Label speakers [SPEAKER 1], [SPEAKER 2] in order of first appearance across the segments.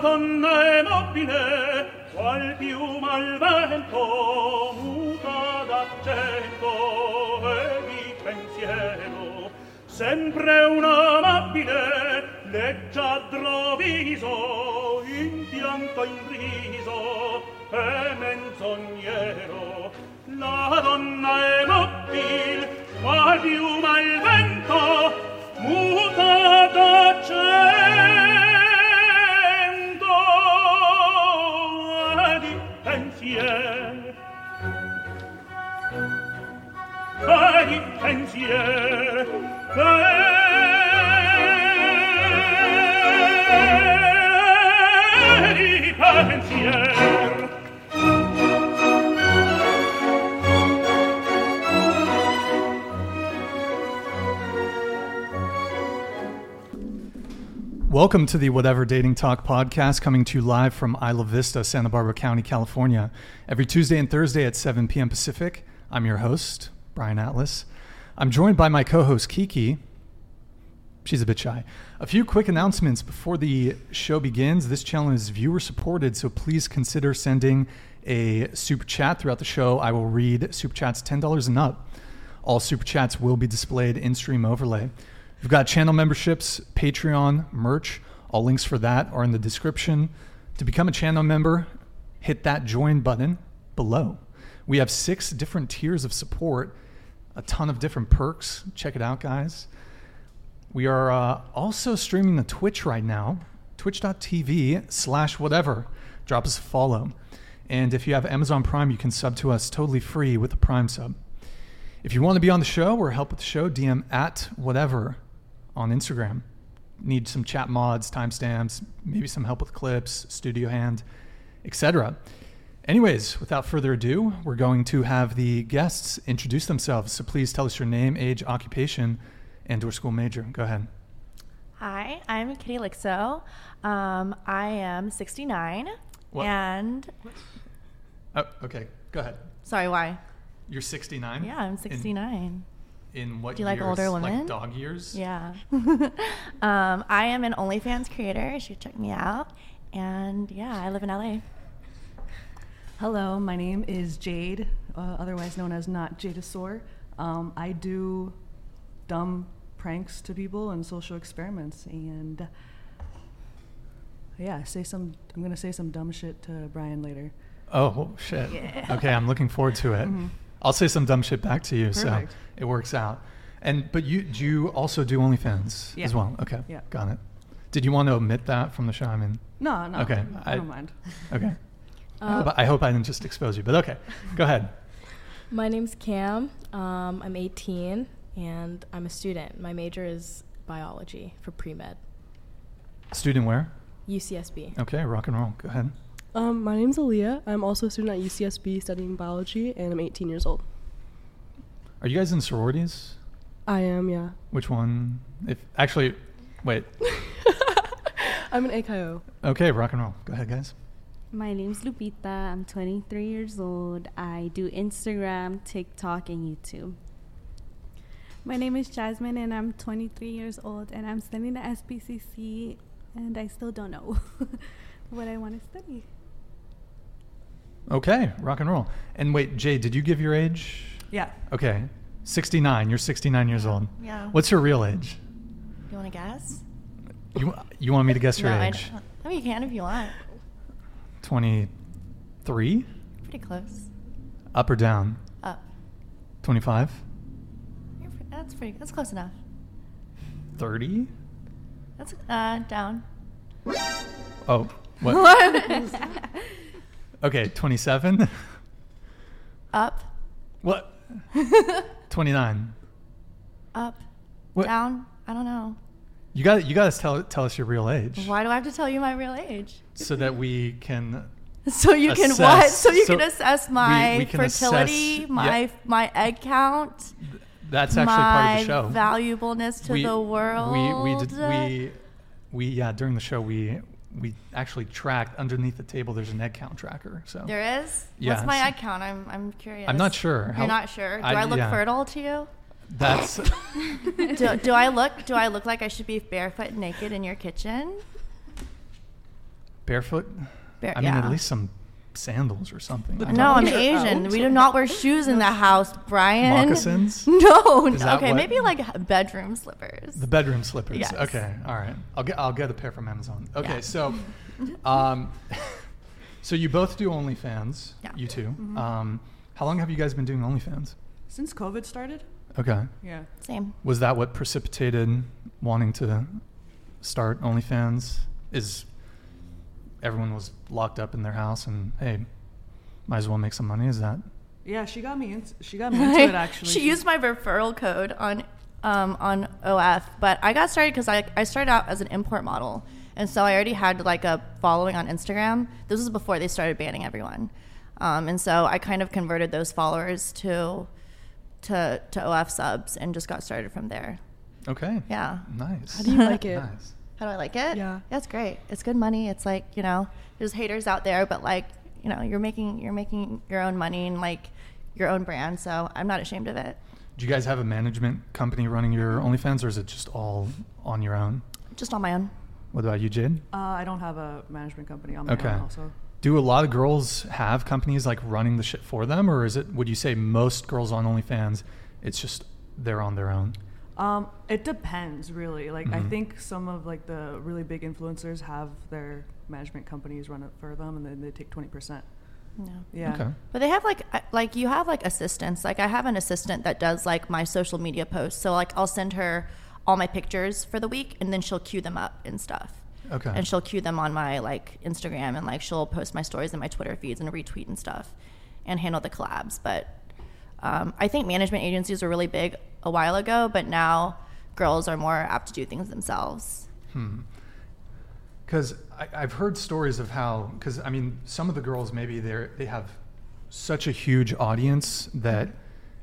[SPEAKER 1] donna è mobile, qual piuma al vento, muta d'accento e di pensiero, sempre una amabile, leggiadro viso, in pianto in riso e menzognero. La donna è mobile, qual piuma al vento, muta d'accento e di pensiero. E di pensiero. E di pensiero.
[SPEAKER 2] Welcome to the Whatever Dating Talk podcast, coming to you live from Isla Vista, Santa Barbara County, California. Every Tuesday and Thursday at 7 p.m. Pacific, I'm your host, Brian Atlas. I'm joined by my co host, Kiki. She's a bit shy. A few quick announcements before the show begins. This channel is viewer supported, so please consider sending a super chat throughout the show. I will read super chats $10 and up. All super chats will be displayed in stream overlay. We've got channel memberships, Patreon, merch. All links for that are in the description. To become a channel member, hit that join button below. We have six different tiers of support, a ton of different perks. Check it out, guys. We are uh, also streaming the Twitch right now, twitch.tv slash whatever. Drop us a follow. And if you have Amazon Prime, you can sub to us totally free with a Prime sub. If you want to be on the show or help with the show, DM at whatever on Instagram. Need some chat mods, timestamps, maybe some help with clips, studio hand, etc. Anyways, without further ado, we're going to have the guests introduce themselves. So please tell us your name, age, occupation, and or school major. Go ahead.
[SPEAKER 3] Hi, I'm Kitty Lixo. Um, I am 69.
[SPEAKER 2] What?
[SPEAKER 3] And
[SPEAKER 2] Oh, okay. Go ahead.
[SPEAKER 3] sorry, why?
[SPEAKER 2] You're 69.
[SPEAKER 3] Yeah, I'm 69.
[SPEAKER 2] In, in what?
[SPEAKER 3] Do you like
[SPEAKER 2] years?
[SPEAKER 3] older women?
[SPEAKER 2] Like dog years.
[SPEAKER 3] yeah. um, I am an OnlyFans creator. You should check me out. And yeah, I live in LA.
[SPEAKER 4] Hello, my name is Jade, uh, otherwise known as Not Jadeosaur. Um, I do dumb pranks to people and social experiments, and yeah, I say some. I'm gonna say some dumb shit to Brian later.
[SPEAKER 2] Oh well, shit. Okay, I'm looking forward to it. I'll say some dumb shit back to you, so
[SPEAKER 4] Mm-hmm. Perfect.
[SPEAKER 2] it works out. And but you do you also do OnlyFans
[SPEAKER 4] Yeah.
[SPEAKER 2] as well? Okay,
[SPEAKER 4] Yeah.
[SPEAKER 2] got it. Did you want to omit that from the show? I mean,
[SPEAKER 4] No, no,
[SPEAKER 2] Okay,
[SPEAKER 4] I,
[SPEAKER 2] I-
[SPEAKER 4] don't mind.
[SPEAKER 2] okay.
[SPEAKER 5] Uh,
[SPEAKER 2] I,
[SPEAKER 4] Uh,
[SPEAKER 2] hope, I hope I didn't just expose you, but okay. Go ahead.
[SPEAKER 5] My name's Cam. Um, I'm 18 and I'm a student. My major is biology for pre med,
[SPEAKER 2] Student wear.
[SPEAKER 5] UCSB.
[SPEAKER 2] Okay, rock and roll. Go ahead.
[SPEAKER 6] Um, my name's Aaliyah. I'm also a student at UCSB studying biology, and I'm 18 years old.
[SPEAKER 2] Are you guys in sororities?
[SPEAKER 6] I am, yeah.
[SPEAKER 2] Which one? If actually, wait.
[SPEAKER 6] I'm an AKO.
[SPEAKER 2] Okay, rock and roll. Go ahead, guys.
[SPEAKER 7] My name's Lupita. I'm 23 years old. I do Instagram, TikTok, and YouTube.
[SPEAKER 8] My name is Jasmine, and I'm 23 years old, and I'm studying at SPCC, and I still don't know what I want to study.
[SPEAKER 2] Okay, rock and roll. And wait, Jay, did you give your age?
[SPEAKER 4] Yeah,
[SPEAKER 2] Okay. 69. You're 69 years old.
[SPEAKER 3] Yeah.
[SPEAKER 2] What's your real age?
[SPEAKER 3] You want to guess?
[SPEAKER 2] You, you want me to guess your
[SPEAKER 3] No, I
[SPEAKER 2] age?
[SPEAKER 3] don't- Oh, you can if you want.
[SPEAKER 2] 23?
[SPEAKER 3] Pretty close.
[SPEAKER 2] Up or down?
[SPEAKER 3] Up.
[SPEAKER 2] 25?
[SPEAKER 3] You're pre- that's pretty. That's close enough.
[SPEAKER 2] 30?
[SPEAKER 3] That's uh, down.
[SPEAKER 2] Oh, what? Okay, 27?
[SPEAKER 3] Up.
[SPEAKER 2] what? 29.
[SPEAKER 3] Up.
[SPEAKER 2] What?
[SPEAKER 3] Down. I don't know.
[SPEAKER 2] You got you got to tell tell us your real age
[SPEAKER 3] Why do I have to tell you my real age?
[SPEAKER 2] so that we can
[SPEAKER 3] So you can
[SPEAKER 2] Assess-
[SPEAKER 3] what? So you
[SPEAKER 2] so
[SPEAKER 3] can assess my
[SPEAKER 2] we- we can
[SPEAKER 3] fertility,
[SPEAKER 2] assess-
[SPEAKER 3] my
[SPEAKER 2] yeah.
[SPEAKER 3] my egg count,
[SPEAKER 2] that's actually part of
[SPEAKER 3] my
[SPEAKER 2] the show.
[SPEAKER 3] valuableness to the world.
[SPEAKER 2] We we did we we yeah, during the show we we actually tracked underneath the table there's an egg count tracker. So
[SPEAKER 3] there is.
[SPEAKER 2] Yeah,
[SPEAKER 3] What's my
[SPEAKER 2] so-
[SPEAKER 3] egg count? I'm I'm curious.
[SPEAKER 2] I'm not sure.
[SPEAKER 3] You're
[SPEAKER 2] How-
[SPEAKER 3] not sure. Do
[SPEAKER 2] I-
[SPEAKER 3] I, look
[SPEAKER 2] yeah.
[SPEAKER 3] fertile to you?
[SPEAKER 2] That's
[SPEAKER 3] Do, do I look do I look like I should be barefoot and naked in your kitchen?
[SPEAKER 2] Barefoot?
[SPEAKER 3] Bare-
[SPEAKER 2] I mean,
[SPEAKER 3] yeah.
[SPEAKER 2] at least some sandals or something. I don't
[SPEAKER 3] No, I'm
[SPEAKER 2] know.
[SPEAKER 3] Asian. We do not wear shoes in the house, Brian.
[SPEAKER 2] Moccasins?
[SPEAKER 3] No.
[SPEAKER 2] Is
[SPEAKER 3] no.
[SPEAKER 2] that
[SPEAKER 3] Okay,
[SPEAKER 2] what-
[SPEAKER 3] maybe like bedroom slippers.
[SPEAKER 2] The bedroom slippers.
[SPEAKER 3] Yes.
[SPEAKER 2] Okay. All right. I'll get I'll get a pair from Amazon. Okay.
[SPEAKER 3] Yeah.
[SPEAKER 2] So, um, so you both do OnlyFans.
[SPEAKER 3] Yeah. Mm-hmm.
[SPEAKER 2] You 2 Um, how long have you guys been doing OnlyFans?
[SPEAKER 4] Since COVID started?
[SPEAKER 2] Okay.
[SPEAKER 4] Yeah.
[SPEAKER 3] Same.
[SPEAKER 2] Was that what precipitated wanting to start OnlyFans? Is everyone was locked up in their house and hey, might as well make some money? Is that
[SPEAKER 4] Yeah, she got me into, she got me into it actually.
[SPEAKER 3] she used my referral code on um, on OF, but I got started because I, I started out as an import model, and so I already had like a following on Instagram. This was before they started banning everyone, um, and so I kind of converted those followers to to to OF subs and just got started from there.
[SPEAKER 2] okay?
[SPEAKER 3] Yeah.
[SPEAKER 2] Nice.
[SPEAKER 6] How do you like it?
[SPEAKER 2] Nice.
[SPEAKER 3] How do I like it?
[SPEAKER 6] Yeah.
[SPEAKER 3] that's great. It's good money. It's like you know, there's haters out there, but like you know, you're making you're making your own money and like your own brand. So I'm not ashamed of it.
[SPEAKER 2] Do you guys have a management company running your OnlyFans, or is it just all on your own?
[SPEAKER 3] Just on my own.
[SPEAKER 2] What about you, Jade?
[SPEAKER 4] Uh, I don't have a management company on my
[SPEAKER 2] Okay.
[SPEAKER 4] own also.
[SPEAKER 2] Do a lot of girls have companies like running the shit for them, or is it? Would you say most girls on OnlyFans, it's just they're on their own?
[SPEAKER 4] Um, it depends, really. Like, I
[SPEAKER 2] Mhm.
[SPEAKER 4] think some of like the really big influencers have their management companies run it for them, and then they take twenty percent.
[SPEAKER 3] No.
[SPEAKER 4] Yeah.
[SPEAKER 2] Okay.
[SPEAKER 3] But they have like I- like you have like assistants. Like I have an assistant that does like my social media posts. So like I'll send her all my pictures for the week, and then she'll queue them up and stuff.
[SPEAKER 2] Okay.
[SPEAKER 3] And she'll queue them on my like Instagram, and like she'll post my stories and my Twitter feeds and retweet and stuff, and handle the collabs. But um, I think management agencies were really big a while ago, but now girls are more apt to do things themselves.
[SPEAKER 2] Because I've heard stories of how, because I mean, some of the girls maybe they are they have such a huge audience that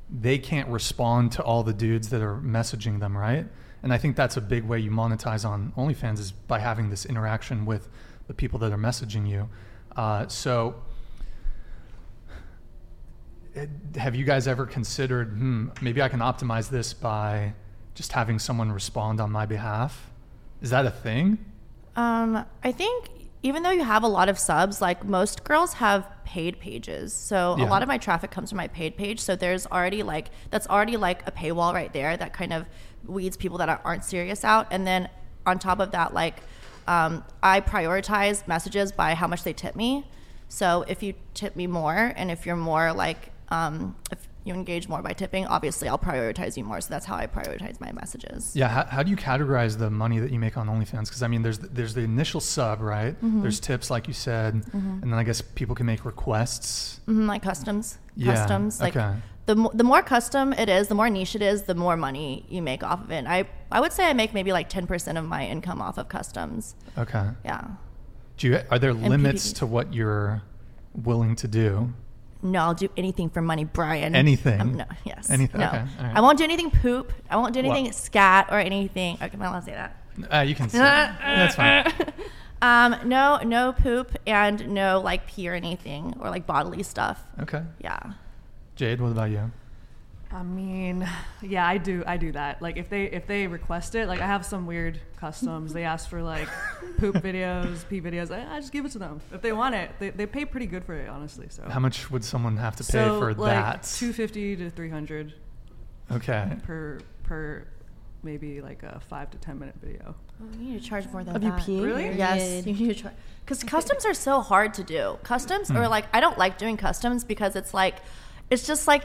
[SPEAKER 2] they can't respond to all the dudes that are messaging them, right? And I think that's a big way you monetize on OnlyFans is by having this interaction with the people that are messaging you. Uh, so, it- have you guys ever considered, hmm, maybe I can optimize this by just having someone respond on my behalf? Is that a thing?
[SPEAKER 3] Um, I think even though you have a lot of subs, like most girls have paid pages. So
[SPEAKER 2] Yeah.
[SPEAKER 3] a lot of my traffic comes from my paid page. So there's already like that's already like a paywall right there that kind of weeds people that aren't serious out. And then on top of that, like um, I prioritize messages by how much they tip me. So if you tip me more, and if you're more like um, if you engage more by tipping, obviously I'll prioritize you more. So that's how I prioritize my messages.
[SPEAKER 2] Yeah, how, how do you categorize the money that you make on OnlyFans? Because I mean, there's the, there's the initial sub, right?
[SPEAKER 4] Mm-hmm.
[SPEAKER 2] There's tips, like you said, and then I guess people can make requests.
[SPEAKER 3] hmm like customs,
[SPEAKER 2] Yeah,
[SPEAKER 3] customs. Like
[SPEAKER 2] okay.
[SPEAKER 3] the mo- the more custom it is, the more niche it is, the more money you make off of it. And I I would say I make maybe like ten percent of my income off of customs.
[SPEAKER 2] Okay.
[SPEAKER 3] Yeah.
[SPEAKER 2] Do you are there limits
[SPEAKER 3] PPPs.
[SPEAKER 2] to what you're willing to do?
[SPEAKER 3] No, I'll do anything for money, Brian.
[SPEAKER 2] Anything?
[SPEAKER 3] Um, no. Yes.
[SPEAKER 2] Anything,
[SPEAKER 3] No.
[SPEAKER 2] okay, all right.
[SPEAKER 3] I won't do anything poop. I won't do
[SPEAKER 2] What?
[SPEAKER 3] anything scat or anything. Okay, I'm not allowed to say that.
[SPEAKER 2] Uh, you can. Say, that's fine.
[SPEAKER 3] Um, no, no poop and no like pee or anything or like bodily stuff.
[SPEAKER 2] Okay.
[SPEAKER 3] Yeah.
[SPEAKER 2] Jade, what about you?
[SPEAKER 4] I mean, yeah, I do. I do that. Like, if they if they request it, like I have some weird customs. they ask for like poop videos, pee videos. I, I just give it to them if they want it. They, they pay pretty good for it, honestly. So
[SPEAKER 2] How much would someone have to pay
[SPEAKER 4] so,
[SPEAKER 2] for
[SPEAKER 4] like,
[SPEAKER 2] that?
[SPEAKER 4] Two fifty to three hundred
[SPEAKER 2] okay.
[SPEAKER 4] per per maybe like a five to ten minute video.
[SPEAKER 3] You need to charge more than
[SPEAKER 6] Of you
[SPEAKER 3] that.
[SPEAKER 6] peeing? Really?
[SPEAKER 3] Yes. You need to charge because customs are so hard to do. Customs
[SPEAKER 2] Mm.
[SPEAKER 3] are like I don't like doing customs because it's like it's just like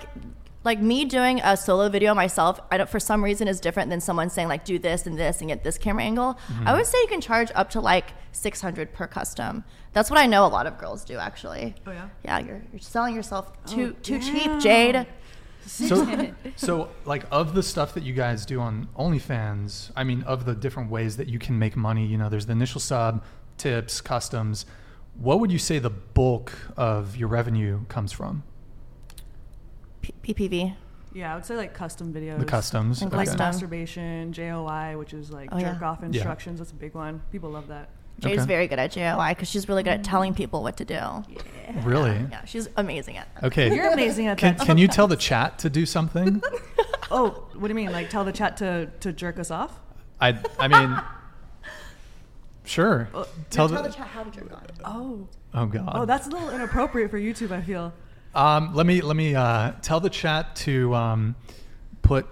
[SPEAKER 3] like me doing a solo video myself. I don't for some reason is different than someone saying like do this and this and get this camera angle.
[SPEAKER 2] Mm-hmm.
[SPEAKER 3] I would say you can charge up to like six hundred per custom. That's what I know a lot of girls do actually.
[SPEAKER 4] Oh, yeah?
[SPEAKER 3] Yeah, you're, you're selling yourself too too cheap, Jade.
[SPEAKER 2] So, so like of the stuff that you guys do on OnlyFans, I mean, of the different ways that you can make money, you know, there's the initial sub, tips, customs. What would you say the bulk of your revenue comes from?
[SPEAKER 3] P- PPV.
[SPEAKER 4] Yeah, I would say like custom videos.
[SPEAKER 2] The customs.
[SPEAKER 3] And
[SPEAKER 4] Like
[SPEAKER 3] Custom.
[SPEAKER 4] masturbation, JOI, which is like
[SPEAKER 3] Oh, yeah.
[SPEAKER 4] jerk off instructions. That's a big one. People love that.
[SPEAKER 3] Jade's
[SPEAKER 2] Okay.
[SPEAKER 3] very good at JOI because she's really good at telling people what to do.
[SPEAKER 2] Really?
[SPEAKER 3] Yeah, she's amazing at that.
[SPEAKER 2] Okay.
[SPEAKER 4] You're amazing at
[SPEAKER 2] Can,
[SPEAKER 4] that.
[SPEAKER 2] can you tell the chat to do something?
[SPEAKER 4] Oh, what do you mean? Like tell the chat to, to jerk us off?
[SPEAKER 2] I I mean, Sure. Tell
[SPEAKER 9] tell the
[SPEAKER 2] the.
[SPEAKER 9] chat how to jerk on.
[SPEAKER 4] Oh.
[SPEAKER 2] Oh God.
[SPEAKER 4] Oh, that's a little inappropriate for YouTube, I feel.
[SPEAKER 2] Um, let me let me uh, tell the chat to um, put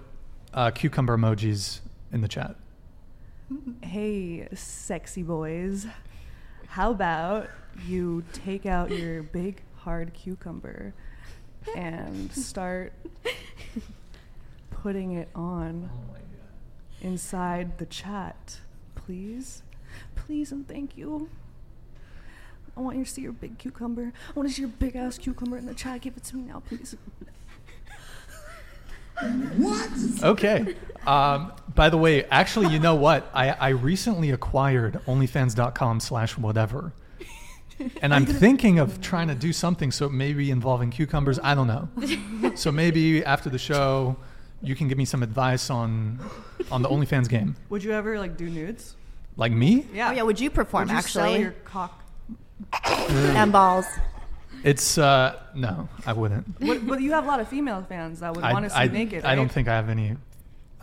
[SPEAKER 2] uh, cucumber emojis in the chat.
[SPEAKER 4] Hey, sexy boys. How about you take out your big hard cucumber and start putting it on inside the chat, please? Please and thank you. I want you to see your big cucumber. I want to see your big ass cucumber in the chat. Give it to me now, please.
[SPEAKER 2] Okay. Um, by the way, actually, you know what? I, I recently acquired OnlyFans.com slash whatever. And I'm thinking of trying to do something, so it may be involving cucumbers. I don't know. So maybe after the show, you can give me some advice on on the OnlyFans game.
[SPEAKER 4] Would you ever like do nudes?
[SPEAKER 2] Like me?
[SPEAKER 3] Oh yeah, would you perform
[SPEAKER 4] Would you
[SPEAKER 3] actually?
[SPEAKER 4] sell your cock?
[SPEAKER 3] and balls.
[SPEAKER 2] It's uh, no, I wouldn't.
[SPEAKER 4] But, but you have a lot of female fans that would
[SPEAKER 2] I,
[SPEAKER 4] want to see
[SPEAKER 2] I-
[SPEAKER 4] naked.
[SPEAKER 2] I don't
[SPEAKER 4] right?
[SPEAKER 2] think I have any.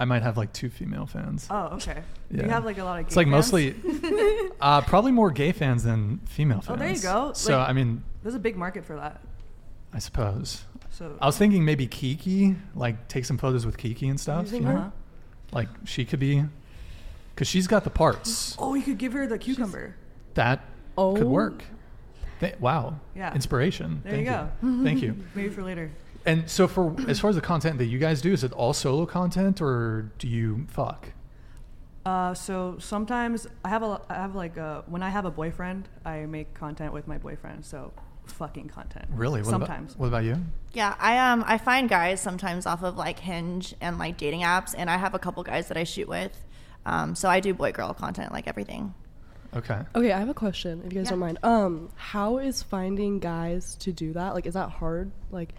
[SPEAKER 2] I might have like two female fans.
[SPEAKER 4] Oh, okay.
[SPEAKER 2] Yeah.
[SPEAKER 4] You have like a lot of. Gay
[SPEAKER 2] it's like
[SPEAKER 4] fans?
[SPEAKER 2] mostly, uh, probably more gay fans than female
[SPEAKER 4] Oh,
[SPEAKER 2] fans.
[SPEAKER 4] there you go.
[SPEAKER 2] So
[SPEAKER 4] Like-
[SPEAKER 2] I mean,
[SPEAKER 4] There's a big market for that.
[SPEAKER 2] I suppose.
[SPEAKER 4] So.
[SPEAKER 2] I was thinking maybe Kiki, like take some photos with Kiki and stuff. You know?
[SPEAKER 4] Uh-huh.
[SPEAKER 2] Like she could be, because she's got the parts
[SPEAKER 4] Oh, you could give her the cucumber.
[SPEAKER 2] that
[SPEAKER 5] Oh.
[SPEAKER 2] could work. Th- wow.
[SPEAKER 4] Yeah.
[SPEAKER 2] Inspiration.
[SPEAKER 4] There
[SPEAKER 2] Thank
[SPEAKER 4] you
[SPEAKER 2] you. Thank you.
[SPEAKER 4] Maybe for later.
[SPEAKER 2] And so for as far as the content that you guys do, is it all solo content or do you fuck?
[SPEAKER 4] Uh, so sometimes I have a I have like a, when I have a boyfriend, I make content with my boyfriend. So fucking content.
[SPEAKER 2] Really? What
[SPEAKER 4] Sometimes.
[SPEAKER 2] About, what about you?
[SPEAKER 3] Yeah, I um I find guys sometimes off of like Hinge and like dating apps, and I have a couple guys that I shoot with. Um, so I do boy girl content, like everything.
[SPEAKER 2] Okay.
[SPEAKER 6] Okay, I have a question. If you guys
[SPEAKER 3] Yeah.
[SPEAKER 6] don't mind, um, how is finding guys to do that? Like, is that hard? Like,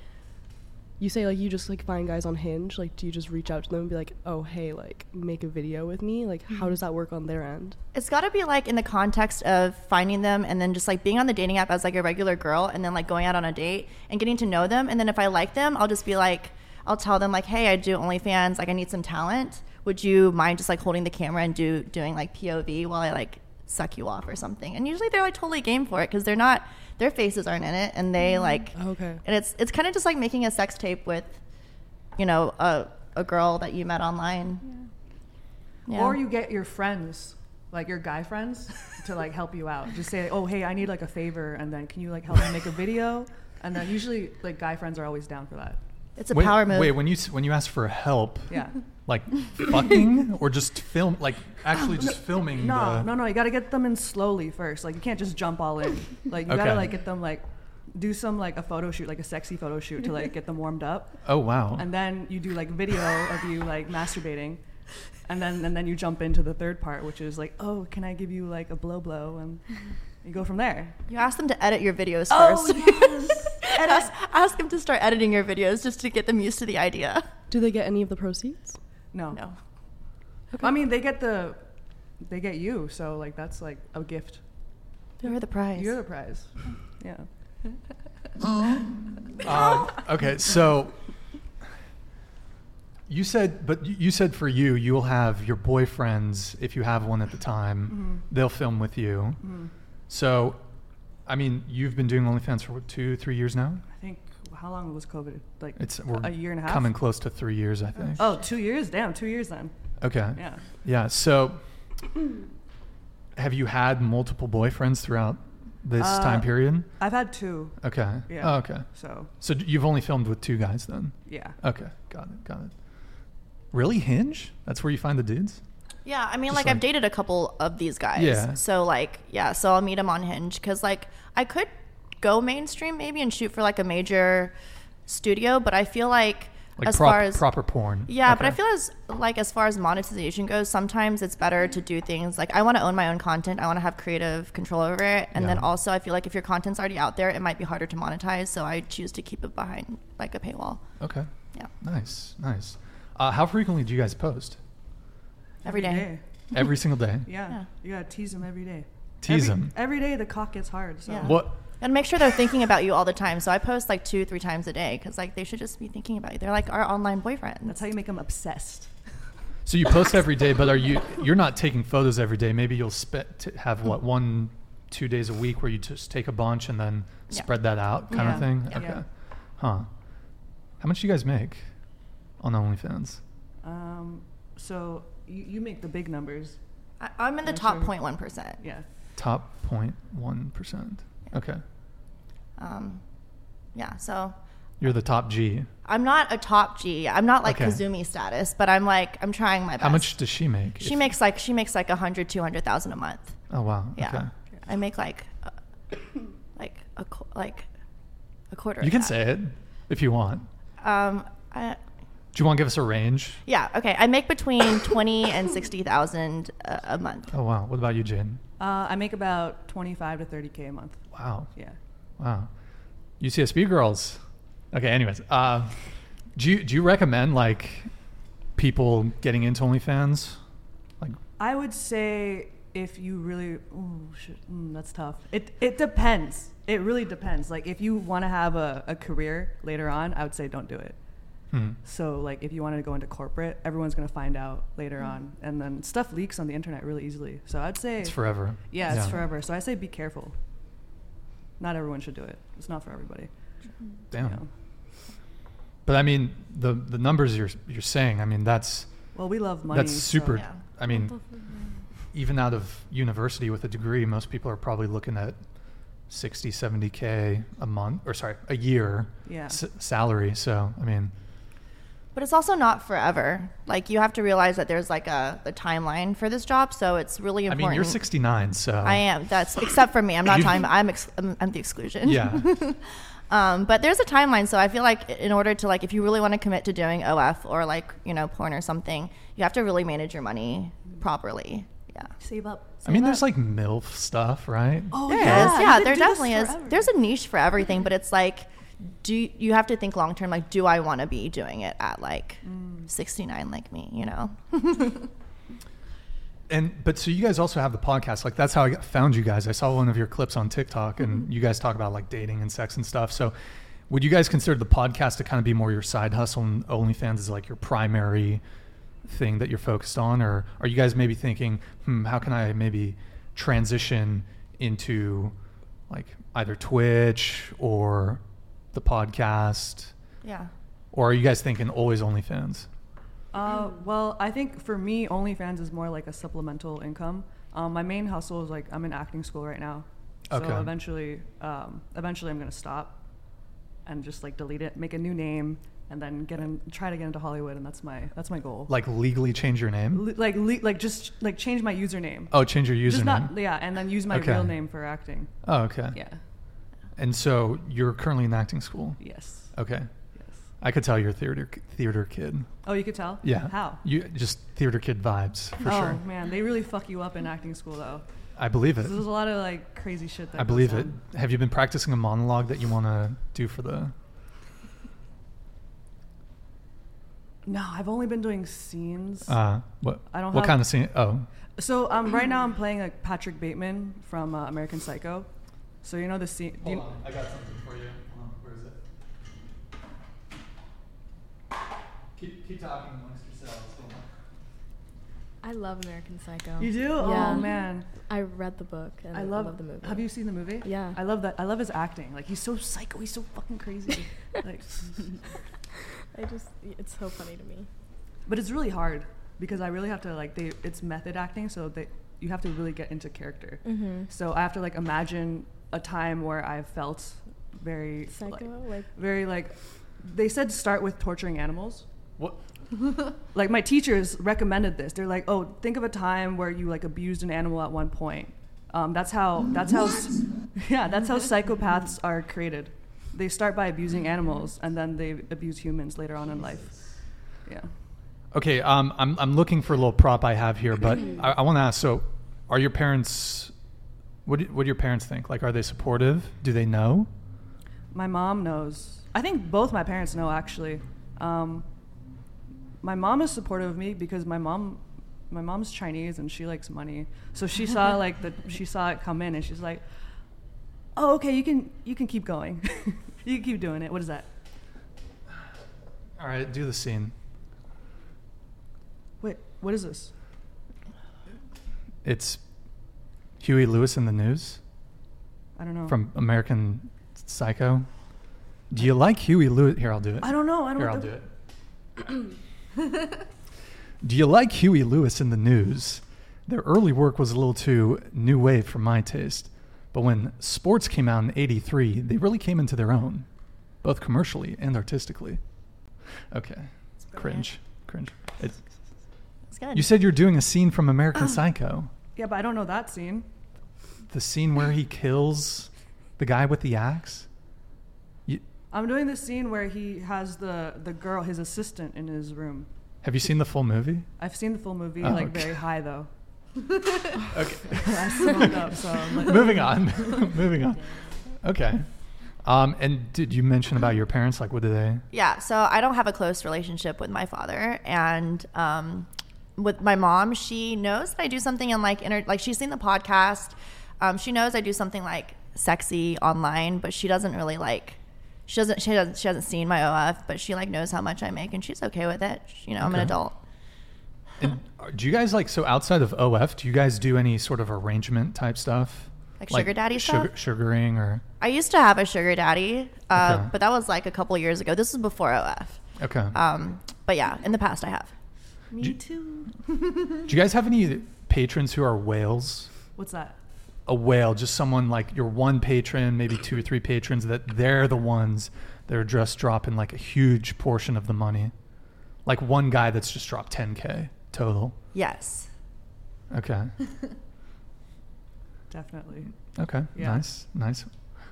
[SPEAKER 6] you say like you just like find guys on Hinge. Like, do you just reach out to them and be like, oh hey, like make a video with me? Like, how does that work on their end?
[SPEAKER 3] It's got to be like in the context of finding them and then just like being on the dating app as like a regular girl and then like going out on a date and getting to know them. And then if I like them, I'll just be like, I'll tell them like, hey, I do OnlyFans. Like I need some talent. Would you mind just like holding the camera and do doing like POV while I like suck you off or something? And usually they're like totally game for it because they're not, their faces aren't in it and they like,
[SPEAKER 6] Okay.
[SPEAKER 3] and it's it's kind of just like making a sex tape with, you know, a a girl that you met online. Yeah.
[SPEAKER 4] Or you get your friends, like your guy friends, to like help you out. Just say, oh hey, I need like a favor, and then can you like help me make a video? And then usually like guy friends are always down for that.
[SPEAKER 3] it's a
[SPEAKER 2] Wait-
[SPEAKER 3] power move.
[SPEAKER 2] Wait, when you s- when you ask for help,
[SPEAKER 4] Yeah.
[SPEAKER 2] like fucking or just film, like actually just filming.
[SPEAKER 4] No,
[SPEAKER 2] the,
[SPEAKER 4] no, no. You gotta get them in slowly first. Like you can't just jump all in. Like you
[SPEAKER 2] Okay.
[SPEAKER 4] gotta like get them like do some like a photo shoot, like a sexy photo shoot to like get them warmed up,
[SPEAKER 2] Oh wow.
[SPEAKER 4] and then you do like video of you like masturbating, and then and then you jump into the third part, which is like, oh, can I give you like a blow blow, and you go from there.
[SPEAKER 3] You ask them to edit your videos
[SPEAKER 4] Oh,
[SPEAKER 3] first. and ask, ask them to start editing your videos just to get them used to the idea.
[SPEAKER 6] Do they get any of the proceeds?
[SPEAKER 4] No,
[SPEAKER 3] No.
[SPEAKER 4] I mean they get the, they get you. So like that's like a gift.
[SPEAKER 3] You're the prize.
[SPEAKER 4] You're the prize. Yeah.
[SPEAKER 2] Um, okay, so you said, but you- you said for you, you'll have your boyfriends if you have one at the time.
[SPEAKER 4] Mm-hmm.
[SPEAKER 2] They'll film with you. So, I mean, you've been doing OnlyFans for what, two, three years now.
[SPEAKER 4] I think how long was COVID? Like
[SPEAKER 2] It's we're
[SPEAKER 4] a year and a half.
[SPEAKER 2] coming close to three years, I think.
[SPEAKER 4] Oh, two years. Damn, two years then.
[SPEAKER 2] Okay.
[SPEAKER 4] Yeah.
[SPEAKER 2] Yeah. So, have you had multiple boyfriends throughout this
[SPEAKER 4] Uh,
[SPEAKER 2] time period?
[SPEAKER 4] I've had two,
[SPEAKER 2] Okay.
[SPEAKER 4] yeah.
[SPEAKER 2] Oh, okay.
[SPEAKER 4] so
[SPEAKER 2] So d- you've only filmed with two guys then?
[SPEAKER 4] yeah.
[SPEAKER 2] Okay. Got it. Got it. Really? Hinge? That's where you find the dudes?
[SPEAKER 3] Yeah, I mean,
[SPEAKER 2] Just
[SPEAKER 3] like,
[SPEAKER 2] like-
[SPEAKER 3] I've dated a couple of these guys.
[SPEAKER 2] Yeah.
[SPEAKER 3] So, like, yeah, so I'll meet them on Hinge because, like, I could go mainstream maybe and shoot for, like, a major studio, but I feel like,
[SPEAKER 2] Like
[SPEAKER 3] as
[SPEAKER 2] prop-
[SPEAKER 3] far as.
[SPEAKER 2] proper porn.
[SPEAKER 3] Yeah, but I
[SPEAKER 2] Okay.
[SPEAKER 3] feel as like as far as monetization goes, sometimes it's better to do things like I want to own my own content. I want to have creative control over it, and then
[SPEAKER 2] Yeah.
[SPEAKER 3] also I feel like if your content's already out there, it might be harder to monetize. So I choose to keep it behind like a paywall.
[SPEAKER 2] Okay.
[SPEAKER 3] Yeah,
[SPEAKER 2] Nice. Nice. Uh, how frequently do you guys post?
[SPEAKER 3] every day.
[SPEAKER 2] Every single day?
[SPEAKER 4] Yeah.
[SPEAKER 3] Yeah.
[SPEAKER 4] You gotta tease them every day.
[SPEAKER 2] Tease
[SPEAKER 4] Every-
[SPEAKER 2] them.
[SPEAKER 4] Every day the cock gets hard. So
[SPEAKER 3] Yeah.
[SPEAKER 2] What?
[SPEAKER 3] And make sure they're thinking about you all the time. So I post like two, three times a day because like they should just be thinking about you. They're like our online boyfriends.
[SPEAKER 4] that's how you make them obsessed.
[SPEAKER 2] So you post every day, but are you you're not taking photos every day? Maybe you'll spe- t- have
[SPEAKER 3] Mm.
[SPEAKER 2] what one, two days a week where you just take a bunch and then
[SPEAKER 3] Yeah.
[SPEAKER 2] spread that out, kind
[SPEAKER 4] Yeah.
[SPEAKER 2] of thing.
[SPEAKER 4] Yeah.
[SPEAKER 2] Okay,
[SPEAKER 4] Yeah.
[SPEAKER 2] huh? How much do you guys make on OnlyFans?
[SPEAKER 4] Um, so you, you make the big numbers.
[SPEAKER 3] I, I'm in the
[SPEAKER 4] Yeah,
[SPEAKER 3] top
[SPEAKER 4] sure.
[SPEAKER 3] 0.1%.
[SPEAKER 4] Yeah.
[SPEAKER 2] Top point one percent. Okay,
[SPEAKER 3] Um, yeah, so
[SPEAKER 2] you're the top G.
[SPEAKER 3] I'm not a top G. I'm not like
[SPEAKER 2] Okay.
[SPEAKER 3] Kazumi status, but I'm like I'm trying my best.
[SPEAKER 2] How much does she make?
[SPEAKER 3] She
[SPEAKER 2] If-
[SPEAKER 3] makes like she makes like a hundred, two hundred thousand a month.
[SPEAKER 2] Oh wow.
[SPEAKER 3] Yeah,
[SPEAKER 2] Okay.
[SPEAKER 3] I make like a, like a qu- like a quarter.
[SPEAKER 2] You
[SPEAKER 3] of
[SPEAKER 2] can
[SPEAKER 3] that.
[SPEAKER 2] say it if you want.
[SPEAKER 3] Um, I,
[SPEAKER 2] Do you want to give us a range?
[SPEAKER 3] yeah, okay. I make between twenty and sixty thousand a, a month.
[SPEAKER 2] Oh wow. What about you, Jane?
[SPEAKER 4] Uh, I make about 25 to 30K a month.
[SPEAKER 2] Wow.
[SPEAKER 4] Yeah.
[SPEAKER 2] Wow. UCSB girls. Okay, anyways. Uh, do you do you recommend like people getting into OnlyFans? Like
[SPEAKER 4] I would say if you really, oh shit, mm, that's tough. It it depends. It really depends. Like if you want to have a, a career later on, I would say don't do it.
[SPEAKER 2] hmm.
[SPEAKER 4] So like if you wanted to go into corporate, everyone's gonna find out later on, and then stuff leaks on the internet really easily. So I'd say
[SPEAKER 2] it's forever.
[SPEAKER 4] Yeah, it's forever. So I say be careful. Not everyone should do it. It's not for everybody. you
[SPEAKER 2] Damn.
[SPEAKER 4] know.
[SPEAKER 2] But I mean the the numbers you're you're saying, I mean that's
[SPEAKER 4] Well, we love money.
[SPEAKER 2] that's super
[SPEAKER 4] So,
[SPEAKER 3] Yeah.
[SPEAKER 2] I mean even out of university with a degree, most people are probably looking at 60, 70k a month or sorry, a year
[SPEAKER 4] yeah.
[SPEAKER 2] s- salary. So, I mean,
[SPEAKER 3] But it's also not forever. Like you have to realize that there's like a the timeline for this job, so it's really
[SPEAKER 2] I
[SPEAKER 3] important.
[SPEAKER 2] mean, you're 69, so
[SPEAKER 3] I am. That's except for me. I'm not
[SPEAKER 2] Um, You-
[SPEAKER 3] talking. About, I'm, ex- I'm I'm the exclusion.
[SPEAKER 2] Yeah.
[SPEAKER 3] um, but there's a timeline, so I feel like in order to like, if you really want to commit to doing OF or like you know porn or something, you have to really manage your money properly. Yeah.
[SPEAKER 4] Save up.
[SPEAKER 2] I mean, there's like MILF stuff, right?
[SPEAKER 4] Oh
[SPEAKER 3] There
[SPEAKER 4] yeah.
[SPEAKER 3] is.
[SPEAKER 4] you
[SPEAKER 3] Yeah.
[SPEAKER 4] could
[SPEAKER 3] There
[SPEAKER 4] do this
[SPEAKER 3] definitely is.
[SPEAKER 4] forever.
[SPEAKER 3] There's a niche for everything, but it's like, do you have to think long term? Like, do I want to be doing it at like
[SPEAKER 4] Mm.
[SPEAKER 3] 69 like me? You know.
[SPEAKER 2] And but so you guys also have the podcast. Like that's how I got- found you guys. I saw one of your clips on TikTok, and
[SPEAKER 4] Mm-hmm.
[SPEAKER 2] you guys talk about like dating and sex and stuff. So would you guys consider the podcast to kind of be more your side hustle, and OnlyFans is like your primary thing that you're focused on, or are you guys maybe thinking, hmm, how can I maybe transition into like either Twitch or the podcast,
[SPEAKER 3] yeah.
[SPEAKER 2] or are you guys thinking always OnlyFans?
[SPEAKER 4] Uh, well, I think for me, OnlyFans is more like a supplemental income. Um, my main hustle is like I'm in acting school right now, so
[SPEAKER 2] Okay.
[SPEAKER 4] eventually, um, eventually I'm gonna stop, and just like delete it, make a new name, and then get in, try to get into Hollywood, and that's my that's my goal.
[SPEAKER 2] Like legally change your name?
[SPEAKER 4] Le- like le- like just like change my username.
[SPEAKER 2] Oh, change your username.
[SPEAKER 4] Just not yeah, and then use my
[SPEAKER 2] Okay.
[SPEAKER 4] real name for acting.
[SPEAKER 2] Oh, okay.
[SPEAKER 4] Yeah.
[SPEAKER 2] And so you're currently in acting school.
[SPEAKER 4] Yes.
[SPEAKER 2] Okay.
[SPEAKER 4] Yes.
[SPEAKER 2] I could tell you're a theater theater kid.
[SPEAKER 4] Oh, you could tell.
[SPEAKER 2] Yeah.
[SPEAKER 4] How?
[SPEAKER 2] You just theater kid vibes for
[SPEAKER 4] oh
[SPEAKER 2] sure.
[SPEAKER 4] man, they really fuck you up in acting school though.
[SPEAKER 2] I believe it.
[SPEAKER 4] There's a lot of like crazy shit. That
[SPEAKER 2] I
[SPEAKER 4] goes
[SPEAKER 2] believe it.
[SPEAKER 4] on.
[SPEAKER 2] Have you been practicing a monologue that you want to do for the?
[SPEAKER 4] No, I've only been doing scenes.
[SPEAKER 2] Uh, what?
[SPEAKER 4] I don't
[SPEAKER 2] What
[SPEAKER 4] have-
[SPEAKER 2] kind of scene? Oh,
[SPEAKER 4] so um, right now I'm playing like Patrick Bateman from uh, American Psycho. So you know the scene. do you-
[SPEAKER 2] I got something for you. Where is it? Keep, keep talking amongst yourselves.
[SPEAKER 5] I love American Psycho.
[SPEAKER 4] You do?
[SPEAKER 5] Yeah.
[SPEAKER 4] Oh man,
[SPEAKER 5] I read the book and
[SPEAKER 4] I love,
[SPEAKER 5] the movie.
[SPEAKER 4] Have you seen the movie?
[SPEAKER 5] Yeah.
[SPEAKER 4] I love that. I love his acting. Like he's so psycho. He's so fucking crazy. like,
[SPEAKER 5] I just, it's so funny to me.
[SPEAKER 4] but it's really hard because I really have to like they. It's method acting, so they you have to really get into character.
[SPEAKER 5] Mm-hmm.
[SPEAKER 4] So I have to like imagine a time where I felt very like,
[SPEAKER 5] Psycho, like,
[SPEAKER 4] very like they said start with torturing animals.
[SPEAKER 2] What?
[SPEAKER 4] Like my teachers recommended this. They're like, "Oh, think of a time where you like abused an animal at one point." Um, that's how that's how yeah, that's how psychopaths are created. They start by abusing animals and then they abuse humans later on in life. Yeah.
[SPEAKER 2] Okay, um, I'm, I'm looking for a little prop I have here, but I, I want to ask. So, are your parents? What do, what do your parents think? Like, are they supportive? Do they know?
[SPEAKER 4] My mom knows. I think both my parents know actually. Um, my mom is supportive of me because my mom, my mom's Chinese and she likes money. So she saw like the she saw it come in and she's like, "Oh, okay, you can you can keep going, you can keep doing it." What is that?
[SPEAKER 2] All right, do the scene.
[SPEAKER 4] Wait, What is this?
[SPEAKER 2] It's Huey Lewis in the News
[SPEAKER 4] I don't know.
[SPEAKER 2] from American Psycho. Do you like Huey Lewis? Here, I'll do it.
[SPEAKER 4] I don't know. I don't.
[SPEAKER 2] Here,
[SPEAKER 4] know
[SPEAKER 2] I'll
[SPEAKER 4] the-
[SPEAKER 2] do it. do you like Huey Lewis in the news? Their early work was a little too new wave for my taste, but when sports came out in 83, they really came into their own, both commercially and artistically. Okay. Cringe. Cringe. It-
[SPEAKER 3] It's good.
[SPEAKER 2] you said you're doing a scene from American Psycho,
[SPEAKER 4] Yeah, but I don't know that scene.
[SPEAKER 2] the scene where he kills the guy with the axe. You,
[SPEAKER 4] I'm doing the scene where he has the the girl, his assistant, in his room.
[SPEAKER 2] have you seen the full movie?
[SPEAKER 4] I've seen the full movie,
[SPEAKER 2] Oh,
[SPEAKER 4] like
[SPEAKER 2] okay.
[SPEAKER 4] very high though.
[SPEAKER 2] Okay.
[SPEAKER 4] I smoked up, so I'm like-
[SPEAKER 2] Moving on. Moving on. Okay. Um, and did you mention about your parents? Like, what do they?
[SPEAKER 3] Yeah, so I don't have a close relationship with my father, and um, with my mom, she knows that I do something in like inter- like she's seen the podcast. Um, she knows I do something like sexy online, but she doesn't really like. She doesn't. She doesn't. She hasn't seen my OF, but she like knows how much I make, and she's okay with it. You know, I'm an
[SPEAKER 2] Okay.
[SPEAKER 3] adult.
[SPEAKER 2] And are- do you guys like so outside of OF? Do you guys do any sort of arrangement type stuff?
[SPEAKER 3] Like sugar daddy
[SPEAKER 2] sugar,
[SPEAKER 3] stuff?
[SPEAKER 2] Sugaring or
[SPEAKER 3] I used to have a sugar daddy, uh,
[SPEAKER 2] Okay.
[SPEAKER 3] but that was like a couple years ago. This was before OF.
[SPEAKER 2] okay.
[SPEAKER 3] Um, but yeah, in the past, I have.
[SPEAKER 4] Me too.
[SPEAKER 2] do you guys have any patrons who are whales?
[SPEAKER 4] What's that?
[SPEAKER 2] A whale, just someone like your one patron, maybe two or three patrons that they're the ones that are just dropping like a huge portion of the money. Like one guy that's just dropped 10k total.
[SPEAKER 3] Yes.
[SPEAKER 2] Okay.
[SPEAKER 4] Definitely.
[SPEAKER 2] Okay.
[SPEAKER 4] Yeah.
[SPEAKER 2] Nice. Nice.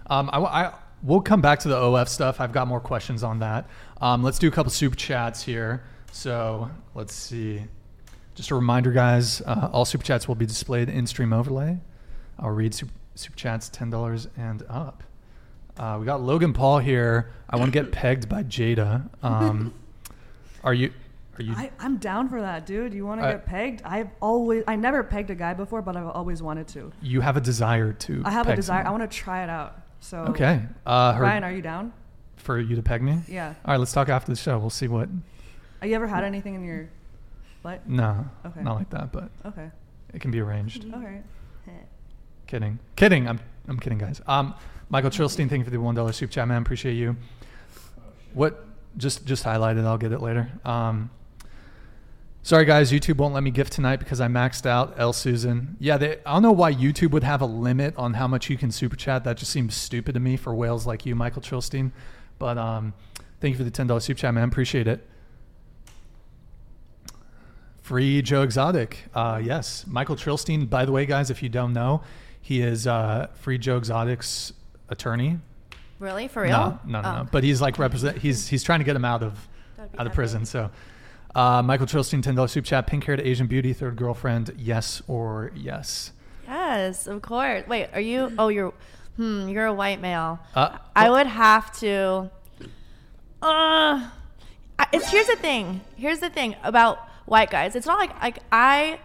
[SPEAKER 2] Um, I, I we'll come back to the OF stuff. I've got more questions on that. Um, let's do a couple super chats here. So let's see. Just a reminder, guys. Uh, all super chats will be displayed in stream overlay. I'll read super, super chats ten dollars and up. Uh, we got Logan Paul here. I want to get pegged by Jada. Um, are you? Are you?
[SPEAKER 4] I, I'm down for that, dude. You want to
[SPEAKER 2] I-
[SPEAKER 4] get pegged? I've always, I never pegged a guy before, but I've always wanted to.
[SPEAKER 2] you have a desire to.
[SPEAKER 4] I have a
[SPEAKER 2] peg
[SPEAKER 4] desire. I
[SPEAKER 2] someone.
[SPEAKER 4] want to try it out. So
[SPEAKER 2] Okay. Uh, her,
[SPEAKER 4] Ryan, are you down?
[SPEAKER 2] for you to peg me.
[SPEAKER 4] Yeah.
[SPEAKER 2] All right, let's talk after the show. We'll see what.
[SPEAKER 4] Have you ever had anything in your butt?
[SPEAKER 2] No,
[SPEAKER 4] Okay.
[SPEAKER 2] not like that, but
[SPEAKER 4] Okay.
[SPEAKER 2] it can be arranged.
[SPEAKER 4] All right.
[SPEAKER 2] Kidding, kidding. I'm, I'm kidding, guys. Um, Michael Trilstein, thank you for the one dollar super chat, man. Appreciate you. What? Just, just highlight it. I'll get it later. Um, sorry guys, YouTube won't let me gift tonight because I maxed out. L Susan, yeah, they, I don't know why YouTube would have a limit on how much you can super chat. That just seems stupid to me for whales like you, Michael Trilstein. But um, thank you for the ten dollar super chat, man. Appreciate it. Free Joe Exotic. Uh, yes. Michael Trilstein, by the way, guys, if you don't know, he is uh, Free Joe Exotic's attorney.
[SPEAKER 3] Really? For real?
[SPEAKER 2] No, no, no,
[SPEAKER 3] Oh.
[SPEAKER 2] no. But he's like represent. He's he's trying to get him out of
[SPEAKER 3] That'd be
[SPEAKER 2] out of
[SPEAKER 3] epic.
[SPEAKER 2] prison. So, uh, Michael Trilstein, ten dollars soup chat. Pink haired Asian beauty, third girlfriend. Yes or yes.
[SPEAKER 3] Yes, of course. Wait, are you? Oh, you're. Hmm, you're a white male.
[SPEAKER 2] Uh,
[SPEAKER 3] I would have to. Uh, I- it's here's the thing. Here's the thing about white guys. It's not like like I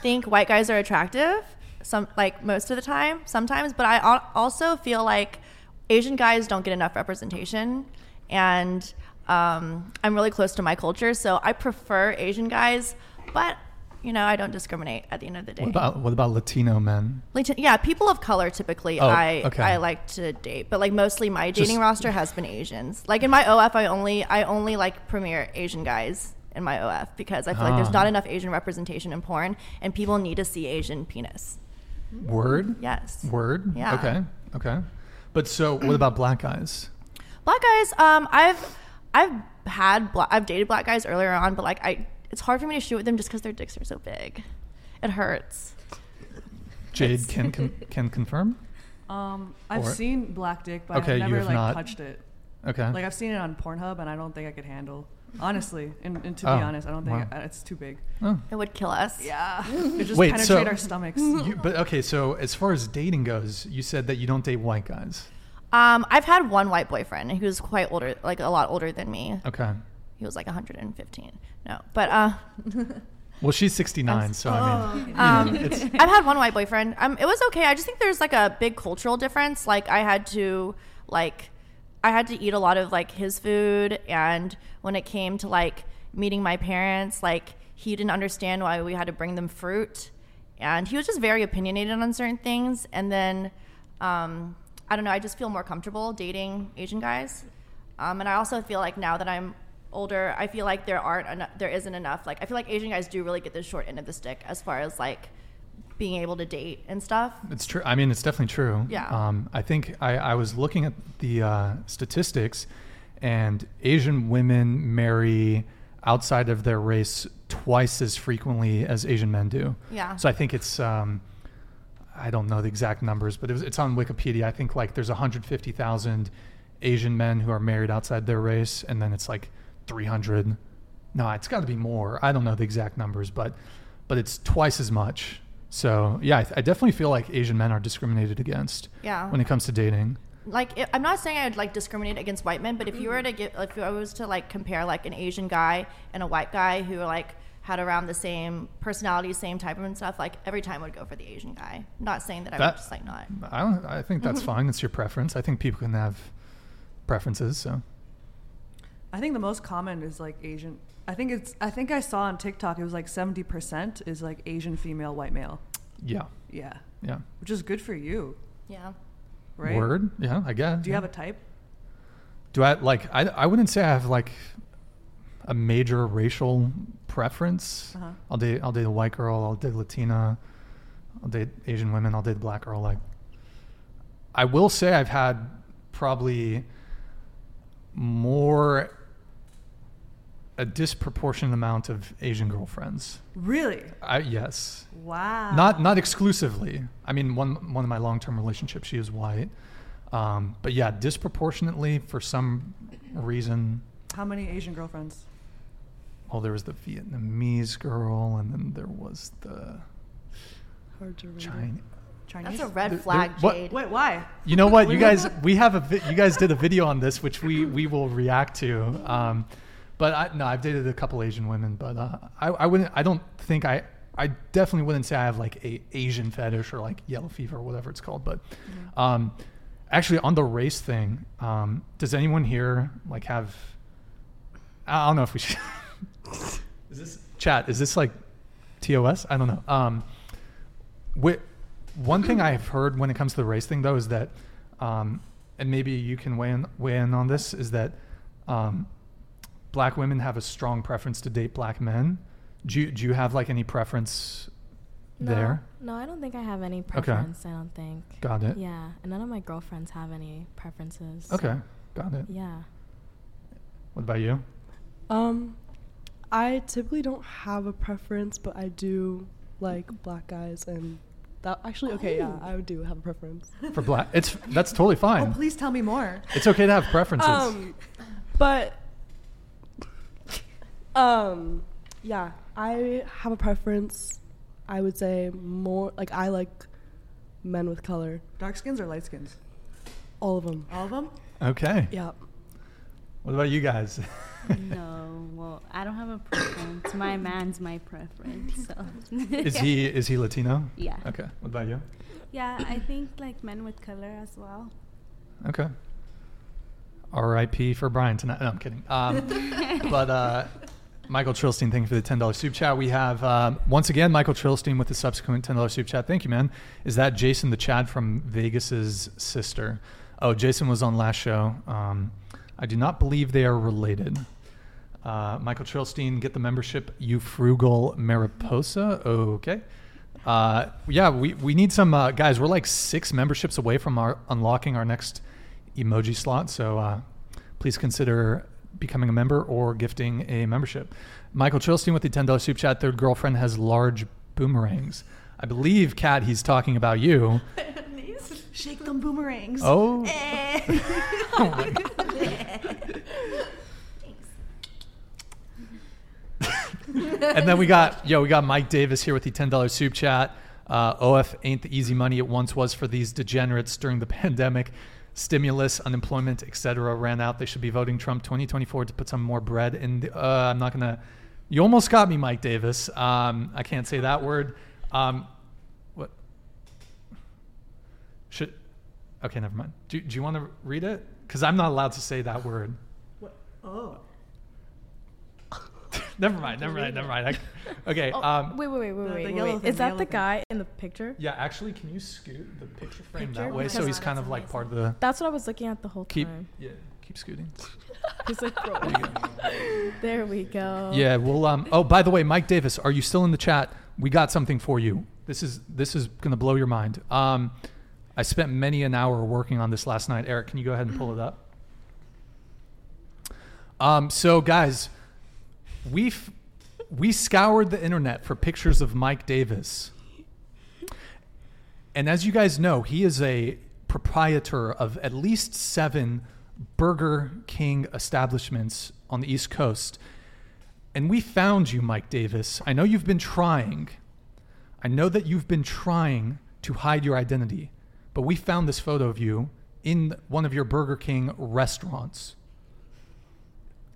[SPEAKER 3] think white guys are attractive. Some like most of the time, sometimes, but I al- also feel like Asian guys don't get enough representation, and um, I'm really close to my culture, so I prefer Asian guys. But you know, I don't discriminate at the end of the day.
[SPEAKER 2] What about what about Latino men?
[SPEAKER 3] Latin- yeah, people of color typically
[SPEAKER 2] Oh,
[SPEAKER 3] I
[SPEAKER 2] okay.
[SPEAKER 3] I like to date, but like mostly my dating
[SPEAKER 2] Just-
[SPEAKER 3] roster has been Asians. Like in my OF, I only I only like premier Asian guys in my OF because I feel like
[SPEAKER 2] Ah.
[SPEAKER 3] there's not enough Asian representation in porn, and people need to see Asian penis.
[SPEAKER 2] Word.
[SPEAKER 3] Yes,
[SPEAKER 2] Word.
[SPEAKER 3] Yeah.
[SPEAKER 2] Okay. Okay. But so, what about black guys?
[SPEAKER 3] black guys. Um, I've I've had bla- I've dated black guys earlier on, but like I, it's hard for me to shoot with them just because their dicks are so big. It hurts.
[SPEAKER 2] Jade can can, can confirm.
[SPEAKER 4] Um, I've
[SPEAKER 2] Or-
[SPEAKER 4] seen black dick, but
[SPEAKER 2] Okay, you
[SPEAKER 4] I've never
[SPEAKER 2] have
[SPEAKER 4] like
[SPEAKER 2] not-
[SPEAKER 4] touched it.
[SPEAKER 2] Okay.
[SPEAKER 4] Like I've seen it on Pornhub, and I don't think I could handle. Honestly, and, and to
[SPEAKER 2] Oh,
[SPEAKER 4] be honest, I don't think
[SPEAKER 2] wow.
[SPEAKER 4] I- it's too big.
[SPEAKER 2] oh.
[SPEAKER 3] It would kill us.
[SPEAKER 4] Yeah, it just
[SPEAKER 2] Wait,
[SPEAKER 4] penetrate
[SPEAKER 2] so-
[SPEAKER 4] our stomachs.
[SPEAKER 2] You, but okay, so as far as dating goes, you said that you don't date white guys.
[SPEAKER 3] Um, I've had one white boyfriend who's quite older, like a lot older than me.
[SPEAKER 2] Okay.
[SPEAKER 3] he was like 115 no but uh
[SPEAKER 2] Well, she's 69, so I
[SPEAKER 3] Oh.
[SPEAKER 2] mean,
[SPEAKER 3] Um.
[SPEAKER 2] you know, it's,
[SPEAKER 3] i've had one white boyfriend um it was okay i just think there's like a big cultural difference like i had to like i had to eat a lot of like his food and when it came to like meeting my parents like He didn't understand why we had to bring them fruit, and he was just very opinionated on certain things. And then um, I don't know. I just feel more comfortable dating Asian guys, um, and I also feel like now that I'm older, I feel like there aren't enough, there isn't enough. Like I feel like Asian guys do really get the short end of the stick as far as like being able to date and stuff.
[SPEAKER 2] It's true. I mean, it's definitely true.
[SPEAKER 3] Yeah.
[SPEAKER 2] Um, I think I, I was looking at the uh, statistics, and Asian women marry outside of their race twice as frequently as Asian men do.
[SPEAKER 3] Yeah.
[SPEAKER 2] So I think it's, um, I don't know the exact numbers, but it was, it's on Wikipedia. I think like there's 150,000 Asian men who are married outside their race, and then it's like 300. No, it's got to be more. I don't know the exact numbers, but but it's twice as much. So yeah, I, I definitely feel like Asian men are discriminated against
[SPEAKER 3] Yeah.
[SPEAKER 2] when it comes to dating.
[SPEAKER 3] like it, I'm not saying I would like discriminate against white men, but if you were to get, if I was to like compare like an Asian guy and a white guy who like had around the same personality, same type of and stuff, like every time I would go for the Asian guy. I'm not saying that, I
[SPEAKER 2] That-
[SPEAKER 3] would just like not.
[SPEAKER 2] I don't. I think that's fine. It's your preference. I think people can have preferences. So
[SPEAKER 4] I think the most common is like Asian. I think it's. I think I saw on TikTok it was like seventy percent is like Asian female, white male.
[SPEAKER 2] yeah,
[SPEAKER 4] Yeah,
[SPEAKER 2] yeah.
[SPEAKER 4] which is good for you,
[SPEAKER 3] Yeah.
[SPEAKER 4] right?
[SPEAKER 2] Word. Yeah, I guess.
[SPEAKER 4] Do you have a type?
[SPEAKER 2] Do I like? I I wouldn't say I have like a major racial preference.
[SPEAKER 4] Uh-huh.
[SPEAKER 2] I'll date. I'll date a white girl. I'll date Latina. I'll date Asian women. I'll date a black girl. Like, I will say I've had probably more a disproportionate amount of Asian girlfriends.
[SPEAKER 4] Really?
[SPEAKER 2] I yes.
[SPEAKER 4] Wow.
[SPEAKER 2] not not exclusively. I mean, one one of my long term relationships, she is white, um, but yeah, disproportionately for some reason.
[SPEAKER 4] How many Asian girlfriends?
[SPEAKER 2] Well, there was the Vietnamese girl, and then there was the
[SPEAKER 6] Hard to remember.
[SPEAKER 2] Chinese.
[SPEAKER 4] Chinese.
[SPEAKER 3] That's a
[SPEAKER 2] There-
[SPEAKER 3] red
[SPEAKER 2] there-
[SPEAKER 3] flag,
[SPEAKER 2] what-
[SPEAKER 3] Jade.
[SPEAKER 4] Wait, why?
[SPEAKER 2] You know what? You
[SPEAKER 4] Really?
[SPEAKER 2] guys, we have a vi- you guys did a video on this, which we we will react to. Um, but I, no, I've dated a couple Asian women, but uh, I I wouldn't. I don't think I. I definitely wouldn't say I have like a Asian fetish or like yellow fever or whatever it's called. But um, actually, on the race thing, um, does anyone here like have? I don't know if we should. is this chat? Is this like TOS? I don't know. Um, Wh- one thing I've heard when it comes to the race thing, though, is that, um, and maybe you can weigh in, weigh in on this, is that um, black women have a strong preference to date black men. Do you, do you have like any preference
[SPEAKER 5] No,
[SPEAKER 2] there?
[SPEAKER 5] No, I don't think I have any preference. I don't think.
[SPEAKER 2] Got it.
[SPEAKER 5] Yeah, and none of my girlfriends have any preferences. so-
[SPEAKER 2] Okay, got it.
[SPEAKER 5] Yeah.
[SPEAKER 2] What about you?
[SPEAKER 6] Um, I typically don't have a preference, but I do like black guys, and that actually okay. Yeah, I do have a preference.
[SPEAKER 2] For black, it's that's totally
[SPEAKER 4] Oh,
[SPEAKER 2] fine.
[SPEAKER 4] please tell me more.
[SPEAKER 2] it's okay to have preferences.
[SPEAKER 6] Um, but um, yeah, I have a preference. I would say more like I like men with color,
[SPEAKER 4] Dark skins or light skins?
[SPEAKER 6] all of them.
[SPEAKER 4] All of them?
[SPEAKER 2] okay.
[SPEAKER 6] Yeah.
[SPEAKER 2] What about you guys?
[SPEAKER 7] no, well, I don't have a preference. My man's my preference. So.
[SPEAKER 2] is he is he Latino?
[SPEAKER 7] Yeah.
[SPEAKER 2] Okay. What about you?
[SPEAKER 8] Yeah, I think like men with color as well.
[SPEAKER 2] Okay. R.I.P. for Brian tonight. No, I'm kidding. Um, but uh, Michael Trilstein, thank you for the ten dollars soup chat. We have um, once again Michael Trilstein with the subsequent ten dollars soup chat. Thank you, man. Is that Jason the Chad from Vegas's sister? Oh, Jason was on last show. Um, I do not believe they are related. Uh, Michael Trilstein, get the membership. You frugal mariposa. Okay. Uh, yeah, we, we need some uh, guys. We're like six memberships away from our unlocking our next emoji slot. So uh, please consider becoming a member or gifting a membership. Michael Trilstein with the ten dollars soup chat. Third girlfriend has large boomerangs. I believe, Kat, he's talking about you.
[SPEAKER 4] Shake them boomerangs. Eh.
[SPEAKER 2] Oh. Oh my God.
[SPEAKER 3] Thanks.
[SPEAKER 2] and then we got yo, we got Mike Davis here with the ten dollars soup chat. Uh, OF ain't the easy money it once was for these degenerates during the pandemic. Stimulus, unemployment, etc. ran out. They should be voting Trump 2024 to put some more bread in. The, uh, I'm not gonna. You almost got me, Mike Davis. Um, I can't say that word. Um, what should? Okay, never mind. Do, do you want to read it? Because I'm not allowed to say that word.
[SPEAKER 4] Oh.
[SPEAKER 2] Never mind. Never mind. Never mind. I, okay.
[SPEAKER 5] Oh,
[SPEAKER 2] um,
[SPEAKER 5] wait, wait, wait, wait,
[SPEAKER 4] the
[SPEAKER 5] wait,
[SPEAKER 4] yellow
[SPEAKER 5] wait.
[SPEAKER 4] thing,
[SPEAKER 5] Is
[SPEAKER 4] the
[SPEAKER 5] that
[SPEAKER 4] yellow
[SPEAKER 5] the
[SPEAKER 4] thing.
[SPEAKER 5] guy in the picture?
[SPEAKER 2] yeah. Actually, can you scoot the picture frame that
[SPEAKER 5] Picture?
[SPEAKER 2] way so
[SPEAKER 5] Because-
[SPEAKER 2] he's
[SPEAKER 3] Oh,
[SPEAKER 2] kind
[SPEAKER 3] that's
[SPEAKER 2] of like
[SPEAKER 3] amazing.
[SPEAKER 2] part of the.
[SPEAKER 5] That's what I was looking at the whole
[SPEAKER 2] Keep.
[SPEAKER 5] time.
[SPEAKER 2] Yeah. Keep scooting.
[SPEAKER 5] He's like, bro. there we go.
[SPEAKER 2] Yeah. Well. Um. Oh, by the way, Mike Davis, are you still in the chat? We got something for you. This is this is gonna blow your mind. Um, I spent many an hour working on this last night. Eric, can you go ahead and pull it up? Um. So, guys, we f- we scoured the internet for pictures of Mike Davis, and as you guys know, he is a proprietor of at least seven Burger King establishments on the East Coast. And we found you, Mike Davis. I know you've been trying. I know that you've been trying to hide your identity, but we found this photo of you in one of your Burger King restaurants.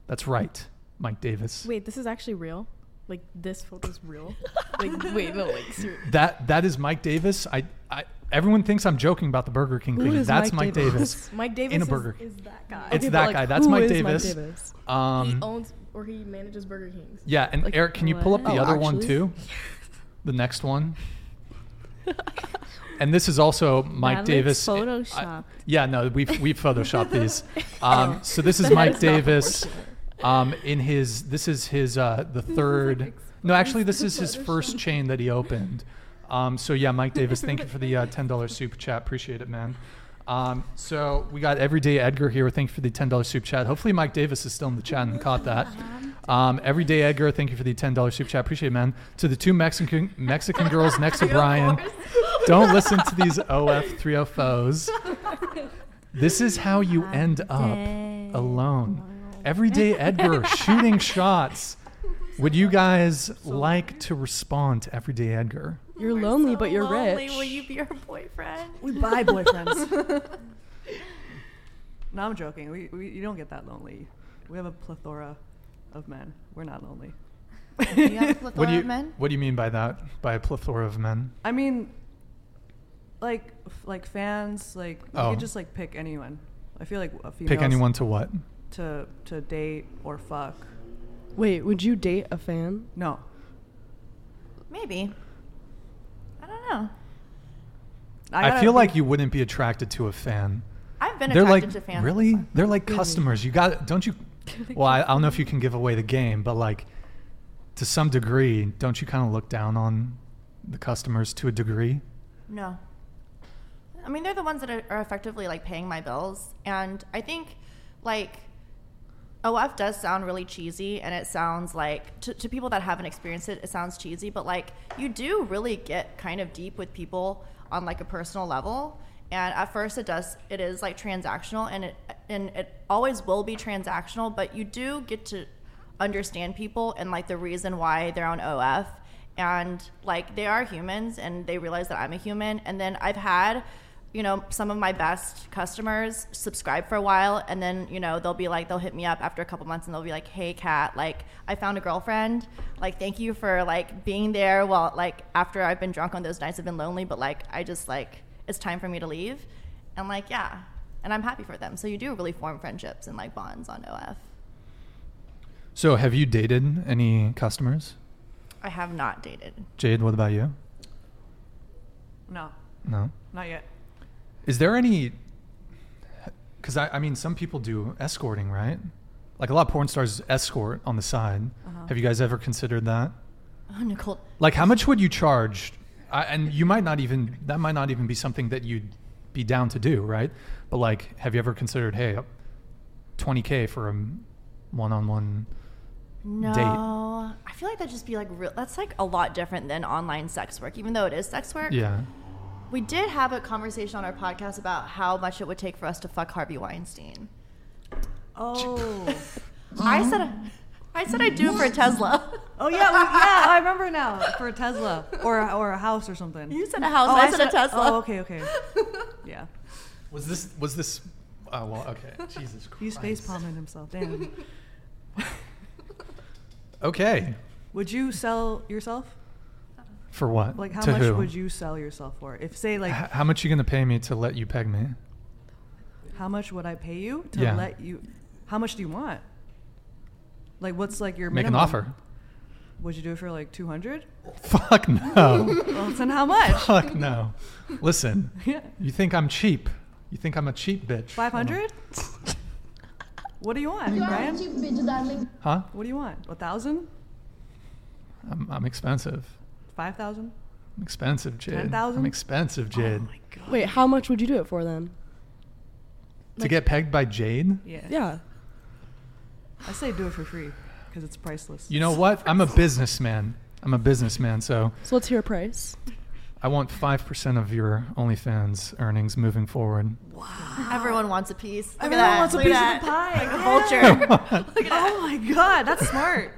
[SPEAKER 2] That's right, Mike Davis.
[SPEAKER 5] Wait, this is actually real? Like, this photo's real? like, wait, no, like, seriously.
[SPEAKER 2] That that is Mike Davis. I, I everyone thinks I'm joking about the Burger King thing.
[SPEAKER 6] is
[SPEAKER 2] That's Mike,
[SPEAKER 6] Mike
[SPEAKER 2] Davis.
[SPEAKER 5] Mike Davis
[SPEAKER 2] In a
[SPEAKER 5] is-
[SPEAKER 2] Burger King.
[SPEAKER 5] is, that guy.
[SPEAKER 2] It's
[SPEAKER 6] Okay, but,
[SPEAKER 2] that
[SPEAKER 6] like,
[SPEAKER 2] guy. That's
[SPEAKER 6] who
[SPEAKER 2] Mike
[SPEAKER 6] is Mike
[SPEAKER 2] Davis.
[SPEAKER 6] Davis?
[SPEAKER 5] he
[SPEAKER 2] Um,
[SPEAKER 5] owns or he manages Burger Kings.
[SPEAKER 2] yeah, and
[SPEAKER 6] Like,
[SPEAKER 2] Eric, can you pull up the
[SPEAKER 6] what? Oh,
[SPEAKER 2] other one
[SPEAKER 6] actually?
[SPEAKER 2] too? The next one. and this is also Mike
[SPEAKER 7] That looks
[SPEAKER 2] Davis. I-
[SPEAKER 7] photoshopped.
[SPEAKER 2] yeah, no, we've we've photoshopped these. Um, so this is Mike Davis. Um, in his this is his uh, the third. no, actually, this is his first chain that he opened. Um, so yeah, Mike Davis, thank you for the uh, ten dollars super chat. Appreciate it, man. Um, so we got everyday Edgar here. Thank you for the ten dollars super chat. Hopefully, Mike Davis is still in the chat and caught that. Um, everyday Edgar, thank you for the ten dollars super chat. Appreciate it, man. To the two Mexican Mexican girls next to Brian, don't listen to these OF three O foes. This is how you end up alone. Everyday Edgar shooting shots. Would you guys like to respond to Everyday Edgar?
[SPEAKER 6] You're lonely, but you're
[SPEAKER 3] Lonely,
[SPEAKER 6] rich.
[SPEAKER 3] will you be our boyfriend?
[SPEAKER 4] We buy boyfriends. no, I'm joking. We, we you don't get that lonely. We have a plethora of men. We're not lonely.
[SPEAKER 3] You have a
[SPEAKER 2] What
[SPEAKER 3] plethora
[SPEAKER 2] do you
[SPEAKER 3] of men?
[SPEAKER 2] What do you mean by that? By a plethora of men?
[SPEAKER 4] I mean, like f- like fans, like you
[SPEAKER 2] Oh.
[SPEAKER 4] could just like pick anyone. I feel like a female
[SPEAKER 2] Pick anyone to what?
[SPEAKER 4] to to date or fuck.
[SPEAKER 6] Wait, would you date a fan?
[SPEAKER 4] No,
[SPEAKER 3] Maybe. I don't know.
[SPEAKER 2] I
[SPEAKER 4] gotta
[SPEAKER 2] feel
[SPEAKER 4] be-
[SPEAKER 2] like you wouldn't be attracted to a fan.
[SPEAKER 3] I've been
[SPEAKER 2] They're like
[SPEAKER 3] attracted to fans. Mm-hmm.
[SPEAKER 2] really? They're like customers. You got don't you? Well, I, I don't know if you can give away the game, but like to some degree, don't you kind of look down on the customers to a degree?
[SPEAKER 3] No. I mean, they're the ones that are, are effectively like paying my bills. And I think like OF does sound really cheesy and it sounds like to, to people that haven't experienced it, it sounds cheesy, but like you do really get kind of deep with people on like a personal level. And at first it does it is like transactional and it and it always will be transactional, but you do get to understand people and like the reason why they're on OF and like they are humans and they realize that I'm a human and then I've had you know some of my best customers subscribe for a while and then you know they'll be like they'll hit me up after a couple months and they'll be like hey kat like i found a girlfriend like thank you for like being there while like after i've been drunk on those nights i've been lonely but like i just like it's time for me to leave and like yeah and i'm happy for them so you do really form friendships and like bonds on of
[SPEAKER 2] So, have you dated any customers?
[SPEAKER 3] i have not dated
[SPEAKER 2] Jade, what about you?
[SPEAKER 4] no,
[SPEAKER 2] No.
[SPEAKER 4] not yet.
[SPEAKER 2] Is there any? Because I, I mean, some people do escorting, right? Like a lot of porn stars escort on the side.
[SPEAKER 3] Uh-huh.
[SPEAKER 2] Have you guys ever considered that?
[SPEAKER 3] oh nicole
[SPEAKER 2] Like, how much would you charge? I, and you might not even that might not even be something that you'd be down to do, right? But like, have you ever considered, hey, uh, twenty k for a one-on-one?
[SPEAKER 3] No, I feel like that'd just be like real. That's like a lot different than online sex work, even though it is sex work.
[SPEAKER 2] Yeah.
[SPEAKER 3] We did have a conversation on our podcast about how much it would take for us to fuck Harvey Weinstein.
[SPEAKER 4] Oh,
[SPEAKER 3] I said, I said I'd do it for a Tesla.
[SPEAKER 4] oh yeah, we, yeah. I remember now for a Tesla or or a house or something.
[SPEAKER 3] You said a house,
[SPEAKER 4] oh,
[SPEAKER 3] I, said a Tesla.
[SPEAKER 4] Oh, okay, okay. Yeah,
[SPEAKER 2] Was this was this? Oh well, okay. Jesus Christ.
[SPEAKER 4] he's face palming himself. Damn.
[SPEAKER 2] Okay.
[SPEAKER 4] Would you sell yourself?
[SPEAKER 2] For what?
[SPEAKER 4] Like, how
[SPEAKER 2] To
[SPEAKER 4] much
[SPEAKER 2] who?
[SPEAKER 4] would you sell yourself for? If say like,
[SPEAKER 2] H- how much you gonna pay me to let you peg me?
[SPEAKER 4] how much would I pay you to
[SPEAKER 2] Yeah.
[SPEAKER 4] let you? How much do you want? Like, what's like your
[SPEAKER 2] Make an
[SPEAKER 4] minimum?
[SPEAKER 2] offer.
[SPEAKER 4] Would you do it for like 200?
[SPEAKER 2] Fuck no.
[SPEAKER 4] Well, then how much?
[SPEAKER 2] Fuck no. Listen,
[SPEAKER 4] Yeah.
[SPEAKER 2] you think I'm cheap. You think I'm a cheap bitch.
[SPEAKER 4] 500? What do you want, Brian?
[SPEAKER 2] Huh?
[SPEAKER 4] What do you want? A thousand?
[SPEAKER 2] I'm, I'm expensive.
[SPEAKER 4] Five thousand?
[SPEAKER 2] I'm expensive, Jade. I'm
[SPEAKER 4] 10,000?
[SPEAKER 2] expensive, Jade.
[SPEAKER 6] Wait, how much would you do it for then?
[SPEAKER 2] to get pegged by Jade?
[SPEAKER 4] Yeah.
[SPEAKER 6] Yeah.
[SPEAKER 4] I say do it for free because it's priceless.
[SPEAKER 2] You know what? I'm a businessman. I'm a businessman, so
[SPEAKER 6] So let's hear a price.
[SPEAKER 2] I want 5% of your OnlyFans earnings moving forward.
[SPEAKER 3] Everyone wants a piece. Look
[SPEAKER 4] Everyone
[SPEAKER 3] at that.
[SPEAKER 4] wants a
[SPEAKER 3] Look
[SPEAKER 4] piece
[SPEAKER 3] at
[SPEAKER 4] of the
[SPEAKER 3] that.
[SPEAKER 4] pie.
[SPEAKER 3] Like a
[SPEAKER 4] Yeah.
[SPEAKER 3] vulture.
[SPEAKER 4] Oh my god, that's smart.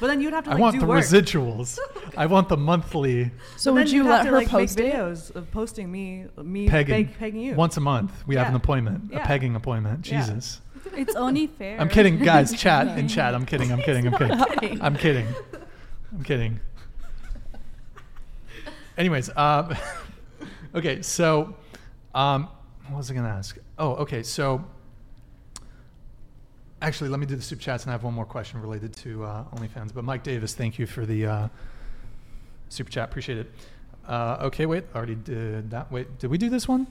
[SPEAKER 4] But then you'd have to
[SPEAKER 2] I
[SPEAKER 4] like
[SPEAKER 2] want
[SPEAKER 4] do
[SPEAKER 2] the
[SPEAKER 4] work.
[SPEAKER 2] residuals. I want the monthly
[SPEAKER 6] So
[SPEAKER 4] But
[SPEAKER 6] would
[SPEAKER 4] then
[SPEAKER 6] you
[SPEAKER 4] you'd have
[SPEAKER 6] let
[SPEAKER 4] to,
[SPEAKER 6] her
[SPEAKER 4] like,
[SPEAKER 6] post
[SPEAKER 4] make
[SPEAKER 6] it?
[SPEAKER 4] videos of posting me me
[SPEAKER 2] pegging.
[SPEAKER 4] peg- pegging you?
[SPEAKER 2] Once a month, we have an
[SPEAKER 4] Yeah.
[SPEAKER 2] appointment, a
[SPEAKER 4] Yeah.
[SPEAKER 2] pegging appointment.
[SPEAKER 4] Yeah.
[SPEAKER 2] Jesus.
[SPEAKER 8] It's only fair.
[SPEAKER 2] I'm kidding, guys. Chat and chat. I'm kidding. I'm kidding. I'm kidding. I'm kidding. I'm kidding. Anyways, uh, okay. So, um, what was I going to ask? Oh, okay. So, actually, let me do the super chats, and I have one more question related to uh, OnlyFans. But Mike Davis, thank you for the uh, super chat. Appreciate it. Uh, okay, wait. Already did that. Wait, did we do this one?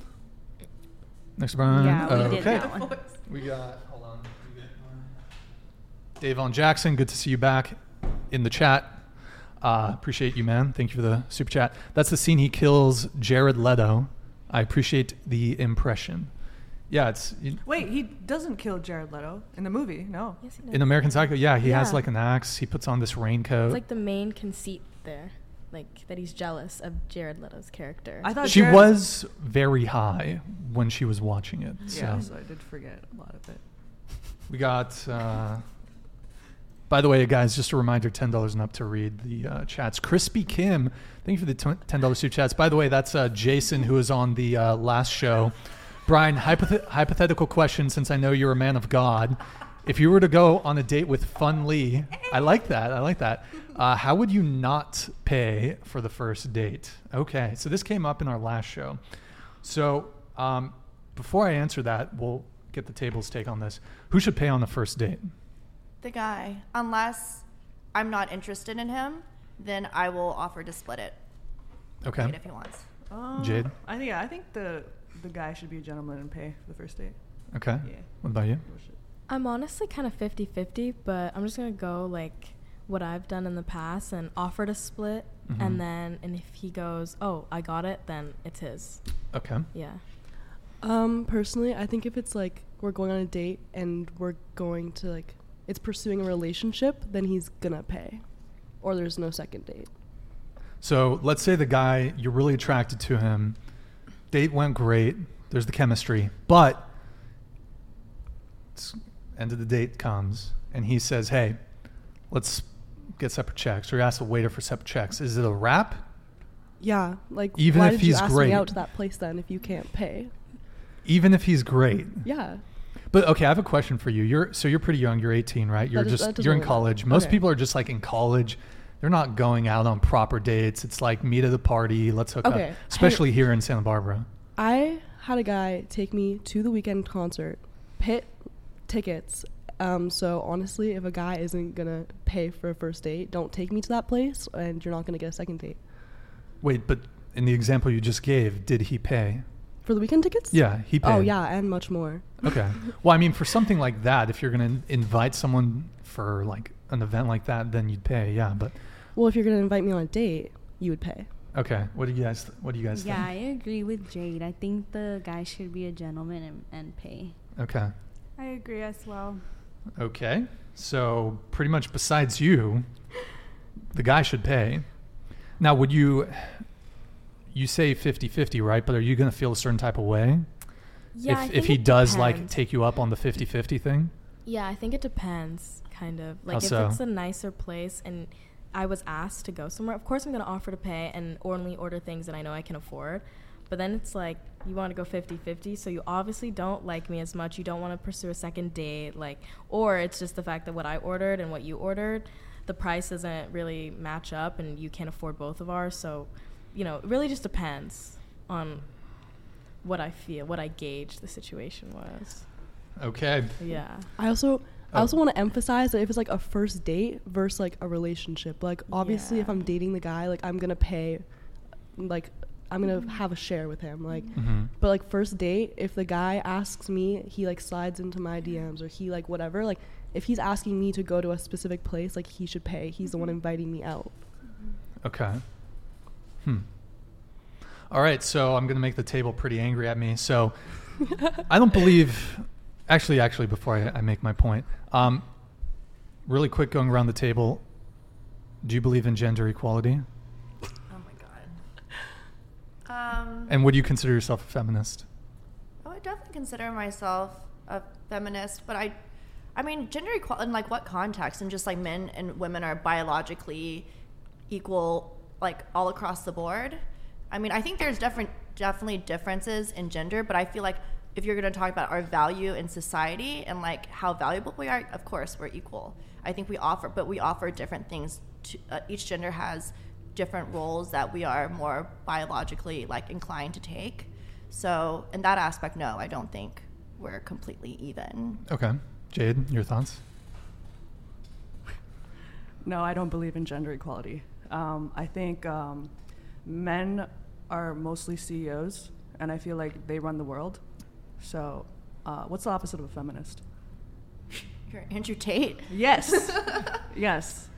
[SPEAKER 2] Next one.
[SPEAKER 7] Yeah, we
[SPEAKER 2] Uh, okay.
[SPEAKER 7] did that one.
[SPEAKER 2] We got, hold on. We got Davon Jackson, good to see you back in the chat. Uh, appreciate you, man. Thank you for the super chat. That's the scene he kills Jared Leto. I appreciate the impression. Yeah, it's in,
[SPEAKER 4] Wait, he doesn't kill Jared Leto in the movie. No.
[SPEAKER 5] Yes, he does.
[SPEAKER 2] in American Psycho. Yeah, he has
[SPEAKER 5] Yeah.
[SPEAKER 2] like an axe. He puts on this raincoat.
[SPEAKER 5] It's like the main conceit there, like that he's jealous of Jared Leto's character.
[SPEAKER 4] I thought
[SPEAKER 2] she
[SPEAKER 4] Jared-
[SPEAKER 2] was very high when she was watching it.
[SPEAKER 4] Yeah,
[SPEAKER 2] so.
[SPEAKER 4] so I did forget a lot of it.
[SPEAKER 2] We got. Uh, by the way, guys, just a reminder: ten dollars and up to read the uh, chats. Crispy Kim, thank you for the tw- ten dollars super chats. By the way, that's uh, Jason who was on the uh, last show. Brian, hypothet hypothetical question: Since I know you're a man of God, if you were to go on a date with Fun Lee, I like that. I like that. Uh, how would you not pay for the first date? Okay, so this came up in our last show. So um, before I answer that, we'll get the table's take on this. Who should pay on the first date?
[SPEAKER 3] The guy. Unless I'm not interested in him, then I will offer to split it
[SPEAKER 2] Okay.
[SPEAKER 3] if he wants.
[SPEAKER 4] Um,
[SPEAKER 2] Jade?
[SPEAKER 4] I think yeah, I think the the guy should be a gentleman and pay for the first date.
[SPEAKER 2] Okay.
[SPEAKER 4] Yeah.
[SPEAKER 2] What about you?
[SPEAKER 4] Oh, shit.
[SPEAKER 5] I'm honestly kind of 50 50, but I'm just going to go like what I've done in the past and offer to split.
[SPEAKER 2] Mhm.
[SPEAKER 5] And then, and if he goes, oh, I got it, then it's his.
[SPEAKER 2] Okay.
[SPEAKER 5] Yeah.
[SPEAKER 6] Um, personally, I think if it's like we're going on a date and we're going to like it's pursuing a relationship, then he's gonna pay, or there's no second date.
[SPEAKER 2] So let's say the guy, you're really attracted to him. Date went great. There's the chemistry. But it's end of the date comes and he says, hey, let's get separate checks. Or he asks the waiter for separate checks. Is it a wrap?
[SPEAKER 6] Yeah, like
[SPEAKER 2] Even
[SPEAKER 6] why
[SPEAKER 2] if
[SPEAKER 6] did
[SPEAKER 2] he's
[SPEAKER 6] you ask
[SPEAKER 2] great.
[SPEAKER 6] me out to that place then if you can't pay?
[SPEAKER 2] Even if he's great.
[SPEAKER 6] Yeah,
[SPEAKER 2] But okay, I have a question for you. You're so you're pretty young. You're 18, right? You're
[SPEAKER 6] does- that
[SPEAKER 2] just
[SPEAKER 6] doesn't
[SPEAKER 2] you're in
[SPEAKER 6] really matter.
[SPEAKER 2] college. Most
[SPEAKER 6] Okay.
[SPEAKER 2] people are just like in college. They're not going out on proper dates. It's like meet at a party. Let's hook
[SPEAKER 6] Okay.
[SPEAKER 2] up. Especially here in Santa Barbara.
[SPEAKER 6] I had a guy take me to the weekend concert, pit tickets. Um, so honestly, if a guy isn't gonna pay for a first date, don't take me to that place, and you're not gonna get a second date
[SPEAKER 2] Wait, but in the example you just gave, did he pay?
[SPEAKER 6] for the weekend tickets.
[SPEAKER 2] Yeah, he paid.
[SPEAKER 6] Oh yeah, and much more.
[SPEAKER 2] Okay. Well, I mean, for something like that, if you're going to invite someone for like an event like that, then you'd pay. Yeah, but
[SPEAKER 6] Well, if you're gonna invite me on a date, you would pay.
[SPEAKER 2] okay. What do you guys What do you guys
[SPEAKER 7] Yeah, I
[SPEAKER 2] think?
[SPEAKER 7] agree with Jade. I think the guy should be a gentleman and, and pay.
[SPEAKER 2] Okay.
[SPEAKER 8] I agree as well.
[SPEAKER 2] Okay. So pretty much besides you, the guy should pay. Now, would you you say 50-50, right? But are you going to feel a certain type of way
[SPEAKER 5] Yeah. I
[SPEAKER 2] if
[SPEAKER 5] think
[SPEAKER 2] if he
[SPEAKER 5] it
[SPEAKER 2] does like
[SPEAKER 5] depends.
[SPEAKER 2] take you up on the 50-50 thing?
[SPEAKER 5] Yeah, I think it depends, kind of. Like
[SPEAKER 2] so?
[SPEAKER 5] if it's a nicer place and I was asked to go somewhere, of course I'm gonna offer to pay and only order things that I know I can afford. But then it's like you want to go 50-50, so you obviously don't like me as much. You don't want to pursue a second date, like, or it's just the fact that what I ordered and what you ordered, the price doesn't really match up, and you can't afford both of ours. So, you know, it really just depends on what I feel, what I gauge the situation was.
[SPEAKER 2] Okay.
[SPEAKER 5] Yeah.
[SPEAKER 6] I also I
[SPEAKER 2] Oh.
[SPEAKER 6] also want to emphasize that if it's like a first date versus like a relationship, like obviously if
[SPEAKER 5] Yeah.
[SPEAKER 6] I'm dating the guy, like I'm gonna pay, like I'm gonna have a share with him, like.
[SPEAKER 2] Mhm.
[SPEAKER 6] But like first date, if the guy asks me, he like slides into my DMs or he like whatever, like if he's asking me to go to a specific place, like he should pay. He's the one inviting me out.
[SPEAKER 2] Okay. Hmm. All right, so I'm going to make the table pretty angry at me. So I don't believe, actually, actually, before I, I make my point, um, really quick going around the table, do you believe in gender equality?
[SPEAKER 3] Oh my god. Um,
[SPEAKER 2] And would you consider yourself a feminist?
[SPEAKER 3] Oh, I would definitely consider myself a feminist, but I, I mean, gender equality in like what context? And just like men and women are biologically equal, like all across the board. I mean, I think there's different, definitely differences in gender, but I feel like if you're going to talk about our value in society and like how valuable we are, of course we're equal. I think we offer, but we offer different things. To, uh, each gender has different roles that we are more biologically like inclined to take. So in that aspect, no, I don't think we're completely even.
[SPEAKER 2] Okay. Jade, your thoughts?
[SPEAKER 4] No, I don't believe in gender equality. Um, I think um, men are mostly CEOs, and I feel like they run the world. So, uh, what's the opposite of a feminist?
[SPEAKER 3] You're Andrew Tate.
[SPEAKER 4] Yes, yes.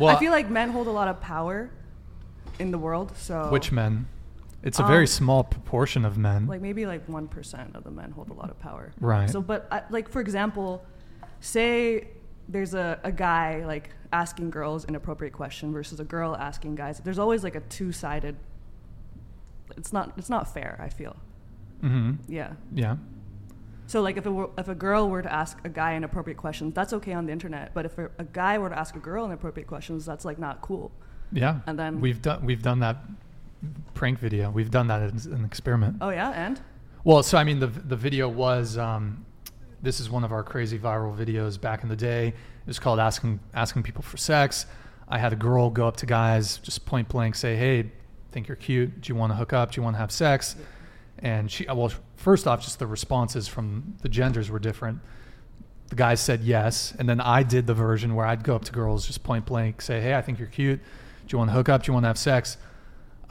[SPEAKER 4] I feel like men hold a lot of power in the world. So,
[SPEAKER 2] uh, which men? It's a very
[SPEAKER 4] Um,
[SPEAKER 2] small proportion of men.
[SPEAKER 4] like maybe like 1% of the men hold a lot of power
[SPEAKER 2] Right.
[SPEAKER 4] so but I, like for example say there's a, a guy like asking girls inappropriate question versus a girl asking guys there's always like a two-sided it's not it's not fair i feel
[SPEAKER 2] hmm
[SPEAKER 4] yeah
[SPEAKER 2] Yeah.
[SPEAKER 4] so like if, it were, if a girl were to ask a guy inappropriate questions that's okay on the internet but if a, a guy were to ask a girl inappropriate questions that's like not cool
[SPEAKER 2] Yeah.
[SPEAKER 4] And then-
[SPEAKER 2] we've done we've done that prank video. We've done that as an experiment.
[SPEAKER 4] oh yeah and
[SPEAKER 2] Well, so I mean, the the video was um, this is one of our crazy viral videos back in the day. It was called asking asking people for sex. I had a girl go up to guys, just point blank, say, "Hey, think you're cute? Do you want to hook up? Do you want to have sex?" And she, well, first off, just the responses from the genders were different. The guys said yes, and then I did the version where I'd go up to girls, just point blank, say, "Hey, I think you're cute. Do you want to hook up? Do you want to have sex?"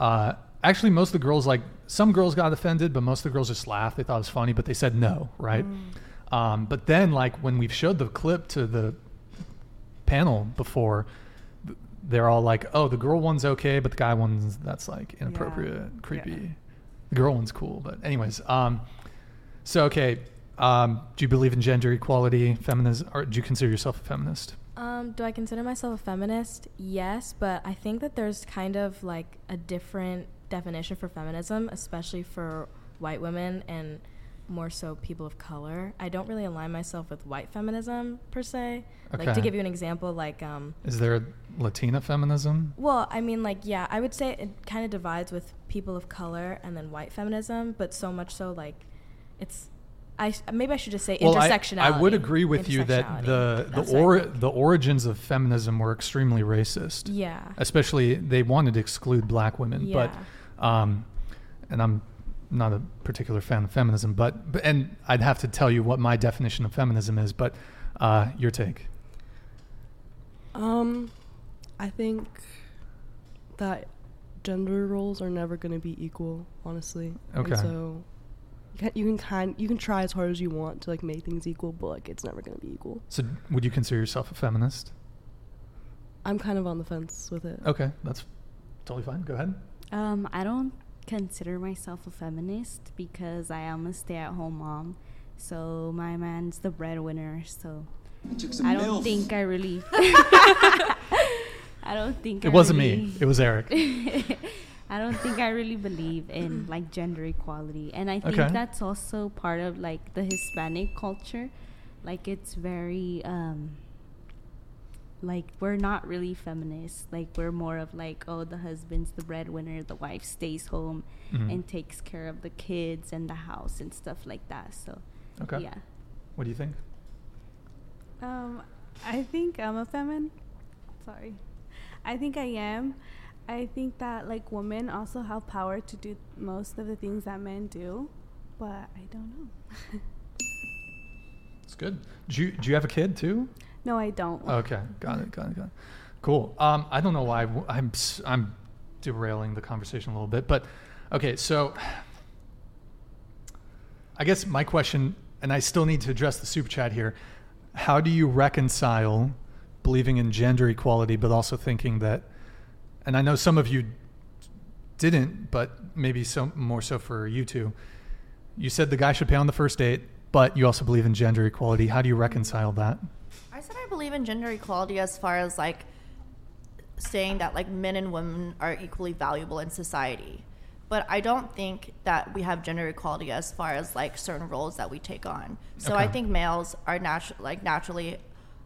[SPEAKER 2] Uh, actually, most of the girls like some girls got offended, but most of the girls just laughed. They thought it was funny, but they said no, right? Um, but then, like when we've showed the clip to the panel before, th- they're all like, "Oh, the girl one's okay, but the guy one's that's like inappropriate, creepy.
[SPEAKER 4] Yeah.
[SPEAKER 2] The girl one's cool." But anyways, um, so okay, um, do you believe in gender equality, feminism, or do you consider yourself a feminist?
[SPEAKER 5] Um, do I consider myself a feminist? Yes, but I think that there's kind of like a different definition for feminism, especially for white women and more so people of color. I don't really align myself with white feminism per se. Like
[SPEAKER 2] Okay.
[SPEAKER 5] to give you an example, like um,
[SPEAKER 2] Is there Latina feminism?
[SPEAKER 5] well, I mean, like, yeah, I would say it kind of divides with people of color and then white feminism, but so much so, like, it's. I s- maybe I should just say
[SPEAKER 2] I-
[SPEAKER 5] intersectionality.
[SPEAKER 2] I, would agree with you that
[SPEAKER 5] Intersectionality.
[SPEAKER 2] the
[SPEAKER 5] That's
[SPEAKER 2] the
[SPEAKER 5] what I
[SPEAKER 2] or,
[SPEAKER 5] think.
[SPEAKER 2] the origins of feminism were extremely racist.
[SPEAKER 5] yeah,
[SPEAKER 2] Especially they wanted to exclude black women, but um, and I'm not a particular fan of feminism, but, but and I'd have to tell you what my definition of feminism is, but uh, your take.
[SPEAKER 6] Um, I think that gender roles are never going to be equal, honestly. And
[SPEAKER 2] Okay.
[SPEAKER 6] so you can, you can kind you can try as hard as you want to like make things equal, but like it's never going to be equal.
[SPEAKER 2] So would you consider yourself a feminist?
[SPEAKER 6] I'm kind of on the fence with it.
[SPEAKER 2] Okay, that's totally fine. Go ahead.
[SPEAKER 7] Um, I don't consider myself a feminist because I am a stay-at-home mom. So my man's the breadwinner. So I don't think I really. I don't think I
[SPEAKER 2] It wasn't
[SPEAKER 7] really,
[SPEAKER 2] me. It was Eric.
[SPEAKER 7] I don't think I really believe in like gender equality, and I think
[SPEAKER 2] Okay.
[SPEAKER 7] that's also part of like the Hispanic culture. Like it's very um, like we're not really feminists. Like we're more of like oh the husband's the breadwinner, the wife stays home
[SPEAKER 2] Mhm.
[SPEAKER 7] and takes care of the kids and the house and stuff like that. So
[SPEAKER 2] Okay.
[SPEAKER 7] yeah.
[SPEAKER 2] What do you think?
[SPEAKER 8] Um, I think I'm a femin. Sorry. I think I am. I think that like women also have power to do most of the things that men do, but I don't know.
[SPEAKER 2] It's good. Do you, do you have a kid too?
[SPEAKER 8] No, I don't.
[SPEAKER 2] Okay, got it, got it, got it. Cool. Um, I don't know why w- I'm s- I'm derailing the conversation a little bit, but okay. So, I guess my question, and I still need to address the super chat here. How do you reconcile believing in gender equality, but also thinking that? And I know some of you didn't, but maybe some more so for you two. You said the guy should pay on the first date, but you also believe in gender equality. How do you reconcile that?
[SPEAKER 3] I said I believe in gender equality as far as like saying that like men and women are equally valuable in society. But I don't think that we have gender equality as far as like certain roles that we take on. So I
[SPEAKER 2] Okay.
[SPEAKER 3] think males are natu- like naturally,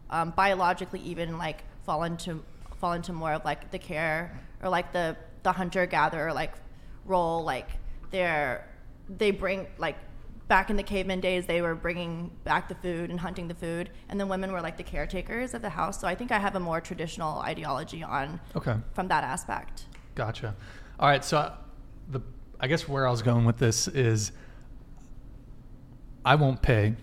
[SPEAKER 3] um, biologically even like fall into fall into more of like the care or like the the hunter gatherer like role. Like they're they bring like back in the caveman days they were bringing back the food and hunting the food, and then women were like the caretakers of the house. So I think I have a more traditional ideology on
[SPEAKER 2] Okay.
[SPEAKER 3] from that aspect.
[SPEAKER 2] Gotcha. All right. So, uh, the I guess where I was going with this is, I won't pay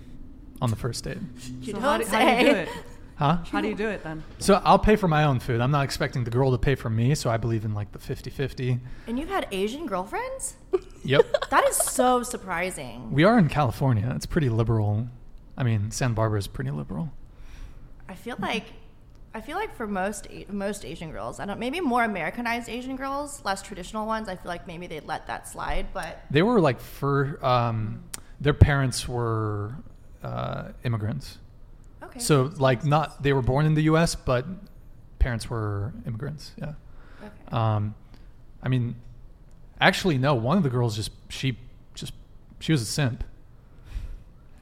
[SPEAKER 2] on the first date,
[SPEAKER 3] You
[SPEAKER 4] So
[SPEAKER 3] don't
[SPEAKER 4] how do,
[SPEAKER 3] say.
[SPEAKER 4] how do you do it?
[SPEAKER 2] huh?
[SPEAKER 4] How do you do it then?
[SPEAKER 2] So I'll pay for my own food. I'm not expecting the girl to pay for me. So I believe in like the 50-50.
[SPEAKER 3] And you've had Asian girlfriends?
[SPEAKER 2] Yep.
[SPEAKER 3] That is so surprising.
[SPEAKER 2] we are in California. It's pretty liberal. I mean, Santa Barbara is pretty liberal.
[SPEAKER 3] I feel like I feel like for most A- most Asian girls, I don't maybe more Americanized Asian girls, less traditional ones. I feel like maybe they let that slide, but
[SPEAKER 2] They were like for um, their parents were uh, immigrants.
[SPEAKER 3] okay.
[SPEAKER 2] So like not they were born in the U.S. but parents were immigrants. Yeah.
[SPEAKER 3] okay.
[SPEAKER 2] Um, I mean, actually, no. One of the girls just she just she was a simp.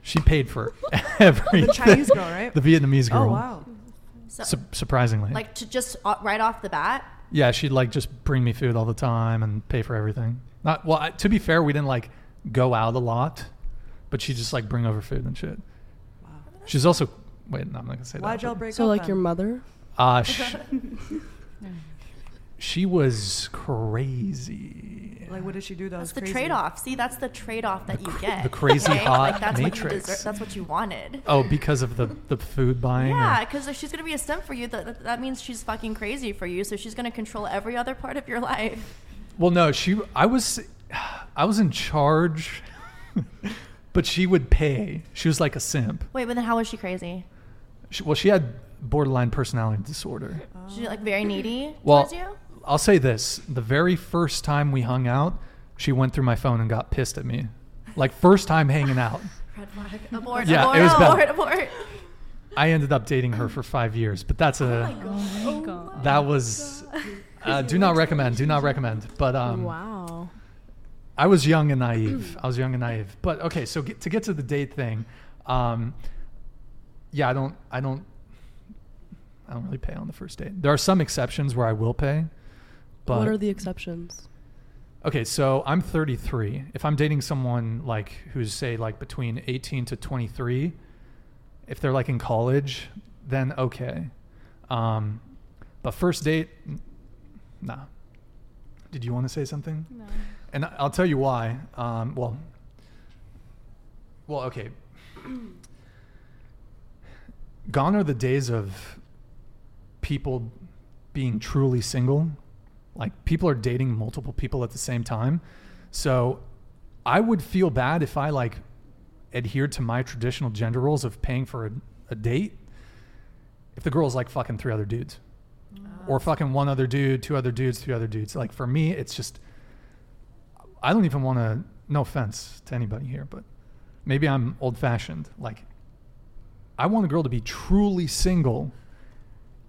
[SPEAKER 2] She paid for everything.
[SPEAKER 4] Chinese girl, right?
[SPEAKER 2] The Vietnamese girl.
[SPEAKER 4] Oh wow.
[SPEAKER 3] so,
[SPEAKER 2] Su- surprisingly,
[SPEAKER 3] like to just uh, right off the bat,
[SPEAKER 2] yeah, she'd like just bring me food all the time and pay for everything. Not well. I, to be fair, we didn't like go out a lot, but she just like bring over food and shit. She's also wait. No, I'm not gonna say
[SPEAKER 4] Why'd
[SPEAKER 2] that.
[SPEAKER 4] y'all
[SPEAKER 2] but-
[SPEAKER 4] break
[SPEAKER 6] So
[SPEAKER 4] up?
[SPEAKER 6] like
[SPEAKER 4] then?
[SPEAKER 6] your mother?
[SPEAKER 2] Uh, sh- she was crazy.
[SPEAKER 4] Like what did she do that
[SPEAKER 3] that's
[SPEAKER 4] was
[SPEAKER 3] the
[SPEAKER 4] crazy?
[SPEAKER 3] trade-off. See, that's what trade-off that you get.
[SPEAKER 2] the crazy
[SPEAKER 3] okay?
[SPEAKER 2] hot
[SPEAKER 3] like, that's What you
[SPEAKER 2] matrix.
[SPEAKER 3] deserve, that's what you wanted.
[SPEAKER 2] Oh, because of the the food buying. or-
[SPEAKER 3] Yeah, because if she's gonna be a simp for you, that, that means she's fucking crazy for you. So she's gonna control every other part of your life.
[SPEAKER 2] Well, no, she. I was, I was in charge, but she would pay. She was like a simp.
[SPEAKER 3] Wait, but then how was she crazy?
[SPEAKER 2] She, well, she had borderline personality disorder.
[SPEAKER 7] Uh,
[SPEAKER 3] She's like very needy
[SPEAKER 2] Well,
[SPEAKER 3] towards you.
[SPEAKER 2] I'll say this: the very first time we hung out, she went through my phone and got pissed at me. Like first time hanging out,
[SPEAKER 3] Red flag. Abort.
[SPEAKER 2] Yeah,
[SPEAKER 3] abort,
[SPEAKER 2] it was bad.
[SPEAKER 3] abort, abort.
[SPEAKER 2] I ended up dating her for five years. But that's a
[SPEAKER 7] Oh my God.
[SPEAKER 2] that was. Uh, do not recommend. Do not recommend. But um,
[SPEAKER 5] wow.
[SPEAKER 2] I was young and naive. I was young and naive. But okay, so get, to get to the date thing, um, yeah, I don't, I don't, I don't really pay on the first date. There are some exceptions where I will pay, but
[SPEAKER 6] what are the exceptions?
[SPEAKER 2] okay. So I'm 33. If I'm dating someone like who's say like between 18 to 23, if they're like in college, then okay. Um, but first date, n- nah. Did you want to say something?
[SPEAKER 8] No.
[SPEAKER 2] And I- I'll tell you why. Um, well, well, okay. Gone are the days of people being truly single. Like people are dating multiple people at the same time. So I would feel bad if I like adhered to my traditional gender roles of paying for a, a date if the girl's like fucking three other dudes or fucking one other dude, two other dudes, three other dudes. Like for me, it's just I don't even want to. No offense to anybody here, but maybe I'm old fashioned. Like I want a girl to be truly single,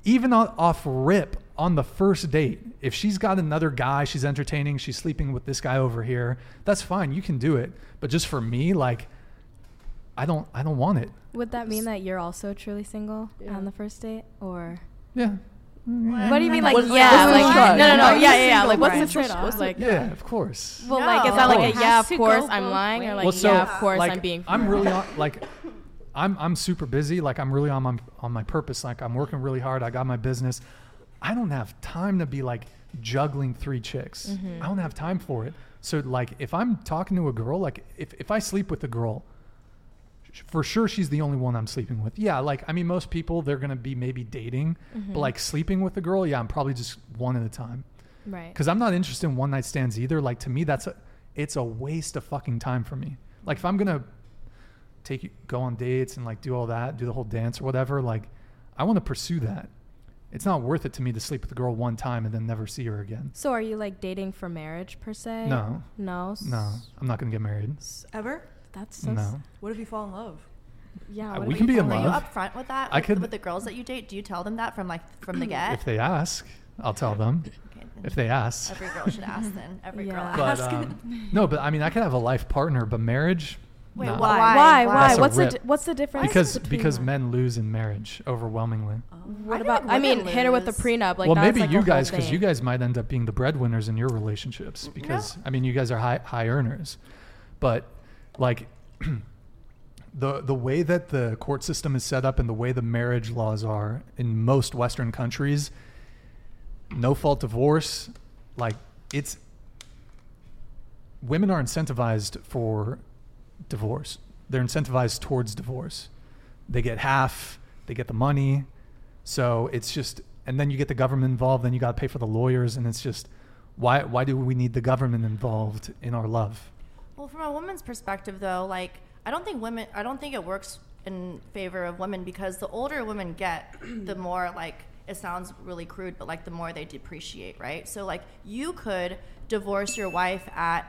[SPEAKER 2] even on, off rip on the first date. If she's got another guy she's entertaining, she's sleeping with this guy over here. That's fine. You can do it. But just for me, like I don't. I don't want it.
[SPEAKER 5] Would that mean that you're also truly single
[SPEAKER 6] Yeah.
[SPEAKER 5] on the first date, or
[SPEAKER 2] Yeah. Mm.
[SPEAKER 5] what do you mean? Like,
[SPEAKER 6] What's-
[SPEAKER 5] yeah,
[SPEAKER 6] what's the
[SPEAKER 5] like
[SPEAKER 6] trade-off?
[SPEAKER 5] no, no, no,
[SPEAKER 6] Why
[SPEAKER 5] yeah,
[SPEAKER 6] are you
[SPEAKER 5] yeah, yeah. Like, what's the
[SPEAKER 6] single, Brian?
[SPEAKER 5] trade off? Like,
[SPEAKER 2] Yeah. Of course.
[SPEAKER 5] well, like, is that
[SPEAKER 3] No.
[SPEAKER 5] like
[SPEAKER 2] It
[SPEAKER 5] a yeah,
[SPEAKER 7] has
[SPEAKER 5] of
[SPEAKER 7] to
[SPEAKER 5] course
[SPEAKER 7] go
[SPEAKER 5] I'm
[SPEAKER 7] both
[SPEAKER 5] lying, or like
[SPEAKER 2] well, so
[SPEAKER 5] yeah, of course
[SPEAKER 2] like,
[SPEAKER 5] I'm being.
[SPEAKER 2] I'm
[SPEAKER 5] flirt.
[SPEAKER 2] really on, like, I'm I'm super busy. Like I'm really on my on my purpose. Like I'm working really hard. I got my business. I don't have time to be like juggling three chicks.
[SPEAKER 5] Mm-hmm.
[SPEAKER 2] I don't have time for it. So like if I'm talking to a girl, like if if I sleep with a girl, for sure she's the only one I'm sleeping with. Yeah, like I mean most people they're going to be maybe dating,
[SPEAKER 5] Mm-hmm.
[SPEAKER 2] but like sleeping with a girl, yeah, I'm probably just one at a time.
[SPEAKER 5] Right.
[SPEAKER 2] Cuz I'm not interested in one night stands either. Like to me that's a it's a waste of fucking time for me. Like if I'm going to take you go on dates and like do all that, do the whole dance or whatever, like I want to pursue that. It's not worth it to me to sleep with a girl one time and then never see her again.
[SPEAKER 5] So are you like dating for marriage per se?
[SPEAKER 2] No.
[SPEAKER 5] No. S-
[SPEAKER 2] No, I'm not going to get married.
[SPEAKER 5] s-
[SPEAKER 4] Ever?
[SPEAKER 5] That's so. s-
[SPEAKER 2] No.
[SPEAKER 4] What if you fall in love?
[SPEAKER 5] Yeah.
[SPEAKER 2] Uh,
[SPEAKER 5] what
[SPEAKER 2] we
[SPEAKER 5] if
[SPEAKER 2] can
[SPEAKER 5] you
[SPEAKER 2] be in
[SPEAKER 5] fall
[SPEAKER 3] Are you
[SPEAKER 2] love.
[SPEAKER 3] upfront with that?
[SPEAKER 2] I
[SPEAKER 3] With-
[SPEAKER 2] could-
[SPEAKER 3] with the girls that you date. Do you tell them that from like from the get?
[SPEAKER 2] If they ask, I'll tell them.
[SPEAKER 3] Okay, then
[SPEAKER 2] If they ask.
[SPEAKER 3] every girl should ask then. Every girl
[SPEAKER 5] Yeah.
[SPEAKER 3] asks.
[SPEAKER 2] But um, no, but I mean, I could have a life partner, but marriage.
[SPEAKER 3] Wait,
[SPEAKER 2] no.
[SPEAKER 3] why? Why?
[SPEAKER 5] Why? Why?
[SPEAKER 2] That's a
[SPEAKER 5] What's the
[SPEAKER 2] rip.
[SPEAKER 5] di- what's the difference?
[SPEAKER 2] Because
[SPEAKER 5] between
[SPEAKER 2] because
[SPEAKER 5] them?
[SPEAKER 2] men lose in marriage overwhelmingly.
[SPEAKER 5] What
[SPEAKER 3] I feel
[SPEAKER 5] about?
[SPEAKER 3] like
[SPEAKER 5] I mean,
[SPEAKER 3] women
[SPEAKER 5] hit her with the
[SPEAKER 3] lose.
[SPEAKER 5] prenup. Like
[SPEAKER 2] well,
[SPEAKER 5] that's
[SPEAKER 2] maybe
[SPEAKER 5] like a
[SPEAKER 2] you
[SPEAKER 5] whole
[SPEAKER 2] guys, because you
[SPEAKER 5] thing.
[SPEAKER 2] guys might end up being the breadwinners in your relationships. Because I mean, you guys are high, high-earners, but like the the way that the court system is set up and the way the marriage laws are in most Western countries, no fault divorce, like it's women are incentivized for divorce. They're incentivized towards divorce. They get half, they get the money. So it's just and then you get the government involved, then you got to pay for the lawyers and it's just why why do we need the government involved in our love?
[SPEAKER 3] Well, from a woman's perspective, though, like I don't think women, I don't think it works in favor of women because the older women get, the more like it sounds really crude, but like the more they depreciate, right? So like you could divorce your wife at.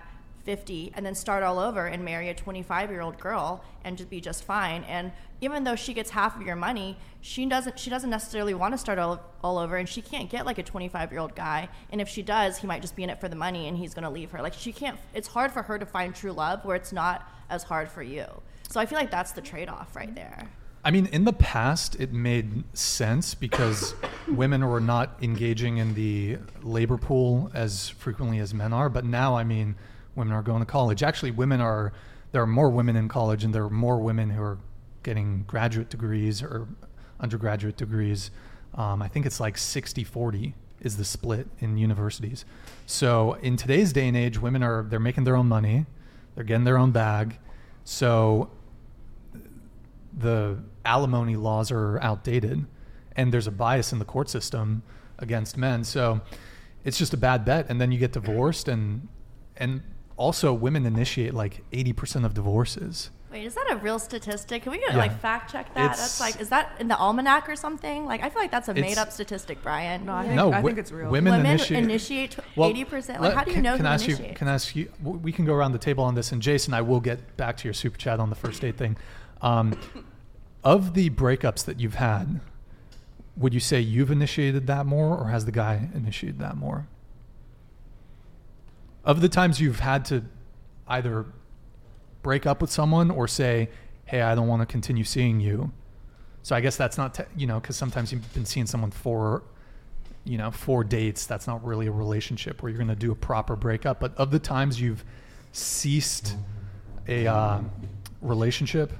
[SPEAKER 3] 50 and then start all over and marry a 25 year old girl and just be just fine and even though she gets half of your money she doesn't she doesn't necessarily want to start all, all over and she can't get like a 25 year old guy and if she does he might just be in it for the money and he's going to leave her like she can't it's hard for her to find true love where it's not as hard for you so i feel like that's the trade-off right there
[SPEAKER 2] I mean, in the past, it made sense because women were not engaging in the labor pool as frequently as men are. But now, I mean, women are going to college. Actually, women are there are more women in college, and there are more women who are getting graduate degrees or undergraduate degrees. Um, I think it's like 60 40 is the split in universities. So in today's day and age, women are they're making their own money, they're getting their own bag. So the alimony laws are outdated and there's a bias in the court system against men so it's just a bad bet and then you get divorced and and also women initiate like 80% of divorces
[SPEAKER 3] wait is that a real statistic can we get
[SPEAKER 2] Yeah.
[SPEAKER 3] like fact check that
[SPEAKER 2] It's-
[SPEAKER 3] that's like is that in the almanac or something like i feel like that's a
[SPEAKER 2] It's-
[SPEAKER 3] made-up statistic brian
[SPEAKER 4] No, I think,
[SPEAKER 2] no
[SPEAKER 4] I
[SPEAKER 2] wo-
[SPEAKER 4] think it's real.
[SPEAKER 2] women,
[SPEAKER 3] women
[SPEAKER 2] initiate,
[SPEAKER 3] initiate, 80% like
[SPEAKER 2] let-
[SPEAKER 3] how do you
[SPEAKER 2] can,
[SPEAKER 3] know
[SPEAKER 2] can
[SPEAKER 3] who
[SPEAKER 2] I ask you
[SPEAKER 3] initiates?
[SPEAKER 2] can I ask you w- we can go around the table on this and Jason I will get back to your super chat on the first date thing um, of the breakups that you've had would you say you've initiated that more or has the guy initiated that more of the times you've had to either break up with someone or say hey I don't want to continue seeing you so I guess that's not, te- you know, because sometimes you've been seeing someone for, you know, four dates. That's not really a relationship where you're going to do a proper breakup. But of the times you've ceased a uh, relationship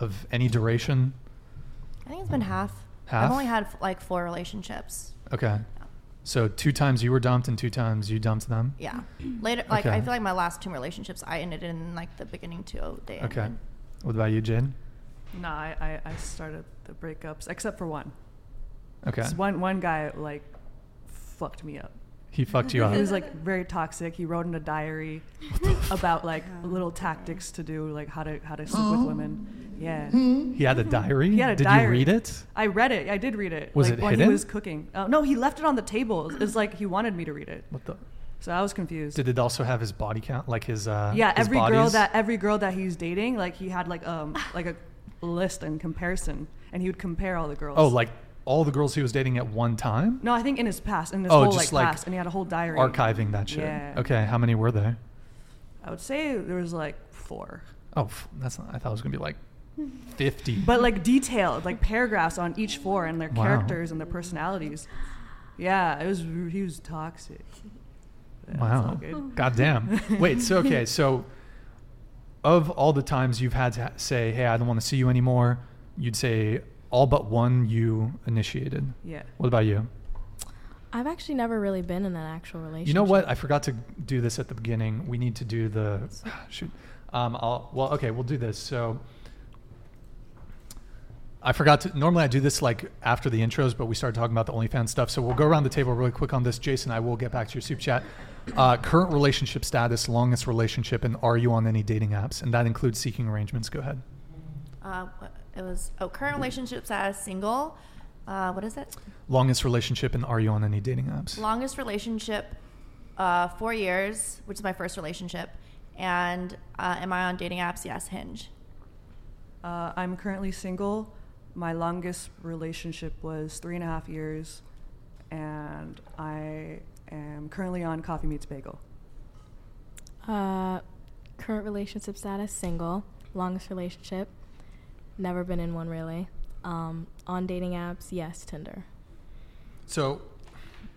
[SPEAKER 2] of any duration,
[SPEAKER 3] i think it's been half
[SPEAKER 2] Half?
[SPEAKER 3] i've only had like four relationships
[SPEAKER 2] okay. So two times you were dumped and two times you dumped them.
[SPEAKER 3] yeah later like i
[SPEAKER 2] Okay.
[SPEAKER 3] feel like my last two relationships i ended in like the beginning to they
[SPEAKER 2] Okay.
[SPEAKER 3] ended.
[SPEAKER 2] What about you, Jane?
[SPEAKER 4] No, I, I, I started the breakups except for one.
[SPEAKER 2] Okay.
[SPEAKER 4] This One one guy like fucked me up.
[SPEAKER 2] He fucked you up.
[SPEAKER 4] He was like very toxic. He wrote in a diary about like little tactics to do, like how to how to sleep with women. Yeah,
[SPEAKER 2] He had a diary.
[SPEAKER 4] He had a
[SPEAKER 2] Did you
[SPEAKER 4] diary.
[SPEAKER 2] read it?
[SPEAKER 4] I read it. I did read it.
[SPEAKER 2] Was
[SPEAKER 4] like
[SPEAKER 2] it
[SPEAKER 4] when
[SPEAKER 2] hidden?
[SPEAKER 4] he was cooking? Uh, no, he left it on the table. It's like he wanted me to read it,
[SPEAKER 2] What the?
[SPEAKER 4] so I was confused.
[SPEAKER 2] Did it also have his body count? Like his uh
[SPEAKER 4] yeah,
[SPEAKER 2] his
[SPEAKER 4] every girl
[SPEAKER 2] bodies?
[SPEAKER 4] that every girl that he's dating, like he had like um like a list and comparison, and he would compare all the girls.
[SPEAKER 2] Oh, like all the girls he was dating at one time?
[SPEAKER 4] no, I think in his past, in his
[SPEAKER 2] Oh,
[SPEAKER 4] whole
[SPEAKER 2] just,
[SPEAKER 4] like,
[SPEAKER 2] like,
[SPEAKER 4] past, and he had a whole diary.
[SPEAKER 2] Archiving that shit.
[SPEAKER 4] Yeah.
[SPEAKER 2] Okay, how many were there?
[SPEAKER 4] I would say there was like four.
[SPEAKER 2] Oh, f- that's not. I thought it was gonna be like fifty.
[SPEAKER 4] but like detailed, like paragraphs on each four and their
[SPEAKER 2] Wow.
[SPEAKER 4] characters and their personalities. Yeah, it was he was toxic. Yeah, it's
[SPEAKER 2] wow,
[SPEAKER 4] not good.
[SPEAKER 2] goddamn. Wait, so okay, so of all the times you've had to ha- say, "Hey, I don't want to see you anymore," you'd say all but one you initiated.
[SPEAKER 4] Yeah.
[SPEAKER 2] What about you?
[SPEAKER 5] I've actually never really been in an actual relationship.
[SPEAKER 2] You know what? I forgot to do this at the beginning. We need to do the shoot. Um, I'll, well, okay, we'll do this. So I forgot to. Normally, I do this like after the intros, but we started talking about the OnlyFans stuff. So we'll go around the table really quick on this. Jason, I will get back to your soup chat. Uh, current relationship status, longest relationship, and are you on any dating apps? And that includes seeking arrangements. Go ahead.
[SPEAKER 3] Uh, what- it was oh current relationships as single. Uh, what is it?
[SPEAKER 2] Longest relationship, and are you on any dating apps?
[SPEAKER 3] Longest relationship, uh, four years, which is my first relationship. And uh, am I on dating apps? Yes, Hinge.
[SPEAKER 4] Uh, I'm currently single. My longest relationship was three and a half years, and I am currently on Coffee Meets Bagel.
[SPEAKER 5] Uh, current relationship status: single. Longest relationship: never been in one really. Um, on dating apps, yes, Tinder.
[SPEAKER 2] So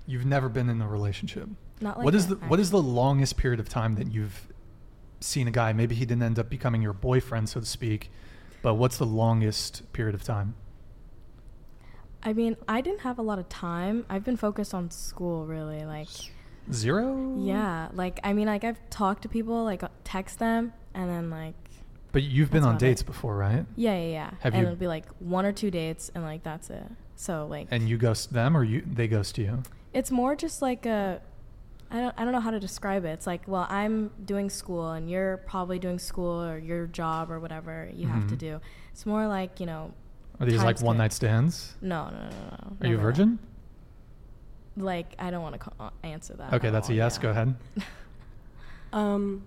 [SPEAKER 2] you've never been in a relationship.
[SPEAKER 5] Not like
[SPEAKER 2] what is the
[SPEAKER 5] that,
[SPEAKER 2] what is the longest period of time that you've seen a guy? Maybe he didn't end up becoming your boyfriend, so to speak. But what's the longest period of time?
[SPEAKER 5] I mean, I didn't have a lot of time. I've been focused on school really, like
[SPEAKER 2] Zero.
[SPEAKER 5] yeah, like I mean, like I've talked to people, like uh, text them, and then like
[SPEAKER 2] But you've been
[SPEAKER 5] That's
[SPEAKER 2] on
[SPEAKER 5] about it.
[SPEAKER 2] dates before, right?
[SPEAKER 5] yeah, yeah, yeah.
[SPEAKER 2] Have
[SPEAKER 5] and
[SPEAKER 2] you-
[SPEAKER 5] it'll be like one or two dates, and like that's it. So like
[SPEAKER 2] And you ghost them, or you they ghost you?
[SPEAKER 5] It's more just like a I don't I don't know how to describe it. It's like, well, I'm doing school and you're probably doing school or your job or whatever you have to
[SPEAKER 2] Mhm.
[SPEAKER 5] do. It's more like, you know,
[SPEAKER 2] Are these
[SPEAKER 5] Time
[SPEAKER 2] like
[SPEAKER 5] skip.
[SPEAKER 2] one night stands?
[SPEAKER 5] no, no, no, no. no,
[SPEAKER 2] Are you a
[SPEAKER 5] never.
[SPEAKER 2] virgin?
[SPEAKER 5] Like, I don't want to co- answer that.
[SPEAKER 2] Okay,
[SPEAKER 5] at
[SPEAKER 2] that's a
[SPEAKER 5] all,
[SPEAKER 2] yes.
[SPEAKER 5] yeah.
[SPEAKER 2] Go ahead.
[SPEAKER 6] Um,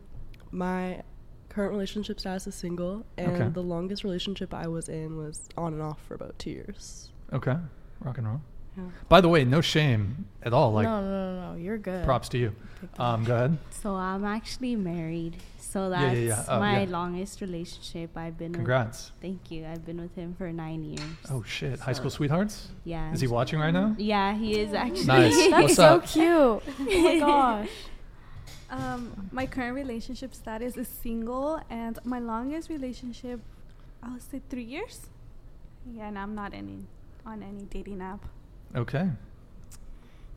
[SPEAKER 6] my current relationship status is single, and
[SPEAKER 2] Okay.
[SPEAKER 6] the longest relationship I was in was on and off for about two years.
[SPEAKER 2] Okay, rock and roll.
[SPEAKER 6] Yeah.
[SPEAKER 2] By the way, no shame at all. Like
[SPEAKER 5] no, no, no, no, you're good.
[SPEAKER 2] props to you.
[SPEAKER 5] Take that.
[SPEAKER 2] Um, go ahead.
[SPEAKER 7] So I'm actually married. So
[SPEAKER 2] Yeah,
[SPEAKER 7] that's
[SPEAKER 2] yeah, yeah. Oh,
[SPEAKER 7] my
[SPEAKER 2] yeah.
[SPEAKER 7] longest relationship. I've been.
[SPEAKER 2] Congrats.
[SPEAKER 7] With, thank you. I've been with him for nine years.
[SPEAKER 2] Oh shit! High school sweethearts.
[SPEAKER 7] Yeah.
[SPEAKER 2] Is he watching right now?
[SPEAKER 7] Yeah, he is actually.
[SPEAKER 2] Nice.
[SPEAKER 5] That's
[SPEAKER 2] What's
[SPEAKER 5] so
[SPEAKER 2] up?
[SPEAKER 5] cute. Oh my gosh.
[SPEAKER 8] Um, my current relationship status is single, and my longest relationship, I'll say three years. Yeah, and I'm not any on any dating app.
[SPEAKER 2] Okay.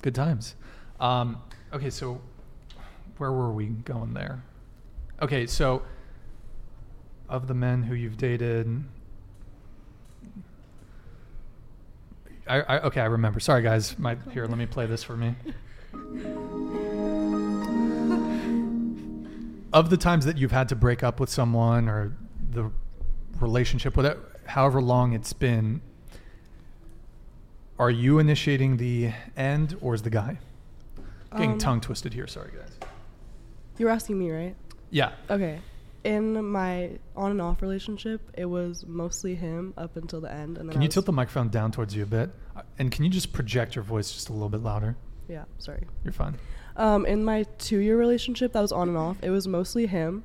[SPEAKER 2] Good times. Um, okay, so where were we going there? Okay, so of the men who you've dated, I, I okay, I remember. Sorry, guys. My here, let me play this for me. of the times that you've had to break up with someone or the relationship, whatever, however long it's been, are you initiating the end or is the guy? Getting
[SPEAKER 6] Um,
[SPEAKER 2] tongue twisted here. Sorry, guys.
[SPEAKER 6] You were asking me, right?
[SPEAKER 2] Yeah.
[SPEAKER 6] Okay. In my on and off relationship, it was mostly him up until the end, and then
[SPEAKER 2] Can
[SPEAKER 6] I
[SPEAKER 2] you
[SPEAKER 6] was-
[SPEAKER 2] tilt the microphone down towards you a bit? Uh, And can you just project your voice just a little bit louder?
[SPEAKER 6] Yeah, sorry.
[SPEAKER 2] You're fine.
[SPEAKER 6] Um, in my two-year relationship, that was on and off. It was mostly him,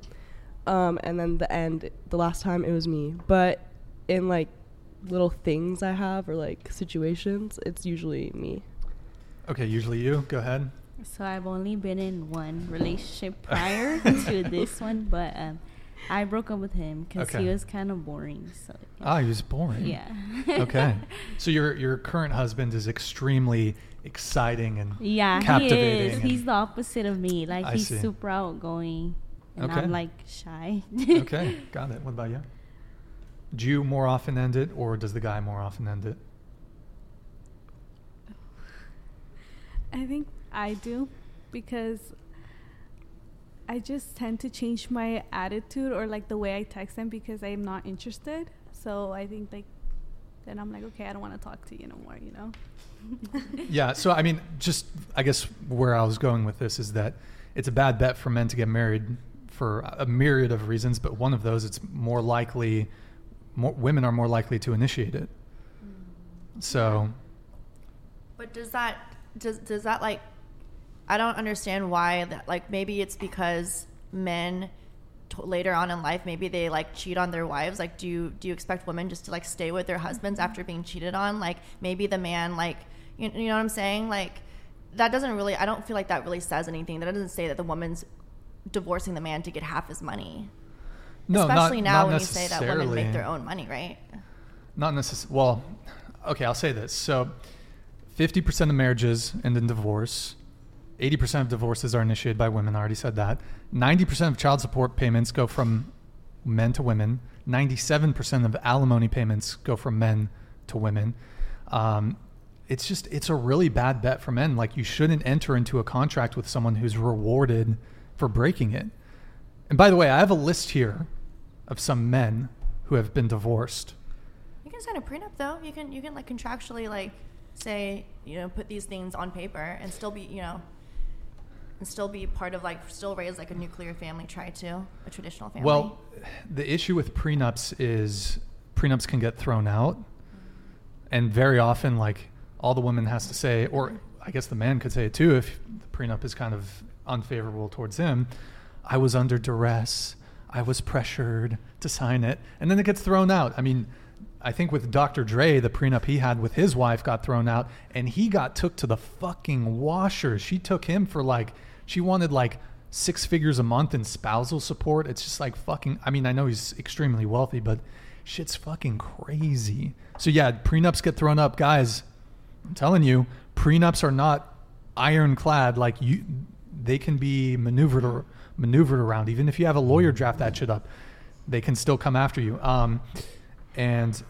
[SPEAKER 6] um, and then the end, the last time it was me. But in like little things I have or like situations, it's usually me.
[SPEAKER 2] Okay, usually you. Go ahead.
[SPEAKER 7] So I've only been in one relationship prior to this one, but um, I broke up with him because
[SPEAKER 2] Okay.
[SPEAKER 7] he was kind of boring. So
[SPEAKER 2] Ah, he was boring.
[SPEAKER 7] yeah.
[SPEAKER 2] okay. So your your current husband is extremely exciting and
[SPEAKER 7] Yeah, he
[SPEAKER 2] captivating.
[SPEAKER 7] is.
[SPEAKER 2] and-
[SPEAKER 7] He's the opposite of me. Like
[SPEAKER 2] I
[SPEAKER 7] he's
[SPEAKER 2] see.
[SPEAKER 7] super outgoing, and
[SPEAKER 2] Okay.
[SPEAKER 7] I'm like shy.
[SPEAKER 2] okay, got it. What about you? Do you more often end it, or does the guy more often end it?
[SPEAKER 8] I think I do because I just tend to change my attitude or like the way I text them because I'm not interested. So I think like then I'm like, okay, I don't want to talk to you no more, you know?
[SPEAKER 2] yeah so i mean just i guess where i was going with this is that it's a bad bet for men to get married for a myriad of reasons but one of those it's more likely more, women are more likely to initiate it
[SPEAKER 3] Mm.
[SPEAKER 2] so
[SPEAKER 3] But does that does does that like I don't understand why that like maybe it's because men t- later on in life maybe they like cheat on their wives like do you do you expect women just to like stay with their husbands
[SPEAKER 2] Mm-hmm.
[SPEAKER 3] after being cheated on like maybe the man like you, you know what I'm saying like that doesn't really I don't feel like that really says anything that doesn't say that the woman's divorcing the man to get half his money
[SPEAKER 2] no not-
[SPEAKER 3] especially now
[SPEAKER 2] not
[SPEAKER 3] when you say that women make
[SPEAKER 2] necessarily.
[SPEAKER 3] their own money right
[SPEAKER 2] Not necessarily. Well, okay, I'll say this. So, 50% of marriages end in divorce. 80% of divorces are initiated by women. I already said that. 90% of child support payments go from men to women. 97% of alimony payments go from men to women. Um, it's just, it's a really bad bet for men. Like, you shouldn't enter into a contract with someone who's rewarded for breaking it. And by the way, I have a list here of some men who have been divorced.
[SPEAKER 3] You can sign a prenup though. You can you can like contractually like say you know put these things on paper and still be you know and still be part of like still raise like a nuclear family. Try to a traditional family.
[SPEAKER 2] Well, the issue with prenups is prenups can get thrown out, and very often, like all the woman has to say, or I guess the man could say it too, if the prenup is kind of unfavorable towards him. I was under duress. I was pressured to sign it, and then it gets thrown out. I mean, I think with Dr. Dre, the prenup he had with his wife got thrown out, and he got took to the fucking washers. She took him for like she wanted like six figures a month in spousal support. It's just like fucking. I mean, I know he's extremely wealthy, but shit's fucking crazy. So yeah, prenups get thrown up, guys. I'm telling you, prenups are not ironclad. Like you, they can be maneuvered or maneuvered around. Even if you have a lawyer draft that shit up, they can still come after you. Um, and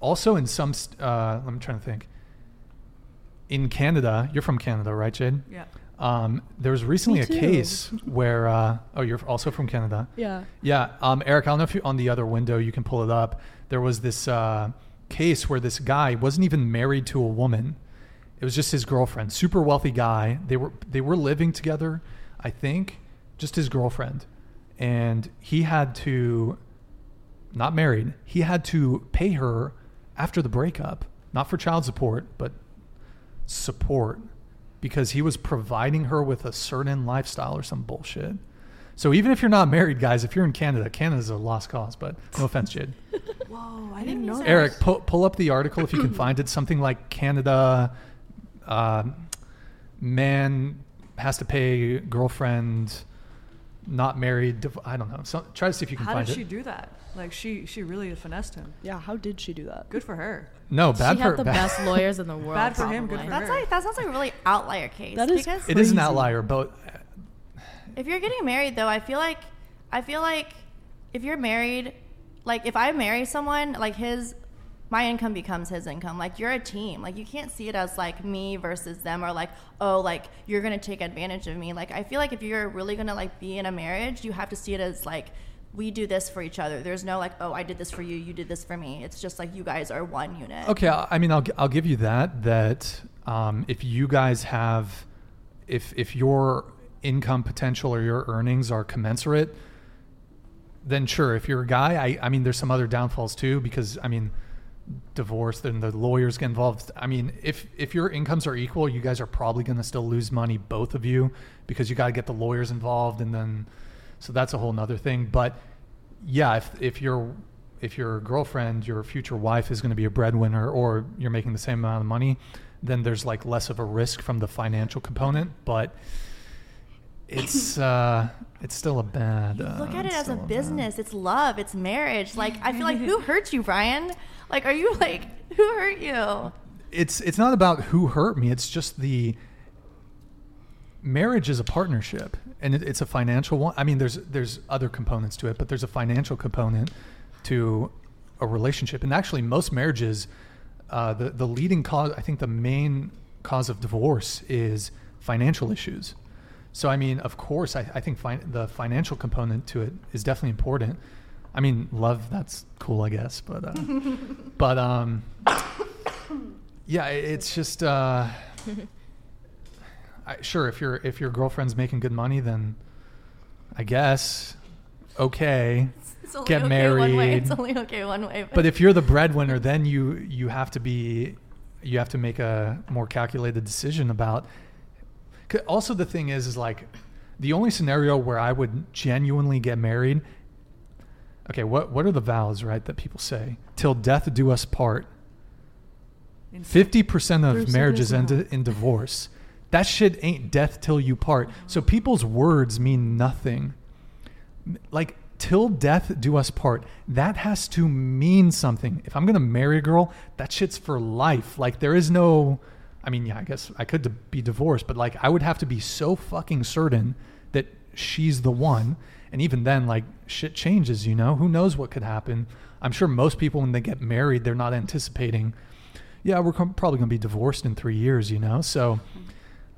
[SPEAKER 2] also in some, st- uh, I'm trying to think. In Canada, you're from Canada, right, Jade?
[SPEAKER 4] Yeah.
[SPEAKER 2] Um, there was recently
[SPEAKER 6] Me
[SPEAKER 2] a
[SPEAKER 6] too.
[SPEAKER 2] case where, uh, oh, you're also from Canada.
[SPEAKER 6] Yeah.
[SPEAKER 2] Yeah, um, Eric, I don't know if you on the other window you can pull it up. There was this uh, case where this guy wasn't even married to a woman; it was just his girlfriend. Super wealthy guy. They were they were living together, I think, just his girlfriend, and he had to, not married. He had to pay her after the breakup, not for child support, but support, because he was providing her with a certain lifestyle or some bullshit. So even if you're not married, guys, if you're in Canada, Canada's a lost cause. But no offense, Jade.
[SPEAKER 4] Whoa, I
[SPEAKER 3] I
[SPEAKER 4] didn't
[SPEAKER 3] didn't
[SPEAKER 4] know.
[SPEAKER 3] use
[SPEAKER 4] that.
[SPEAKER 2] Eric, pull, pull up the article if you can find it. Something like Canada, um man has to pay girlfriend, not married. Div- I don't know. So, try to see if you can
[SPEAKER 4] How
[SPEAKER 2] find
[SPEAKER 4] did she
[SPEAKER 2] it.
[SPEAKER 4] do that? Like she she really finessed him.
[SPEAKER 6] Yeah. How did she do that?
[SPEAKER 4] Good for her.
[SPEAKER 2] No,
[SPEAKER 5] She
[SPEAKER 2] bad
[SPEAKER 5] had
[SPEAKER 2] for
[SPEAKER 5] the
[SPEAKER 2] bad-
[SPEAKER 5] best lawyers in the world.
[SPEAKER 4] Bad for him, good
[SPEAKER 5] probably.
[SPEAKER 4] for her.
[SPEAKER 3] that's like that sounds like a really outlier case.
[SPEAKER 6] That is
[SPEAKER 3] because
[SPEAKER 2] It is an
[SPEAKER 6] Crazy.
[SPEAKER 2] outlier, but
[SPEAKER 3] If you're getting married though, I feel like I feel like if you're married, like if I marry someone, like his my income becomes his income. Like you're a team. Like you can't see it as like me versus them or like, oh, like you're gonna take advantage of me. Like I feel like if you're really gonna like be in a marriage, you have to see it as like we do this for each other. There's no like, oh, I did this for you, you did this for me. It's just like you guys are one unit.
[SPEAKER 2] Okay, I I mean, I'll, gi- I'll give you that. That um, if you guys have, if if your income potential or your earnings are commensurate, then sure. If you're a guy, I I mean, there's some other downfalls too because I mean, divorce, then the lawyers get involved. I mean, if if your incomes are equal, you guys are probably going to still lose money, both of you, because you got to get the lawyers involved, and then so that's a whole nother thing. But yeah, if if your if your girlfriend, your future wife is going to be a breadwinner, or you're making the same amount of money, then there's like less of a risk from the financial component, but. It's uh, it's still a bad. Uh,
[SPEAKER 3] Look at it
[SPEAKER 2] it's
[SPEAKER 3] as a
[SPEAKER 2] still bad-
[SPEAKER 3] business. It's love. It's marriage. Like I feel like who hurt you, Brian? Like are you like who hurt you?
[SPEAKER 2] it's it's not about who hurt me. It's just the marriage is a partnership, and it, it's a financial one. I mean, there's there's other components to it, but there's a financial component to a relationship. And actually, most marriages, uh, the the leading cause, I think, the main cause of divorce is financial issues. So I mean, of course, I, I think fin- the financial component to it is definitely important. I mean, love that's cool, I guess, but uh, but um, yeah, i- it's just uh, I, sure if your if your girlfriend's making good money, then I guess okay.
[SPEAKER 3] It's only
[SPEAKER 2] Get
[SPEAKER 3] okay One way.
[SPEAKER 2] married.
[SPEAKER 3] It's only okay one way.
[SPEAKER 2] But if you're the breadwinner, then you you have to be you have to make a more calculated decision about. 'cause Also, the thing is, is like the only scenario where I would genuinely get married. Okay, what what are the vows right that people say? Till death do us part.
[SPEAKER 4] In-
[SPEAKER 2] Fifty percent of
[SPEAKER 6] There's-
[SPEAKER 2] marriages
[SPEAKER 6] there's
[SPEAKER 2] end
[SPEAKER 6] not.
[SPEAKER 2] in divorce. That shit ain't death till you part. So people's words mean nothing. M- Like till death do us part. That has to mean something. If I'm gonna marry a girl, that shit's for life. Like there is no. I mean, yeah, I guess I could d- be divorced, but like I would have to be so fucking certain that she's the one. And even then, like shit changes, you know? Who knows what could happen? I'm sure most people, when they get married, they're not anticipating, yeah, we're com- probably going to be divorced in three years, you know? So,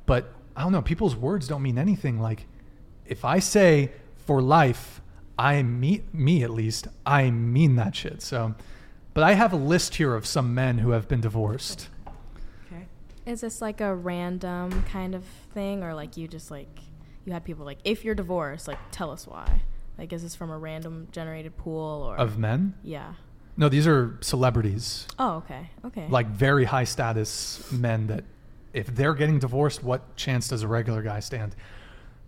[SPEAKER 2] but I don't know. People's words don't mean anything. Like, if I say for life, I mean me at least, I mean that shit. So, but I have a list here of some men who have been divorced.
[SPEAKER 4] Okay.
[SPEAKER 5] Is this like a random kind of thing, or like you just like you had people like, if you're divorced, like tell us why? Like, is this from a random generated pool or
[SPEAKER 2] Of men?
[SPEAKER 5] Yeah.
[SPEAKER 2] No, these are celebrities,
[SPEAKER 5] Oh, okay. Okay.
[SPEAKER 2] like very high status men that if they're getting divorced, what chance does a regular guy stand?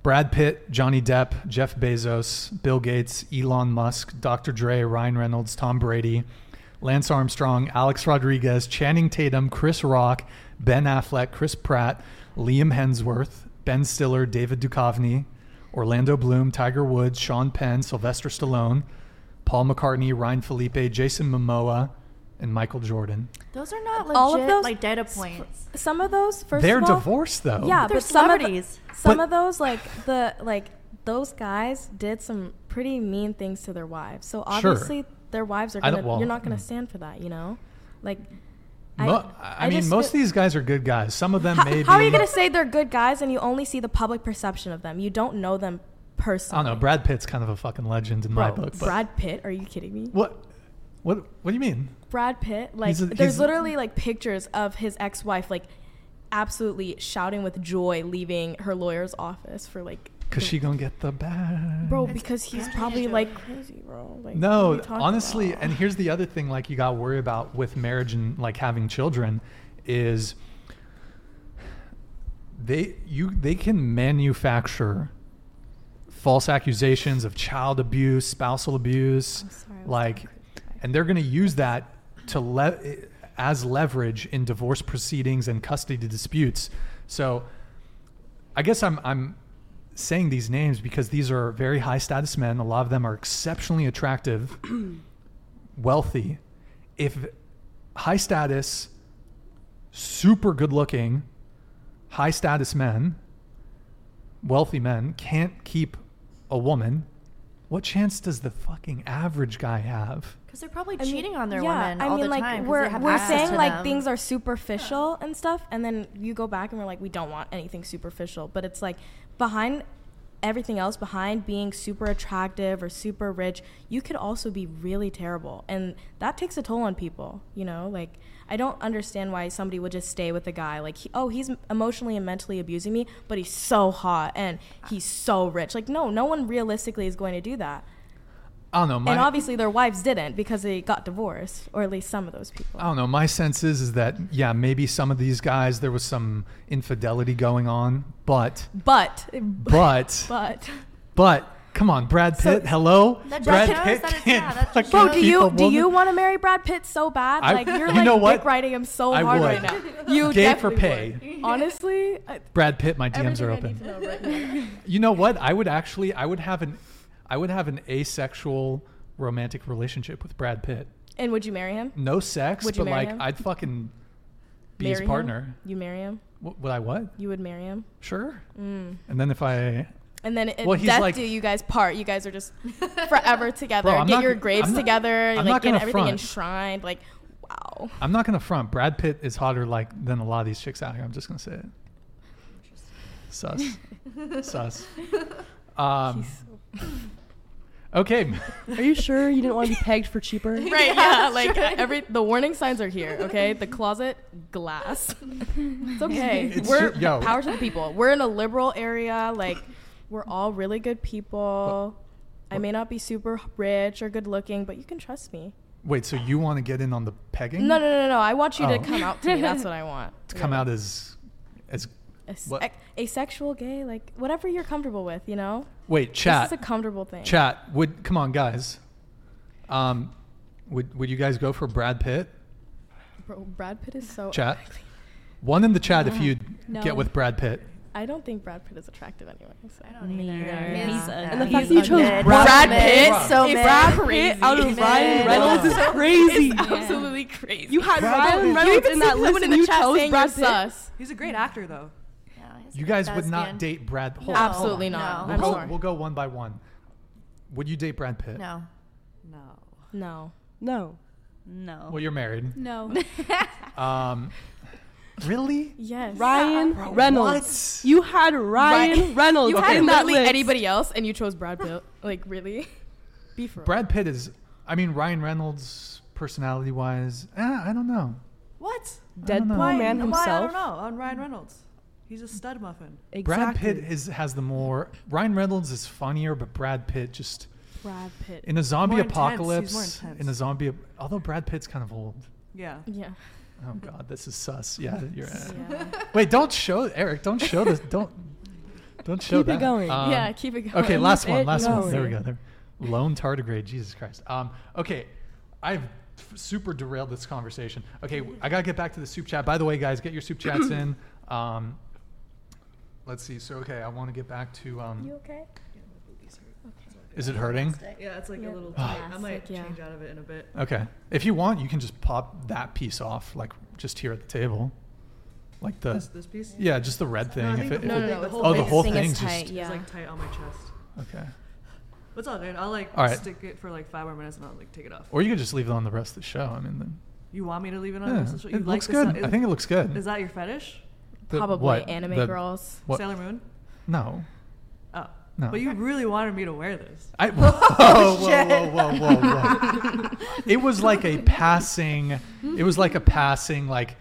[SPEAKER 2] Brad Pitt, Johnny Depp, Jeff Bezos, Bill Gates, Elon Musk, Dr. Dre, Ryan Reynolds, Tom Brady, Lance Armstrong, Alex Rodriguez, Channing Tatum, Chris Rock, Ben Affleck, Chris Pratt, Liam Hemsworth, Ben Stiller, David Duchovny, Orlando Bloom, Tiger Woods, Sean Penn, Sylvester Stallone, Paul McCartney, Ryan Felipe, Jason Momoa, and Michael Jordan.
[SPEAKER 3] Those are not legit,
[SPEAKER 5] All of those-
[SPEAKER 3] like data points.
[SPEAKER 5] some of those first.
[SPEAKER 2] They're
[SPEAKER 5] of all-
[SPEAKER 2] divorced though.
[SPEAKER 5] Yeah,
[SPEAKER 3] They're
[SPEAKER 5] but some of, the-
[SPEAKER 3] celebrities.
[SPEAKER 5] some
[SPEAKER 2] But-
[SPEAKER 5] of those like the like those guys did some pretty mean things to their wives. So obviously their wives are
[SPEAKER 2] I
[SPEAKER 5] gonna.
[SPEAKER 2] don't- well,
[SPEAKER 5] you're not gonna
[SPEAKER 2] mm.
[SPEAKER 5] stand for that, you know. Like,
[SPEAKER 2] Mo- I, mean,
[SPEAKER 5] just
[SPEAKER 2] most of
[SPEAKER 5] feel-
[SPEAKER 2] these guys are good guys. Some of them
[SPEAKER 5] How,
[SPEAKER 2] maybe.
[SPEAKER 5] how are you gonna say they're good guys and you only see the public perception of them? You don't know them
[SPEAKER 2] I
[SPEAKER 5] personally.
[SPEAKER 2] don't know. Brad Pitt's kind of a fucking legend in my
[SPEAKER 5] Bro,
[SPEAKER 2] book. But
[SPEAKER 5] Brad Pitt? Are you kidding me?
[SPEAKER 2] What? What? What do you mean?
[SPEAKER 5] Brad Pitt, like
[SPEAKER 2] He's a-
[SPEAKER 5] there's
[SPEAKER 2] he's-
[SPEAKER 5] literally like pictures of his ex-wife like absolutely shouting with joy leaving her lawyer's office for like
[SPEAKER 2] Cause she gonna get the bag.
[SPEAKER 5] bro because he's probably like crazy, bro. Like, what are
[SPEAKER 2] Mm. No,
[SPEAKER 5] you talking
[SPEAKER 2] honestly,
[SPEAKER 5] about?
[SPEAKER 2] and here's the other thing: like you got to worry about with marriage and like having children, is they you they can manufacture false accusations of child abuse, spousal abuse,
[SPEAKER 5] sorry, I was
[SPEAKER 2] like,
[SPEAKER 5] talking crazy.
[SPEAKER 2] and they're going to use that to le- as leverage in divorce proceedings and custody disputes. So, I guess I'm I'm saying these names because these are very high status men. A lot of them are exceptionally attractive, wealthy. If high status, super good looking, high status men, wealthy men can't keep a woman, what chance does the fucking average guy have?
[SPEAKER 3] Because they're probably
[SPEAKER 5] I mean,
[SPEAKER 3] cheating on their
[SPEAKER 5] yeah,
[SPEAKER 3] women
[SPEAKER 5] I
[SPEAKER 3] all
[SPEAKER 5] mean,
[SPEAKER 3] the
[SPEAKER 5] like,
[SPEAKER 3] time. 'cause
[SPEAKER 5] We're,
[SPEAKER 3] they have
[SPEAKER 5] we're
[SPEAKER 3] access
[SPEAKER 5] saying
[SPEAKER 3] to
[SPEAKER 5] like
[SPEAKER 3] them.
[SPEAKER 5] things are superficial and stuff, and then you go back and we're like, we don't want anything superficial. But it's like behind everything else, behind being super attractive or super rich, you could also be really terrible, and that takes a toll on people. You know, like I don't understand why somebody would just stay with a guy like, he, oh, he's emotionally and mentally abusing me, but he's so hot and he's so rich. Like, no, no one realistically is going to do that.
[SPEAKER 2] I don't know. My,
[SPEAKER 5] And obviously, their wives didn't because they got divorced, or at least some of those people.
[SPEAKER 2] I don't know. My sense is, is that yeah, maybe some of these guys there was some infidelity going on, but
[SPEAKER 5] But,
[SPEAKER 2] but
[SPEAKER 5] but,
[SPEAKER 2] but come on, Brad
[SPEAKER 5] So-
[SPEAKER 2] Pitt. hello,
[SPEAKER 3] That-
[SPEAKER 2] Brad
[SPEAKER 3] that
[SPEAKER 2] Pitt
[SPEAKER 3] is- that is-
[SPEAKER 2] can't
[SPEAKER 3] yeah, that's-
[SPEAKER 2] fucking
[SPEAKER 5] bro, do
[SPEAKER 2] keep a
[SPEAKER 5] you do
[SPEAKER 2] woman.
[SPEAKER 5] you want to marry Brad Pitt so bad?
[SPEAKER 2] I-
[SPEAKER 5] like you're
[SPEAKER 2] you
[SPEAKER 5] like
[SPEAKER 2] know what?
[SPEAKER 5] dick riding him so
[SPEAKER 2] I
[SPEAKER 5] hard
[SPEAKER 2] would.
[SPEAKER 5] right now. You
[SPEAKER 2] Gay for
[SPEAKER 5] definitely
[SPEAKER 2] pay.
[SPEAKER 5] would. Honestly, I,
[SPEAKER 2] Brad Pitt, my DMs are open. you know what? I would actually, I would have an, I would have an asexual romantic relationship with Brad Pitt.
[SPEAKER 5] and would you marry him?
[SPEAKER 2] No sex,
[SPEAKER 5] Would you
[SPEAKER 2] but
[SPEAKER 5] marry
[SPEAKER 2] like
[SPEAKER 5] him?
[SPEAKER 2] I'd fucking be
[SPEAKER 5] marry
[SPEAKER 2] his
[SPEAKER 5] him?
[SPEAKER 2] partner.
[SPEAKER 5] You marry him?
[SPEAKER 2] W- would I what?
[SPEAKER 5] You would marry him?
[SPEAKER 2] Sure.
[SPEAKER 5] Mm.
[SPEAKER 2] And then if I,
[SPEAKER 5] And then it,
[SPEAKER 2] Well, he's
[SPEAKER 5] death
[SPEAKER 2] like-
[SPEAKER 5] do you guys part. You guys are just forever together.
[SPEAKER 2] Bro, I'm
[SPEAKER 5] get
[SPEAKER 2] not
[SPEAKER 5] your
[SPEAKER 2] gonna-
[SPEAKER 5] graves
[SPEAKER 2] I'm not-
[SPEAKER 5] together.
[SPEAKER 2] I'm
[SPEAKER 5] like
[SPEAKER 2] not
[SPEAKER 5] get
[SPEAKER 2] gonna
[SPEAKER 5] everything
[SPEAKER 2] front.
[SPEAKER 5] enshrined. Like, wow.
[SPEAKER 2] I'm not gonna front. Brad Pitt is hotter like than a lot of these chicks out here. I'm just gonna say it. Sus. Sus. Um, okay.
[SPEAKER 6] Are you sure you didn't want to be pegged for cheaper?
[SPEAKER 5] Right, yeah, like every the warning signs are here, okay? The closet glass. It's okay.
[SPEAKER 2] It's
[SPEAKER 5] we're
[SPEAKER 2] ju- yo.
[SPEAKER 5] power to the people. We're in a liberal area, like we're all really good people. I may not be super rich or good looking, but you can trust me.
[SPEAKER 2] Wait. So you want to get in on the pegging?
[SPEAKER 5] No, no, no, no. I want you
[SPEAKER 2] Oh.
[SPEAKER 5] to come out to me. That's what I want.
[SPEAKER 2] To come out as, as
[SPEAKER 5] As-
[SPEAKER 2] what?
[SPEAKER 5] asexual, gay, like whatever you're comfortable with, you know?
[SPEAKER 2] wait
[SPEAKER 5] This
[SPEAKER 2] chat
[SPEAKER 5] is a comfortable thing.
[SPEAKER 2] chat would come on guys. Um, would would you guys go for Brad Pitt?
[SPEAKER 5] Bro, Brad Pitt is so
[SPEAKER 2] Chat. One in the chat if you'd
[SPEAKER 7] No.
[SPEAKER 2] get with Brad Pitt.
[SPEAKER 5] I don't think Brad Pitt is attractive anyway. So. I don't
[SPEAKER 7] Neither.
[SPEAKER 3] He's
[SPEAKER 7] He's
[SPEAKER 3] ugly.
[SPEAKER 6] And the
[SPEAKER 7] ugly.
[SPEAKER 6] fact that you chose
[SPEAKER 3] Mid.
[SPEAKER 6] Brad,
[SPEAKER 5] Brad
[SPEAKER 3] Mid.
[SPEAKER 5] Pitt,
[SPEAKER 3] so
[SPEAKER 5] if
[SPEAKER 3] mid.
[SPEAKER 5] Brad Pitt out of
[SPEAKER 3] Mid.
[SPEAKER 5] Ryan
[SPEAKER 6] Reynolds is crazy.
[SPEAKER 5] absolutely crazy.
[SPEAKER 6] You had
[SPEAKER 2] Brad Pitt
[SPEAKER 6] Ryan
[SPEAKER 2] is-
[SPEAKER 6] Reynolds in that list
[SPEAKER 5] someone
[SPEAKER 6] and you chose Brad Pitt.
[SPEAKER 4] He's a great actor, though.
[SPEAKER 3] Yeah, he's
[SPEAKER 2] You
[SPEAKER 3] a
[SPEAKER 2] guys would
[SPEAKER 3] lesbian. Oh,
[SPEAKER 2] not date Brad. Hold
[SPEAKER 5] Absolutely
[SPEAKER 2] hold
[SPEAKER 5] not.
[SPEAKER 2] We'll
[SPEAKER 5] I'm
[SPEAKER 2] go,
[SPEAKER 5] sorry.
[SPEAKER 2] We'll go one by one. Would you date Brad Pitt?
[SPEAKER 3] No.
[SPEAKER 4] No.
[SPEAKER 5] No.
[SPEAKER 6] No.
[SPEAKER 7] No.
[SPEAKER 2] Oh. Well, you're married.
[SPEAKER 8] No.
[SPEAKER 2] Um, really?
[SPEAKER 5] Yes.
[SPEAKER 6] Ryan Reynolds. You had Ryan Reynolds
[SPEAKER 5] You had
[SPEAKER 6] in that
[SPEAKER 5] literally
[SPEAKER 6] list.
[SPEAKER 5] anybody else, and you chose Brad Pitt. like really? Be for
[SPEAKER 2] Brad Pitt is. I mean, Ryan Reynolds, personality-wise, eh, I don't know.
[SPEAKER 4] What?
[SPEAKER 2] know.
[SPEAKER 6] Deadpool man
[SPEAKER 4] Why? I don't
[SPEAKER 6] himself.
[SPEAKER 4] know. On Ryan Reynolds. He's a stud muffin.
[SPEAKER 2] Brad
[SPEAKER 6] Exactly.
[SPEAKER 2] Pitt is has the more. Reynon Reynolds is funnier, but Brad Pitt just
[SPEAKER 5] Brad Pitt.
[SPEAKER 2] in a zombie
[SPEAKER 4] More intense. He's more
[SPEAKER 2] apocalypse.
[SPEAKER 4] intense.
[SPEAKER 2] In a zombie, although Brad Pitt's kind of old.
[SPEAKER 4] Yeah.
[SPEAKER 5] yeah.
[SPEAKER 2] Oh God, this is sus. Yeah, you're. eh.
[SPEAKER 5] Yeah.
[SPEAKER 2] Wait, don't show Eric. Don't show this. Don't. Don't show
[SPEAKER 6] Keep it
[SPEAKER 2] that. Um,
[SPEAKER 6] going.
[SPEAKER 5] yeah. Keep it going.
[SPEAKER 2] Okay, last one.
[SPEAKER 6] It
[SPEAKER 2] Last one. There we go.
[SPEAKER 6] knows.
[SPEAKER 2] There. Lone tardigrade. Jesus Christ. Um, okay, I've f- super derailed this conversation. Okay, w- I gotta get back to the soup chat. By the way, guys, get your soup chats in. Um, let's see. So okay, I want to get back to. Um,
[SPEAKER 5] You okay?
[SPEAKER 2] is it hurting?
[SPEAKER 4] Yeah, it's like
[SPEAKER 5] Yeah.
[SPEAKER 4] a little.
[SPEAKER 2] Ah.
[SPEAKER 5] Classic,
[SPEAKER 4] I might
[SPEAKER 5] yeah.
[SPEAKER 4] change out of it in a bit.
[SPEAKER 2] Okay. If you want, you can just pop that piece off, like just here at the table, like the.
[SPEAKER 4] This, this piece.
[SPEAKER 2] Uh, yeah, just the red thing.
[SPEAKER 4] I
[SPEAKER 2] if
[SPEAKER 4] think
[SPEAKER 2] it,
[SPEAKER 4] the
[SPEAKER 5] No, no,
[SPEAKER 4] thing-
[SPEAKER 5] no.
[SPEAKER 4] the
[SPEAKER 5] it's-
[SPEAKER 4] whole Oh, the
[SPEAKER 2] whole
[SPEAKER 5] thing is
[SPEAKER 2] thing's just-
[SPEAKER 5] tight,
[SPEAKER 4] It's
[SPEAKER 5] Yeah.
[SPEAKER 4] like tight on my chest.
[SPEAKER 2] okay.
[SPEAKER 4] What's up, dude? I'll like
[SPEAKER 2] All right.
[SPEAKER 4] stick it for like five more minutes and I'll like take it off.
[SPEAKER 2] Or you could just leave it on the rest of the show. I mean, the,
[SPEAKER 4] you want me to leave it on?
[SPEAKER 2] yeah,
[SPEAKER 4] this? You
[SPEAKER 2] it
[SPEAKER 4] like
[SPEAKER 2] looks
[SPEAKER 4] the
[SPEAKER 2] good.
[SPEAKER 4] sound-
[SPEAKER 2] I think it looks good.
[SPEAKER 4] Is that your fetish?
[SPEAKER 2] The-
[SPEAKER 5] Probably
[SPEAKER 2] what?
[SPEAKER 5] anime
[SPEAKER 2] The-
[SPEAKER 5] girls.
[SPEAKER 2] What?
[SPEAKER 4] Sailor Moon.
[SPEAKER 2] No.
[SPEAKER 4] Oh.
[SPEAKER 2] No.
[SPEAKER 4] But you really wanted me to wear this.
[SPEAKER 2] I, whoa,
[SPEAKER 5] Oh,
[SPEAKER 2] whoa, whoa, whoa, whoa, whoa. it was like a passing, it was like a passing, like,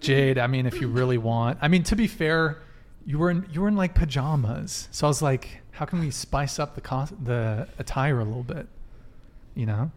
[SPEAKER 2] Jade, I mean, if you really want, I mean, to be fair, you were in, you were in like pajamas. So I was like, how can we spice up the cost, the attire a little bit, you know?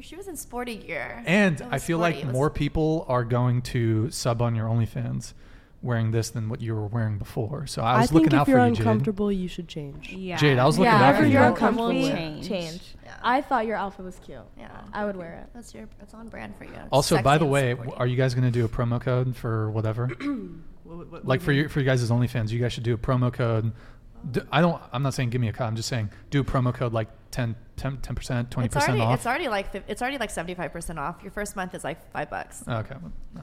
[SPEAKER 3] She was in sporty gear.
[SPEAKER 2] And
[SPEAKER 3] It
[SPEAKER 2] I
[SPEAKER 3] was
[SPEAKER 2] feel
[SPEAKER 3] sporty.
[SPEAKER 2] like
[SPEAKER 3] It was-
[SPEAKER 2] more people are going to sub on your OnlyFans wearing this than what you were wearing before. So I was
[SPEAKER 6] think
[SPEAKER 2] looking
[SPEAKER 6] if
[SPEAKER 2] out
[SPEAKER 6] you're
[SPEAKER 2] for you, Jade.
[SPEAKER 6] uncomfortable, you should change.
[SPEAKER 7] yeah.
[SPEAKER 2] Jade, I was looking
[SPEAKER 5] yeah.
[SPEAKER 2] out for
[SPEAKER 5] Whatever
[SPEAKER 2] you.
[SPEAKER 5] you're
[SPEAKER 6] You're
[SPEAKER 5] uncomfortable with,
[SPEAKER 7] change.
[SPEAKER 5] change.
[SPEAKER 3] Yeah.
[SPEAKER 5] I thought your outfit was cute.
[SPEAKER 3] Yeah.
[SPEAKER 5] I would wear it.
[SPEAKER 3] That's your. That's on brand for you. It's
[SPEAKER 2] Also, by
[SPEAKER 3] sexy
[SPEAKER 2] the
[SPEAKER 3] and
[SPEAKER 2] way,
[SPEAKER 3] sporty.
[SPEAKER 2] are you guys going to do a promo code for whatever?
[SPEAKER 4] What- what- what
[SPEAKER 2] like
[SPEAKER 4] do
[SPEAKER 2] for
[SPEAKER 4] you
[SPEAKER 2] your for you guys' OnlyFans, you guys should do a promo code. D- I don't. I'm not saying give me a code. I'm just saying do a promo code like 10 10 percent, twenty
[SPEAKER 3] It's already.
[SPEAKER 2] percent off.
[SPEAKER 3] It's already like. fif- It's already like seventy-five percent off. Your first month is like five bucks.
[SPEAKER 2] okay.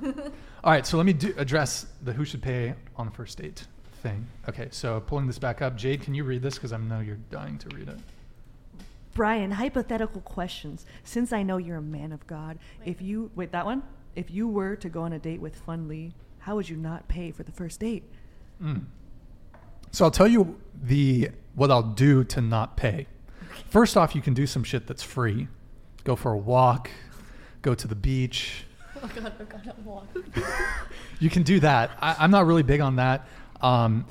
[SPEAKER 2] well, no. All right. So let me do, address the who should pay on the first date thing. Okay. So pulling this back up, Jade, can you read this? Because I know you're dying to read it.
[SPEAKER 4] Brian, hypothetical questions. Since I know you're a man of God, if you wait that one, if you were to go on a date with Fun Lee, how would you not pay for the first date?
[SPEAKER 2] Mm. So I'll tell you the what I'll do to not pay. First off, you can do some shit that's free. Go for a walk, go to the beach. you can do that. I, I'm not really big on that. Um,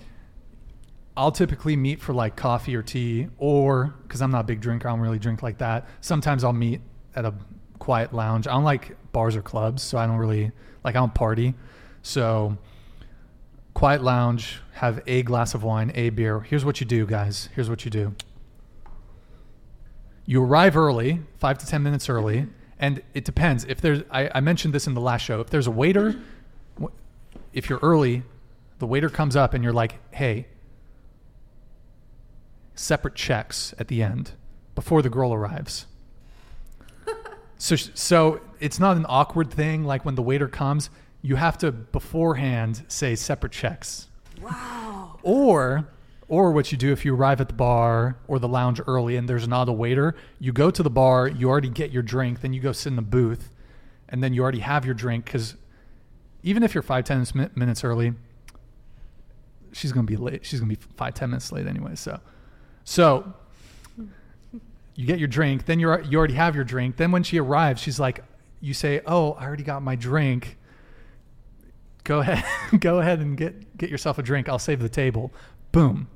[SPEAKER 2] I'll typically meet for like coffee or tea, or because I'm not a big drinker, I don't really drink like that. Sometimes I'll meet at a quiet lounge. I don't like bars or clubs, so I don't really like. I don't party, so quiet lounge. Have a glass of wine, a beer. Here's what you do, guys. Here's what you do. You arrive early, five to ten minutes early, and it depends. If there's, I, I mentioned this in the last show. If there's a waiter, wh- if you're early, the waiter comes up and you're like, "Hey, separate checks at the end before the girl arrives. so so it's not an awkward thing like when the waiter comes, you have to beforehand say separate checks. Wow. or or what you do if you arrive at the bar or the lounge early and there's not a waiter, you go to the bar, you already get your drink, then you go sit in the booth, and then you already have your drink because even if you're five ten mi- minutes early, she's gonna be late. She's gonna be five ten minutes late anyway. So, so you get your drink, then you're you already have your drink. Then when she arrives, she's like, you say, "Oh, I already got my drink. Go ahead, go ahead and get get yourself a drink. I'll save the table." Boom.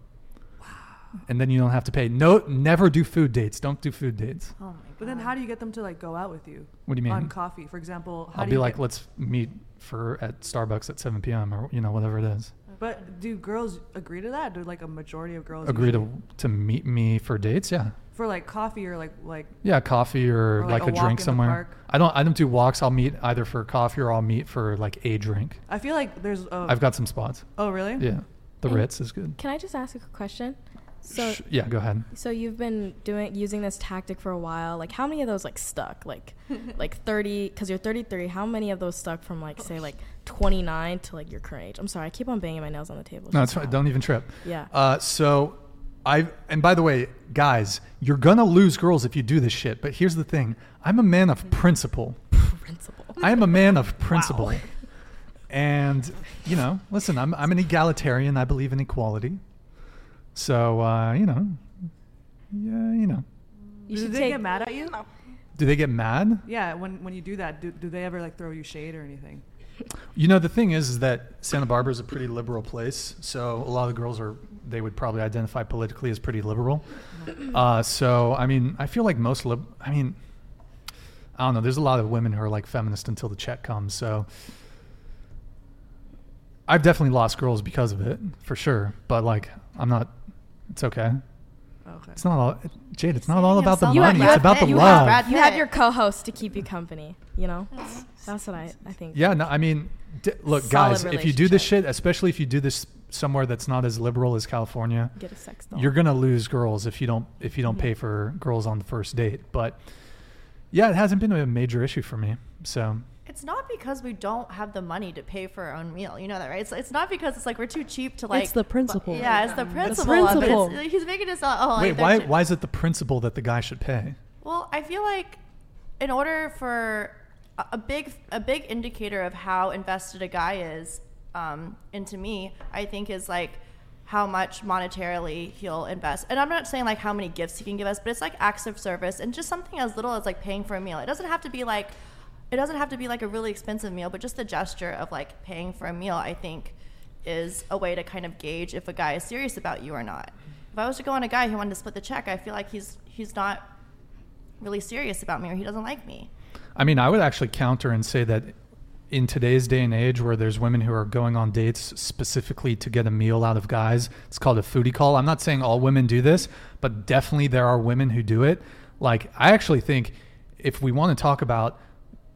[SPEAKER 2] And then you don't have to pay. No, never do food dates. Don't do food dates.
[SPEAKER 3] Oh my god.
[SPEAKER 4] But then, how do you get them to like go out with you
[SPEAKER 2] What do you mean?
[SPEAKER 4] on coffee, for example? How
[SPEAKER 2] I'll
[SPEAKER 4] do
[SPEAKER 2] be
[SPEAKER 4] you
[SPEAKER 2] like,
[SPEAKER 4] get-
[SPEAKER 2] let's meet for at Starbucks at 7 p.m. or you know whatever it is.
[SPEAKER 4] But do girls agree to that? Do like a majority of girls
[SPEAKER 2] Agree to
[SPEAKER 4] usually-
[SPEAKER 2] to meet me for dates. Yeah.
[SPEAKER 4] for like coffee or like like
[SPEAKER 2] Yeah, coffee or,
[SPEAKER 4] Or,
[SPEAKER 2] like,
[SPEAKER 4] like,
[SPEAKER 2] a,
[SPEAKER 4] a walk in
[SPEAKER 2] drink
[SPEAKER 4] the
[SPEAKER 2] somewhere.
[SPEAKER 4] park.
[SPEAKER 2] I don't I don't do walks. I'll meet either for coffee or I'll meet for like a drink.
[SPEAKER 4] I feel like there's a,
[SPEAKER 2] I've got some spots.
[SPEAKER 4] oh really
[SPEAKER 2] Yeah. The
[SPEAKER 5] And-
[SPEAKER 2] Ritz is good.
[SPEAKER 5] Can I just ask a quick question? So,
[SPEAKER 2] Sh- yeah, go ahead.
[SPEAKER 5] so you've been doing using this tactic for a while. Like, how many of those like stuck? Like, like thirty? Because you're 33. How many of those stuck from like say like 29 to like your current age? I'm sorry, I keep on banging my nails on the table.
[SPEAKER 2] No,
[SPEAKER 5] It's
[SPEAKER 2] it's
[SPEAKER 5] just
[SPEAKER 2] fine.
[SPEAKER 5] loud.
[SPEAKER 2] Don't even trip.
[SPEAKER 5] Yeah.
[SPEAKER 2] Uh, so I and by the way, guys, you're gonna lose girls if you do this shit. But here's the thing: I'm a man of principle.
[SPEAKER 5] principle.
[SPEAKER 2] I am a man of principle. And, you know, listen, I'm, I'm an egalitarian. I believe in equality. So, uh, you know, yeah, you know.
[SPEAKER 7] You
[SPEAKER 4] do
[SPEAKER 7] should
[SPEAKER 4] they
[SPEAKER 7] take
[SPEAKER 4] get mad at you?
[SPEAKER 2] Do they get mad?
[SPEAKER 4] Yeah, when when you do that, do, do they ever like throw you shade or anything?
[SPEAKER 2] You know, the thing is, is that Santa Barbara is a pretty liberal place. So a lot of the girls are, they would probably identify politically as pretty liberal. Uh, so, I mean, I feel like most, lib- I mean, I don't know. There's a lot of women who are like feminist until the check comes. So I've definitely lost girls because of it, for sure. But like, I'm not, it's okay.
[SPEAKER 4] Okay.
[SPEAKER 2] It's not all, Jade, it's not all about the
[SPEAKER 3] You have
[SPEAKER 2] money.
[SPEAKER 3] Brad
[SPEAKER 2] It's about the
[SPEAKER 3] Pitt, you have
[SPEAKER 2] love.
[SPEAKER 3] Brad
[SPEAKER 5] You have
[SPEAKER 3] Pitt.
[SPEAKER 5] your co-host to keep you company. You know, that's what I, I think.
[SPEAKER 2] Yeah, no, I mean, d- look,
[SPEAKER 5] Solid
[SPEAKER 2] guys, if you do this
[SPEAKER 5] relationship.
[SPEAKER 2] shit, especially if you do this somewhere that's not as liberal as California,
[SPEAKER 5] Get a sex doll.
[SPEAKER 2] you're gonna lose girls if you don't if you don't pay for girls on the first date. But yeah, it hasn't been a major issue for me. So
[SPEAKER 3] It's not because we don't have the money to pay for our own meal. You know that, right? It's, it's not because it's like we're too cheap to like.
[SPEAKER 6] It's the principle.
[SPEAKER 3] yeah, it's the principle. Of it.
[SPEAKER 6] principle.
[SPEAKER 3] It's, he's making us all. Oh,
[SPEAKER 2] wait,
[SPEAKER 3] like,
[SPEAKER 2] why
[SPEAKER 3] they're-
[SPEAKER 2] why is it the principle that the guy should pay?
[SPEAKER 3] Well, I feel like in order for a- a big a big indicator of how invested a guy is um, into me, I think is like how much monetarily he'll invest. And I'm not saying like how many gifts he can give us, but it's like acts of service and just something as little as like paying for a meal. It doesn't have to be like it doesn't have to be like a really expensive meal, but just the gesture of like paying for a meal, I think is a way to kind of gauge if a guy is serious about you or not. If I was to go on a guy who wanted to split the check, I feel like he's he's not really serious about me or he doesn't like me.
[SPEAKER 2] I mean, I would actually counter and say that in today's day and age where there's women who are going on dates specifically to get a meal out of guys, it's called a foodie call. I'm not saying all women do this, but definitely there are women who do it. Like, I actually think if we want to talk about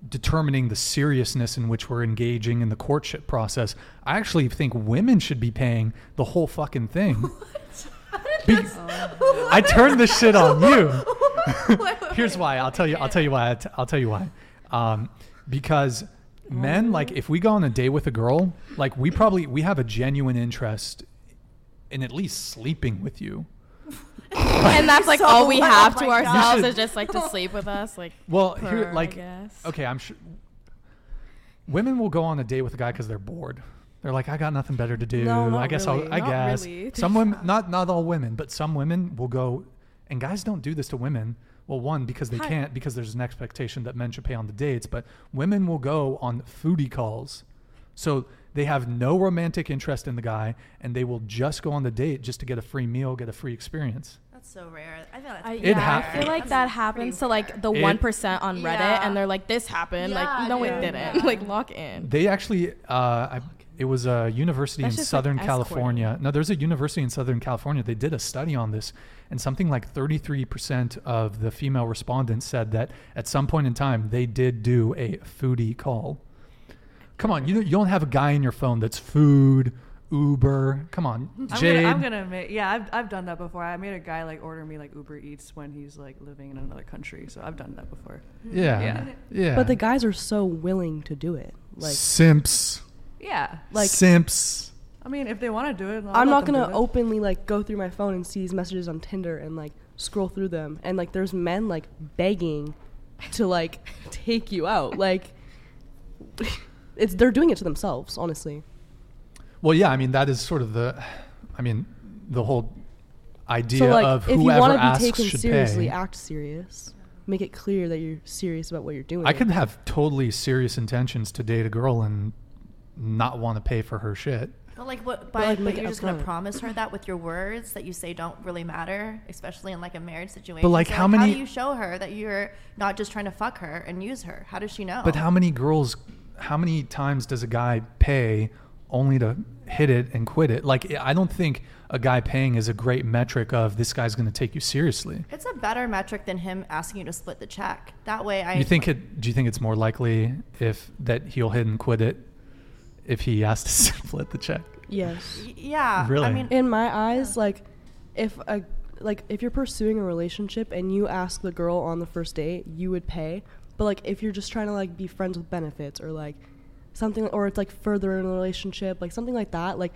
[SPEAKER 2] determining the seriousness in which we're engaging in the courtship process, I actually think women should be paying the whole fucking thing. Be- I turned this shit on you. Here's why. I'll tell you. I'll tell you why. I t- I'll tell you why. Um, because men, like, if we go on a date with a girl, like, we probably we have a genuine interest in at least sleeping with you.
[SPEAKER 5] and that's like all we have to
[SPEAKER 3] my God.
[SPEAKER 5] ourselves
[SPEAKER 2] You
[SPEAKER 5] is just like to sleep with us. Like,
[SPEAKER 2] Well,
[SPEAKER 5] purr,
[SPEAKER 2] here,
[SPEAKER 5] I
[SPEAKER 2] like,
[SPEAKER 5] guess.
[SPEAKER 2] okay, I'm sure. Women will go on a date with a guy because they're bored. They're like, I got nothing better to do.
[SPEAKER 6] No,
[SPEAKER 2] I
[SPEAKER 6] not
[SPEAKER 2] guess
[SPEAKER 6] really.
[SPEAKER 2] I'll, I
[SPEAKER 6] Not
[SPEAKER 2] guess
[SPEAKER 6] really.
[SPEAKER 2] some women, not not all women, but some women will go, and guys don't do this to women. Well, one because they
[SPEAKER 5] Hi.
[SPEAKER 2] can't because there's an expectation that men should pay on the dates, but women will go on foodie calls, so they have no romantic interest in the guy, and they will just go on the date just to get a free meal, get a free experience.
[SPEAKER 3] That's so rare. I feel that's
[SPEAKER 5] I,
[SPEAKER 2] It
[SPEAKER 5] yeah,
[SPEAKER 2] hap-
[SPEAKER 5] I feel like
[SPEAKER 3] That's
[SPEAKER 5] that
[SPEAKER 3] pretty
[SPEAKER 5] happens to
[SPEAKER 3] rare.
[SPEAKER 5] like the
[SPEAKER 2] It-
[SPEAKER 5] one percent on Reddit,
[SPEAKER 3] Yeah.
[SPEAKER 5] and they're like, "This happened."
[SPEAKER 3] Yeah,
[SPEAKER 5] like, no, it
[SPEAKER 3] dude.
[SPEAKER 5] didn't.
[SPEAKER 3] Yeah.
[SPEAKER 5] like, lock in.
[SPEAKER 2] They actually, uh, I, it was a university
[SPEAKER 5] That's
[SPEAKER 2] in
[SPEAKER 5] just, like,
[SPEAKER 2] Southern
[SPEAKER 5] escorting.
[SPEAKER 2] California. No, there's a university in Southern California. They did a study on this, and something like 33% of the female respondents said that at some point in time they did do a foodie call. Come on, you don't- you don't have a guy in your phone that's food, Uber. Come on,
[SPEAKER 4] I'm
[SPEAKER 2] Jade.
[SPEAKER 4] gonna, I'm gonna admit, yeah, I've, I've done that before. I made a guy like order me like Uber Eats when he's like living in another country, so I've done that before.
[SPEAKER 2] yeah, yeah.
[SPEAKER 4] Yeah.
[SPEAKER 6] But the guys are so willing to do it. Like,
[SPEAKER 2] simps,
[SPEAKER 4] Yeah,
[SPEAKER 6] like
[SPEAKER 2] simps.
[SPEAKER 4] I mean, if they want to do it, I'll
[SPEAKER 6] Oh,
[SPEAKER 4] let
[SPEAKER 6] I'm not
[SPEAKER 4] them
[SPEAKER 6] gonna
[SPEAKER 4] do it.
[SPEAKER 6] openly like go through my phone and see his messages on Tinder and like scroll through them and like there's men like begging to like take you out. Like it's they're doing it to themselves, honestly.
[SPEAKER 2] Well, yeah, I mean that is sort of the, I mean, the whole idea
[SPEAKER 6] so like
[SPEAKER 2] of
[SPEAKER 6] if you
[SPEAKER 2] whoever
[SPEAKER 6] want to
[SPEAKER 2] asks
[SPEAKER 6] be taken
[SPEAKER 2] should
[SPEAKER 6] seriously,
[SPEAKER 2] pay.
[SPEAKER 6] act serious. Make it clear that you're serious about what you're doing.
[SPEAKER 2] I could have totally serious intentions to date a girl and not want to pay for her shit.
[SPEAKER 3] But like what by
[SPEAKER 6] like,
[SPEAKER 3] but
[SPEAKER 6] make
[SPEAKER 3] you're
[SPEAKER 6] it
[SPEAKER 3] just gonna
[SPEAKER 6] upfront.
[SPEAKER 3] promise her that with your words that you say don't really matter, especially in like a marriage situation.
[SPEAKER 2] like,
[SPEAKER 3] So,
[SPEAKER 2] how
[SPEAKER 3] how
[SPEAKER 2] many-
[SPEAKER 3] do you show her that you're not just trying to fuck her and use her? How does she know?
[SPEAKER 2] But
[SPEAKER 6] Oh.
[SPEAKER 2] how many girls, how many times does a guy pay only to hit it and quit it? Like, I don't think a guy paying is a great metric of this guy's going to take you seriously.
[SPEAKER 3] it's a better metric than him asking you to split the check. That way I
[SPEAKER 2] You think it? Do you think it's more likely if that he'll hit and quit it if he has to split the check?
[SPEAKER 6] Yes.
[SPEAKER 3] Y- yeah.
[SPEAKER 2] Really?
[SPEAKER 3] I mean
[SPEAKER 6] In my eyes, like if a like if you're pursuing a relationship and you ask the girl on the first date, you would pay. But like if you're just trying to like be friends with benefits or like something or it's like further in a relationship, like something like that, like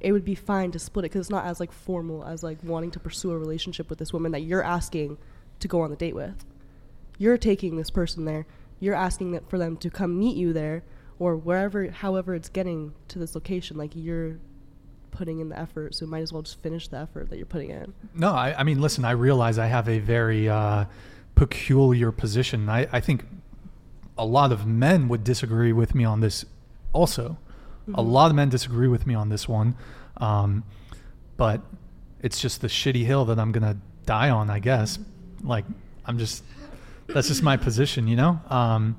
[SPEAKER 6] it would be fine to split it because it's not as like formal as like wanting to pursue a relationship with this woman that you're asking to go on the date with. You're taking this person there. You're asking that for them to come meet you there or wherever, however it's getting to this location. Like you're putting in the effort, so you might as well just finish the effort that you're putting in.
[SPEAKER 2] No, I, I mean, listen, I realize I have a very uh, peculiar position. I, I think a lot of men would disagree with me on this also. A lot of men disagree with me on this one. Um, but it's just the shitty hill that I'm going to die on, I guess. Like, I'm just, that's just my position, you know? Um,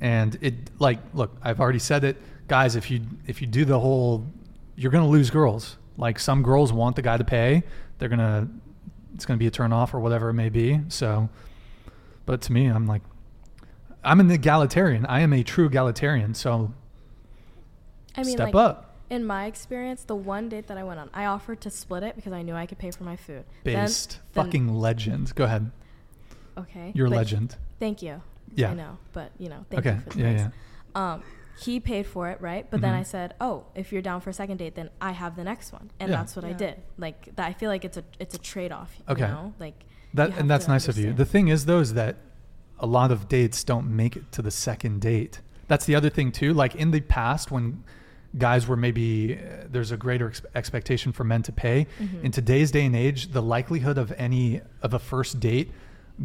[SPEAKER 2] and it, like, look, I've already said it. Guys, if you, if you do the whole, you're going to lose girls. Like, some girls want the guy to pay. They're going to, it's going to be a turn off or whatever it may be. So, but to me, I'm like, I'm an egalitarian. I am a true egalitarian. So
[SPEAKER 5] I mean,
[SPEAKER 2] step
[SPEAKER 5] like,
[SPEAKER 2] up.
[SPEAKER 5] In my experience, the one date that I went on, I offered to split it because I knew I could pay for my food. Then-
[SPEAKER 2] Based
[SPEAKER 5] then-
[SPEAKER 2] fucking legend. Go ahead.
[SPEAKER 5] Okay.
[SPEAKER 2] You're a
[SPEAKER 5] but-
[SPEAKER 2] legend.
[SPEAKER 5] Thank you.
[SPEAKER 2] Yeah.
[SPEAKER 5] I know, but you know, thank
[SPEAKER 2] okay.
[SPEAKER 5] you for the
[SPEAKER 2] yeah,
[SPEAKER 5] praise.
[SPEAKER 2] yeah.
[SPEAKER 5] Um, he paid for it, right? But then
[SPEAKER 2] Mhm.
[SPEAKER 5] I said, "Oh, if you're down for a second date, then I have the next one," and
[SPEAKER 2] Yeah.
[SPEAKER 5] that's what I
[SPEAKER 6] Yeah.
[SPEAKER 5] did. Like, that, I feel like it's a it's a trade off.
[SPEAKER 2] Okay.
[SPEAKER 5] You know? Like
[SPEAKER 2] That
[SPEAKER 5] you have
[SPEAKER 2] and that's
[SPEAKER 5] to
[SPEAKER 2] nice of you. The
[SPEAKER 5] understand.
[SPEAKER 2] thing is though is that a lot of dates don't make it to the second date. That's the other thing too. Like in the past when guys were maybe uh, there's a greater ex- expectation for men to pay.
[SPEAKER 5] Mm-hmm.
[SPEAKER 2] In today's day and age, the likelihood of any of a first date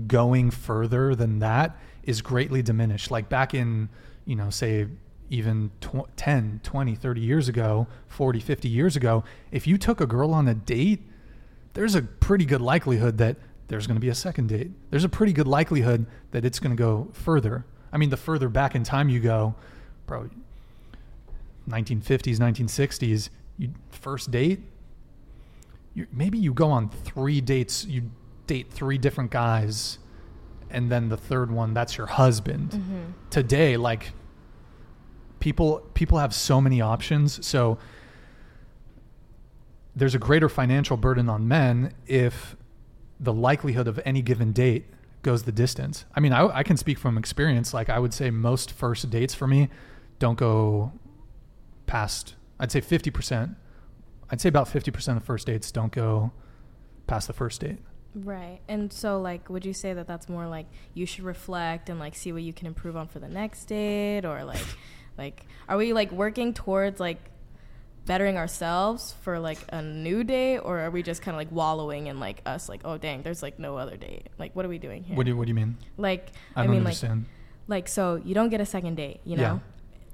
[SPEAKER 2] going further than that is greatly diminished. Like back in, you know, say even tw- 10, 20, 30 years ago, 40, 50 years ago, if you took a girl on a date, there's a pretty good likelihood that there's going to be a second date. There's a pretty good likelihood that it's going to go further. I mean, the further back in time you go, bro, 1950s, 1960s, you first date, you maybe you go on three dates, you date three different guys, and then the third one, that's your husband. Today, like people people have so many options, so there's a greater financial burden on men if the likelihood of any given date goes the distance. I mean, I, I can speak from experience. Like, I would say most first dates for me don't go past, I'd say 50%. I'd say about 50% of first dates don't go past the first date.
[SPEAKER 5] right. And so, like, would you say that that's more like you should reflect and like see what you can improve on for the next date, or like, like, are we like working towards like bettering ourselves for like a new date, or are we just kind of like wallowing in like us like, oh dang, there's like no other date. Like, what are we doing here?
[SPEAKER 2] What, do you, what do you mean?
[SPEAKER 5] like,
[SPEAKER 2] I
[SPEAKER 5] I,
[SPEAKER 2] don't
[SPEAKER 5] mean, like.
[SPEAKER 2] understand.
[SPEAKER 5] like so you don't get a second date
[SPEAKER 2] Yeah.
[SPEAKER 5] you know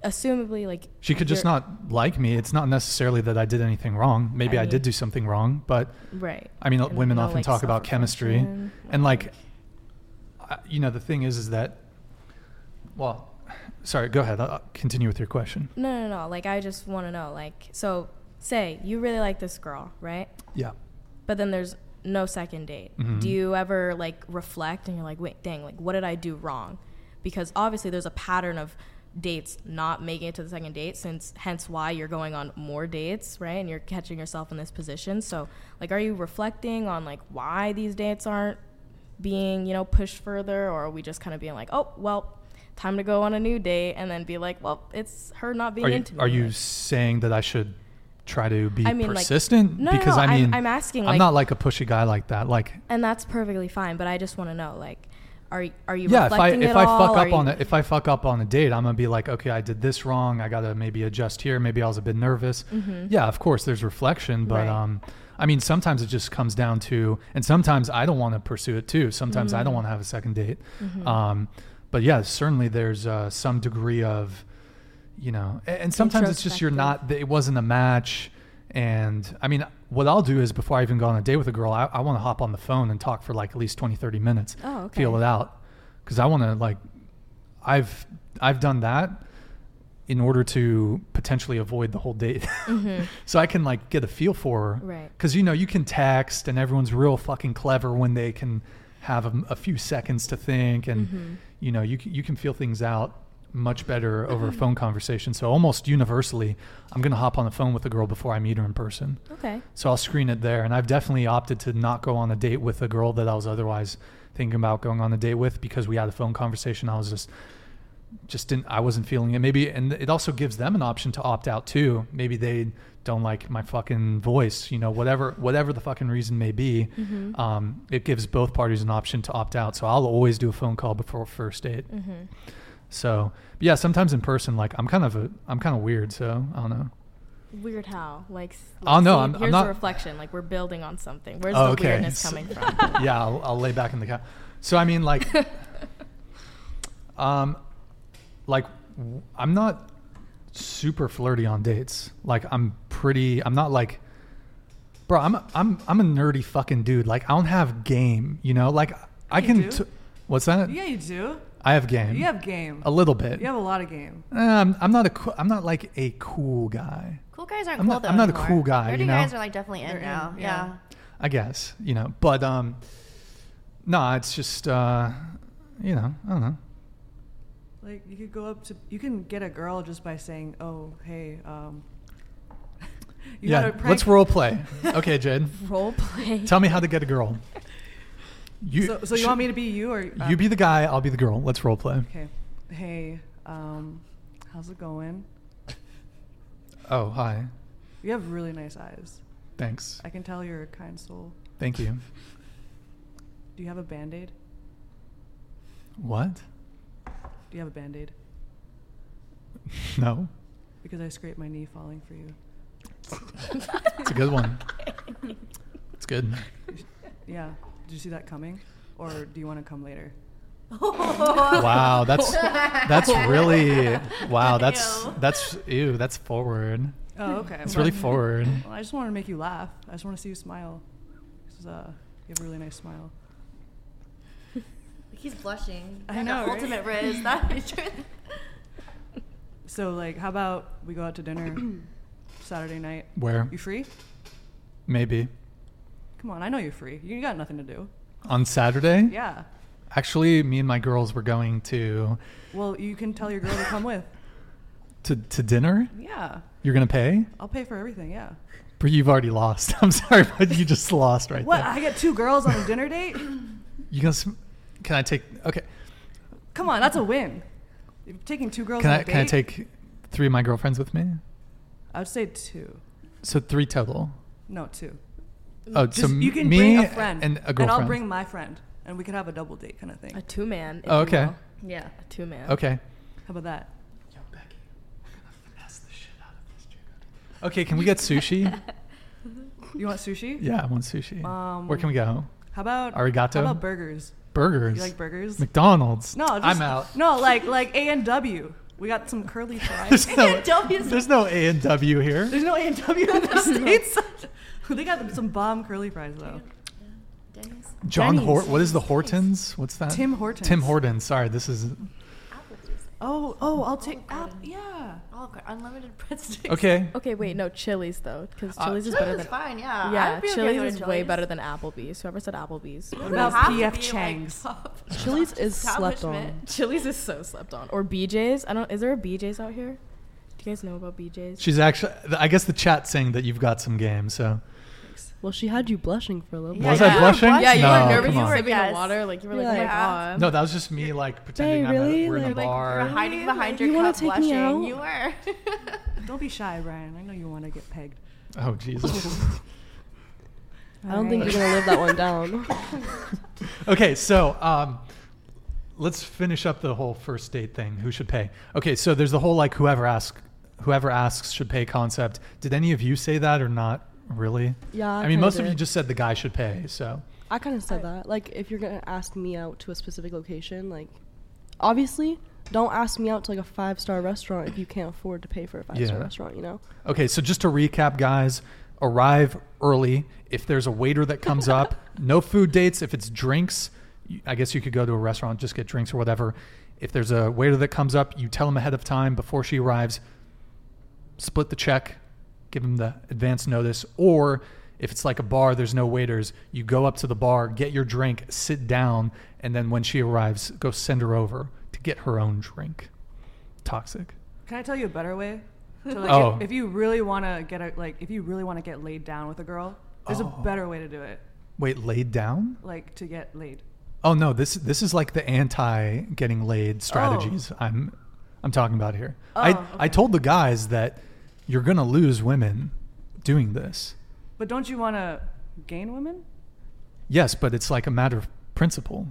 [SPEAKER 5] assumably like
[SPEAKER 2] she could just
[SPEAKER 5] you're-
[SPEAKER 2] not like me. It's not necessarily that I did anything wrong. Maybe I,
[SPEAKER 5] I
[SPEAKER 2] did
[SPEAKER 5] mean-
[SPEAKER 2] do something wrong, but
[SPEAKER 5] right
[SPEAKER 2] I mean,
[SPEAKER 5] And
[SPEAKER 2] women
[SPEAKER 5] no,
[SPEAKER 2] often
[SPEAKER 5] like,
[SPEAKER 2] talk about chemistry,
[SPEAKER 5] self-reflection.
[SPEAKER 2] and like, I- you know, the thing is, is that, well, sorry, go ahead. I'll I'll continue with your question.
[SPEAKER 5] no no no like i just want to know like so say you really like this girl right
[SPEAKER 2] Yeah.
[SPEAKER 5] but then there's no second date
[SPEAKER 2] Mhm.
[SPEAKER 5] do you ever like reflect and you're like wait dang like what did i do wrong because obviously there's a pattern of dates not making it to the second date since hence why you're going on more dates right and you're catching yourself in this position so like are you reflecting on like why these dates aren't being you know pushed further or are we just kind of being like oh well time to go on a new date and then be like well it's her not being
[SPEAKER 2] Are you,
[SPEAKER 5] into me
[SPEAKER 2] are you
[SPEAKER 5] Like-
[SPEAKER 2] saying that I should try to be
[SPEAKER 5] I mean, like-
[SPEAKER 2] persistent?
[SPEAKER 5] No, no,
[SPEAKER 2] because
[SPEAKER 5] no,
[SPEAKER 2] I
[SPEAKER 5] I'm-
[SPEAKER 2] mean,
[SPEAKER 5] I'm asking,
[SPEAKER 2] I'm
[SPEAKER 5] like-
[SPEAKER 2] not like a pushy guy like that. Like,
[SPEAKER 5] and that's perfectly fine but i just want to know like are, y- are you
[SPEAKER 2] yeah, if I
[SPEAKER 5] reflecting
[SPEAKER 2] if
[SPEAKER 5] at
[SPEAKER 2] I
[SPEAKER 5] all?
[SPEAKER 2] fuck
[SPEAKER 5] Are
[SPEAKER 2] up on
[SPEAKER 5] you-
[SPEAKER 2] a, if I fuck up on a date, I'm gonna be like, okay, I did this wrong. I gotta maybe adjust here. Maybe I was a bit nervous. Yeah, of course, there's reflection, but
[SPEAKER 5] Mm-hmm. Right.
[SPEAKER 2] um, I mean, sometimes it just comes down to, and sometimes I don't want to pursue it too. Sometimes I don't
[SPEAKER 5] Mm-hmm.
[SPEAKER 2] want to have a second date. Um, but yeah, certainly there's uh, some degree of, you know, a- and, sometimes it's just you're not. It wasn't a match. And I mean, what I'll do is before I even go on a date with a girl, I, I want to hop on the phone and talk for like at least 20, 30 minutes
[SPEAKER 5] Oh, okay.
[SPEAKER 2] feel it out because I want to like I've I've done that in order to potentially avoid the whole date so I can like get a feel for
[SPEAKER 5] Right.
[SPEAKER 2] because you know you can text and everyone's real fucking clever when they can have a, a few seconds to think and you know you can, you can feel things out much better over a phone conversation so almost universally I'm gonna hop on the phone with a girl before I meet her in person
[SPEAKER 5] Okay.
[SPEAKER 2] so I'll screen it there. And I've definitely opted to not go on a date with a girl that I was otherwise thinking about going on a date with because we had a phone conversation. I was just just didn't I wasn't feeling it. Maybe and it also gives them an option to opt out too. Maybe they don't like my fucking voice, you know, whatever whatever the fucking reason may be. Um, it gives both parties an option to opt out. So I'll always do a phone call before a first date. So but yeah, sometimes in person, like I'm kind of a I'm kind of weird. So I don't know.
[SPEAKER 5] Weird how? Like, s-
[SPEAKER 2] Oh, no,
[SPEAKER 5] see,
[SPEAKER 2] I'm- I'm
[SPEAKER 5] here's
[SPEAKER 2] not-
[SPEAKER 5] the reflection. Like, we're building on something. Where's
[SPEAKER 2] Oh,
[SPEAKER 5] the
[SPEAKER 2] okay.
[SPEAKER 5] weirdness
[SPEAKER 2] So-
[SPEAKER 5] coming from?
[SPEAKER 2] yeah, I'll, I'll lay back in the couch. So I mean, like, um, like w- I'm not super flirty on dates. Like I'm pretty. I'm not like, bro. I'm a, I'm I'm a nerdy fucking dude. Like I don't have game. You know, like I
[SPEAKER 4] You
[SPEAKER 2] can.
[SPEAKER 4] do.
[SPEAKER 2] T- what's that?
[SPEAKER 4] Yeah, you do.
[SPEAKER 2] I have game.
[SPEAKER 4] You have game.
[SPEAKER 2] a little bit.
[SPEAKER 4] You have a lot of game.
[SPEAKER 2] Eh, I'm, I'm not a. Cool, I'm not like a cool guy.
[SPEAKER 3] Cool guys aren't
[SPEAKER 2] I'm
[SPEAKER 3] cool
[SPEAKER 2] not-
[SPEAKER 3] though.
[SPEAKER 2] I'm not a
[SPEAKER 3] anymore.
[SPEAKER 2] cool guy,
[SPEAKER 3] Nerdy
[SPEAKER 2] you know?
[SPEAKER 3] guys are like definitely in
[SPEAKER 4] They're in,
[SPEAKER 3] now.
[SPEAKER 4] yeah.
[SPEAKER 3] yeah.
[SPEAKER 2] I guess you know, but um, nah. It's just uh, you know, I don't know.
[SPEAKER 4] Like you could go up to, you can get a girl just by saying, "Oh, hey." Um, you
[SPEAKER 2] yeah,
[SPEAKER 4] gotta prank-
[SPEAKER 2] let's role play. Okay, Jade,
[SPEAKER 5] Role play.
[SPEAKER 2] tell me how to get a girl. You,
[SPEAKER 4] So, so you want me to be you or uh,
[SPEAKER 2] You be the guy, I'll be the girl. Let's role play.
[SPEAKER 4] Okay. Hey, um, how's it going?
[SPEAKER 2] Oh, hi.
[SPEAKER 4] You have really nice eyes.
[SPEAKER 2] Thanks.
[SPEAKER 4] I can tell you're a kind soul.
[SPEAKER 2] Thank you.
[SPEAKER 4] Do you have a band aid?
[SPEAKER 2] What?
[SPEAKER 4] Do you have a band aid?
[SPEAKER 2] No,
[SPEAKER 4] Because I scraped my knee falling for you.
[SPEAKER 2] it's a good one. It's good.
[SPEAKER 4] Yeah. Did you see that coming? Or do you want to come later?
[SPEAKER 2] Wow, that's that's really wow. That's that's ew. That's forward.
[SPEAKER 4] Oh, okay.
[SPEAKER 2] It's really forward.
[SPEAKER 4] Well, I just wanted to make you laugh. I just want to see you smile. 'Cause, uh, you have a really nice smile.
[SPEAKER 3] He's blushing.
[SPEAKER 4] I know, right?
[SPEAKER 3] Ultimate Riz. That is true.
[SPEAKER 4] So, like, how about we go out to dinner Saturday night?
[SPEAKER 2] Where?
[SPEAKER 4] You free?
[SPEAKER 2] Maybe
[SPEAKER 4] Come on, I know you're free. You got nothing to do.
[SPEAKER 2] on Saturday.
[SPEAKER 4] Yeah.
[SPEAKER 2] Actually, me and my girls were going to
[SPEAKER 4] Well, you can tell your girl to come with.
[SPEAKER 2] to to dinner.
[SPEAKER 4] Yeah.
[SPEAKER 2] You're gonna pay.
[SPEAKER 4] I'll pay for everything, yeah.
[SPEAKER 2] But you've already lost. I'm sorry, but you just lost right
[SPEAKER 4] What?
[SPEAKER 2] there.
[SPEAKER 4] I get two girls on a dinner date?
[SPEAKER 2] You gonna? Sm- can I take? Okay.
[SPEAKER 4] Come on, that's a win. You're taking two girls
[SPEAKER 2] Can
[SPEAKER 4] on a
[SPEAKER 2] I?
[SPEAKER 4] date?
[SPEAKER 2] Can I take three of my girlfriends with me?
[SPEAKER 4] I would say two.
[SPEAKER 2] So three total.
[SPEAKER 4] No, two.
[SPEAKER 2] Oh,
[SPEAKER 4] Just,
[SPEAKER 2] so
[SPEAKER 4] you can
[SPEAKER 2] me
[SPEAKER 4] bring a friend
[SPEAKER 2] and a girlfriend.
[SPEAKER 4] and I'll bring my friend, and we could have a double date kind of thing.
[SPEAKER 5] A two man.
[SPEAKER 2] Oh, okay.
[SPEAKER 4] Yeah.
[SPEAKER 5] A two man.
[SPEAKER 2] Okay.
[SPEAKER 4] How about that?
[SPEAKER 2] Yo, Becky, the shit out of this Okay, can we get sushi?
[SPEAKER 4] You want sushi?
[SPEAKER 2] yeah, I want sushi.
[SPEAKER 4] Um,
[SPEAKER 2] Where can we go?
[SPEAKER 4] How about
[SPEAKER 2] Arigato?
[SPEAKER 4] How about burgers?
[SPEAKER 2] Burgers.
[SPEAKER 4] You like burgers?
[SPEAKER 2] McDonald's.
[SPEAKER 4] No, just,
[SPEAKER 2] I'm out.
[SPEAKER 4] No, like like A and W. We got some curly fries.
[SPEAKER 2] There's no, there's no A and W here.
[SPEAKER 4] There's no A and W in the states. they got some bomb curly fries though.
[SPEAKER 2] John
[SPEAKER 4] Denny's.
[SPEAKER 2] Hort. What is the Hortons? What's that?
[SPEAKER 4] Tim Hortons.
[SPEAKER 2] Uh, Tim Hortons. Sorry, this is
[SPEAKER 4] Oh oh, I'll take app. Yeah.
[SPEAKER 3] Olive Garden, unlimited breadsticks.
[SPEAKER 2] okay.
[SPEAKER 5] Okay, wait, no, Chili's though, because
[SPEAKER 2] Uh,
[SPEAKER 5] Chili's is better
[SPEAKER 3] Chili's is
[SPEAKER 5] than.
[SPEAKER 3] fine, yeah.
[SPEAKER 5] Yeah,
[SPEAKER 3] I'd be okay
[SPEAKER 5] Chili's
[SPEAKER 3] with
[SPEAKER 5] is way
[SPEAKER 3] Chili's.
[SPEAKER 5] better than Applebee's. Whoever said Applebee's.
[SPEAKER 4] What
[SPEAKER 3] Doesn't
[SPEAKER 4] about
[SPEAKER 3] have to
[SPEAKER 4] PF
[SPEAKER 3] be, like,
[SPEAKER 4] Chang's?
[SPEAKER 3] top
[SPEAKER 6] Chili's is slept
[SPEAKER 3] establishment.
[SPEAKER 6] on.
[SPEAKER 5] Chili's is so slept on. Or BJ's. I don't. Is there a BJ's out here? Do you guys know about BJ's?
[SPEAKER 2] She's actually. I guess the chat's saying that you've got some game. So
[SPEAKER 6] Well, she had you blushing for a little
[SPEAKER 2] was
[SPEAKER 3] yeah,
[SPEAKER 2] I
[SPEAKER 3] you were
[SPEAKER 2] blushing?
[SPEAKER 3] blushing.
[SPEAKER 5] yeah, you
[SPEAKER 2] no,
[SPEAKER 5] were nervous.
[SPEAKER 2] come
[SPEAKER 5] You
[SPEAKER 2] on.
[SPEAKER 5] were sipping
[SPEAKER 3] Yes. "Ah."
[SPEAKER 5] the water. Like you were
[SPEAKER 6] You're
[SPEAKER 5] like, oh my
[SPEAKER 6] like,
[SPEAKER 5] god.
[SPEAKER 2] No, that was just me like pretending
[SPEAKER 6] Babe,
[SPEAKER 2] I'm
[SPEAKER 6] Um, really?
[SPEAKER 2] at, we're in a
[SPEAKER 6] Like,
[SPEAKER 2] bar.
[SPEAKER 3] You're hiding behind
[SPEAKER 6] You
[SPEAKER 3] your
[SPEAKER 6] wanna
[SPEAKER 3] cup
[SPEAKER 6] take me
[SPEAKER 3] blushing.
[SPEAKER 6] out?
[SPEAKER 3] You were.
[SPEAKER 4] Don't be shy, Brian. I know you want to get pegged.
[SPEAKER 2] oh Jesus.
[SPEAKER 6] I don't think you're gonna live that one down.
[SPEAKER 2] okay, so um, let's finish up the whole first date thing. Who should pay? Okay, so there's the whole like whoever asks whoever asks should pay concept. Did any of you say that or not? Really?
[SPEAKER 6] Yeah, I
[SPEAKER 2] I, mean,
[SPEAKER 6] kinda
[SPEAKER 2] most of
[SPEAKER 6] did.
[SPEAKER 2] you just said the guy should pay. So
[SPEAKER 6] I kind of said that. Like, if you're gonna ask me out to a specific location, like, obviously, don't ask me out to like a five star restaurant if you can't afford to pay for a five star
[SPEAKER 2] Yeah.
[SPEAKER 6] restaurant. You know,
[SPEAKER 2] Okay, so just to recap, guys, arrive early. If there's a waiter that comes up, no food dates. If it's drinks, you- I guess you could go to a restaurant, just get drinks or whatever. If there's a waiter that comes up, you tell him ahead of time before she arrives, split the check, give him the advance notice. Or if it's like a bar, there's no waiters, you go up to the bar, get your drink, sit down, and then when she arrives, go send her over to get her own drink. Toxic.
[SPEAKER 4] Can I tell you a better way? To like,
[SPEAKER 2] Oh.
[SPEAKER 4] if, if you really want to get a, like, if you really want to get laid down with a girl, there's
[SPEAKER 2] Oh.
[SPEAKER 4] a better way to do it.
[SPEAKER 2] Wait, laid down?
[SPEAKER 4] Like to get laid.
[SPEAKER 2] Oh no, this this is like the anti getting laid strategies I'm I'm talking about here. I
[SPEAKER 4] Oh,
[SPEAKER 2] I told the guys that you're going to lose women doing this.
[SPEAKER 4] But don't you want to gain women?
[SPEAKER 2] Yes, but it's like a matter of principle.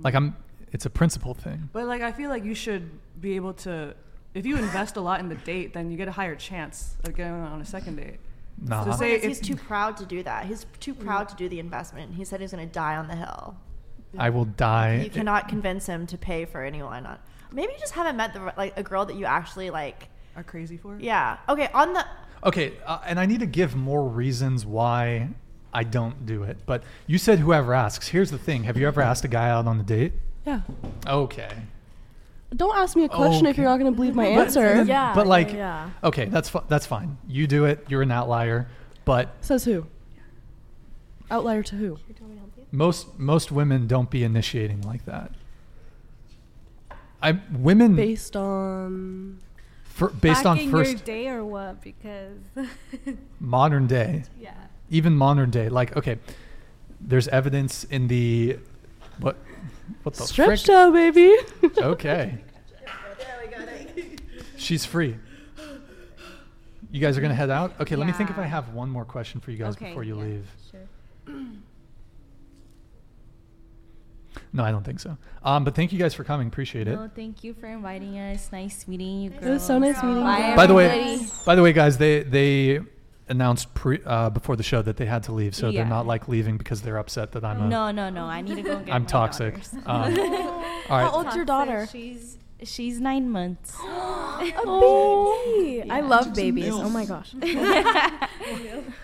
[SPEAKER 2] Like I'm it's a principle thing.
[SPEAKER 4] But like, I feel like you should be able to. If you invest a lot in the date, then you get a higher chance of getting on a second date.
[SPEAKER 2] Nah.
[SPEAKER 4] So say
[SPEAKER 3] he's
[SPEAKER 4] if-
[SPEAKER 3] too proud to do that. He's too proud to do the investment. He said he's going to die on the hill.
[SPEAKER 2] I will
[SPEAKER 6] Eh,
[SPEAKER 2] die.
[SPEAKER 3] you cannot convince him to pay for anyone. On maybe you just haven't met the like a girl that you actually like.
[SPEAKER 4] Are crazy for?
[SPEAKER 3] Yeah. Okay. On the
[SPEAKER 2] Okay, uh, and I need to give more reasons why I don't do it. But you said whoever asks. Here's the thing. Have you ever asked a guy out on a date?
[SPEAKER 6] Yeah.
[SPEAKER 2] Okay.
[SPEAKER 6] Don't ask me a question if
[SPEAKER 2] Okay.
[SPEAKER 6] you're not going to believe my
[SPEAKER 2] But-
[SPEAKER 6] answer.
[SPEAKER 2] but-
[SPEAKER 5] Yeah,
[SPEAKER 2] But
[SPEAKER 5] yeah,
[SPEAKER 2] like
[SPEAKER 5] yeah.
[SPEAKER 2] okay, that's fi- that's fine. You do it. You're an outlier. But
[SPEAKER 6] Says who? Outlier to who?
[SPEAKER 2] most most women don't be initiating like that. I women
[SPEAKER 6] Based on.
[SPEAKER 2] fir- based on
[SPEAKER 8] Back in your
[SPEAKER 2] first
[SPEAKER 8] day or what? Because
[SPEAKER 2] modern day
[SPEAKER 8] yeah,
[SPEAKER 2] even modern day like okay there's evidence in the what what the
[SPEAKER 6] Stretch
[SPEAKER 2] frick?
[SPEAKER 6] show, baby!
[SPEAKER 2] okay she's free you guys are gonna head out okay let me think if i
[SPEAKER 7] Yeah.
[SPEAKER 2] have one more question for you guys
[SPEAKER 7] Okay,
[SPEAKER 2] before you
[SPEAKER 7] yeah,
[SPEAKER 2] leave
[SPEAKER 7] Sure.
[SPEAKER 2] no i don't think so um but thank you guys for coming appreciate it
[SPEAKER 7] No, thank you for inviting us. Nice meeting you.
[SPEAKER 6] It was so nice meeting you.
[SPEAKER 7] Bye,
[SPEAKER 6] guys.
[SPEAKER 2] by the way
[SPEAKER 7] everybody.
[SPEAKER 2] by the way guys they they announced pre uh, before the show that they had to leave so they're
[SPEAKER 7] Yeah.
[SPEAKER 2] not like leaving because they're upset that i'm a
[SPEAKER 7] No, no, no. I need to go get
[SPEAKER 2] I'm
[SPEAKER 7] my
[SPEAKER 2] toxic.
[SPEAKER 7] daughters.
[SPEAKER 2] Um, all right.
[SPEAKER 5] How old's your daughter?
[SPEAKER 7] She's she's nine months.
[SPEAKER 5] baby. I love babies. Oh my gosh.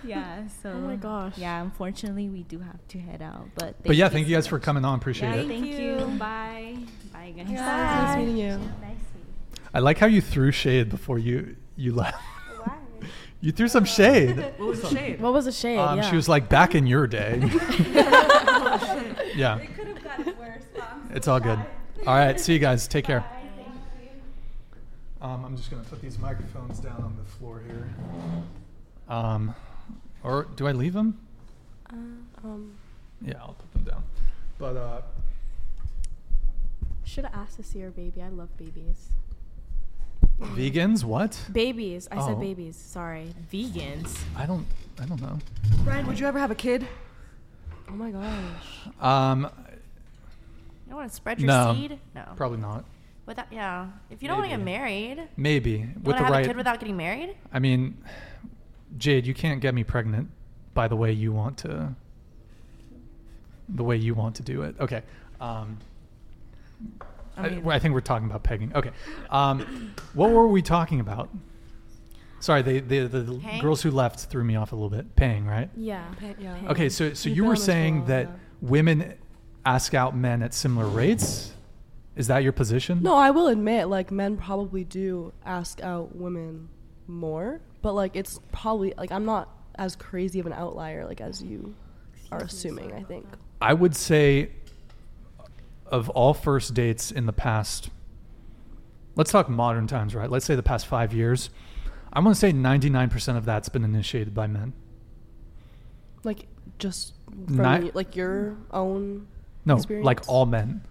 [SPEAKER 7] yeah. So.
[SPEAKER 5] Oh my gosh.
[SPEAKER 7] Yeah. Unfortunately, we do have to head out. But thank
[SPEAKER 2] but yeah
[SPEAKER 7] you
[SPEAKER 2] thank you
[SPEAKER 7] so
[SPEAKER 2] guys for
[SPEAKER 7] much.
[SPEAKER 2] coming on appreciate
[SPEAKER 7] Yeah,
[SPEAKER 2] it
[SPEAKER 7] thank you.
[SPEAKER 8] Bye.
[SPEAKER 7] Bye, guys.
[SPEAKER 6] Nice meeting you.
[SPEAKER 7] Nice meeting you.
[SPEAKER 2] I like how you threw shade before you you left. you threw some shade.
[SPEAKER 4] What was the shade?
[SPEAKER 5] What was the shade?
[SPEAKER 2] Um,
[SPEAKER 5] yeah.
[SPEAKER 2] She was like, "Back in your day." yeah,
[SPEAKER 9] Could have gotten worse. but I'm so
[SPEAKER 2] it's all good.
[SPEAKER 9] shy.
[SPEAKER 2] All right, see you guys. Take care.
[SPEAKER 9] Bye, thank you.
[SPEAKER 2] Um, I'm just gonna put these microphones down on the floor here. Um, or do I leave them?
[SPEAKER 5] Uh,
[SPEAKER 6] Um,
[SPEAKER 2] Yeah, I'll put them down. But uh,
[SPEAKER 5] Should have asked to see her baby. I love babies.
[SPEAKER 2] vegans, what?
[SPEAKER 5] Babies. I
[SPEAKER 2] Oh.
[SPEAKER 5] said babies. Sorry. Vegans.
[SPEAKER 2] I don't. I don't know.
[SPEAKER 4] Brian, would you ever have a kid?
[SPEAKER 6] oh my gosh.
[SPEAKER 2] Um,
[SPEAKER 3] you don't want to spread your
[SPEAKER 2] No.
[SPEAKER 3] seed. No.
[SPEAKER 2] probably not.
[SPEAKER 3] But that, yeah. If you don't want to get
[SPEAKER 2] Maybe.
[SPEAKER 3] married, you
[SPEAKER 2] Maybe with
[SPEAKER 3] want
[SPEAKER 2] the
[SPEAKER 3] to have
[SPEAKER 2] right.
[SPEAKER 3] a kid without getting married.
[SPEAKER 2] I mean, Jade, you can't get me pregnant by the way you want to. The way you want to do it. Okay. Um, I,
[SPEAKER 4] I mean-
[SPEAKER 2] well, I think we're talking about pegging. Okay. Um, what were we talking about? Sorry, the the, the
[SPEAKER 3] Paying?
[SPEAKER 2] girls who left threw me off a little bit. Paying, right?
[SPEAKER 5] Yeah.
[SPEAKER 6] yeah.
[SPEAKER 2] Okay. So so
[SPEAKER 6] You've
[SPEAKER 2] you
[SPEAKER 6] been
[SPEAKER 2] were
[SPEAKER 6] on this for a
[SPEAKER 2] saying
[SPEAKER 6] while,
[SPEAKER 2] that
[SPEAKER 6] yeah.
[SPEAKER 2] women ask out men at similar rates. Is that your position?
[SPEAKER 6] No, I will admit, like, men probably do ask out women more, but, like, it's probably, like, I'm not as crazy of an outlier, like, as you are assuming, I think.
[SPEAKER 2] I would say of all first dates in the past, let's talk modern times, right? Let's say the past five years. I'm going to say 99% of that's been initiated by men.
[SPEAKER 6] Like, just from,
[SPEAKER 2] Ni-
[SPEAKER 6] you- like, your own
[SPEAKER 2] No,
[SPEAKER 6] experience.
[SPEAKER 2] like all men.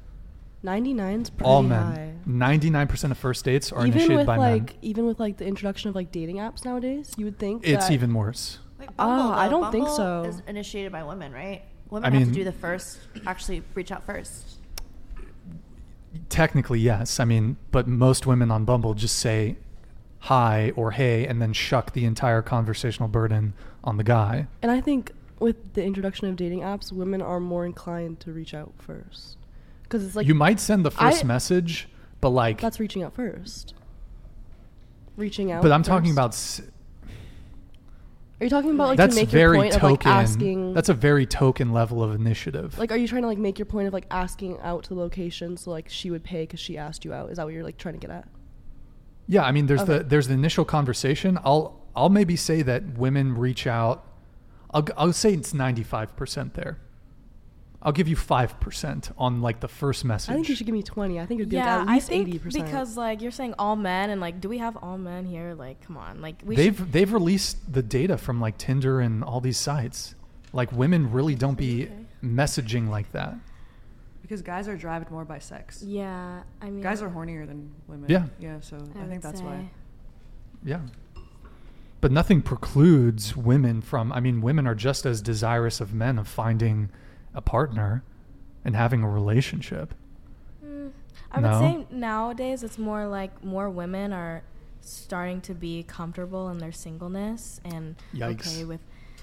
[SPEAKER 6] 99's pretty
[SPEAKER 2] All men.
[SPEAKER 6] high.
[SPEAKER 2] 99% of first dates are
[SPEAKER 6] even
[SPEAKER 2] initiated
[SPEAKER 6] with
[SPEAKER 2] by
[SPEAKER 6] like
[SPEAKER 2] men.
[SPEAKER 6] even with like the introduction of like dating apps nowadays, you would think
[SPEAKER 2] It's
[SPEAKER 6] that-
[SPEAKER 2] even worse.
[SPEAKER 3] Like
[SPEAKER 6] Ah, I
[SPEAKER 3] though.
[SPEAKER 6] don't think
[SPEAKER 3] Bumble
[SPEAKER 6] so.
[SPEAKER 3] Is initiated by women, right? Women
[SPEAKER 2] I
[SPEAKER 3] have
[SPEAKER 2] mean-
[SPEAKER 3] to do the first. Actually, reach out first.
[SPEAKER 2] Technically, yes. I mean, but most women on Bumble just say hi or hey and then shuck the entire conversational burden on the guy.
[SPEAKER 6] And I think with the introduction of dating apps, women are more inclined to reach out first because it's like
[SPEAKER 2] you might send the first
[SPEAKER 6] I-
[SPEAKER 2] message, but like
[SPEAKER 6] that's reaching out first. Reaching out.
[SPEAKER 2] But I'm talking
[SPEAKER 6] first.
[SPEAKER 2] about s-
[SPEAKER 6] Are you talking about like
[SPEAKER 2] that's
[SPEAKER 6] to make
[SPEAKER 2] very
[SPEAKER 6] your point
[SPEAKER 2] token.
[SPEAKER 6] of like asking?
[SPEAKER 2] that's a very token level of initiative.
[SPEAKER 6] like, are you trying to like make your point of like asking out to the location so like she would pay because she asked you out? Is that what you're like trying to get at?
[SPEAKER 2] yeah, I mean, there's the
[SPEAKER 6] okay.
[SPEAKER 2] there's the initial conversation. I'll I'll maybe say that women reach out. I'll g- I'll say it's 95 percent there. I'll give you five percent on like the first message.
[SPEAKER 6] I think you should give me twenty. I think it'd be
[SPEAKER 5] yeah,
[SPEAKER 6] like at least
[SPEAKER 5] I think
[SPEAKER 6] eighty percent.
[SPEAKER 5] because like you're saying all men and like do we have all men here? Like come on, like we
[SPEAKER 2] they've
[SPEAKER 5] should,
[SPEAKER 2] they've released the data from like Tinder and all these sites. Like women really don't be messaging like that.
[SPEAKER 4] because guys are driven more by sex.
[SPEAKER 5] Yeah, I mean,
[SPEAKER 4] Guys are hornier than women.
[SPEAKER 2] Yeah.
[SPEAKER 4] Yeah. So I,
[SPEAKER 5] would
[SPEAKER 4] think that's
[SPEAKER 5] say.
[SPEAKER 4] why.
[SPEAKER 2] Yeah. But nothing precludes women from, I mean, women are just as desirous of men of finding a partner and having a relationship.
[SPEAKER 5] Mm, I would
[SPEAKER 2] No?
[SPEAKER 5] say nowadays it's more like more women are starting to be comfortable in their singleness and
[SPEAKER 2] Yikes.
[SPEAKER 5] okay with.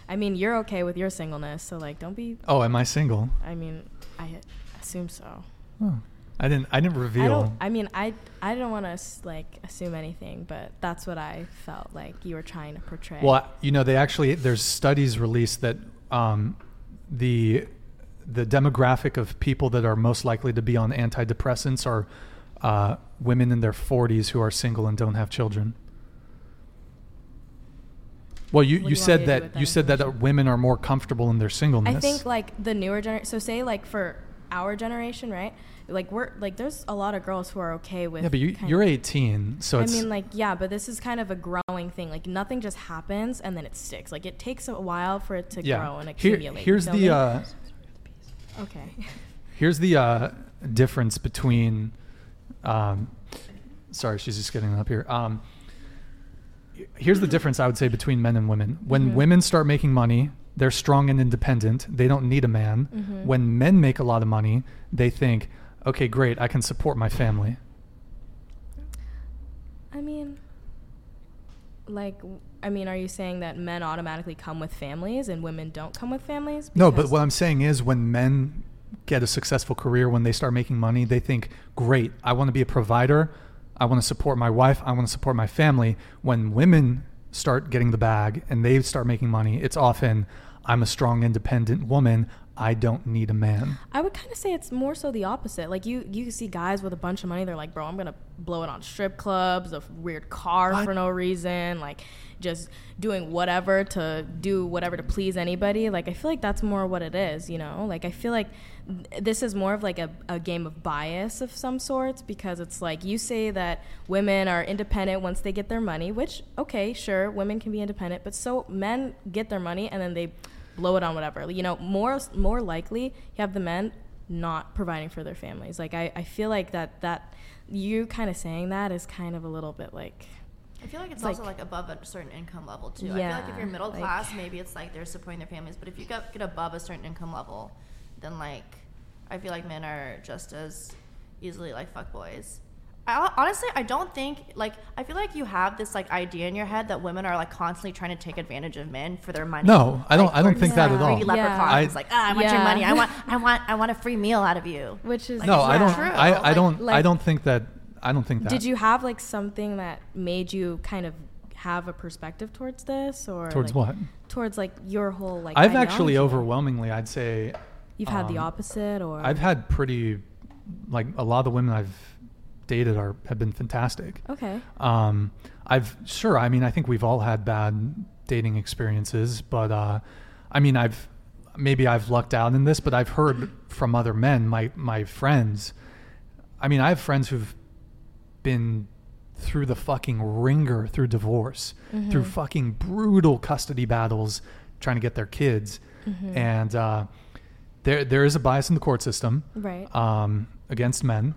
[SPEAKER 5] I mean, you're okay with your singleness, so like, don't be.
[SPEAKER 2] Oh, am I single?
[SPEAKER 5] I mean, I assume so.
[SPEAKER 2] Oh, I didn't, I didn't reveal.
[SPEAKER 5] I don't. I mean, I I don't want to like assume anything, but that's what I felt like you were trying to portray.
[SPEAKER 2] Well, you know, they actually there's studies released that um, the the demographic of people that are most likely to be on antidepressants are uh, women in their 40s who are single and don't have children. Well, you, you,
[SPEAKER 5] What do you want me to
[SPEAKER 2] said
[SPEAKER 5] do
[SPEAKER 2] that
[SPEAKER 5] with that
[SPEAKER 2] you said that uh,
[SPEAKER 5] information?
[SPEAKER 2] women are more comfortable in their singleness.
[SPEAKER 5] I think like the newer generation. So say like for our generation, right? Like we're like there's a lot of girls who are okay with.
[SPEAKER 2] yeah, but you,
[SPEAKER 5] kind
[SPEAKER 2] you're
[SPEAKER 5] of-
[SPEAKER 2] 18, so
[SPEAKER 5] I
[SPEAKER 2] it's
[SPEAKER 5] mean, like yeah, but this is kind of a growing thing. Like nothing just happens and then it sticks. Like it takes a while for it to
[SPEAKER 2] yeah.
[SPEAKER 5] grow and
[SPEAKER 2] Here-
[SPEAKER 5] accumulate.
[SPEAKER 2] here's
[SPEAKER 5] don't
[SPEAKER 2] the
[SPEAKER 5] it?
[SPEAKER 2] uh,
[SPEAKER 5] okay.
[SPEAKER 2] Here's the uh, difference between. Um, sorry, she's just getting up here. Um, here's the difference I would say between men and women. When
[SPEAKER 5] Mhm.
[SPEAKER 2] women start making money, they're strong and independent. They don't need a man.
[SPEAKER 5] Mhm.
[SPEAKER 2] When men make a lot of money, they think, okay, great, I can support my family.
[SPEAKER 5] I mean, like w- I mean, are you saying that men automatically come with families and women don't come with families?
[SPEAKER 2] No, but
[SPEAKER 5] Because-
[SPEAKER 2] what I'm saying is when men get a successful career, when they start making money, they think, great, I want to be a provider. I want to support my wife. I want to support my family. When women start getting the bag and they start making money, it's often, I'm a strong, independent woman. I don't need a man.
[SPEAKER 5] I would kind of say it's more so the opposite. Like you, you see guys with a bunch of money. They're like, bro, I'm gonna blow it on strip clubs, a weird car
[SPEAKER 2] What?
[SPEAKER 5] for no reason, like just doing whatever to do whatever to please anybody. Like I feel like that's more what it is, you know. Like I feel like th- this is more of like a, a game of bias of some sorts because it's like you say that women are independent once they get their money, which okay, sure, women can be independent, but so men get their money and then they blow it on whatever. You know, more more likely you have the men not providing for their families. Like I, I feel like that that you kind of saying that is kind of a little bit like
[SPEAKER 3] I feel like it's,
[SPEAKER 5] It's
[SPEAKER 3] also like above a certain income level too. I feel like if
[SPEAKER 5] Yeah,
[SPEAKER 3] you're middle
[SPEAKER 5] like-
[SPEAKER 3] class, maybe it's like they're supporting their families. But if you get, get above a certain income level, then like I feel like men are just as easily like fuckboys. I hon- honestly I don't think like I feel like you have this like idea in your head that women are like constantly trying to take advantage of men for their money.
[SPEAKER 2] No, I don't.
[SPEAKER 3] Like,
[SPEAKER 2] I don't
[SPEAKER 3] we're
[SPEAKER 2] think that at all.
[SPEAKER 3] greedy
[SPEAKER 5] Yeah.
[SPEAKER 3] leprechauns.
[SPEAKER 2] I-
[SPEAKER 3] like ah, I want your
[SPEAKER 5] Yeah.
[SPEAKER 3] money. I want I want I want a free meal out of you.
[SPEAKER 5] which is
[SPEAKER 2] no, I
[SPEAKER 3] not
[SPEAKER 2] don't.
[SPEAKER 3] true.
[SPEAKER 2] I, I
[SPEAKER 3] Like-
[SPEAKER 2] don't. I
[SPEAKER 5] like-
[SPEAKER 2] don't think that. I don't think that.
[SPEAKER 5] Did you have like something that made you kind of have a perspective towards this or
[SPEAKER 2] Towards
[SPEAKER 5] like,
[SPEAKER 2] what?
[SPEAKER 5] Towards like your whole like
[SPEAKER 2] I've actually
[SPEAKER 5] ideology?
[SPEAKER 2] overwhelmingly, I'd say,
[SPEAKER 5] You've had the
[SPEAKER 2] um,
[SPEAKER 5] opposite or
[SPEAKER 2] I've had pretty, like a lot of the women I've dated are have been fantastic.
[SPEAKER 5] Okay.
[SPEAKER 2] Um, I've sure. I mean, I think we've all had bad dating experiences, but uh, I mean, I've maybe I've lucked out in this, but I've heard from other men, my my friends. I mean, I have friends who've been through the fucking ringer through divorce, through fucking brutal custody battles, trying to get their kids, and uh, there there is a bias in the court system
[SPEAKER 5] Right.
[SPEAKER 2] um, against men,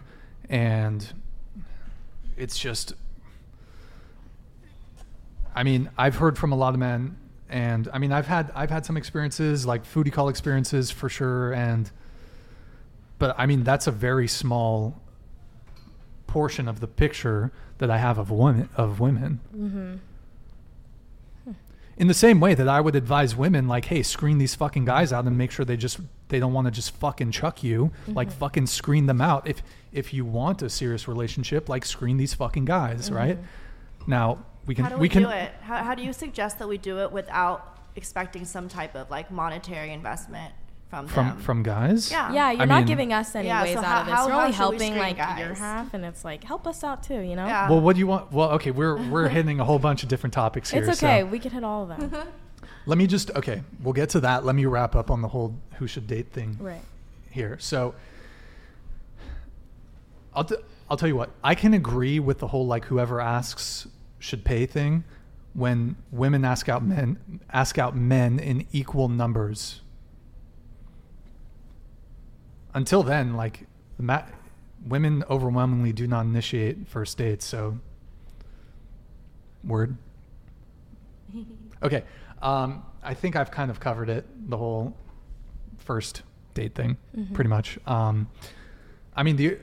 [SPEAKER 2] and it's just. I mean, I've heard from a lot of men, and I mean, I've had I've had some experiences like foodie call experiences for sure, and but I mean, that's a very small portion of the picture that I have of women of women.
[SPEAKER 3] Mm-hmm.
[SPEAKER 2] In the same way that I would advise women, like, hey, screen these fucking guys out and make sure they just they don't want to just fucking chuck you.
[SPEAKER 3] Mm-hmm.
[SPEAKER 2] Like, fucking screen them out. If if you want a serious relationship, like, screen these fucking guys, right? Now we can
[SPEAKER 3] Mm-hmm. how do we,
[SPEAKER 2] we, can
[SPEAKER 3] do it? How, how do you suggest that we do it without expecting some type of like monetary investment from
[SPEAKER 2] from
[SPEAKER 3] them?
[SPEAKER 2] from guys.
[SPEAKER 3] yeah,
[SPEAKER 5] yeah, you're
[SPEAKER 2] I
[SPEAKER 5] not
[SPEAKER 2] mean-
[SPEAKER 5] giving us any
[SPEAKER 3] Yeah,
[SPEAKER 5] ways
[SPEAKER 3] so
[SPEAKER 5] out
[SPEAKER 3] how-
[SPEAKER 5] of this.
[SPEAKER 3] how-
[SPEAKER 5] you're
[SPEAKER 3] how
[SPEAKER 5] only
[SPEAKER 3] should we
[SPEAKER 5] helping
[SPEAKER 3] screen
[SPEAKER 5] like your
[SPEAKER 3] guys?
[SPEAKER 5] half, and it's like help us out too, you know?
[SPEAKER 3] Yeah.
[SPEAKER 2] Well, what do you want? Well, okay, we're we're hitting a whole bunch of different topics here.
[SPEAKER 5] It's okay.
[SPEAKER 2] So.
[SPEAKER 5] We can hit all of them.
[SPEAKER 2] Let me just okay. We'll get to that. Let me wrap up on the whole who should date thing
[SPEAKER 5] right.
[SPEAKER 2] here. So I'll t- I'll tell you what. I can agree with the whole like whoever asks should pay thing when women ask out men ask out men in equal numbers. until then, like the ma- women overwhelmingly do not initiate first dates. So, word. Okay, um, I think I've kind of covered it. The whole first date thing,
[SPEAKER 5] Mm-hmm.
[SPEAKER 2] pretty much. Um, I mean, the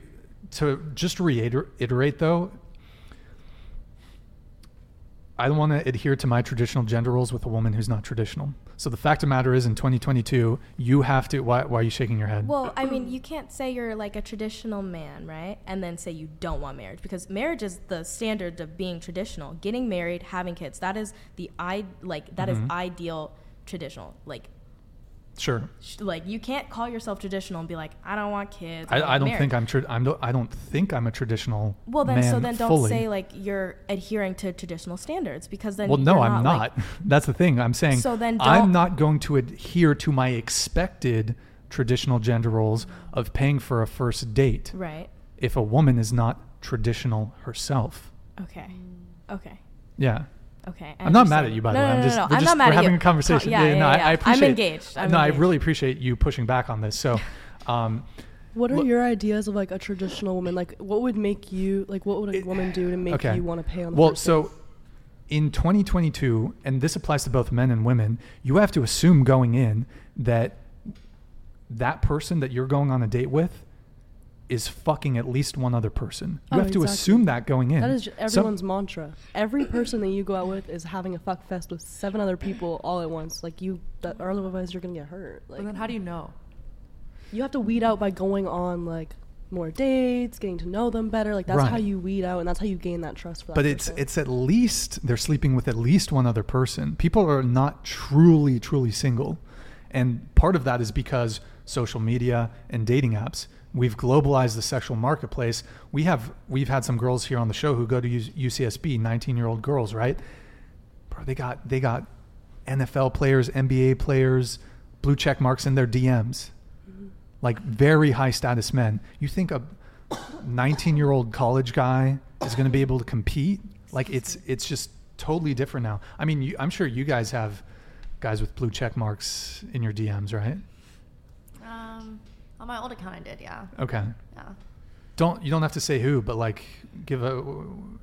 [SPEAKER 2] to just reiterate though, I want to adhere to my traditional gender roles with a woman who's not traditional. So the fact of the matter is, in 2022, you have to. Why, why are you shaking your head?
[SPEAKER 5] Well, I mean, you can't say you're like a traditional man, right? And then say you don't want marriage because marriage is the standard of being traditional. Getting married, having kids, that is the i like that is
[SPEAKER 2] Mhm.
[SPEAKER 5] ideal traditional. Like
[SPEAKER 2] sure.
[SPEAKER 5] sh- like you can't call yourself traditional and be like I don't want kids.
[SPEAKER 2] I,
[SPEAKER 5] want
[SPEAKER 2] I don't
[SPEAKER 5] marriage."
[SPEAKER 2] think I'm. Tra- I'm. no- I don't think I'm a traditional.
[SPEAKER 5] Well then, so
[SPEAKER 2] man
[SPEAKER 5] then don't
[SPEAKER 2] fully.
[SPEAKER 5] say like you're adhering to traditional standards because then
[SPEAKER 2] well, no,
[SPEAKER 5] you're
[SPEAKER 2] I'm
[SPEAKER 5] like-
[SPEAKER 2] not. That's the thing. I'm saying.
[SPEAKER 5] So then
[SPEAKER 2] I'm
[SPEAKER 5] don't-
[SPEAKER 2] not going to adhere to my expected traditional gender roles of paying for a first date
[SPEAKER 5] right.
[SPEAKER 2] if a woman is not traditional herself.
[SPEAKER 5] Okay. Okay.
[SPEAKER 2] Yeah.
[SPEAKER 5] Okay. I
[SPEAKER 2] I'm not mad
[SPEAKER 5] understand.
[SPEAKER 2] at you, by
[SPEAKER 5] no,
[SPEAKER 2] the way.
[SPEAKER 5] No,
[SPEAKER 2] I'm
[SPEAKER 5] no,
[SPEAKER 2] just,
[SPEAKER 5] no,
[SPEAKER 2] we're,
[SPEAKER 5] I'm
[SPEAKER 2] just-
[SPEAKER 5] not mad
[SPEAKER 2] we're
[SPEAKER 5] at
[SPEAKER 2] having
[SPEAKER 5] you.
[SPEAKER 2] a conversation.
[SPEAKER 5] Yeah, yeah,
[SPEAKER 2] no, I-
[SPEAKER 5] yeah.
[SPEAKER 2] I appreciate,
[SPEAKER 5] I'm engaged. I'm
[SPEAKER 2] no, I
[SPEAKER 5] engaged.
[SPEAKER 2] really appreciate you pushing back on this. So, um,
[SPEAKER 6] What are
[SPEAKER 2] Look-
[SPEAKER 6] your ideas of like a traditional woman? Like, what would make you like? What would a
[SPEAKER 2] It-
[SPEAKER 6] woman do to make
[SPEAKER 2] okay.
[SPEAKER 6] you want to pay on? The
[SPEAKER 2] well,
[SPEAKER 6] first
[SPEAKER 2] so
[SPEAKER 6] date?
[SPEAKER 2] in 2022, and this applies to both men and women, you have to assume going in that that person that you're going on a date with is fucking at least one other person. You
[SPEAKER 6] Oh,
[SPEAKER 2] have to
[SPEAKER 6] exactly.
[SPEAKER 2] assume that going in.
[SPEAKER 6] that is just
[SPEAKER 2] Some-
[SPEAKER 6] everyone's mantra. Every person that you go out with is having a fuck fest with seven other people all at once. Like you, that otherwise you're gonna get hurt. Like
[SPEAKER 10] But then how do you know?
[SPEAKER 6] you have to weed out by going on like more dates, getting to know them better. Like that's
[SPEAKER 2] Right.
[SPEAKER 6] how you weed out, and that's how you gain that trust for that.
[SPEAKER 2] but it's
[SPEAKER 6] person.
[SPEAKER 2] it's at least they're sleeping with at least one other person. People are not truly truly single, and part of that is because social media and dating apps. We've globalized the sexual marketplace. We have we've had some girls here on the show who go to U- UCSB, 19 year old girls, right? Bro, they got they got NFL players, NBA players, blue check marks in their DMs like very high status men. You think a 19 year old college guy is going to be able to compete? Like it's it's just totally different now. I mean, you, I'm sure you guys have guys with blue check marks in your DMs, right?
[SPEAKER 3] Um, on my old account, I did. Yeah.
[SPEAKER 2] Okay.
[SPEAKER 3] Yeah.
[SPEAKER 2] Don't you don't have to say who, but like give a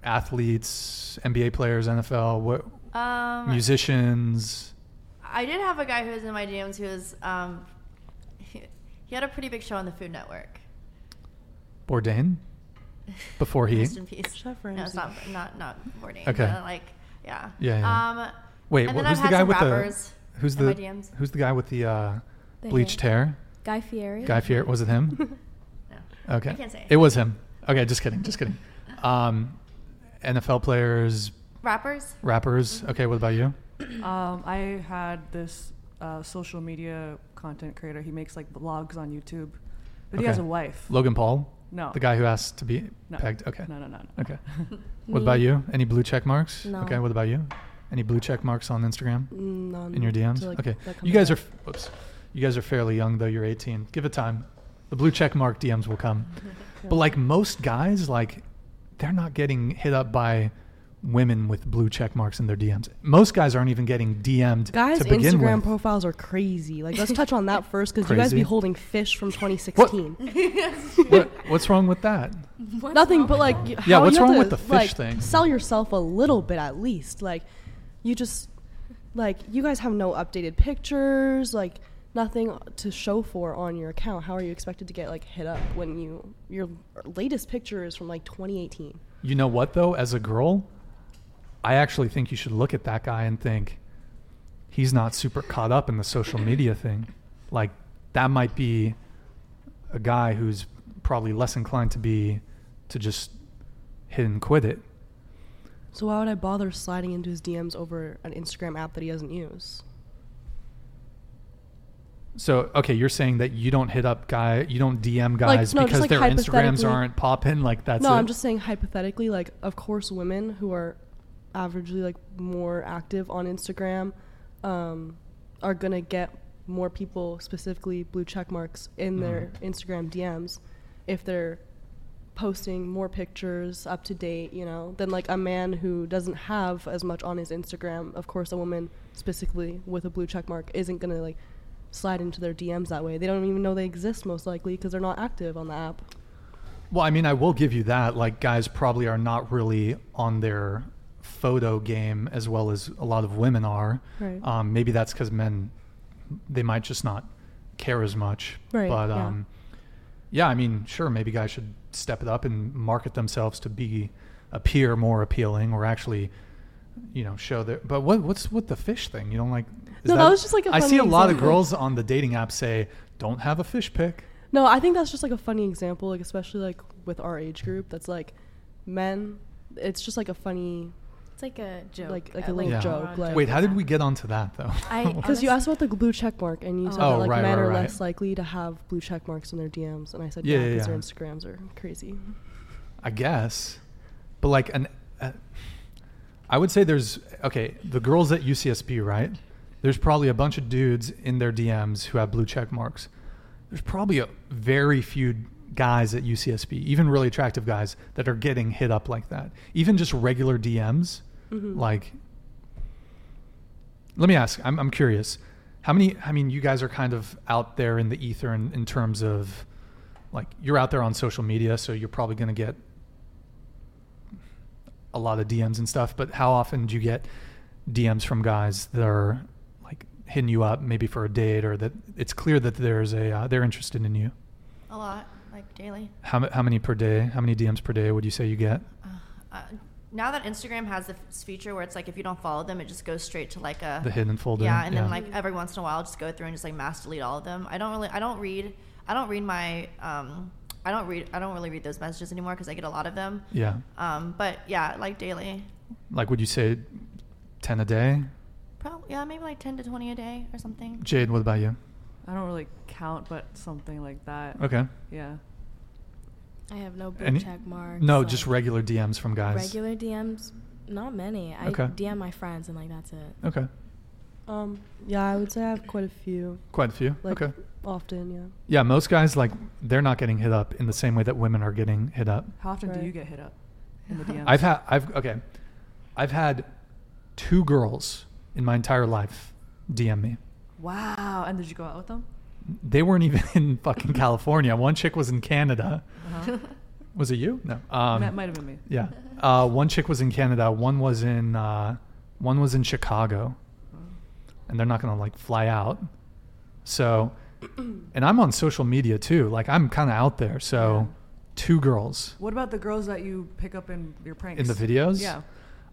[SPEAKER 2] athletes, NBA players, NFL, what
[SPEAKER 3] Um,
[SPEAKER 2] musicians.
[SPEAKER 3] I did have a guy who was in my DMs who was um, he, he had a pretty big show on the Food Network.
[SPEAKER 2] Bourdain before he
[SPEAKER 3] Rest in peace.
[SPEAKER 6] Chef
[SPEAKER 3] No, it's
[SPEAKER 6] Ramsay.
[SPEAKER 3] not not not Bourdain.
[SPEAKER 2] Okay.
[SPEAKER 3] but, like yeah.
[SPEAKER 2] Yeah, yeah.
[SPEAKER 3] Um,
[SPEAKER 2] Wait,
[SPEAKER 3] and
[SPEAKER 2] what
[SPEAKER 3] then
[SPEAKER 2] was
[SPEAKER 3] I've
[SPEAKER 2] the
[SPEAKER 3] had
[SPEAKER 2] guy
[SPEAKER 3] some
[SPEAKER 2] with
[SPEAKER 3] rappers
[SPEAKER 2] the who's
[SPEAKER 3] in my
[SPEAKER 2] the
[SPEAKER 3] DMs.
[SPEAKER 2] who's the guy with the uh,
[SPEAKER 5] The
[SPEAKER 2] bleached hair?
[SPEAKER 5] Guy Fieri.
[SPEAKER 2] Guy Fieri was it him?
[SPEAKER 3] No.
[SPEAKER 2] Okay.
[SPEAKER 3] I can't say.
[SPEAKER 2] It was him. Okay, just kidding, just kidding. Um, NFL players,
[SPEAKER 3] rappers.
[SPEAKER 2] rappers.
[SPEAKER 3] Mm-hmm.
[SPEAKER 2] Okay, what about you?
[SPEAKER 4] Um, I had this uh, social media content creator. He makes like vlogs on YouTube, but he has
[SPEAKER 2] Okay.
[SPEAKER 4] a wife.
[SPEAKER 2] Logan Paul,
[SPEAKER 4] no,
[SPEAKER 2] the guy who asked to be
[SPEAKER 4] no.
[SPEAKER 2] pegged. Okay.
[SPEAKER 4] No, no, no, no.
[SPEAKER 2] Okay. What about you? Any blue check marks?
[SPEAKER 5] No.
[SPEAKER 2] Okay, what about you? Any blue check marks on Instagram?
[SPEAKER 6] None
[SPEAKER 2] In your
[SPEAKER 6] Mm, to,
[SPEAKER 2] DMs?
[SPEAKER 6] like,
[SPEAKER 2] okay.
[SPEAKER 6] that
[SPEAKER 2] You
[SPEAKER 6] comes
[SPEAKER 2] guys are
[SPEAKER 6] up.
[SPEAKER 2] f- whoops. You guys are fairly young though, you're 18. Give it time. The blue check mark DMs will come. But like most guys, like they're not getting hit up by women with blue check marks in their DMs. Most guys aren't even getting DM'd
[SPEAKER 6] Guys,
[SPEAKER 2] to begin
[SPEAKER 6] Instagram
[SPEAKER 2] with.
[SPEAKER 6] profiles are crazy. Like, let's touch on that first because you guys
[SPEAKER 2] Crazy.
[SPEAKER 6] be holding fish from 2016.
[SPEAKER 2] what, what's wrong with that?
[SPEAKER 6] Nothing but like. y-
[SPEAKER 2] Yeah,
[SPEAKER 6] how
[SPEAKER 2] what's
[SPEAKER 6] you have
[SPEAKER 2] wrong
[SPEAKER 6] to,
[SPEAKER 2] with the fish
[SPEAKER 6] like,
[SPEAKER 2] thing?
[SPEAKER 6] Sell yourself a little bit at least. Like, you just, like, you guys have no updated pictures. Like, nothing to show for on your account. How are you expected to get like hit up when you your latest picture is from like 2018?
[SPEAKER 2] You know what though, as a girl, I actually think you should look at that guy and think he's not super caught up in the social media thing. Like that might be a guy who's probably less inclined to be to just hit and quit it.
[SPEAKER 6] So why would I bother sliding into his DMs over an Instagram app that he doesn't use?
[SPEAKER 2] So okay, you're saying that you don't hit up guy, you don't DM
[SPEAKER 6] Like,
[SPEAKER 2] guys
[SPEAKER 6] no,
[SPEAKER 2] because
[SPEAKER 6] just, like,
[SPEAKER 2] their Instagrams
[SPEAKER 6] hypothetically-
[SPEAKER 2] aren't popping. Like that's
[SPEAKER 6] no,
[SPEAKER 2] it.
[SPEAKER 6] I'm just saying hypothetically, like of course women who are averagely like more active on Instagram um, are gonna get more people specifically blue check marks
[SPEAKER 2] Mm-hmm.
[SPEAKER 6] in their Instagram DMs if they're posting more pictures up to date, you know, than like a man who doesn't have as much on his Instagram. Of course a woman specifically with a blue check mark isn't gonna like slide into their DMs that way. They don't even know they exist most likely because they're not active on the app.
[SPEAKER 2] Well, I mean, I will give you that. Like, guys probably are not really on their photo game as well as a lot of women are.
[SPEAKER 6] Right.
[SPEAKER 2] Um, maybe that's because men, they might just not care as much.
[SPEAKER 6] Right,
[SPEAKER 2] But
[SPEAKER 6] yeah.
[SPEAKER 2] um, yeah, I mean, sure, maybe guys should step it up and market themselves to be appear more appealing or actually, you know, show their. But what what's with the fish thing? You don't like? is
[SPEAKER 6] No, that was just like a
[SPEAKER 2] I see a
[SPEAKER 6] funny
[SPEAKER 2] lot of
[SPEAKER 6] example.
[SPEAKER 2] girls on the dating app say, "Don't have a fish pic."
[SPEAKER 6] No, I think that's just like a funny example, like especially like with our age group. That's like men. It's just like a funny
[SPEAKER 5] It's like a joke.
[SPEAKER 6] Like- like
[SPEAKER 5] uh,
[SPEAKER 6] a little
[SPEAKER 5] a
[SPEAKER 6] joke,
[SPEAKER 5] wrong
[SPEAKER 6] like-
[SPEAKER 2] Wait, how did we get onto that though?
[SPEAKER 5] I-
[SPEAKER 6] because you
[SPEAKER 5] Honest-
[SPEAKER 6] asked about the blue check mark and you said
[SPEAKER 5] Oh.
[SPEAKER 6] that
[SPEAKER 5] Oh,
[SPEAKER 6] like
[SPEAKER 2] right,
[SPEAKER 6] men
[SPEAKER 2] right,
[SPEAKER 6] are
[SPEAKER 2] right.
[SPEAKER 6] less likely to have blue check marks on their DMs, and I said
[SPEAKER 2] Yeah,
[SPEAKER 6] yeah
[SPEAKER 2] yeah,
[SPEAKER 6] because
[SPEAKER 2] yeah.
[SPEAKER 6] their Instagrams are crazy.
[SPEAKER 2] I guess, but like an, uh, I would say there's okay the girls at UCSB right. There's probably a bunch of dudes in their DMs who have blue check marks. There's probably a very few guys at UCSB, even really attractive guys, that are getting hit up like that. Even just regular DMs,
[SPEAKER 6] Mm-hmm.
[SPEAKER 2] like. Let me ask. I'm I'm curious. How many? I mean, you guys are kind of out there in the ether in, in terms of like you're out there on social media, so you're probably going to get a lot of DMs and stuff. But how often do you get DMs from guys that are like hitting you up, maybe for a date, or that it's clear that there's a uh, they're interested in you?
[SPEAKER 3] A lot, like daily.
[SPEAKER 2] How ma- how many per day? How many DMs per day would you say you get?
[SPEAKER 3] Uh, now that Instagram has this feature where it's like if you don't follow them, it just goes straight to like a
[SPEAKER 2] The hidden folder,
[SPEAKER 3] Yeah, and
[SPEAKER 2] yeah.
[SPEAKER 3] then like every once in a while, just go through and just like mass delete all of them. I don't really, I don't read, I don't read my, um, I don't read, I don't really read those messages anymore because I get a lot of them.
[SPEAKER 2] Yeah,
[SPEAKER 3] Um, but yeah, like daily,
[SPEAKER 2] like would you say ten a day?
[SPEAKER 3] probably yeah, maybe like ten to twenty a day or something.
[SPEAKER 2] Jade, what about you?
[SPEAKER 4] I don't really count, but something like that.
[SPEAKER 2] Okay,
[SPEAKER 4] Yeah.
[SPEAKER 5] I have no blue
[SPEAKER 2] Any-
[SPEAKER 5] check marks.
[SPEAKER 2] no,
[SPEAKER 5] like,
[SPEAKER 2] just regular DMs from guys.
[SPEAKER 5] regular DMs. Not many. I
[SPEAKER 2] Okay.
[SPEAKER 5] DM my friends and like that's it.
[SPEAKER 2] Okay,
[SPEAKER 6] Um, yeah, I would say I have quite a few.
[SPEAKER 2] quite a few.
[SPEAKER 6] Like
[SPEAKER 2] okay,
[SPEAKER 6] often, yeah.
[SPEAKER 2] yeah, most guys like they're not getting hit up in the same way that women are getting hit up.
[SPEAKER 4] How often
[SPEAKER 6] Right.
[SPEAKER 4] do you get hit up in the DMs?
[SPEAKER 2] I've had I've okay. I've had two girls in my entire life DM me.
[SPEAKER 4] Wow. And did you go out with them?
[SPEAKER 2] They weren't even in fucking California. One chick was in Canada.
[SPEAKER 3] Uh-huh.
[SPEAKER 2] Was it you? No. Um,
[SPEAKER 4] that might have been me.
[SPEAKER 2] Yeah. Uh, one chick was in Canada. One was in uh, one was in Chicago, and they're not gonna like fly out. So, and I'm on social media too. Like I'm kind of out there. So, two girls.
[SPEAKER 4] What about the girls that you pick up in your pranks?
[SPEAKER 2] In the videos?
[SPEAKER 4] Yeah.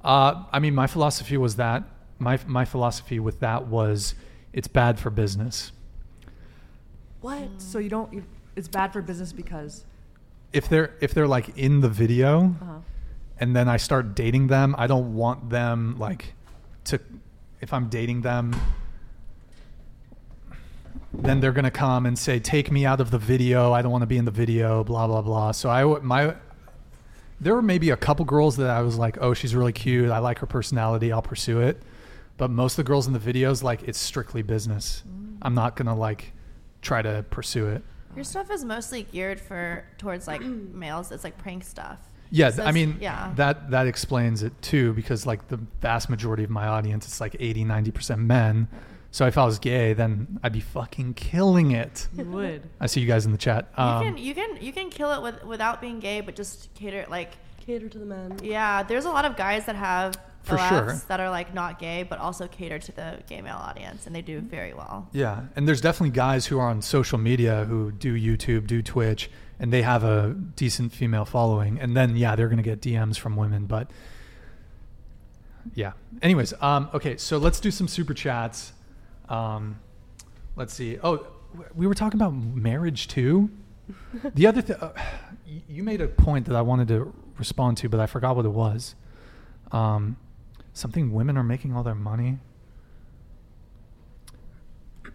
[SPEAKER 2] Uh, I mean, my philosophy was that my my philosophy with that was it's bad for business.
[SPEAKER 4] What? So you don't. You, it's bad for business because.
[SPEAKER 2] If they're if they're like in the video
[SPEAKER 4] Uh huh.
[SPEAKER 2] and then I start dating them, I don't want them like to if I'm dating them then they're going to come and say take me out of the video. I don't want to be in the video, blah blah blah. So I w- my there were maybe a couple girls that I was like, "Oh, she's really cute. I like her personality. I'll pursue it." But most of the girls in the videos like it's strictly business. I'm not going to like try to pursue it.
[SPEAKER 3] Your stuff is mostly geared for towards like males. It's like prank stuff.
[SPEAKER 2] Yeah,
[SPEAKER 3] So
[SPEAKER 2] th- I
[SPEAKER 3] it's-
[SPEAKER 2] mean,
[SPEAKER 3] yeah.
[SPEAKER 2] that that explains it too because like the vast majority of my audience, it's like 80, 90% men. So if I was gay, then I'd be fucking killing it.
[SPEAKER 4] You would.
[SPEAKER 2] I see you guys in the chat. Um,
[SPEAKER 3] you can you can you can kill it with without being gay, but just cater like
[SPEAKER 6] Cater to the men.
[SPEAKER 3] Yeah, there's a lot of guys that have
[SPEAKER 2] For
[SPEAKER 3] OFs
[SPEAKER 2] sure.
[SPEAKER 3] that are like not gay, but also cater to the gay male audience, and they
[SPEAKER 2] Mm-hmm.
[SPEAKER 3] do very well.
[SPEAKER 2] yeah, and there's definitely guys who are on social media who do YouTube, do Twitch, and they have a decent female following. And then yeah, they're gonna get DMs from women, but yeah. Anyways, um, okay, so let's do some super chats. Um, let's see. Oh, we were talking about marriage too. the other thing, uh, y- you made a point that I wanted to respond to, but I forgot what it was. Um, something women are making all their money.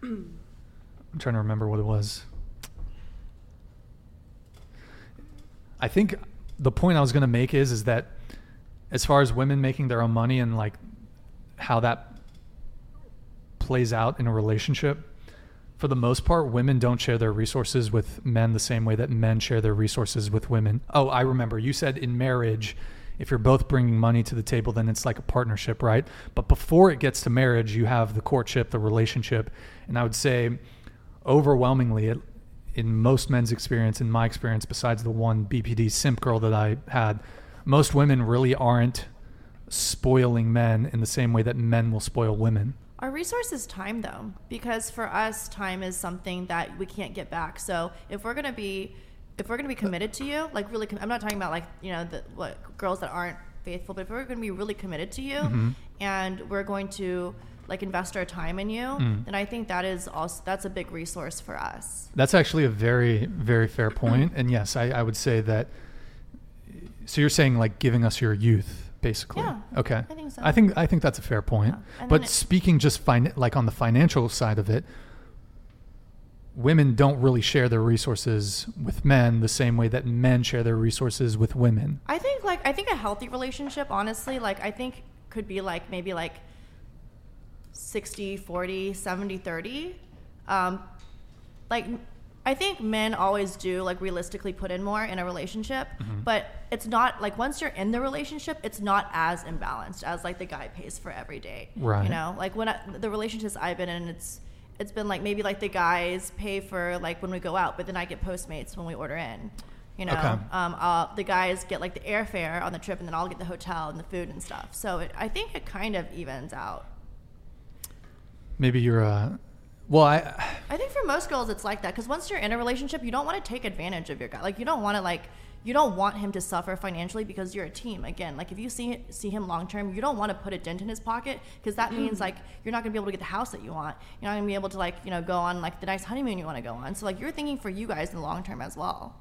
[SPEAKER 2] I'm trying to remember what it was. I think the point I was going to make is is that as far as women making their own money and like how that plays out in a relationship, for the most part, women don't share their resources with men the same way that men share their resources with women. Oh, I remember. You said in marriage, if you're both bringing money to the table, then it's like a partnership, right? But before it gets to marriage, you have the courtship, the relationship. And I would say overwhelmingly, it, in most men's experience, in my experience, besides the one BPD simp girl that I had, most women really aren't spoiling men in the same way that men will spoil women.
[SPEAKER 3] Our resource is time, though, because for us, time is something that we can't get back. So if we're gonna be, if we're gonna be
[SPEAKER 2] Uh,
[SPEAKER 3] committed to you, like really, com- I'm not talking about like you know the what girls that aren't faithful, but if we're gonna be really committed to you,
[SPEAKER 2] Mhm.
[SPEAKER 3] and we're going to like invest our time in you,
[SPEAKER 2] Mm.
[SPEAKER 3] then I think that is also that's a big resource for us.
[SPEAKER 2] That's actually a very, very fair point. And yes, I, I would say that. So you're saying like giving us your youth, basically.
[SPEAKER 3] Yeah,
[SPEAKER 2] okay.
[SPEAKER 3] I think so.
[SPEAKER 2] I think I think that's a fair point.
[SPEAKER 3] Yeah. And
[SPEAKER 2] But
[SPEAKER 3] then it-
[SPEAKER 2] speaking just fin- like on the financial side of it, women don't really share their resources with men the same way that men share their resources with women.
[SPEAKER 3] I think like I think a healthy relationship, honestly, like I think could be like maybe like 60, 40, 70, 30. Um, like I think men always do like realistically put in more in a relationship,
[SPEAKER 2] Mhm.
[SPEAKER 3] but it's not like once you're in the relationship, it's not as imbalanced as like the guy pays for every date.
[SPEAKER 2] Right.
[SPEAKER 3] You know, like when I, the relationships I've been in, it's it's been like maybe like the guys pay for like when we go out, but then I get Postmates when we order in. You know,
[SPEAKER 2] Okay.
[SPEAKER 3] um, i the guys get like the airfare on the trip, and then I'll get the hotel and the food and stuff. So it, I think it kind of evens out.
[SPEAKER 2] Maybe you're a. Well, I.
[SPEAKER 3] I think for most girls it's like that because once you're in a relationship, you don't want to take advantage of your guy. Like you don't want to like you don't want him to suffer financially because you're a team. Again, like if you see see him long term, you don't want to put a dent in his pocket because that means like you're not gonna be able to get the house that you want. You're not gonna be able to like you know go on like the nice honeymoon you want to go on. So like you're thinking for you guys in the long term as well.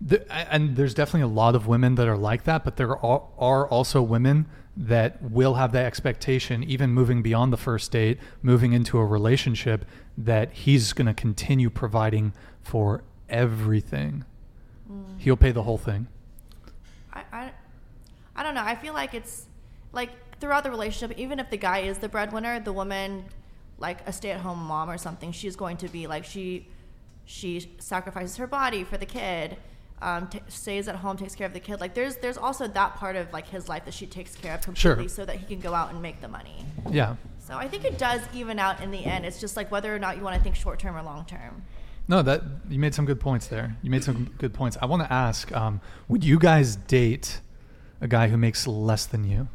[SPEAKER 2] The, and there's definitely a lot of women that are like that, but there are, are also women that will have that expectation, even moving beyond the first date, moving into a relationship, that he's going to continue providing for everything.
[SPEAKER 4] Mm.
[SPEAKER 2] He'll pay the whole thing.
[SPEAKER 3] I, I, I don't know. I feel like it's like throughout the relationship, even if the guy is the breadwinner, the woman, like a stay-at-home mom or something, she's going to be like she, she sacrifices her body for the kid, um, t- stays at home, takes care of the kid. Like there's there's also that part of like his life that she takes care of
[SPEAKER 2] Sure.
[SPEAKER 3] completely, so that he can go out and make the money.
[SPEAKER 2] Yeah.
[SPEAKER 3] So I think it does even out in the end. It's just like whether or not you want to think short term or long term.
[SPEAKER 2] No, that you made some good points there. You made some good points. I want to ask: um, Would you guys date a guy who makes less than you?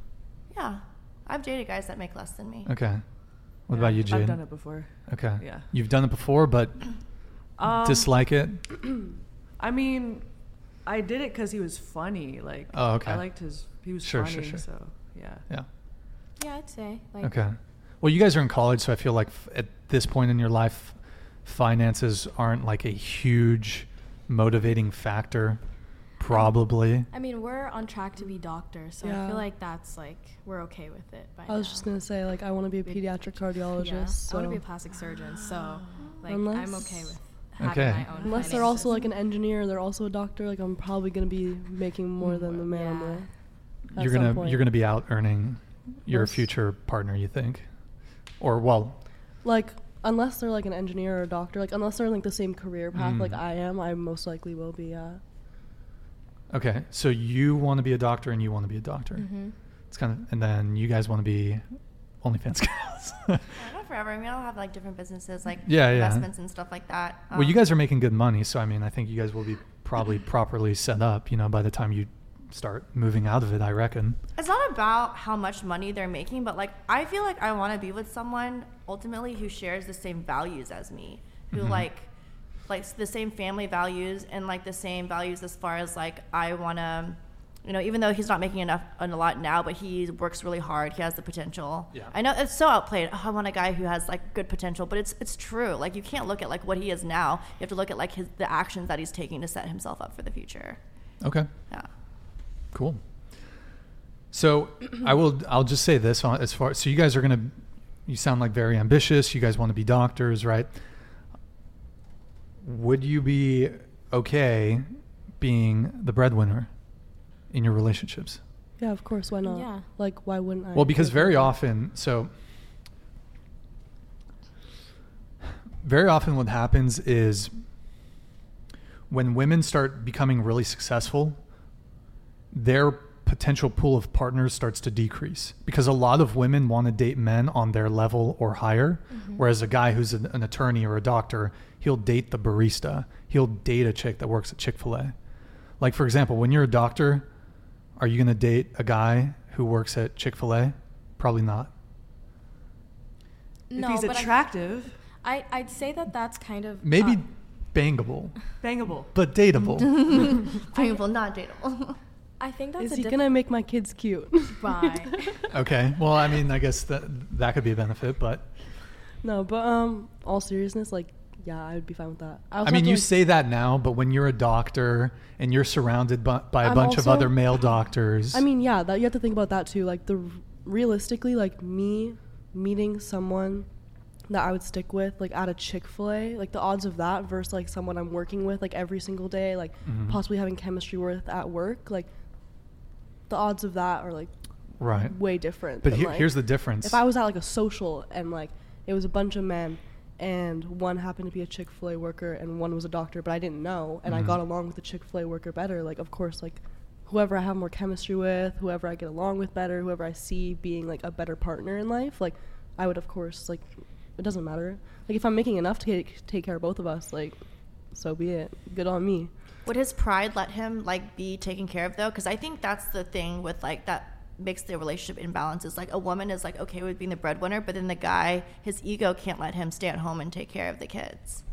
[SPEAKER 3] Yeah, I've dated guys that make less than me.
[SPEAKER 2] Okay. What about you, Jade?
[SPEAKER 4] I've done it before.
[SPEAKER 2] Okay.
[SPEAKER 4] Yeah.
[SPEAKER 2] You've done it before, but
[SPEAKER 4] Um,
[SPEAKER 2] dislike it.
[SPEAKER 4] I mean, I did it because he was funny. Like,
[SPEAKER 2] Oh, okay.
[SPEAKER 4] I liked his. He was
[SPEAKER 2] Sure,
[SPEAKER 4] funny.
[SPEAKER 2] sure, sure.
[SPEAKER 4] So, yeah.
[SPEAKER 2] Yeah.
[SPEAKER 5] Yeah, I'd say. Like,
[SPEAKER 2] Okay. Well, you guys are in college, so I feel like f- at this point in your life, finances aren't like a huge motivating factor, probably.
[SPEAKER 5] I mean, we're on track to be doctors, so I
[SPEAKER 6] Yeah.
[SPEAKER 5] feel like that's like we're okay with it. By
[SPEAKER 6] I was
[SPEAKER 5] now.
[SPEAKER 6] just gonna say like I want to be a
[SPEAKER 5] Be-
[SPEAKER 6] pediatric cardiologist.
[SPEAKER 5] Yeah.
[SPEAKER 6] So.
[SPEAKER 5] I want to be a plastic surgeon, so like I'm
[SPEAKER 6] Unless-
[SPEAKER 5] okay with having
[SPEAKER 2] Okay.
[SPEAKER 5] my own.
[SPEAKER 6] Unless they're also like an engineer, they're also a doctor. Like I'm probably gonna be making more than the man I'm
[SPEAKER 5] Yeah.
[SPEAKER 6] with. at
[SPEAKER 2] you're
[SPEAKER 6] some
[SPEAKER 2] gonna
[SPEAKER 6] point.
[SPEAKER 2] you're gonna be out earning your
[SPEAKER 6] Most-
[SPEAKER 2] future partner, you think, or well,
[SPEAKER 6] like unless they're like an engineer or a doctor. Like unless they're like the same career path
[SPEAKER 2] Mm.
[SPEAKER 6] like I am, I most likely will be. Uh,
[SPEAKER 2] okay. So you want to be a doctor, and you want to be a doctor.
[SPEAKER 5] hmm
[SPEAKER 2] It's kind of, and then you guys want to be OnlyFans girls.
[SPEAKER 3] I don't know forever. I mean, I'll have like different businesses, like
[SPEAKER 2] Yeah, yeah.
[SPEAKER 3] investments and stuff like that.
[SPEAKER 2] Well, you guys are making good money, so I mean, I think you guys will be probably properly set up, you know, by the time you start moving out of it, I reckon.
[SPEAKER 3] It's not about how much money they're making, but like I feel like I want to be with someone ultimately who shares the same values as me, who
[SPEAKER 2] Mhm.
[SPEAKER 3] like likes the same family values and like the same values as far as like I want to. You know, even though he's not making enough and a lot now, but he works really hard. He has the potential.
[SPEAKER 2] Yeah.
[SPEAKER 3] I know it's so outplayed. Oh, I want a guy who has like good potential, but it's it's true. Like you can't look at like what he is now. You have to look at like his the actions that he's taking to set himself up for the future.
[SPEAKER 2] Okay.
[SPEAKER 3] Yeah.
[SPEAKER 2] Cool. So I will. I'll just say this on- as far. So you guys are gonna. You sound like very ambitious. You guys want to be doctors, right? Would you be okay being the breadwinner in your relationships?
[SPEAKER 6] yeah, of course. Why not?
[SPEAKER 5] Yeah.
[SPEAKER 6] Like why wouldn't I?
[SPEAKER 2] Well, because
[SPEAKER 6] Like,
[SPEAKER 2] very often, so very often what happens is when women start becoming really successful, their potential pool of partners starts to decrease because a lot of women want to date men on their level or higher, whereas a guy who's an, an attorney or a doctor, he'll date the barista, he'll date a chick that works at Chick Fil A. Like for example, when you're a doctor, are you gonna date a guy who works at Chick Fil A? Probably not.
[SPEAKER 5] No,
[SPEAKER 4] if he's
[SPEAKER 5] but I-
[SPEAKER 4] attractive,
[SPEAKER 5] I, I'd say that that's kind of
[SPEAKER 2] Maybe
[SPEAKER 5] uh,
[SPEAKER 2] bangable,
[SPEAKER 4] bangable.
[SPEAKER 2] but dateable.
[SPEAKER 3] Painful, not dateable.
[SPEAKER 5] I think that's
[SPEAKER 6] Is
[SPEAKER 5] a
[SPEAKER 6] he
[SPEAKER 5] diff-
[SPEAKER 6] gonna make my kids cute?
[SPEAKER 5] Bye.
[SPEAKER 2] okay. Well, I mean, I guess that that could be a benefit, but
[SPEAKER 6] no, but um, all seriousness, like, yeah, I would be fine with that. I,
[SPEAKER 2] I
[SPEAKER 6] also
[SPEAKER 2] mean,
[SPEAKER 6] have to,
[SPEAKER 2] you
[SPEAKER 6] like-
[SPEAKER 2] say that now, but when you're a doctor and you're surrounded by, by a
[SPEAKER 6] I'm
[SPEAKER 2] bunch of
[SPEAKER 6] also-
[SPEAKER 2] other male doctors,
[SPEAKER 6] I mean, yeah, that you have to think about that too. Like the r- realistically, like me meeting someone that I would stick with, like at a Chick Fil A, like the odds of that versus like someone I'm working with, like every single day, like
[SPEAKER 2] Mhm.
[SPEAKER 6] possibly having chemistry with at work, like the odds of that are like
[SPEAKER 2] right?
[SPEAKER 6] way different.
[SPEAKER 2] But
[SPEAKER 6] than,
[SPEAKER 2] here-
[SPEAKER 6] like,
[SPEAKER 2] here's the difference.
[SPEAKER 6] if I was at like a social and like it was a bunch of men and one happened to be a Chick Fil A worker and one was a doctor, but I didn't know and
[SPEAKER 2] Mhm.
[SPEAKER 6] I got along with the Chick Fil A worker better. Like of course, like whoever I have more chemistry with, whoever I get along with better, whoever I see being like a better partner in life, like I would of course like it doesn't matter. Like if I'm making enough to take take care of both of us, like so be it. Good on me.
[SPEAKER 3] Would his pride let him like be taken care of though? Because I think that's the thing with like that makes the relationship imbalance is like a woman is like okay with being the breadwinner, but then the guy his ego can't let him stay at home and take care of the kids.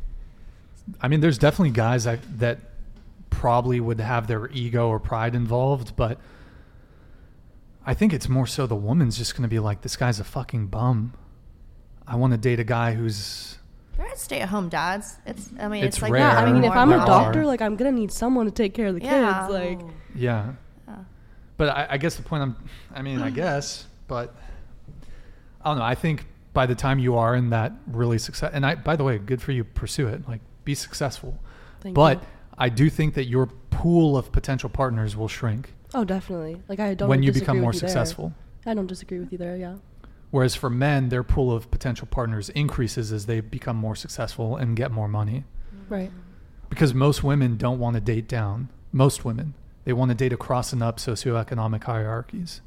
[SPEAKER 2] I mean, there's definitely guys I, that probably would have their ego or pride involved, but I think it's more so the woman's just going to be like, this guy's a fucking bum. I want to date a guy who's.
[SPEAKER 3] There are stay-at-home dads. It's I mean it's,
[SPEAKER 2] It's
[SPEAKER 3] like
[SPEAKER 2] rare.
[SPEAKER 6] Yeah, I mean if
[SPEAKER 3] more
[SPEAKER 6] I'm a
[SPEAKER 3] common.
[SPEAKER 6] doctor, like I'm gonna need someone to take care of the
[SPEAKER 3] Yeah.
[SPEAKER 6] kids. Like
[SPEAKER 2] Yeah.
[SPEAKER 6] Oh.
[SPEAKER 3] Yeah.
[SPEAKER 2] But I, I guess the point I'm. I mean, I guess, but I don't know. I think by the time you are in that really success. And I, by the way, good for you. Pursue it. Like, be successful.
[SPEAKER 6] thank
[SPEAKER 2] but
[SPEAKER 6] you.
[SPEAKER 2] I do think that your pool of potential partners will shrink
[SPEAKER 6] Oh, definitely. Like I don't.
[SPEAKER 2] when you
[SPEAKER 6] disagree
[SPEAKER 2] become
[SPEAKER 6] with
[SPEAKER 2] more
[SPEAKER 6] you there.
[SPEAKER 2] successful.
[SPEAKER 6] I don't disagree with you there. Yeah.
[SPEAKER 2] Whereas for men, their pool of potential partners increases as they become more successful and get more money.
[SPEAKER 3] Mm.
[SPEAKER 6] Right.
[SPEAKER 2] Because most women don't want to date down. Most women. They want to date across and up socioeconomic hierarchies.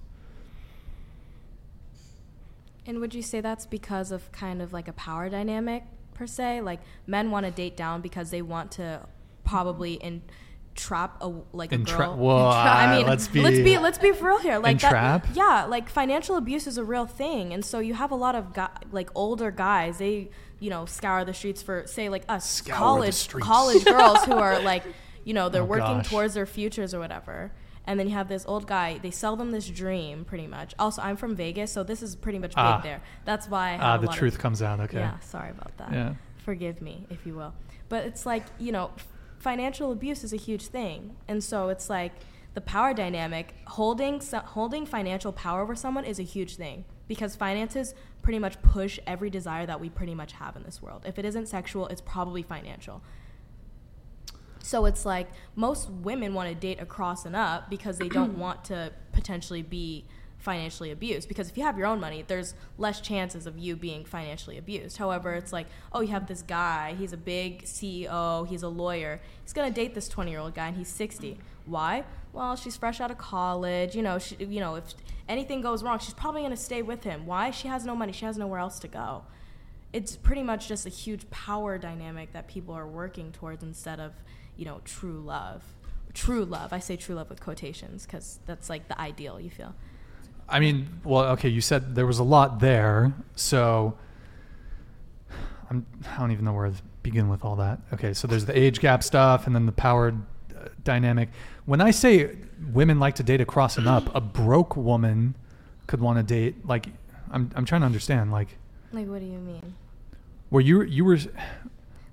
[SPEAKER 5] and would you say that's because of kind of like a power dynamic per se? Like men want to date down because they want to probably entrap a like
[SPEAKER 2] Entra-
[SPEAKER 5] a girl.
[SPEAKER 2] Well,
[SPEAKER 5] I
[SPEAKER 2] uh,
[SPEAKER 5] mean,
[SPEAKER 2] let's be-
[SPEAKER 5] let's be let's be for real here. Like
[SPEAKER 2] Entrap?
[SPEAKER 5] That, yeah, like financial abuse is a real thing, and so you have a lot of gu like older guys. They you know scour the streets for say like us
[SPEAKER 2] Scour the
[SPEAKER 5] college
[SPEAKER 2] streets.
[SPEAKER 5] college girls who are like you know they're
[SPEAKER 2] Oh,
[SPEAKER 5] working
[SPEAKER 2] gosh.
[SPEAKER 5] towards their futures or whatever. And then you have this old guy. They sell them this dream, pretty much. Also, I'm from Vegas, so this is pretty much big
[SPEAKER 2] Ah.
[SPEAKER 5] there. That's why I had
[SPEAKER 2] Ah,
[SPEAKER 5] a
[SPEAKER 2] the
[SPEAKER 5] lot of-
[SPEAKER 2] truth comes out. Okay.
[SPEAKER 5] Yeah, sorry about that.
[SPEAKER 2] Yeah.
[SPEAKER 5] Forgive me, if you will. But it's like, you know, f- financial abuse is a huge thing. And so it's like the power dynamic, holding so- holding financial power over someone is a huge thing because finances pretty much push every desire that we pretty much have in this world. If it isn't sexual, it's probably financial. So it's like most women want to date across and up because they don't want to potentially be financially abused. Because if you have your own money, there's less chances of you being financially abused. However, it's like, oh, you have this guy, he's a big CEO, he's a lawyer, he's gonna date this 20 year old guy and he's 60. Why? Well, she's fresh out of college. You know, she, you know, if anything goes wrong, she's probably gonna stay with him. Why? She has no money. She has nowhere else to go it's pretty much just a huge power dynamic that people are working towards instead of you know true love true love i say true love with quotations because that's like the ideal you feel
[SPEAKER 2] I mean, well, okay, you said there was a lot there, so I'm, I don't even know where to begin with all that. Okay, so there's the age gap stuff, and then the power uh, dynamic. When I say women like to date across and up, a broke woman could want to date like I'm. I'm trying to understand like
[SPEAKER 5] like what do you mean
[SPEAKER 2] where you you were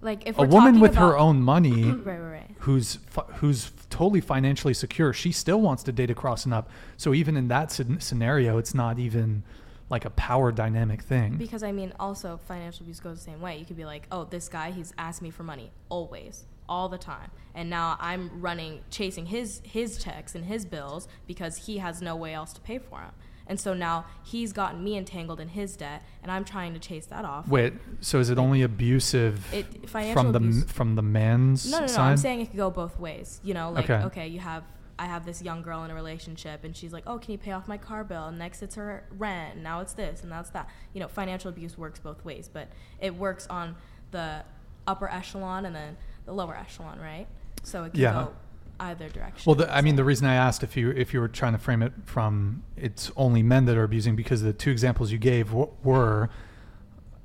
[SPEAKER 5] like if
[SPEAKER 2] a
[SPEAKER 5] we're
[SPEAKER 2] woman
[SPEAKER 5] talking
[SPEAKER 2] with her
[SPEAKER 5] about-
[SPEAKER 2] own money
[SPEAKER 5] right right right
[SPEAKER 2] who's fi- who's totally financially secure, she still wants to date across and up. So even in that scen- scenario, it's not even like a power dynamic thing.
[SPEAKER 5] because i mean also financial abuse goes the same way you could be like oh this guy he's asked me for money always all the time and now i'm running chasing his his checks and his bills because he has no way else to pay for them and so now he's gotten me entangled in his debt and i'm trying to chase that off
[SPEAKER 2] Wait, so is it only abusive
[SPEAKER 5] It- financial
[SPEAKER 2] from the
[SPEAKER 5] abuse-
[SPEAKER 2] from the man's
[SPEAKER 5] No, no, no.
[SPEAKER 2] side?
[SPEAKER 5] I'm saying it could go both ways. You know, like
[SPEAKER 2] Okay.
[SPEAKER 5] okay, you have I have this young girl in a relationship and she's like, oh, can you pay off my car bill? And next it's her rent. And now it's this and now it's that. You know, financial abuse works both ways, but it works on the upper echelon and then the lower echelon, right? So it can
[SPEAKER 2] Yeah.
[SPEAKER 5] go either direction.
[SPEAKER 2] Well, the, I mean,
[SPEAKER 5] So-
[SPEAKER 2] the reason I asked if you if you were trying to frame it from it's only men that are abusing because the two examples you gave w- were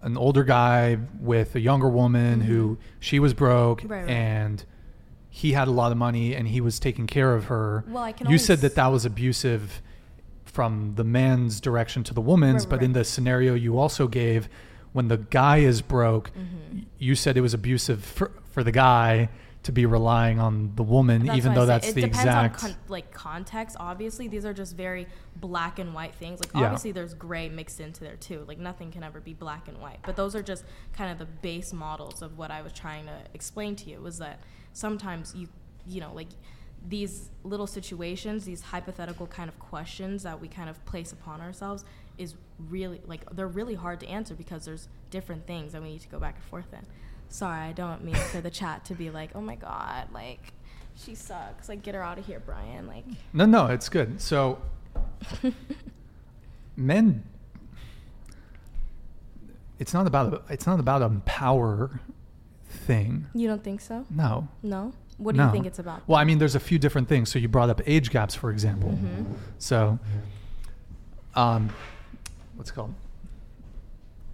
[SPEAKER 2] an older guy with a younger woman who she was broke
[SPEAKER 5] Mm-hmm. Right, right.
[SPEAKER 2] and he had a lot of money and he was taking care of her.
[SPEAKER 5] Well, I can
[SPEAKER 2] you said
[SPEAKER 5] always-
[SPEAKER 2] that that was abusive from the man's direction to the woman's,
[SPEAKER 5] Right,
[SPEAKER 2] but in
[SPEAKER 5] right.
[SPEAKER 2] the scenario you also gave, when the guy is broke,
[SPEAKER 5] Mm-hmm.
[SPEAKER 2] y- you said it was abusive for, for the guy to be relying on the woman,
[SPEAKER 5] That's
[SPEAKER 2] even
[SPEAKER 5] why I
[SPEAKER 2] though
[SPEAKER 5] say
[SPEAKER 2] that's
[SPEAKER 5] it
[SPEAKER 2] the
[SPEAKER 5] depends
[SPEAKER 2] exact.
[SPEAKER 5] on con- like context. Obviously, these are just very black and white things. Like
[SPEAKER 2] Yeah.
[SPEAKER 5] obviously, there's gray mixed into there too. Like nothing can ever be black and white. But those are just kind of the base models of what I was trying to explain to you was that sometimes you you know like these little situations, these hypothetical kind of questions that we kind of place upon ourselves is really like they're really hard to answer because there's different things that we need to go back and forth in. Sorry, I don't mean for the chat to be like, oh my god, like she sucks. Like, get her out of here, Brian. Like,
[SPEAKER 2] no, no, it's good. So, men, it's not about a, it's not about a power thing.
[SPEAKER 5] you don't think so?
[SPEAKER 2] No.
[SPEAKER 5] No. What do
[SPEAKER 2] No.
[SPEAKER 5] you think it's about?
[SPEAKER 2] Well, I mean, there's a few different things. So you brought up age gaps, for example.
[SPEAKER 5] Mhm.
[SPEAKER 2] So, um, what's it called?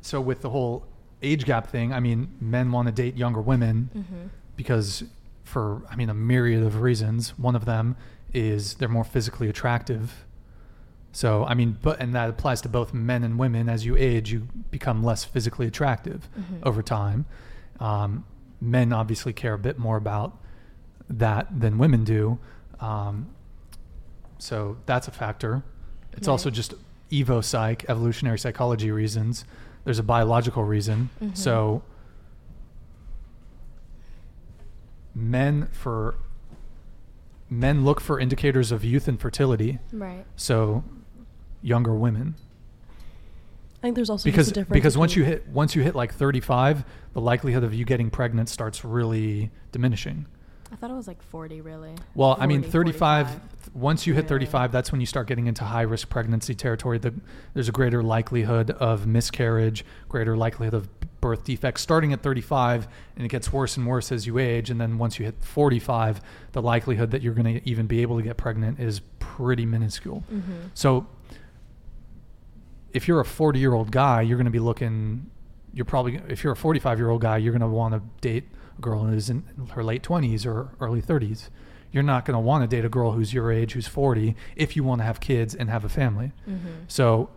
[SPEAKER 2] So with the whole age gap thing, I mean, men want to date younger women
[SPEAKER 5] Mhm.
[SPEAKER 2] because, for I mean, a myriad of reasons. One of them is they're more physically attractive. So I mean, but and that applies to both men and women. As you age, you become less physically attractive
[SPEAKER 5] Mhm.
[SPEAKER 2] over time. Um, men obviously care a bit more about that than women do. Um, so that's a factor. It's
[SPEAKER 5] Right.
[SPEAKER 2] also just evo psych, evolutionary psychology reasons. There's a biological reason.
[SPEAKER 5] Mhm.
[SPEAKER 2] So men for men look for indicators of youth and fertility.
[SPEAKER 5] Right.
[SPEAKER 2] So younger women
[SPEAKER 6] I think there's also
[SPEAKER 2] because
[SPEAKER 6] just a difference
[SPEAKER 2] because once you
[SPEAKER 6] between-
[SPEAKER 2] hit once you hit like 35, the likelihood of you getting pregnant starts really diminishing.
[SPEAKER 5] I thought it was like 40, really.
[SPEAKER 2] Well, I mean,
[SPEAKER 5] 40,
[SPEAKER 2] 35,
[SPEAKER 5] 45.
[SPEAKER 2] th- once you hit
[SPEAKER 5] Really?
[SPEAKER 2] 35, that's when you start getting into high risk pregnancy territory. The, there's a greater likelihood of miscarriage, greater likelihood of birth defects starting at 35, and it gets worse and worse as you age. And then once you hit 45, the likelihood that you're going to even be able to get pregnant is pretty minuscule.
[SPEAKER 6] Mm-hmm.
[SPEAKER 5] Mhm.
[SPEAKER 2] So if you're a 40 year old guy, you're going to be looking. You're probably if you're a 45 year old guy, you're going to want to date a girl who's in her late 20s or early 30s. You're not going to want to date a girl who's your age, who's 40, if you want to have kids and have a family.
[SPEAKER 5] Mhm.
[SPEAKER 2] So,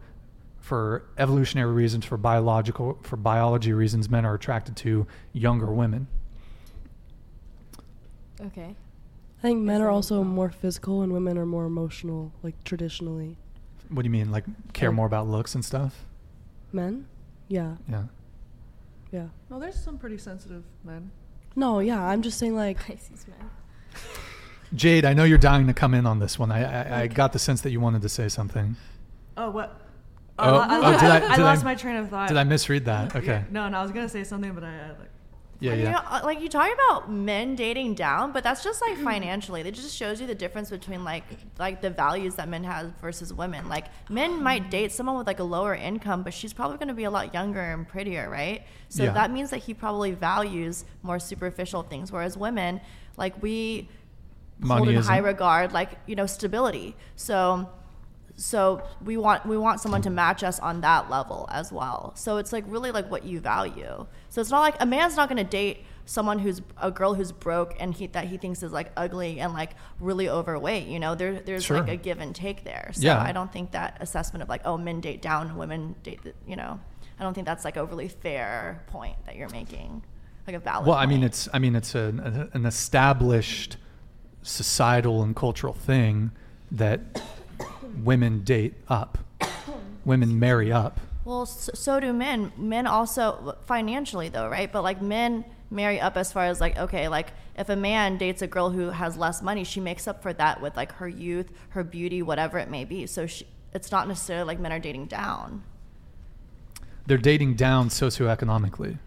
[SPEAKER 2] for evolutionary reasons, for biological, for biology reasons, men are attracted to younger women.
[SPEAKER 5] Okay.
[SPEAKER 6] I think men
[SPEAKER 5] Is
[SPEAKER 6] are
[SPEAKER 5] it-
[SPEAKER 6] also more physical and women are more emotional, like traditionally.
[SPEAKER 2] What do you mean, like care
[SPEAKER 6] Like-
[SPEAKER 2] more about looks and stuff?
[SPEAKER 6] Men? Yeah,
[SPEAKER 2] Yeah.
[SPEAKER 6] yeah.
[SPEAKER 4] No, there's some pretty sensitive men.
[SPEAKER 6] No, yeah. I'm just saying, like,
[SPEAKER 5] Pisces man.
[SPEAKER 2] Jade, I know you're dying to come in on this one. I I, I
[SPEAKER 4] Okay.
[SPEAKER 2] got the sense that you wanted to say something.
[SPEAKER 4] Oh, what?
[SPEAKER 2] Oh,
[SPEAKER 4] I,
[SPEAKER 2] oh, did I-
[SPEAKER 4] I,
[SPEAKER 2] did I-
[SPEAKER 4] lost my train of thought.
[SPEAKER 2] Did I misread that? Okay.
[SPEAKER 4] Yeah, no, no, I was gonna say something, but I, I like.
[SPEAKER 2] Yeah,
[SPEAKER 3] And,
[SPEAKER 2] yeah.
[SPEAKER 3] You know, uh, like you talk about men dating down, but that's just like financially. It just shows you the difference between like like the values that men have versus women. Like men
[SPEAKER 2] Mm.
[SPEAKER 3] might date someone with like a lower income, but she's probably going to be a lot younger and prettier, right? So
[SPEAKER 2] Yeah.
[SPEAKER 3] that means that he probably values more superficial things, whereas women, like we hold in high
[SPEAKER 2] isn't-
[SPEAKER 3] regard, like you know stability. So so we want we want someone to match us on that level as well so it's like really like what you value so it's not like a man's not going to date someone who's a girl who's broke and he that he thinks is like ugly and like really overweight you know there there's
[SPEAKER 2] Sure.
[SPEAKER 3] like a give and take there so
[SPEAKER 2] Yeah.
[SPEAKER 3] i don't think that assessment of like oh men date down and women date the, you know i don't think that's like a really fair point that you're making like a valid
[SPEAKER 2] Well, I mean,
[SPEAKER 3] point.
[SPEAKER 2] it's I mean, it's an, an established societal and cultural thing that women date up, women marry up.
[SPEAKER 3] Well, so, so do men. Men also financially, though, right? But like men marry up as far as like okay, like if a man dates a girl who has less money, she makes up for that with like her youth, her beauty, whatever it may be. So she, it's not necessarily like men are dating down.
[SPEAKER 2] They're dating down socioeconomically.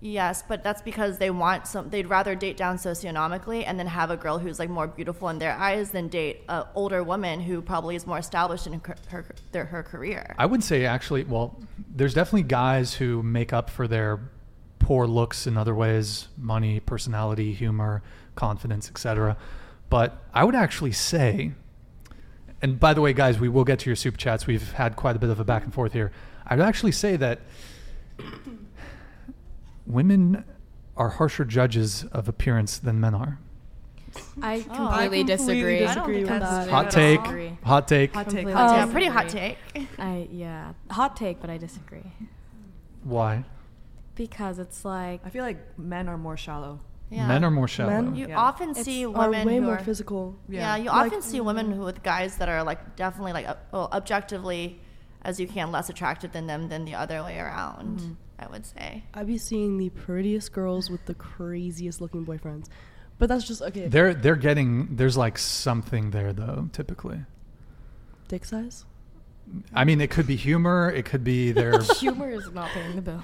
[SPEAKER 3] Yes, but that's because they want some. They'd rather date down socionomically and then have a girl who's like more beautiful in their eyes than date a older woman who probably is more established in her her, their, her career.
[SPEAKER 2] I would say actually, well, there's definitely guys who make up for their poor looks in other ways, money, personality, humor, confidence, etc. But I would actually say and by the way, guys, we will get to your super chats. We've had quite a bit of a back and forth here. I'd actually say that women are harsher judges of appearance than men are.
[SPEAKER 5] I
[SPEAKER 3] Oh,
[SPEAKER 5] completely,
[SPEAKER 3] I
[SPEAKER 5] disagree.
[SPEAKER 6] I don't disagree with that.
[SPEAKER 2] Hot take. Hot take.
[SPEAKER 4] Hot take.
[SPEAKER 5] Completely
[SPEAKER 4] hot
[SPEAKER 3] yeah,
[SPEAKER 2] Um,
[SPEAKER 4] take.
[SPEAKER 3] pretty hot take.
[SPEAKER 5] I yeah, hot take, but I disagree
[SPEAKER 2] Why?
[SPEAKER 5] because it's like
[SPEAKER 4] I feel like men are more shallow.
[SPEAKER 3] Yeah.
[SPEAKER 2] Men are more shallow.
[SPEAKER 6] Men?
[SPEAKER 3] You
[SPEAKER 4] Yeah.
[SPEAKER 3] often
[SPEAKER 5] It's-
[SPEAKER 3] see
[SPEAKER 5] are
[SPEAKER 3] women
[SPEAKER 6] are way
[SPEAKER 3] who
[SPEAKER 6] more
[SPEAKER 3] are,
[SPEAKER 6] physical.
[SPEAKER 3] Yeah,
[SPEAKER 4] Yeah.
[SPEAKER 3] you
[SPEAKER 6] Like-
[SPEAKER 3] often see women who with guys that are like definitely like ob- well, objectively as you can less attracted than them than the other way around. I would say.
[SPEAKER 6] I'd be seeing the prettiest girls with the craziest looking boyfriends. But that's just okay.
[SPEAKER 2] They're they're getting there's like something there though, typically.
[SPEAKER 6] dick size.
[SPEAKER 2] I mean it could be humor, it could be their
[SPEAKER 5] humor is not paying the bill.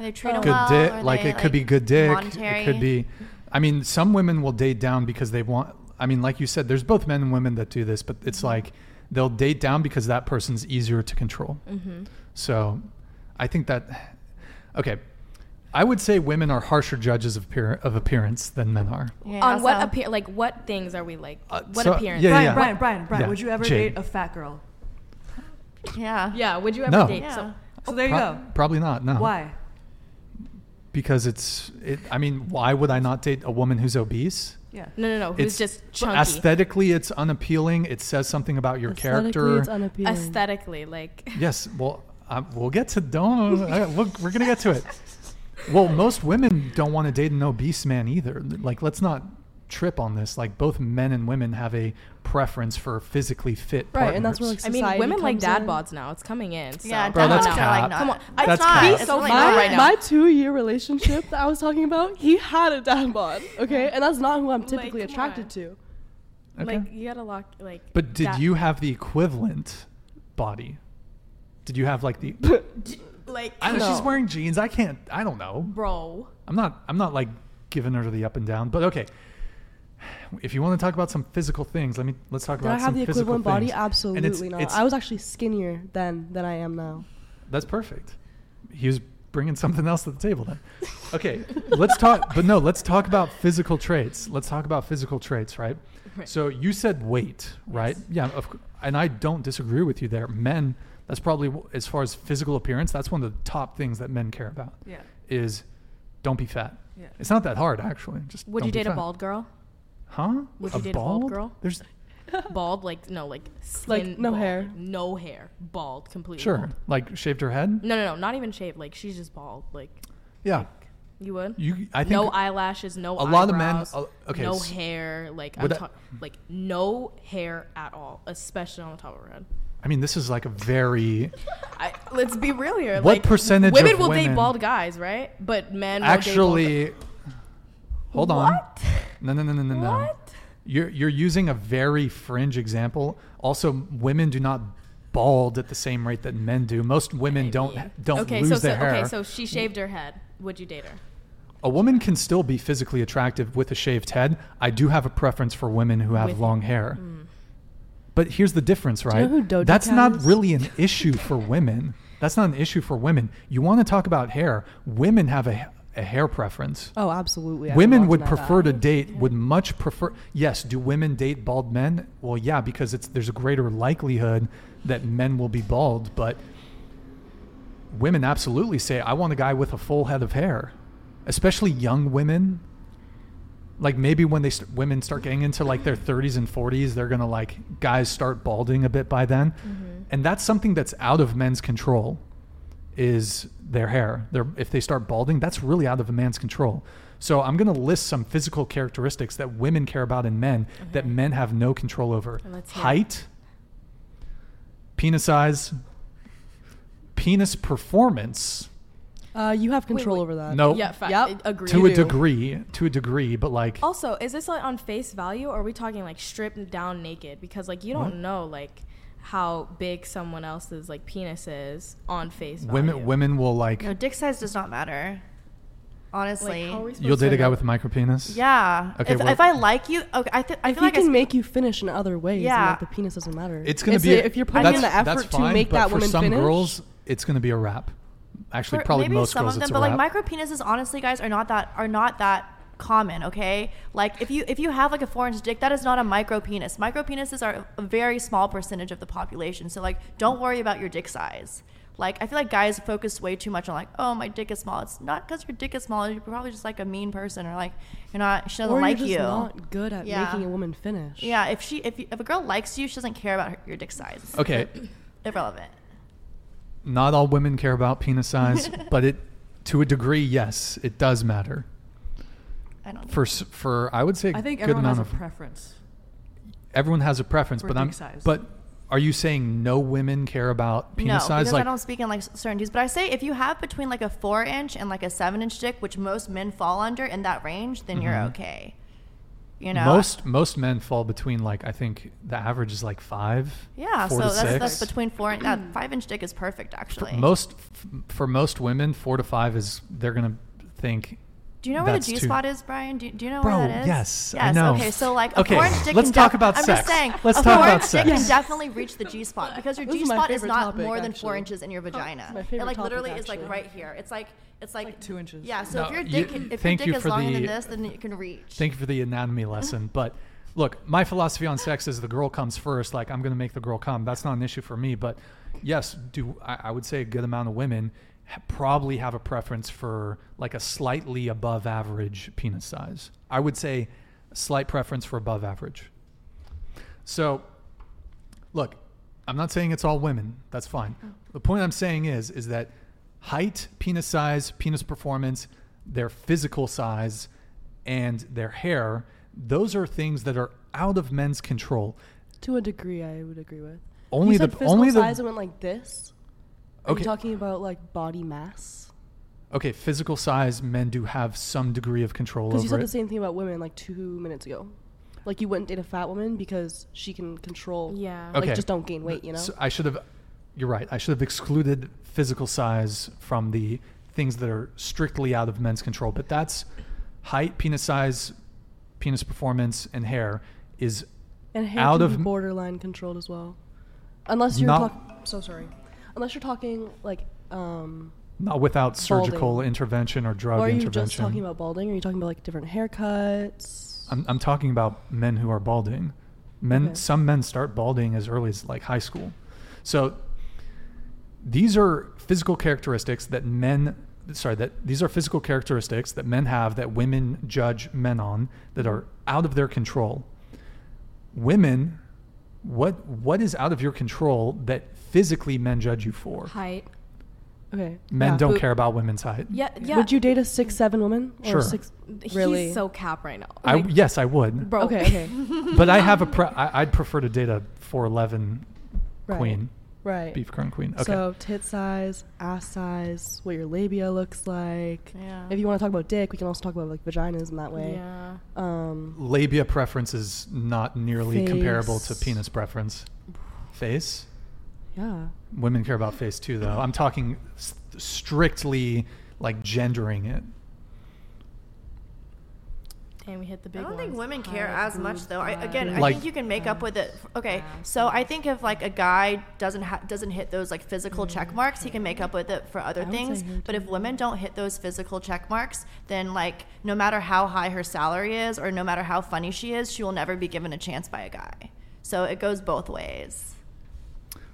[SPEAKER 3] And they treat 'em
[SPEAKER 2] good
[SPEAKER 3] well,
[SPEAKER 2] dick
[SPEAKER 3] or
[SPEAKER 2] like
[SPEAKER 3] they,
[SPEAKER 2] it could be good dick
[SPEAKER 3] Monetary.
[SPEAKER 2] it could be i mean some women will date down because they want i mean like you said there's both men and women that do this but it's like they'll date down because that person's easier to control
[SPEAKER 5] Mm-hmm.
[SPEAKER 2] so i think that okay i would say women are harsher judges of, appear, of appearance than men are
[SPEAKER 3] Yeah,
[SPEAKER 5] On what
[SPEAKER 3] also-
[SPEAKER 5] appear like what things are we like?
[SPEAKER 2] Uh,
[SPEAKER 5] what
[SPEAKER 2] so-
[SPEAKER 5] appearance?
[SPEAKER 2] Yeah,
[SPEAKER 4] Brian,
[SPEAKER 2] yeah.
[SPEAKER 4] Brian, Brian, Brian,
[SPEAKER 2] Yeah.
[SPEAKER 4] would you ever
[SPEAKER 2] Jade.
[SPEAKER 4] date a fat girl?
[SPEAKER 3] Yeah.
[SPEAKER 5] Yeah, would you ever
[SPEAKER 2] No.
[SPEAKER 5] date?
[SPEAKER 3] Yeah.
[SPEAKER 5] So
[SPEAKER 4] So there you
[SPEAKER 2] Pro- Uh-huh.
[SPEAKER 4] go.
[SPEAKER 2] probably not no
[SPEAKER 4] Why?
[SPEAKER 2] because it's it, i mean why would i not date a woman who's obese
[SPEAKER 4] Yeah.
[SPEAKER 5] no, no, no. Who's just chunky?
[SPEAKER 2] aesthetically it's unappealing it says something about your
[SPEAKER 6] Aesthetically,
[SPEAKER 2] character
[SPEAKER 6] It's unappealing.
[SPEAKER 5] Aesthetically, like
[SPEAKER 2] Yes. Well, uh, we'll get to don't. Uh, look, we're gonna get to it. Well, most women don't want to date an obese man either. Like, let's not trip on this. Like, both men and women have a preference for physically fit
[SPEAKER 6] Right, and that's where,
[SPEAKER 2] partners.
[SPEAKER 5] I mean,
[SPEAKER 6] Society
[SPEAKER 5] women like
[SPEAKER 6] comes
[SPEAKER 5] dad
[SPEAKER 6] in.
[SPEAKER 5] bods now. It's coming in. So.
[SPEAKER 3] Yeah,
[SPEAKER 2] Bro,
[SPEAKER 3] definitely
[SPEAKER 2] that's
[SPEAKER 3] not.
[SPEAKER 2] cap.
[SPEAKER 3] Like, not.
[SPEAKER 5] Come on.
[SPEAKER 3] It's
[SPEAKER 2] That's
[SPEAKER 3] not.
[SPEAKER 2] cap.
[SPEAKER 3] It's
[SPEAKER 5] So
[SPEAKER 3] really
[SPEAKER 6] my,
[SPEAKER 3] not right now.
[SPEAKER 6] my two-year relationship that I was talking about, he had a dad bod, okay, and that's not who I'm typically
[SPEAKER 5] come
[SPEAKER 6] attracted
[SPEAKER 5] on.
[SPEAKER 6] to.
[SPEAKER 2] Okay.
[SPEAKER 5] Like you gotta lock like.
[SPEAKER 2] but did
[SPEAKER 5] that-
[SPEAKER 2] you have the equivalent body? Did you have like the?
[SPEAKER 5] like
[SPEAKER 2] I know she's wearing jeans. I can't. I don't know.
[SPEAKER 5] bro?
[SPEAKER 2] I'm not. I'm not like giving her the up and down. But okay. If you want to talk about some physical things, let me let's talk
[SPEAKER 6] Did
[SPEAKER 2] about
[SPEAKER 6] I
[SPEAKER 2] some
[SPEAKER 6] have the
[SPEAKER 2] physical
[SPEAKER 6] equivalent body?
[SPEAKER 2] things. And
[SPEAKER 6] Absolutely
[SPEAKER 2] it's-
[SPEAKER 6] not.
[SPEAKER 2] it's-
[SPEAKER 6] I was actually skinnier then than I am now.
[SPEAKER 2] That's perfect. He was bringing something else to the table then. Okay, let's talk. But no, let's talk about physical traits. Let's talk about physical traits, right?
[SPEAKER 5] Right.
[SPEAKER 2] So you said weight, right? Yeah, of, cou- and I don't disagree with you there. Men, that's probably w- as far as physical appearance. That's one of the top things that men care about
[SPEAKER 4] Yeah.
[SPEAKER 2] is don't be fat.
[SPEAKER 4] Yeah.
[SPEAKER 2] It's not that hard actually. Just
[SPEAKER 5] Would
[SPEAKER 2] don't
[SPEAKER 5] you
[SPEAKER 2] be
[SPEAKER 5] date a
[SPEAKER 2] fat.
[SPEAKER 5] bald girl?
[SPEAKER 2] Huh?
[SPEAKER 5] Would you date a bald girl?
[SPEAKER 2] There's
[SPEAKER 5] Bald, like no, like skin
[SPEAKER 6] no
[SPEAKER 5] bald,
[SPEAKER 6] hair.
[SPEAKER 5] like, no hair, bald, completely.
[SPEAKER 2] sure,
[SPEAKER 5] bald.
[SPEAKER 2] like shaved her head.
[SPEAKER 5] No, no, no, not even shaved. Like she's just bald. Like
[SPEAKER 2] Yeah,
[SPEAKER 5] you would.
[SPEAKER 2] you. I think
[SPEAKER 5] no eyelashes, no
[SPEAKER 2] a lot of men-
[SPEAKER 5] eyebrows,
[SPEAKER 2] uh, okay,
[SPEAKER 5] no
[SPEAKER 2] s-
[SPEAKER 5] hair, like I'm
[SPEAKER 2] Would I-
[SPEAKER 5] ta- like no hair at all, especially on the top of her head.
[SPEAKER 2] I mean, this is like a very
[SPEAKER 5] I, let's be real here.
[SPEAKER 2] What
[SPEAKER 5] like,
[SPEAKER 2] percentage
[SPEAKER 5] women
[SPEAKER 2] of
[SPEAKER 5] will date
[SPEAKER 2] women-
[SPEAKER 5] bald guys, right? But men will date
[SPEAKER 2] actually hold
[SPEAKER 5] bald
[SPEAKER 2] on
[SPEAKER 5] What?
[SPEAKER 2] no no no no no no
[SPEAKER 5] What?
[SPEAKER 2] you're you're using a very fringe example also women do not bald at the same rate that men do most women don't don't
[SPEAKER 5] okay,
[SPEAKER 2] lose
[SPEAKER 5] so,
[SPEAKER 2] their
[SPEAKER 5] so
[SPEAKER 2] hair
[SPEAKER 5] okay, so she shaved her head. Would you date her?
[SPEAKER 2] a woman can still be physically attractive with a shaved head i do have a preference for women who have
[SPEAKER 5] With-
[SPEAKER 2] long hair but here's the difference right
[SPEAKER 6] Mm. know who Doja
[SPEAKER 2] that's
[SPEAKER 6] Cat
[SPEAKER 2] not
[SPEAKER 6] is?
[SPEAKER 2] really an issue for women that's not an issue for women you want to talk about hair women have a, a hair preference
[SPEAKER 6] Oh, absolutely.
[SPEAKER 2] women would prefer to date would much prefer yes do women date bald men well yeah because it's there's a greater likelihood that men will be bald but women absolutely say i want a guy with a full head of hair especially young women like maybe when they st- women start getting into like their 30s and 40s they're gonna like guys start balding a bit by then
[SPEAKER 5] Mm-hmm.
[SPEAKER 2] and that's something that's out of men's control is their hair their, if they start balding that's really out of a man's control so i'm gonna list some physical characteristics that women care about in men that men have no control over
[SPEAKER 5] Mm-hmm. Let's hear it.
[SPEAKER 2] height penis size penis performance
[SPEAKER 6] Uh, you have control
[SPEAKER 5] wait.
[SPEAKER 6] over that.
[SPEAKER 2] no
[SPEAKER 5] Yeah, fa-
[SPEAKER 6] Yep.
[SPEAKER 5] agree.
[SPEAKER 2] Oh.
[SPEAKER 5] Oh,
[SPEAKER 2] to a
[SPEAKER 6] you do.
[SPEAKER 2] degree to a degree but like
[SPEAKER 5] Also, is this like on face value or are we talking like stripped down naked? Because like you don't
[SPEAKER 2] What?
[SPEAKER 5] know like how big someone else's like penis is on face value.
[SPEAKER 2] women women will like
[SPEAKER 3] No, dick size does not matter. honestly.
[SPEAKER 6] Like, how are we supposed
[SPEAKER 2] You'll
[SPEAKER 6] to
[SPEAKER 2] date a guy
[SPEAKER 6] know?
[SPEAKER 2] with a micro penis?
[SPEAKER 3] yeah.
[SPEAKER 2] Okay,
[SPEAKER 3] if,
[SPEAKER 2] well-
[SPEAKER 3] if I like you, okay, I, th- I
[SPEAKER 6] if
[SPEAKER 3] feel
[SPEAKER 6] he
[SPEAKER 3] like I
[SPEAKER 6] can
[SPEAKER 3] s-
[SPEAKER 6] make you finish in other ways, yeah,
[SPEAKER 3] Yeah.
[SPEAKER 6] like the penis doesn't matter.
[SPEAKER 2] It's gonna
[SPEAKER 6] If
[SPEAKER 2] be
[SPEAKER 6] you- if you're putting in the
[SPEAKER 2] that's- that's
[SPEAKER 6] effort to
[SPEAKER 2] fine,
[SPEAKER 6] make
[SPEAKER 2] but
[SPEAKER 6] that
[SPEAKER 2] for
[SPEAKER 6] woman
[SPEAKER 2] some
[SPEAKER 6] finish.
[SPEAKER 2] girls, it's gonna be a wrap. Actually,
[SPEAKER 3] for-
[SPEAKER 2] probably
[SPEAKER 3] maybe
[SPEAKER 2] most
[SPEAKER 3] some
[SPEAKER 2] girls,
[SPEAKER 3] of
[SPEAKER 2] it's
[SPEAKER 3] them,
[SPEAKER 2] a
[SPEAKER 3] but like
[SPEAKER 2] wrap.
[SPEAKER 3] micro penises, honestly, guys, are not that are not that common. Okay, like if you if you have like a four inch dick, that is not a micro penis. Micro penises are a very small percentage of the population. So like, don't worry about your dick size. Like I feel like guys focus way too much on like, oh my dick is small. It's not because your dick is small. You're probably just like a mean person or like you're not. She doesn't
[SPEAKER 6] or
[SPEAKER 3] like
[SPEAKER 6] you're
[SPEAKER 3] you.
[SPEAKER 6] just not good at
[SPEAKER 3] Yeah.
[SPEAKER 6] making a woman finish.
[SPEAKER 3] yeah, if she if, you, if a girl likes you, she doesn't care about her, your dick size. It's
[SPEAKER 2] okay,
[SPEAKER 3] Irrelevant.
[SPEAKER 2] not all women care about penis size, but it, to a degree, yes, it does matter.
[SPEAKER 3] I don't.
[SPEAKER 2] For s- for I would say
[SPEAKER 4] I think
[SPEAKER 2] good
[SPEAKER 4] everyone
[SPEAKER 2] amount
[SPEAKER 4] has a
[SPEAKER 2] of
[SPEAKER 4] preference.
[SPEAKER 2] everyone has a preference,
[SPEAKER 4] for
[SPEAKER 2] but I'm
[SPEAKER 4] dick size.
[SPEAKER 2] but are you saying no women care about penis
[SPEAKER 3] no,
[SPEAKER 2] size?
[SPEAKER 3] because
[SPEAKER 2] Like
[SPEAKER 3] I don't speak in like certainties, but I say if you have between like a four inch and like a seven inch dick, which most men fall under in that range, then you're
[SPEAKER 2] Mhm.
[SPEAKER 3] okay. You know,
[SPEAKER 2] most most men fall between like I think the average is like five.
[SPEAKER 3] yeah.
[SPEAKER 2] four
[SPEAKER 3] So
[SPEAKER 2] to
[SPEAKER 3] that's
[SPEAKER 2] six.
[SPEAKER 3] that's between four and that five inch dick is perfect actually.
[SPEAKER 2] For most f- for most women, four to five is they're gonna think.
[SPEAKER 3] Do you know where the
[SPEAKER 2] that's too-
[SPEAKER 3] G spot is, Brian? Do, do you know
[SPEAKER 2] Bro,
[SPEAKER 3] where that is?
[SPEAKER 2] yes, I
[SPEAKER 3] Yes.
[SPEAKER 2] know.
[SPEAKER 3] Okay, so like a
[SPEAKER 2] Okay,
[SPEAKER 3] four inch dick.
[SPEAKER 2] let's
[SPEAKER 3] can
[SPEAKER 2] talk about
[SPEAKER 3] I'm
[SPEAKER 2] sex.
[SPEAKER 3] just saying,
[SPEAKER 2] Let's
[SPEAKER 3] a
[SPEAKER 2] talk
[SPEAKER 3] four
[SPEAKER 2] about
[SPEAKER 3] inch
[SPEAKER 2] sex.
[SPEAKER 3] dick can
[SPEAKER 2] Yes.
[SPEAKER 3] definitely reach the G spot because your
[SPEAKER 6] This is
[SPEAKER 3] G
[SPEAKER 6] my
[SPEAKER 3] spot is
[SPEAKER 6] favorite
[SPEAKER 3] not
[SPEAKER 6] topic,
[SPEAKER 3] more than four
[SPEAKER 6] actually.
[SPEAKER 3] inches in your vagina.
[SPEAKER 6] my
[SPEAKER 3] it
[SPEAKER 6] favorite
[SPEAKER 3] like
[SPEAKER 6] topic,
[SPEAKER 3] literally is like
[SPEAKER 6] actually.
[SPEAKER 3] right here. It's like it's like,
[SPEAKER 4] like two inches.
[SPEAKER 3] Yeah. So
[SPEAKER 2] No,
[SPEAKER 3] if your
[SPEAKER 2] you-
[SPEAKER 3] dick can, if your
[SPEAKER 2] thank you
[SPEAKER 3] dick is
[SPEAKER 2] for
[SPEAKER 3] longer than
[SPEAKER 2] the-
[SPEAKER 3] this, then it can reach.
[SPEAKER 2] Thank you for the anatomy lesson, but look, my philosophy on sex is the girl comes first. Like I'm gonna make the girl come. That's not an issue for me, but yes, do I, I would say a good amount of women ha- probably have a preference for like a slightly above average penis size. I would say slight preference for above average. So, look, I'm not saying it's all women. That's fine.
[SPEAKER 6] Oh.
[SPEAKER 2] The point I'm saying is is that height, penis size, penis performance, their physical size, and their hair, those are things that are out of men's control.
[SPEAKER 6] To a degree, I would agree with.
[SPEAKER 2] Only
[SPEAKER 6] you said
[SPEAKER 2] the
[SPEAKER 6] physical
[SPEAKER 2] only the
[SPEAKER 6] size and went like this. Are
[SPEAKER 2] Okay.
[SPEAKER 6] you talking about like body mass?
[SPEAKER 2] okay physical size men do have some degree of control
[SPEAKER 6] Because
[SPEAKER 2] over
[SPEAKER 6] you said
[SPEAKER 2] it.
[SPEAKER 6] the same thing about women like two minutes ago. Like you wouldn't date a fat woman because she can control.
[SPEAKER 5] Yeah.
[SPEAKER 6] Like
[SPEAKER 2] Okay.
[SPEAKER 6] just don't gain weight, you know.
[SPEAKER 2] So I should have. You're right. I should have excluded physical size from the things that are strictly out of men's control. But that's height, penis size, penis performance, and hair is
[SPEAKER 6] and hair
[SPEAKER 2] out
[SPEAKER 6] can
[SPEAKER 2] of
[SPEAKER 6] be
[SPEAKER 2] m-
[SPEAKER 6] borderline controlled as well. Unless you're
[SPEAKER 2] Not-
[SPEAKER 6] talking. So sorry. Unless you're talking like um.
[SPEAKER 2] not without surgical
[SPEAKER 6] Balding.
[SPEAKER 2] intervention or drug
[SPEAKER 6] Or are you
[SPEAKER 2] intervention.
[SPEAKER 6] just talking about balding? Or are you talking about like different haircuts?
[SPEAKER 2] I'm, I'm talking about men who are balding. Men,
[SPEAKER 6] Okay.
[SPEAKER 2] some men start balding as early as like high school. So these are physical characteristics that men, sorry, that these are physical characteristics that men have that women judge men on that are out of their control. Women, what what is out of your control that physically men judge you for?
[SPEAKER 5] height.
[SPEAKER 6] Okay.
[SPEAKER 2] Men
[SPEAKER 6] yeah.
[SPEAKER 2] don't
[SPEAKER 5] But-
[SPEAKER 2] care about women's height.
[SPEAKER 5] Yeah, yeah.
[SPEAKER 6] Would you date a six seven woman? Or
[SPEAKER 2] Sure.
[SPEAKER 6] Six,
[SPEAKER 5] He's
[SPEAKER 6] really?
[SPEAKER 5] so cap right now.
[SPEAKER 2] I,
[SPEAKER 5] Like,
[SPEAKER 2] yes, I would.
[SPEAKER 5] bro.
[SPEAKER 6] Okay. Okay.
[SPEAKER 2] but I have a pre- I, I'd prefer to date a 4'11
[SPEAKER 6] Right.
[SPEAKER 2] queen.
[SPEAKER 6] right.
[SPEAKER 2] Beef current queen. Okay.
[SPEAKER 6] So tit size, ass size, what your labia looks like.
[SPEAKER 3] Yeah.
[SPEAKER 6] If you want to talk about dick, we can also talk about like vaginas in that way.
[SPEAKER 5] Yeah.
[SPEAKER 6] Um,
[SPEAKER 2] labia preference is not nearly comparable to
[SPEAKER 6] Face.
[SPEAKER 2] penis preference. Face?
[SPEAKER 6] yeah.
[SPEAKER 2] Women care about face too, though. I'm talking s- strictly like gendering it.
[SPEAKER 5] Damn, we hit the big
[SPEAKER 3] I don't think
[SPEAKER 5] ones.
[SPEAKER 3] women care
[SPEAKER 5] Height,
[SPEAKER 3] as much
[SPEAKER 5] boobs,
[SPEAKER 3] though. I,
[SPEAKER 5] thighs.
[SPEAKER 3] again, I
[SPEAKER 2] Like-
[SPEAKER 3] think you can make up with it. Okay,
[SPEAKER 5] Yeah.
[SPEAKER 3] so I think if like a guy doesn't ha- doesn't hit those like physical check marks, he can make up with it for other
[SPEAKER 6] I would say
[SPEAKER 3] things.
[SPEAKER 6] hair
[SPEAKER 3] But if women don't hit those physical check marks, then like no matter how high her salary is or no matter how funny she is, she will never be given a chance by a guy. So it goes both ways.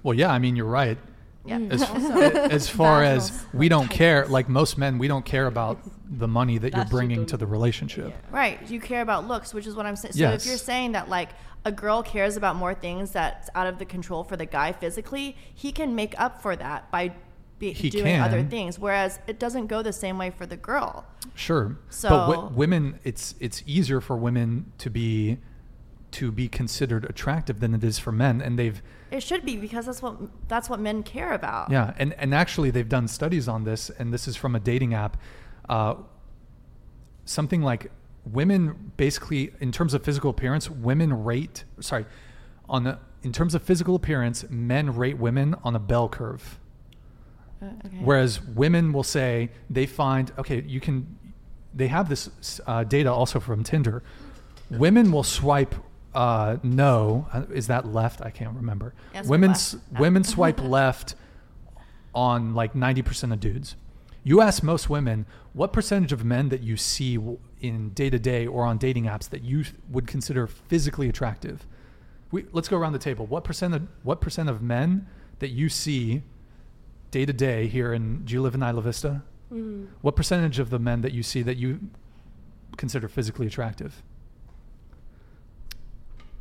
[SPEAKER 2] Well, yeah, I mean, you're right.
[SPEAKER 3] Yeah.
[SPEAKER 6] Mm.
[SPEAKER 2] As, as far as we don't care, like most men, we don't care about the money that you're
[SPEAKER 6] That's
[SPEAKER 2] bringing
[SPEAKER 6] what
[SPEAKER 2] to the relationship.
[SPEAKER 3] Right. You care about looks, which is what I'm saying. So
[SPEAKER 2] Yes.
[SPEAKER 3] if you're saying that like a girl cares about more things that's out of the control for the guy physically, he can make up for that by be,
[SPEAKER 2] He
[SPEAKER 3] doing other
[SPEAKER 2] can.
[SPEAKER 3] things. Whereas it doesn't go the same way for the girl.
[SPEAKER 2] Sure. but
[SPEAKER 3] So-
[SPEAKER 2] w- women, it's it's easier for women to be to be considered attractive than it is for men, and they've
[SPEAKER 3] It should be because that's what that's what men care about.
[SPEAKER 2] yeah, and and actually they've done studies on this, and this is from a dating app. Uh, something like women basically, in terms of physical appearance, women rate sorry, on the in terms of physical appearance, men rate women on a bell curve.
[SPEAKER 3] Uh, okay.
[SPEAKER 2] Whereas women will say they find okay, you can they have this uh, data also from Tinder. Women will swipe uh, no. Uh, Is that left? I can't remember.
[SPEAKER 3] Yes,
[SPEAKER 2] women
[SPEAKER 3] left.
[SPEAKER 2] s- women swipe left on like ninety percent of dudes. You ask most women what percentage of men that you see w- in day to day or on dating apps that you th- would consider physically attractive. We, let's go around the table. What percent of what percent of men that you see day to day here in do you live in Isla Vista?
[SPEAKER 5] Mm-hmm.
[SPEAKER 2] What percentage of the men that you see that you consider physically attractive?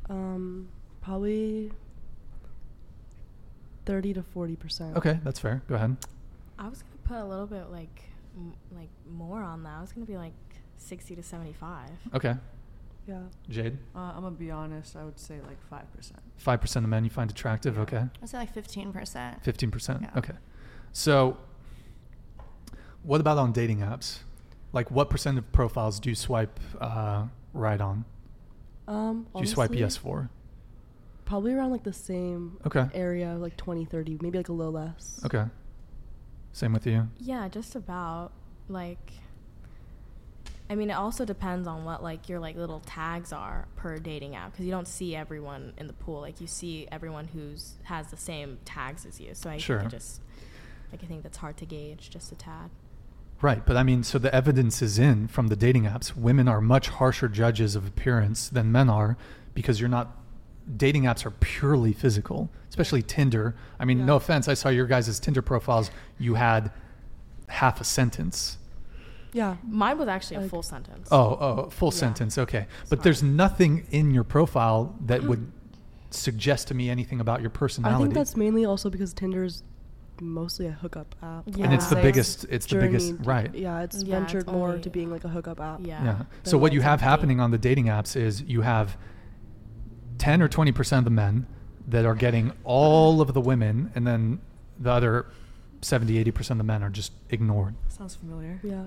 [SPEAKER 6] Um, probably thirty to forty percent.
[SPEAKER 2] Okay, that's fair. Go ahead.
[SPEAKER 5] I was gonna put a little bit like m- like more on that. I was gonna be like sixty to seventy five.
[SPEAKER 2] Okay,
[SPEAKER 6] Yeah.
[SPEAKER 2] Jade,
[SPEAKER 4] Uh, I'm gonna be honest. I would say like five percent.
[SPEAKER 2] five percent of men you find attractive. Okay,
[SPEAKER 3] I'd say like fifteen percent.
[SPEAKER 2] fifteen percent.
[SPEAKER 3] Yeah.
[SPEAKER 2] Okay, so what about on dating apps? Like, what percent of profiles do you swipe uh, right on?
[SPEAKER 6] Um.
[SPEAKER 2] Do you swipe
[SPEAKER 6] honestly,
[SPEAKER 2] yes for?
[SPEAKER 6] Probably around like the same
[SPEAKER 2] Okay.
[SPEAKER 6] area, like 20, 30, maybe like a little less.
[SPEAKER 2] Okay. Same with you.
[SPEAKER 5] Yeah, just about like. I mean, it also depends on what like your like little tags are per dating app because you don't see everyone in the pool. Like you see everyone who's has the same tags as you. So I
[SPEAKER 2] Sure.
[SPEAKER 5] think it just like I think that's hard to gauge just a tad.
[SPEAKER 2] Right, but I mean, so the evidence is in from the dating apps. Women are much harsher judges of appearance than men are because you're not. Dating apps are purely physical, especially Tinder. I mean, no
[SPEAKER 6] Yeah.
[SPEAKER 2] offense, I saw your guys' Tinder profiles. You had half a sentence.
[SPEAKER 6] Yeah.
[SPEAKER 5] Mine was actually a
[SPEAKER 6] Like-
[SPEAKER 5] full sentence.
[SPEAKER 2] Oh, oh, full
[SPEAKER 5] Yeah.
[SPEAKER 2] sentence. Okay, but
[SPEAKER 5] Sorry.
[SPEAKER 2] there's nothing in your profile that would suggest to me anything about your personality.
[SPEAKER 6] I think that's mainly also because Tinder's mostly a hookup app.
[SPEAKER 5] Yeah.
[SPEAKER 2] and it's the
[SPEAKER 5] like,
[SPEAKER 2] biggest. It's the biggest.
[SPEAKER 6] journeyed-
[SPEAKER 2] Right.
[SPEAKER 6] Yeah, it's
[SPEAKER 5] Yeah, it's
[SPEAKER 6] ventured more
[SPEAKER 5] only-
[SPEAKER 6] to being like a hookup app.
[SPEAKER 5] Yeah.
[SPEAKER 2] Yeah.
[SPEAKER 5] the
[SPEAKER 2] So what
[SPEAKER 5] ones
[SPEAKER 2] you
[SPEAKER 5] on
[SPEAKER 2] have
[SPEAKER 5] the
[SPEAKER 2] happening
[SPEAKER 5] date.
[SPEAKER 2] on the dating apps is you have 10 or 20% of the men that are getting all of the women and then the other 70 80% of the men are just ignored.
[SPEAKER 4] Sounds familiar.
[SPEAKER 6] Yeah.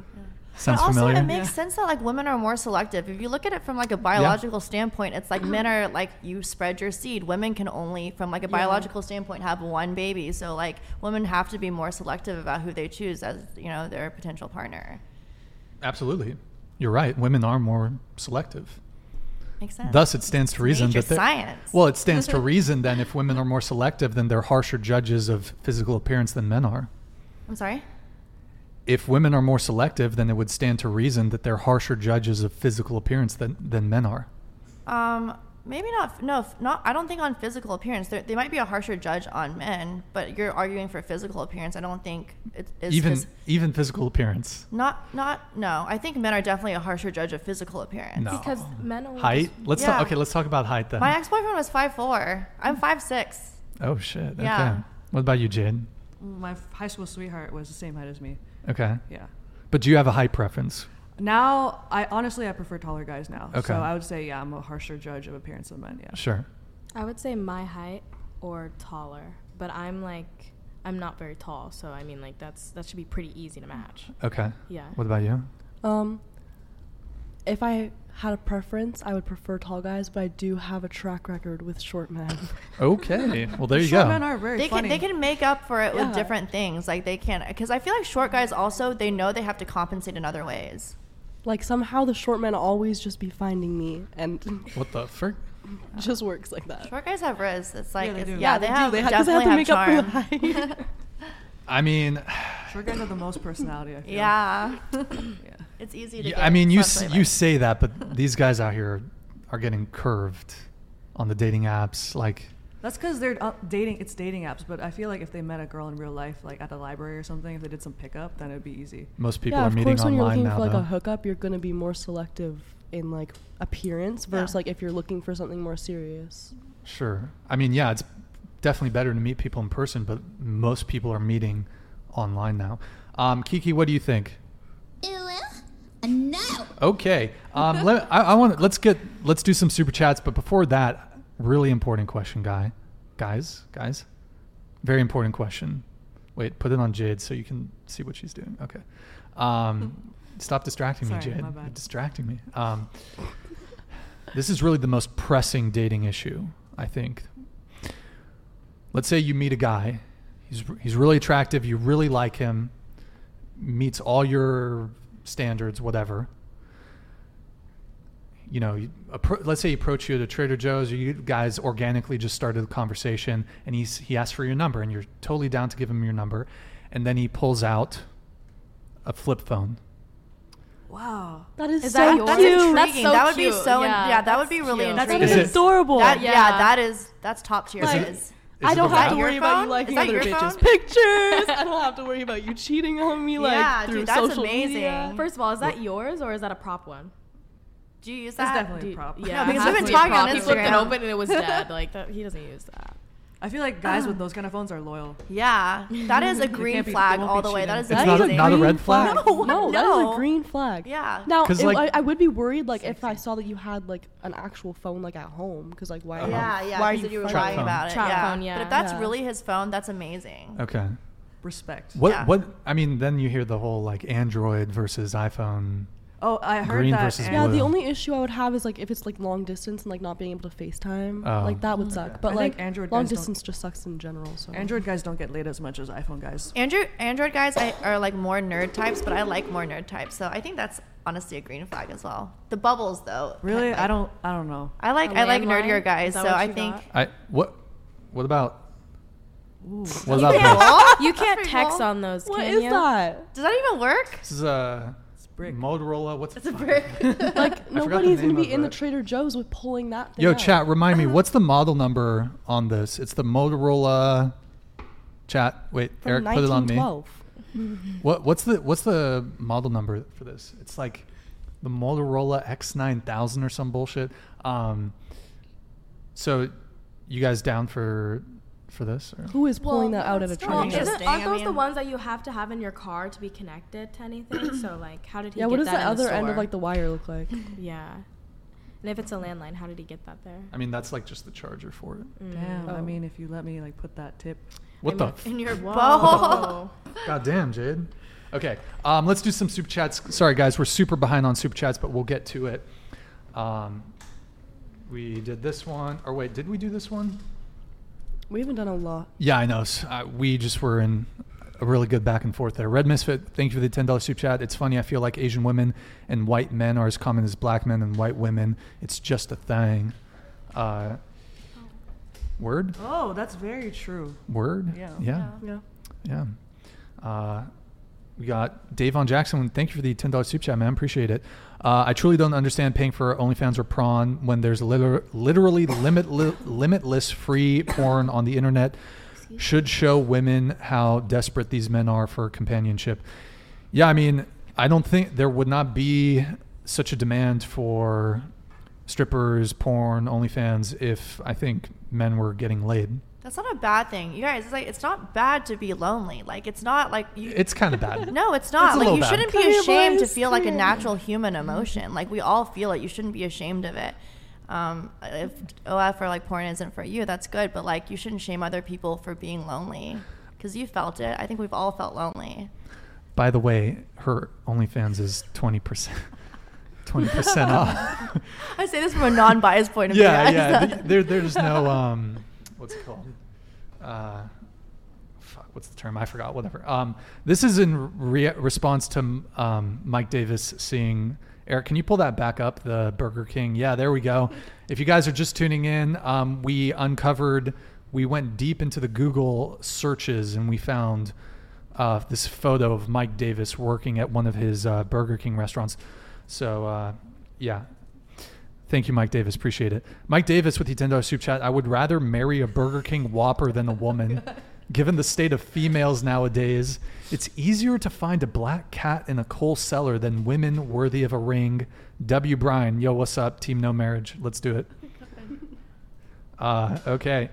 [SPEAKER 2] Sounds
[SPEAKER 3] but also,
[SPEAKER 2] familiar?
[SPEAKER 3] it makes
[SPEAKER 4] Yeah.
[SPEAKER 3] sense that like women are more selective. If you look at it from like a biological standpoint, it's like men are like you spread your seed. Women can only, from like a biological standpoint, have one baby. So like women have to be more selective about who they choose as you know their potential partner.
[SPEAKER 2] Absolutely. You're right. Women are more selective.
[SPEAKER 3] Makes sense.
[SPEAKER 2] Thus it stands to reason
[SPEAKER 3] Major
[SPEAKER 2] that they-
[SPEAKER 3] science.
[SPEAKER 2] Well, it stands to reason then if women are more selective then they're harsher judges of physical appearance than men are.
[SPEAKER 3] I'm sorry.
[SPEAKER 2] If women are more selective then it would stand to reason that they're harsher judges of physical appearance than, than men are.
[SPEAKER 3] Um, maybe not. No, f- not. I don't think on physical appearance. There, they might be a harsher judge on men, but you're arguing for physical appearance. I don't think it is
[SPEAKER 2] even
[SPEAKER 3] phys-
[SPEAKER 2] even physical appearance.
[SPEAKER 3] Not, not. No, I think men are definitely a harsher judge of physical appearance.
[SPEAKER 2] No.
[SPEAKER 5] Because men only
[SPEAKER 2] height.
[SPEAKER 5] just-
[SPEAKER 2] Let's
[SPEAKER 3] Yeah.
[SPEAKER 2] talk. Okay, let's talk about height then.
[SPEAKER 3] My ex boyfriend was five four. I'm five six.
[SPEAKER 2] oh shit. Okay.
[SPEAKER 3] Yeah.
[SPEAKER 2] What about you, Jade?
[SPEAKER 4] My f- high school sweetheart was the same height as me.
[SPEAKER 2] Okay.
[SPEAKER 4] Yeah.
[SPEAKER 2] But do you have a height preference?
[SPEAKER 4] Now, I honestly I prefer taller guys now.
[SPEAKER 2] Okay.
[SPEAKER 4] So I would say yeah, I'm a harsher judge of appearance of men. Yeah.
[SPEAKER 2] Sure.
[SPEAKER 5] I would say my height or taller, but I'm like I'm not very tall, so I mean like that's that should be pretty easy to match.
[SPEAKER 2] Okay.
[SPEAKER 5] Yeah.
[SPEAKER 2] What about you?
[SPEAKER 6] Um, if I had a preference, I would prefer tall guys, but I do have a track record with short men.
[SPEAKER 2] Okay. Well, there you
[SPEAKER 4] Short
[SPEAKER 2] go.
[SPEAKER 4] men are very
[SPEAKER 3] They
[SPEAKER 4] funny.
[SPEAKER 3] can they can make up for it with
[SPEAKER 6] Yeah.
[SPEAKER 3] different things. Like they can because I feel like short guys also they know they have to compensate in other ways.
[SPEAKER 6] like somehow the short men always just be finding me, and
[SPEAKER 2] what the frick?
[SPEAKER 6] it just works like that.
[SPEAKER 3] Short guys have wrists. It's like
[SPEAKER 4] Yeah, they
[SPEAKER 3] it's-
[SPEAKER 4] do.
[SPEAKER 3] yeah,
[SPEAKER 4] Yeah,
[SPEAKER 3] they,
[SPEAKER 4] they
[SPEAKER 3] have
[SPEAKER 6] they ha- 'cause they
[SPEAKER 3] definitely have,
[SPEAKER 6] have to
[SPEAKER 3] charm.
[SPEAKER 6] make up for the
[SPEAKER 2] I mean,
[SPEAKER 4] Short guys have the most personality. I feel.
[SPEAKER 3] yeah,
[SPEAKER 4] Yeah.
[SPEAKER 3] it's easy to.
[SPEAKER 2] y-
[SPEAKER 3] Get
[SPEAKER 2] I mean, you s-
[SPEAKER 3] swept by
[SPEAKER 2] you
[SPEAKER 3] that.
[SPEAKER 2] say that, but these guys out here are getting curved on the dating apps. Like,
[SPEAKER 4] That's because they're uh, dating. It's dating apps, but I feel like if they met a girl in real life, like at a library or something, if they did some pickup, then it'd be easy.
[SPEAKER 2] most people
[SPEAKER 6] yeah,
[SPEAKER 2] are
[SPEAKER 6] of
[SPEAKER 2] meeting
[SPEAKER 6] course, when you're
[SPEAKER 2] online
[SPEAKER 6] looking
[SPEAKER 2] now,
[SPEAKER 6] for like
[SPEAKER 2] though.
[SPEAKER 6] a hookup, you're gonna be more selective in like appearance versus
[SPEAKER 3] Yeah.
[SPEAKER 6] like if you're looking for something more serious.
[SPEAKER 2] Sure. I mean, yeah, it's definitely better to meet people in person, but most people are meeting online now. Um, Kiki, what do you think?
[SPEAKER 10] No!
[SPEAKER 2] Okay. Um, let, I, I want let's get let's do some super chats, but before that, really important question, guy, guys, guys, very important question. Wait, put it on Jade so you can see what she's doing. Okay. Um, stop distracting me,
[SPEAKER 4] Sorry,
[SPEAKER 2] Jade.
[SPEAKER 4] my bad.
[SPEAKER 2] You're distracting me. Um, this is really the most pressing dating issue, I think. Let's say you meet a guy. He's he's really attractive. You really like him. Meets all your standards, whatever you know, you appro- let's say he approached you at a Trader Joe's, or you guys organically just started a conversation, and he's he asks for your number, and you're totally down to give him your number, and then he pulls out a flip phone.
[SPEAKER 4] Wow.
[SPEAKER 6] That is,
[SPEAKER 5] Is
[SPEAKER 6] so
[SPEAKER 5] that
[SPEAKER 6] cute.
[SPEAKER 5] yours?
[SPEAKER 3] That's intriguing.
[SPEAKER 5] That's so
[SPEAKER 3] that would be
[SPEAKER 5] cute.
[SPEAKER 3] so. Yeah,
[SPEAKER 5] Yeah,
[SPEAKER 3] that would
[SPEAKER 5] that's
[SPEAKER 3] be really
[SPEAKER 5] cute.
[SPEAKER 6] That's
[SPEAKER 3] intriguing.
[SPEAKER 6] that is
[SPEAKER 2] Is it-
[SPEAKER 6] adorable.
[SPEAKER 3] That, yeah.
[SPEAKER 5] Yeah.
[SPEAKER 3] that is that's top tier.
[SPEAKER 2] Is
[SPEAKER 3] right
[SPEAKER 2] it-
[SPEAKER 3] is-
[SPEAKER 6] I don't
[SPEAKER 2] the
[SPEAKER 6] have to
[SPEAKER 2] right-
[SPEAKER 3] your
[SPEAKER 6] worry about
[SPEAKER 3] phone?
[SPEAKER 6] you liking
[SPEAKER 3] Is that
[SPEAKER 6] other
[SPEAKER 3] your
[SPEAKER 6] bitches'
[SPEAKER 3] phone?
[SPEAKER 6] pictures. I don't have to worry about you cheating on me like
[SPEAKER 3] Yeah, dude,
[SPEAKER 6] through
[SPEAKER 3] that's
[SPEAKER 6] social
[SPEAKER 3] amazing.
[SPEAKER 6] media.
[SPEAKER 5] First of all, is that yours or is that a prop one?
[SPEAKER 3] Do you use
[SPEAKER 4] That's
[SPEAKER 3] that?
[SPEAKER 4] definitely
[SPEAKER 5] Do
[SPEAKER 4] a
[SPEAKER 5] you-
[SPEAKER 4] prop.
[SPEAKER 5] Yeah,
[SPEAKER 3] because
[SPEAKER 5] it
[SPEAKER 3] we've
[SPEAKER 5] has
[SPEAKER 3] been
[SPEAKER 5] to be a
[SPEAKER 3] talking on
[SPEAKER 5] prop. He flipped it
[SPEAKER 3] Instagram.
[SPEAKER 5] open and it was dead. Like that, he doesn't use that.
[SPEAKER 4] I feel like guys
[SPEAKER 3] Uh.
[SPEAKER 4] with those kind of phones are loyal.
[SPEAKER 3] Yeah, that is a green
[SPEAKER 4] can't be-
[SPEAKER 3] flag
[SPEAKER 4] they won't
[SPEAKER 3] all
[SPEAKER 4] be
[SPEAKER 3] the way. That is
[SPEAKER 2] cheating. It's
[SPEAKER 6] That
[SPEAKER 2] not a-
[SPEAKER 6] is
[SPEAKER 3] amazing.
[SPEAKER 2] not a
[SPEAKER 6] green
[SPEAKER 2] red flag.
[SPEAKER 3] No,
[SPEAKER 6] No, that is
[SPEAKER 3] no.
[SPEAKER 6] a green flag.
[SPEAKER 3] Yeah.
[SPEAKER 6] Now,
[SPEAKER 2] 'Cause,
[SPEAKER 6] it-
[SPEAKER 2] like-
[SPEAKER 6] I, I would be worried, like, if I saw that you had like an actual phone, like at home, because like
[SPEAKER 2] Uh-huh.
[SPEAKER 6] why?
[SPEAKER 3] yeah, yeah.
[SPEAKER 6] Why are
[SPEAKER 3] because
[SPEAKER 6] you
[SPEAKER 3] you were
[SPEAKER 6] fighting?
[SPEAKER 3] lying
[SPEAKER 2] phone.
[SPEAKER 3] about it?
[SPEAKER 5] Trap
[SPEAKER 3] yeah.
[SPEAKER 5] phone,
[SPEAKER 3] But
[SPEAKER 5] yeah.
[SPEAKER 3] if that's
[SPEAKER 6] Yeah.
[SPEAKER 3] really his phone, that's amazing.
[SPEAKER 2] Okay.
[SPEAKER 4] Respect.
[SPEAKER 2] What
[SPEAKER 3] Yeah.
[SPEAKER 2] what I mean, then you hear the whole like Android versus iPhone.
[SPEAKER 4] Oh, I heard
[SPEAKER 2] Green
[SPEAKER 4] that.
[SPEAKER 2] versus
[SPEAKER 4] and-
[SPEAKER 6] Yeah,
[SPEAKER 2] blue.
[SPEAKER 6] the only issue I would have is like if it's like long distance and like not being able to FaceTime,
[SPEAKER 2] Oh.
[SPEAKER 6] like that would suck. But
[SPEAKER 4] I think
[SPEAKER 6] like
[SPEAKER 4] Android
[SPEAKER 6] long
[SPEAKER 4] guys don't-
[SPEAKER 6] distance just sucks in general. So
[SPEAKER 4] Android guys don't get laid as much as iPhone guys.
[SPEAKER 3] Andrew, Android guys I, are like more nerd types, but I like more nerd types, so I think that's honestly a green flag as well. The bubbles, though.
[SPEAKER 4] Really,
[SPEAKER 3] like-
[SPEAKER 4] I don't. I don't know.
[SPEAKER 3] I like
[SPEAKER 5] A
[SPEAKER 3] I like
[SPEAKER 5] landline?
[SPEAKER 3] nerdier guys,
[SPEAKER 5] Is
[SPEAKER 3] so
[SPEAKER 5] that what
[SPEAKER 3] I
[SPEAKER 5] you
[SPEAKER 3] think.
[SPEAKER 5] got?
[SPEAKER 2] I what what about what
[SPEAKER 3] Ew,
[SPEAKER 2] about this?
[SPEAKER 5] You can't
[SPEAKER 3] pretty
[SPEAKER 5] text
[SPEAKER 3] cool.
[SPEAKER 5] on those.
[SPEAKER 6] what
[SPEAKER 5] can
[SPEAKER 6] is
[SPEAKER 5] you?
[SPEAKER 6] that?
[SPEAKER 3] Does that even work?
[SPEAKER 2] This is a
[SPEAKER 4] brick.
[SPEAKER 2] Motorola. What's
[SPEAKER 3] It's a brick.
[SPEAKER 6] Like
[SPEAKER 2] the
[SPEAKER 6] nobody's gonna
[SPEAKER 2] name
[SPEAKER 6] be
[SPEAKER 2] of
[SPEAKER 6] in the
[SPEAKER 2] it.
[SPEAKER 6] Trader Joe's with pulling that. Thing
[SPEAKER 2] Yo,
[SPEAKER 6] out.
[SPEAKER 2] chat, remind me,
[SPEAKER 6] Uh-huh.
[SPEAKER 2] what's the model number on this? It's the Motorola. Chat, wait,
[SPEAKER 6] From
[SPEAKER 2] Eric, put it on me.
[SPEAKER 6] 1912.
[SPEAKER 2] What what's the what's the model number for this? It's like the Motorola X9000 or some bullshit. Um, so you guys down for for this? Or?
[SPEAKER 6] Who is pulling
[SPEAKER 5] Well,
[SPEAKER 6] that out at a
[SPEAKER 3] that's not
[SPEAKER 6] Trader
[SPEAKER 5] Well,
[SPEAKER 3] Interesting,
[SPEAKER 6] Joe's?
[SPEAKER 5] isn't, aren't
[SPEAKER 3] I
[SPEAKER 5] those the
[SPEAKER 3] mean-
[SPEAKER 5] ones that you have to have in your car to be connected to anything? so like, how did he?
[SPEAKER 6] Yeah,
[SPEAKER 5] get
[SPEAKER 6] what does the
[SPEAKER 5] that in
[SPEAKER 6] other end of
[SPEAKER 5] store?
[SPEAKER 6] like the wire look like?
[SPEAKER 5] Yeah, and if it's a landline, how did he get that there?
[SPEAKER 2] I mean, that's like just the charger for it.
[SPEAKER 4] Damn. I
[SPEAKER 6] Oh.
[SPEAKER 4] mean, if you let me like put that tip.
[SPEAKER 2] What
[SPEAKER 5] I
[SPEAKER 2] the?
[SPEAKER 5] mean,
[SPEAKER 2] F-
[SPEAKER 3] In your
[SPEAKER 5] Whoa.
[SPEAKER 3] bowl.
[SPEAKER 2] God damn, Jade. Okay, um, let's do some super chats. Sorry, guys, we're super behind on super chats, but we'll get to it. Um, we did this one, or wait, did we do this one?
[SPEAKER 6] We haven't done a lot.
[SPEAKER 2] Yeah, I know. S uh, we just were in a really good back and forth there. Red Misfit, thank you for the ten dollars super chat. It's funny. I feel like Asian women and white men are as common as black men and white women. It's just a thing. Uh, word,
[SPEAKER 4] Oh, that's very true.
[SPEAKER 2] word.
[SPEAKER 4] Yeah.
[SPEAKER 2] yeah.
[SPEAKER 6] Yeah.
[SPEAKER 2] Yeah. Uh, we got Dave on Jackson. Thank you for the ten dollars super chat, man. Appreciate it. Uh, I truly don't understand paying for OnlyFans or Prawn when there's liter- literally limit li- limitless free porn on the internet. Should show women how desperate these men are for companionship. Yeah, I mean, I don't think there would not be such a demand for strippers, porn, OnlyFans if I think men were getting laid.
[SPEAKER 3] That's not a bad thing, you guys. It's like it's not bad to be lonely. Like it's not like you.
[SPEAKER 2] It's kind of bad.
[SPEAKER 3] no, it's
[SPEAKER 2] It's
[SPEAKER 3] not.
[SPEAKER 2] a
[SPEAKER 3] Like
[SPEAKER 2] little
[SPEAKER 3] you
[SPEAKER 2] bad.
[SPEAKER 3] shouldn't
[SPEAKER 6] Come
[SPEAKER 3] be
[SPEAKER 6] here,
[SPEAKER 3] ashamed to
[SPEAKER 6] boys,
[SPEAKER 3] feel
[SPEAKER 6] come
[SPEAKER 3] like a
[SPEAKER 6] here.
[SPEAKER 3] natural human emotion. Like we all feel it. You shouldn't be ashamed of it. Um, if OF or like porn isn't for you, that's good. But like you shouldn't shame other people for being lonely because you felt it. I think we've all felt lonely.
[SPEAKER 2] By the way, her OnlyFans is twenty percent, twenty percent off.
[SPEAKER 3] I say this from a non-biased point of
[SPEAKER 2] yeah,
[SPEAKER 3] view.
[SPEAKER 2] yeah. th- There, there's no um, what's it called? Uh, fuck, what's the term? I forgot. Whatever. Um, this is in re- response to um, Mike Davis seeing. Eric, can you pull that back up? The Burger King. Yeah, there we go. If you guys are just tuning in, um, we uncovered, we went deep into the Google searches and we found uh, this photo of Mike Davis working at one of his uh, Burger King restaurants. So, uh, yeah. Thank you, Mike Davis. Appreciate it. Mike Davis with the $10 soup chat. I would rather marry a Burger King Whopper than a woman. Given the state of females nowadays, it's easier to find a black cat in a coal cellar than women worthy of a ring. W. Bryan, yo, what's up? Team No Marriage. Let's do it. Uh, okay.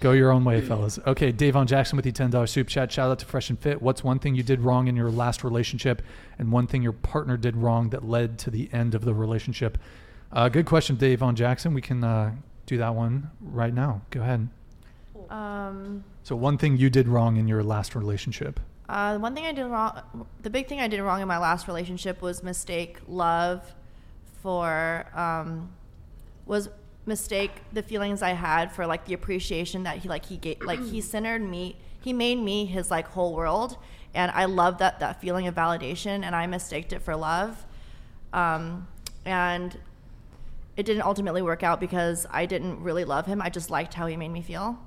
[SPEAKER 2] Go your own way, fellas. Okay, Dave on Jackson with the $10 soup chat. Shout out to Fresh and Fit. What's one thing you did wrong in your last relationship and one thing your partner did wrong that led to the end of the relationship? Uh, good question, Dave on Jackson. We can uh, do that one right now. Go ahead.
[SPEAKER 3] Um,
[SPEAKER 2] So, one thing you did wrong in your last relationship.
[SPEAKER 3] Uh, one thing I did wrong, the big thing I did wrong in my last relationship was mistake love for, um, was mistake the feelings I had for like the appreciation that he like he gave, like he centered me, he made me his like whole world, and I loved that that feeling of validation, and I mistaked it for love, um, and it didn't ultimately work out because I didn't really love him. I just liked how he made me feel.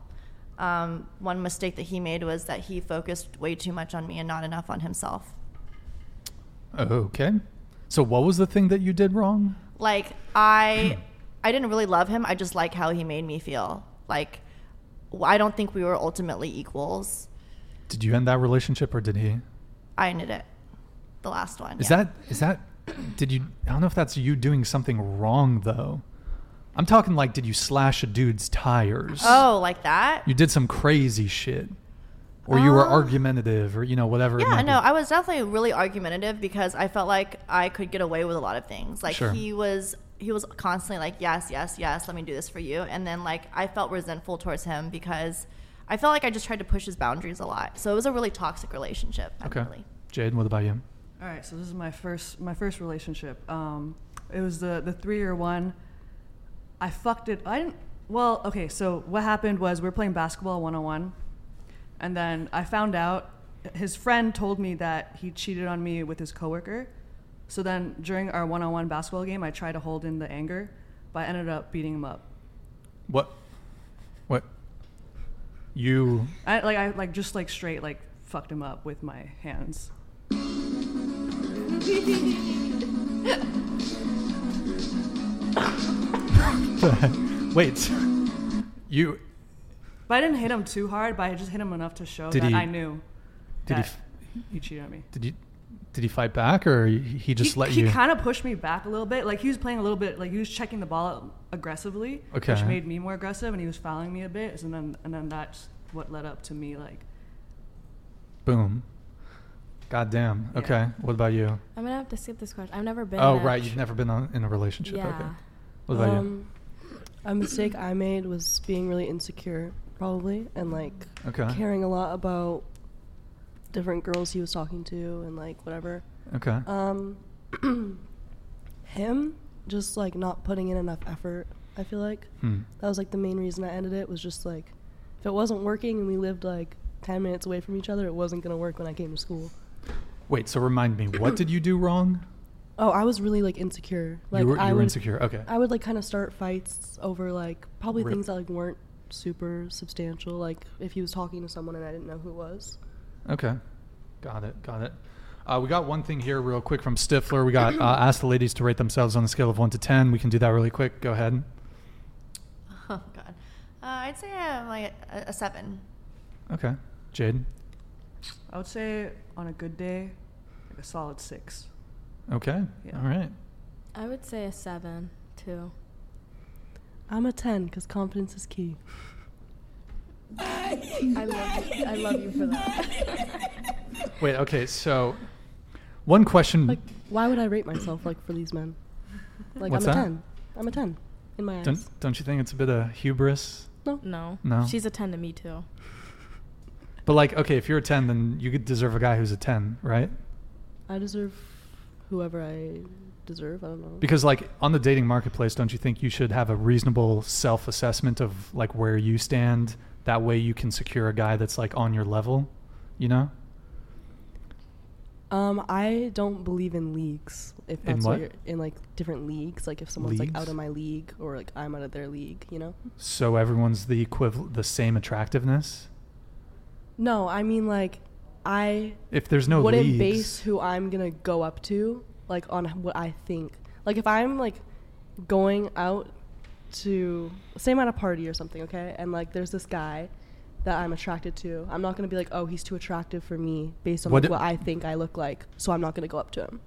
[SPEAKER 3] Um, one mistake that he made was that he focused way too much on me and not enough on himself.
[SPEAKER 2] Okay. So what was the thing that you did wrong?
[SPEAKER 3] like i i didn't really love him i just like how he made me feel like w- i don't think we were ultimately equals
[SPEAKER 2] Did you end that relationship or did he?
[SPEAKER 3] i ended it the last one
[SPEAKER 2] Is
[SPEAKER 3] yeah.
[SPEAKER 2] that is that did you I don't know if that's you doing something wrong though. I'm talking like did you slash a dude's tires?
[SPEAKER 3] oh like that
[SPEAKER 2] You did some crazy shit. Or you were
[SPEAKER 3] Um,
[SPEAKER 2] argumentative or you know whatever. it
[SPEAKER 3] yeah
[SPEAKER 2] might
[SPEAKER 3] no
[SPEAKER 2] be.
[SPEAKER 3] i was definitely really argumentative because i felt like i could get away with a lot of things like
[SPEAKER 2] Sure.
[SPEAKER 3] he was he was constantly like yes yes yes let me do this for you and then like i felt resentful towards him because i felt like i just tried to push his boundaries a lot so it was a really toxic relationship
[SPEAKER 2] Okay.
[SPEAKER 3] actually.
[SPEAKER 2] Jade, what about you?
[SPEAKER 4] All right, so this is my first my first relationship. Um, it was the the three year one. I fucked it. I didn't. Well, okay. So what happened was we were playing basketball one on one, and then I found out his friend told me that he cheated on me with his coworker. So then during our one on one basketball game, I tried to hold in the anger, but I ended up beating him up.
[SPEAKER 2] What what you
[SPEAKER 4] I like I like just like straight like fucked him up with my hands.
[SPEAKER 2] Wait. You
[SPEAKER 4] But I didn't hit him too hard, but I just hit him enough to show
[SPEAKER 2] Did
[SPEAKER 4] that
[SPEAKER 2] he-
[SPEAKER 4] I knew
[SPEAKER 2] did he
[SPEAKER 4] that
[SPEAKER 2] f-
[SPEAKER 4] he cheated on me.
[SPEAKER 2] did you did he fight back or he just
[SPEAKER 4] he,
[SPEAKER 2] let
[SPEAKER 4] he
[SPEAKER 2] you
[SPEAKER 4] kind of pushed me back a little bit. Like he was playing a little bit. Like he was checking the ball aggressively,
[SPEAKER 2] Okay.
[SPEAKER 4] which made me more aggressive, and he was fouling me a bit. And then and then that's what led up to me like
[SPEAKER 2] Boom. God damn.
[SPEAKER 4] Yeah.
[SPEAKER 2] Okay. What about you?
[SPEAKER 5] I'm gonna have to skip this question. I've never been.
[SPEAKER 2] Oh,
[SPEAKER 5] in a-
[SPEAKER 2] right. You've never been on, in a relationship.
[SPEAKER 5] Yeah.
[SPEAKER 2] Okay. What about
[SPEAKER 6] Um, A mistake I made was being really insecure, probably, and like
[SPEAKER 2] you? Okay.
[SPEAKER 6] caring a lot about different girls he was talking to and like whatever.
[SPEAKER 2] okay.
[SPEAKER 6] Um, him just like not putting in enough effort. I feel like
[SPEAKER 2] hmm.
[SPEAKER 6] that was like the main reason I ended it was just like if it wasn't working and we lived like ten minutes away from each other, it wasn't gonna work when I came to school.
[SPEAKER 2] Wait. So remind me, what did you do wrong?
[SPEAKER 6] Oh, I was really like insecure. Like
[SPEAKER 2] you were, you
[SPEAKER 6] I
[SPEAKER 2] were
[SPEAKER 6] would,
[SPEAKER 2] insecure. Okay.
[SPEAKER 6] I would like kind of start fights over like probably
[SPEAKER 2] Rip.
[SPEAKER 6] things that like weren't super substantial. Like if he was talking to someone and I didn't know who it was.
[SPEAKER 2] Okay. Got it. Got it. Uh, we got one thing here, real quick, from Stifler. We got uh, ask the ladies to rate themselves on a scale of one to ten. We can do that really quick. Go ahead.
[SPEAKER 3] oh god uh, i'd say i'm like a, a seven
[SPEAKER 2] Okay. Jade.
[SPEAKER 4] I would say on a good day, like a solid six.
[SPEAKER 2] Okay.
[SPEAKER 4] Yeah.
[SPEAKER 2] All right.
[SPEAKER 5] I would say a seven too.
[SPEAKER 6] I'm a ten because confidence is key.
[SPEAKER 5] I love. You. I love you for that.
[SPEAKER 2] Wait. Okay. So, one question.
[SPEAKER 6] Like why would I rate myself like for these men? Like
[SPEAKER 2] What's
[SPEAKER 6] I'm a
[SPEAKER 2] that?
[SPEAKER 6] ten. I'm a ten in my eyes.
[SPEAKER 2] don't don't you think it's a bit of hubris?
[SPEAKER 5] no.
[SPEAKER 2] No.
[SPEAKER 5] She's a ten to me too.
[SPEAKER 2] But like, okay, if you're a ten, then you could deserve a guy who's a ten, right?
[SPEAKER 6] I deserve whoever I deserve. I don't know.
[SPEAKER 2] Because like on the dating marketplace, don't you think you should have a reasonable self-assessment of like where you stand? That way, you can secure a guy that's like on your level, you know?
[SPEAKER 6] um, I don't believe in leagues.
[SPEAKER 2] In
[SPEAKER 6] If that's
[SPEAKER 2] what?
[SPEAKER 6] you're in, like different leagues. Like if someone's like out
[SPEAKER 2] Leagues?
[SPEAKER 6] of my league or like I'm out of their league. You know.
[SPEAKER 2] So everyone's the equivalent, the same attractiveness.
[SPEAKER 6] No, I mean like I
[SPEAKER 2] If there's no
[SPEAKER 6] wouldn't
[SPEAKER 2] leagues,
[SPEAKER 6] base who I'm gonna go up to like on what I think. Like if I'm like going out to say I'm at a party or something, okay, and like there's this guy that I'm attracted to, I'm not gonna be like, oh, he's too attractive for me based on
[SPEAKER 2] What
[SPEAKER 6] what,
[SPEAKER 2] do-
[SPEAKER 6] what I think I look like, so I'm not gonna go up to him.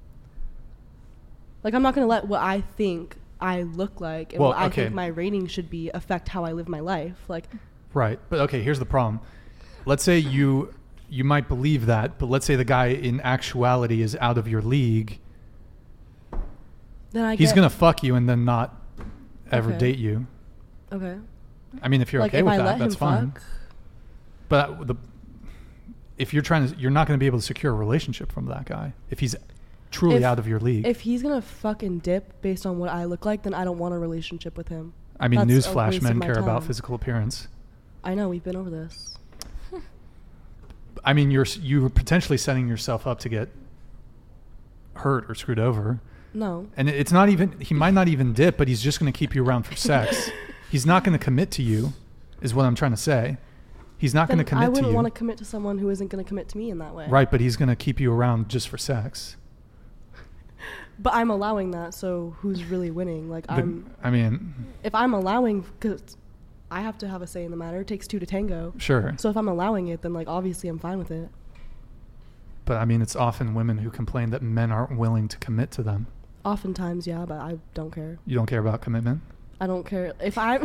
[SPEAKER 6] Like I'm not gonna let what I think I look like and
[SPEAKER 2] Well,
[SPEAKER 6] what I
[SPEAKER 2] okay.
[SPEAKER 6] think my rating should be affect how I live my life. Like
[SPEAKER 2] right? But okay, here's the problem. Let's say you you might believe that, but let's say the guy in actuality is out of your league.
[SPEAKER 6] then I
[SPEAKER 2] He's
[SPEAKER 6] get,
[SPEAKER 2] gonna fuck you and then not ever
[SPEAKER 6] Okay.
[SPEAKER 2] date you.
[SPEAKER 6] okay.
[SPEAKER 2] I mean, if you're
[SPEAKER 6] like
[SPEAKER 2] okay
[SPEAKER 6] if
[SPEAKER 2] with
[SPEAKER 6] I let
[SPEAKER 2] that, that's
[SPEAKER 6] him
[SPEAKER 2] fine.
[SPEAKER 6] fuck.
[SPEAKER 2] But the if you're trying to, you're not going to be able to secure a relationship from that guy if he's truly
[SPEAKER 6] If-
[SPEAKER 2] out of your league.
[SPEAKER 6] If he's gonna fucking dip based on what I look like, then I don't want a relationship with him.
[SPEAKER 2] I mean,
[SPEAKER 6] that's a
[SPEAKER 2] newsflash,
[SPEAKER 6] waste
[SPEAKER 2] men
[SPEAKER 6] of my
[SPEAKER 2] care about
[SPEAKER 6] time.
[SPEAKER 2] physical appearance.
[SPEAKER 6] I know we've been over this.
[SPEAKER 2] I mean, you're s- you were potentially setting yourself up to get hurt or screwed over
[SPEAKER 6] No.
[SPEAKER 2] And it- it's not even, he might not even dip, but he's just going to keep you around for sex. he's not going to commit to you, is what I'm trying to say. He's not going to
[SPEAKER 6] Then I
[SPEAKER 2] commit to
[SPEAKER 6] wouldn't
[SPEAKER 2] you.
[SPEAKER 6] want to commit to someone who isn't going to commit to me in that way.
[SPEAKER 2] right, but he's going to keep you around just for sex.
[SPEAKER 6] But I'm allowing that, so who's really winning? Like
[SPEAKER 2] But,
[SPEAKER 5] Um,
[SPEAKER 6] I'm,
[SPEAKER 2] I mean,
[SPEAKER 6] if I'm allowing, because I have to have a say in the matter. It takes two to tango.
[SPEAKER 2] sure.
[SPEAKER 6] So if I'm allowing it, then like obviously I'm fine with it.
[SPEAKER 2] But I mean, it's often women who complain that men aren't willing to commit to them.
[SPEAKER 6] Oftentimes, yeah, but I don't care.
[SPEAKER 2] You don't care about commitment?
[SPEAKER 6] I don't care if I'm,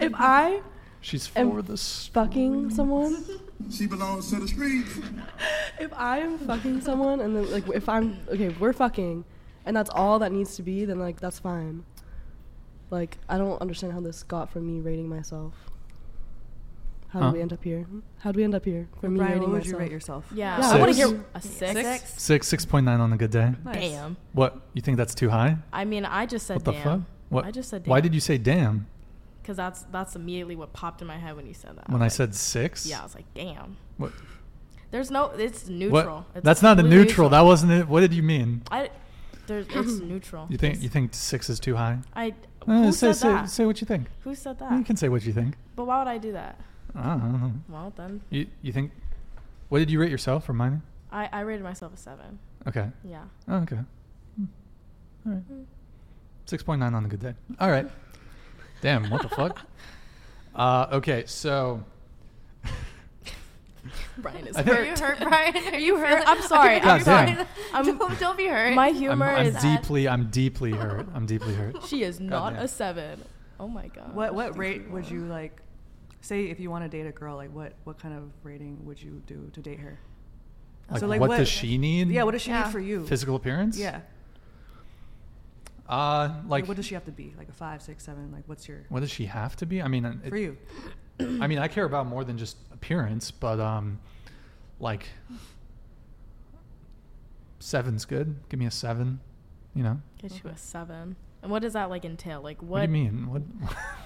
[SPEAKER 6] if I
[SPEAKER 2] She's
[SPEAKER 5] Um,
[SPEAKER 6] Am-
[SPEAKER 2] for the s-
[SPEAKER 6] fucking someone,
[SPEAKER 10] She belongs to the streets.
[SPEAKER 6] if I'm fucking someone, and then like if I'm okay, we're fucking, and that's all that needs to be, then like that's fine. Like I don't understand how this got from me rating myself. How
[SPEAKER 2] Huh?
[SPEAKER 6] did we end up here? How did we end up here? From me
[SPEAKER 4] Brian,
[SPEAKER 6] rating
[SPEAKER 4] what would you
[SPEAKER 6] myself.
[SPEAKER 4] rate yourself?
[SPEAKER 5] Yeah.
[SPEAKER 6] Yeah,
[SPEAKER 5] I want to
[SPEAKER 2] Six.
[SPEAKER 5] hear a six.
[SPEAKER 2] six, six point nine on a good day.
[SPEAKER 4] Nice.
[SPEAKER 5] Damn.
[SPEAKER 2] What you think that's too high?
[SPEAKER 5] I mean, I just said
[SPEAKER 2] What the
[SPEAKER 5] damn.
[SPEAKER 2] fuck? What?
[SPEAKER 5] I just said
[SPEAKER 2] Why
[SPEAKER 5] damn.
[SPEAKER 2] did you say damn
[SPEAKER 5] Because that's that's immediately what popped in my head when you said that.
[SPEAKER 2] when I
[SPEAKER 5] Like,
[SPEAKER 2] said six?
[SPEAKER 5] Yeah, I was like, damn.
[SPEAKER 2] What?
[SPEAKER 5] There's no. It's
[SPEAKER 2] what-
[SPEAKER 5] neutral. It's
[SPEAKER 2] That's not a
[SPEAKER 5] completely
[SPEAKER 2] neutral. That wasn't it. What did you mean?
[SPEAKER 5] I. There's. It's neutral.
[SPEAKER 2] You think
[SPEAKER 5] It's-
[SPEAKER 2] you think six is too high?
[SPEAKER 5] I.
[SPEAKER 2] Uh,
[SPEAKER 5] who
[SPEAKER 2] say,
[SPEAKER 5] said
[SPEAKER 2] say,
[SPEAKER 5] that?
[SPEAKER 2] say what you think.
[SPEAKER 5] who said
[SPEAKER 2] You
[SPEAKER 5] that?
[SPEAKER 2] can say what you think.
[SPEAKER 5] But why would I do that?
[SPEAKER 2] I don't know.
[SPEAKER 5] Well then,
[SPEAKER 2] You you think? What did you rate yourself? Remind me.
[SPEAKER 5] I I rated myself a seven.
[SPEAKER 2] Okay.
[SPEAKER 5] Yeah.
[SPEAKER 2] Oh, okay. Hmm. All right. Six point nine on a good day. All right. Damn. What the fuck? Uh, okay. So.
[SPEAKER 5] Brian is
[SPEAKER 2] I
[SPEAKER 3] Are
[SPEAKER 2] think-
[SPEAKER 3] you hurt, Brian? Are you hurt?
[SPEAKER 5] I'm sorry.
[SPEAKER 2] God damn.
[SPEAKER 5] I'm sorry.
[SPEAKER 3] I'm,
[SPEAKER 5] I'm-
[SPEAKER 3] don't, don't be hurt.
[SPEAKER 5] My
[SPEAKER 2] I'm,
[SPEAKER 5] humor
[SPEAKER 2] I'm
[SPEAKER 5] is.
[SPEAKER 2] deeply. I'm deeply hurt. I'm deeply hurt.
[SPEAKER 5] She is not
[SPEAKER 2] damn.
[SPEAKER 5] a seven. Oh my god.
[SPEAKER 4] What what rate would you like? Say if you want to date a girl, like what what kind of rating would you do to date her?
[SPEAKER 2] Like,
[SPEAKER 4] So, like,
[SPEAKER 2] what,
[SPEAKER 4] what-
[SPEAKER 2] does she need?
[SPEAKER 4] Yeah, what does she
[SPEAKER 3] Yeah.
[SPEAKER 4] need for you?
[SPEAKER 2] Physical appearance?
[SPEAKER 4] Yeah,
[SPEAKER 2] Uh,
[SPEAKER 4] like
[SPEAKER 2] like,
[SPEAKER 4] what does she have to be? Like a five, six, seven? Like what's your
[SPEAKER 2] what does she have to be? I mean, it-
[SPEAKER 4] for you?
[SPEAKER 2] I mean, I care about more than just appearance, but um, like, seven's good. Give me a seven. You know,
[SPEAKER 5] Get you a seven. And what does that like entail? Like
[SPEAKER 2] what,
[SPEAKER 5] what?
[SPEAKER 2] do you mean? What?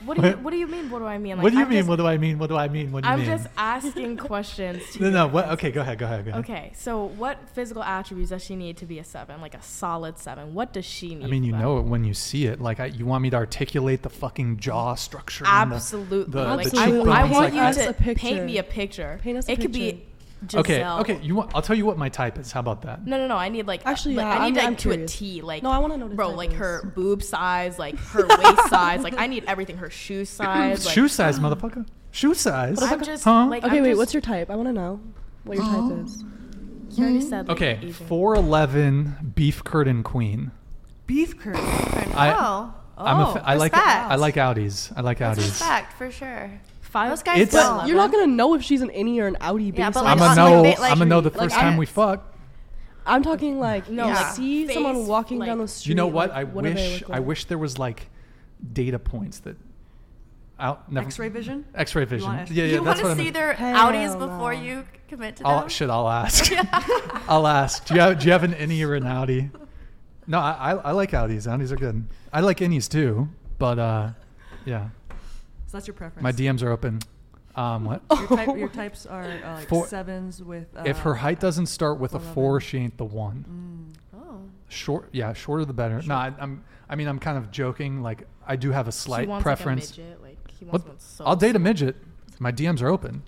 [SPEAKER 5] What do you What do you mean? What do I mean? Like,
[SPEAKER 2] what do you
[SPEAKER 5] I'm
[SPEAKER 2] mean?
[SPEAKER 5] just-
[SPEAKER 2] what do I mean? What do I mean? What do you
[SPEAKER 5] I'm
[SPEAKER 2] mean?
[SPEAKER 5] just asking questions. To
[SPEAKER 2] no,
[SPEAKER 5] you.
[SPEAKER 2] no. What? Okay, go ahead. Go ahead. Go ahead.
[SPEAKER 5] Okay, so what physical attributes does she need to be a seven, like a solid seven? What does she need?
[SPEAKER 2] I mean, you
[SPEAKER 5] for that?
[SPEAKER 2] know it when you see it. Like, I, you want me to articulate the fucking jaw structure? and the-
[SPEAKER 5] Absolutely.
[SPEAKER 2] the- the
[SPEAKER 5] like,
[SPEAKER 6] Absolutely.
[SPEAKER 5] I, I
[SPEAKER 2] cheekbones,
[SPEAKER 5] want
[SPEAKER 6] like-
[SPEAKER 5] you
[SPEAKER 6] Us
[SPEAKER 5] to
[SPEAKER 6] a picture.
[SPEAKER 5] paint me a picture.
[SPEAKER 6] Paint us a
[SPEAKER 5] it could be Giselle.
[SPEAKER 2] Okay, okay. You want? I'll tell you what my type is. How about that?
[SPEAKER 5] No, no, no. I need like
[SPEAKER 6] Actually,
[SPEAKER 5] like,
[SPEAKER 6] yeah,
[SPEAKER 5] I need like
[SPEAKER 6] I'm- I'm
[SPEAKER 5] to a
[SPEAKER 6] curious.
[SPEAKER 5] T. Like
[SPEAKER 6] No, I wanna know what
[SPEAKER 5] bro,
[SPEAKER 6] type
[SPEAKER 5] like
[SPEAKER 6] is.
[SPEAKER 5] her boob size, like her waist size. Like I need everything. Her shoe size. Like,
[SPEAKER 2] Shoe size, motherfucker. Shoe size.
[SPEAKER 5] But I'm just
[SPEAKER 2] Huh?
[SPEAKER 5] like
[SPEAKER 6] Okay,
[SPEAKER 5] I'm
[SPEAKER 6] wait.
[SPEAKER 5] just-
[SPEAKER 6] What's your type? I want to know what your type is.
[SPEAKER 5] You already said. like,
[SPEAKER 2] okay,
[SPEAKER 5] Asian.
[SPEAKER 2] four eleven beef curtain queen.
[SPEAKER 4] Beef curtain.
[SPEAKER 2] I,
[SPEAKER 3] oh,
[SPEAKER 2] I'm a fa- I like
[SPEAKER 3] respect.
[SPEAKER 2] I like Audis. I like Audis.
[SPEAKER 3] respect for sure.
[SPEAKER 5] Five-
[SPEAKER 3] Those guys
[SPEAKER 2] It's-
[SPEAKER 3] don't.
[SPEAKER 6] You're not gonna know if she's an innie or an outie.
[SPEAKER 3] Yeah,
[SPEAKER 6] based
[SPEAKER 3] but,
[SPEAKER 6] on-
[SPEAKER 2] I'm
[SPEAKER 3] like,
[SPEAKER 2] a
[SPEAKER 3] on-
[SPEAKER 2] no.
[SPEAKER 3] like, ba- like
[SPEAKER 2] I'm a no. The
[SPEAKER 3] like,
[SPEAKER 2] first time we
[SPEAKER 3] I-
[SPEAKER 2] fuck.
[SPEAKER 6] I'm talking like
[SPEAKER 5] No,
[SPEAKER 6] no,
[SPEAKER 5] Yeah.
[SPEAKER 3] like,
[SPEAKER 6] see
[SPEAKER 5] face,
[SPEAKER 6] someone walking
[SPEAKER 5] like-
[SPEAKER 6] down the
[SPEAKER 2] Do
[SPEAKER 6] street.
[SPEAKER 2] you know what?
[SPEAKER 6] like,
[SPEAKER 2] I
[SPEAKER 6] do they
[SPEAKER 2] wish
[SPEAKER 6] look
[SPEAKER 2] I
[SPEAKER 6] like?
[SPEAKER 2] wish there was like data points that out never
[SPEAKER 4] X-ray vision.
[SPEAKER 2] X-ray vision.
[SPEAKER 4] want X-ray-
[SPEAKER 2] yeah, yeah.
[SPEAKER 3] you want
[SPEAKER 2] that's
[SPEAKER 3] to
[SPEAKER 2] what I
[SPEAKER 3] see
[SPEAKER 2] mean. Oh,
[SPEAKER 3] their
[SPEAKER 6] Hell
[SPEAKER 3] Audis
[SPEAKER 6] no.
[SPEAKER 3] before you commit to
[SPEAKER 2] I'll,
[SPEAKER 3] them?
[SPEAKER 2] shit, I'll ask. I'll ask. Do you have Do you have an innie or an Audi? No, I, I I like Audis. Audis are good. I like innies too, but uh, yeah.
[SPEAKER 4] So that's your preference.
[SPEAKER 2] My DMs are open.
[SPEAKER 5] Oh,
[SPEAKER 2] Um, what?
[SPEAKER 4] Your, type, your types are uh, like
[SPEAKER 2] Four-
[SPEAKER 4] sevens with. Uh,
[SPEAKER 2] If her height doesn't start with a
[SPEAKER 4] 4'11.
[SPEAKER 2] four, she ain't the one.
[SPEAKER 5] Mm.
[SPEAKER 3] Oh.
[SPEAKER 2] Short, yeah, shorter the better. No, I, I'm. I mean, I'm kind of joking. Like, I do have a
[SPEAKER 5] She
[SPEAKER 2] slight
[SPEAKER 5] wants, like, a
[SPEAKER 2] preference.
[SPEAKER 5] midget, like, he wants
[SPEAKER 2] What?
[SPEAKER 5] one so
[SPEAKER 2] I'll date a
[SPEAKER 5] small.
[SPEAKER 2] midget. My DMs are open.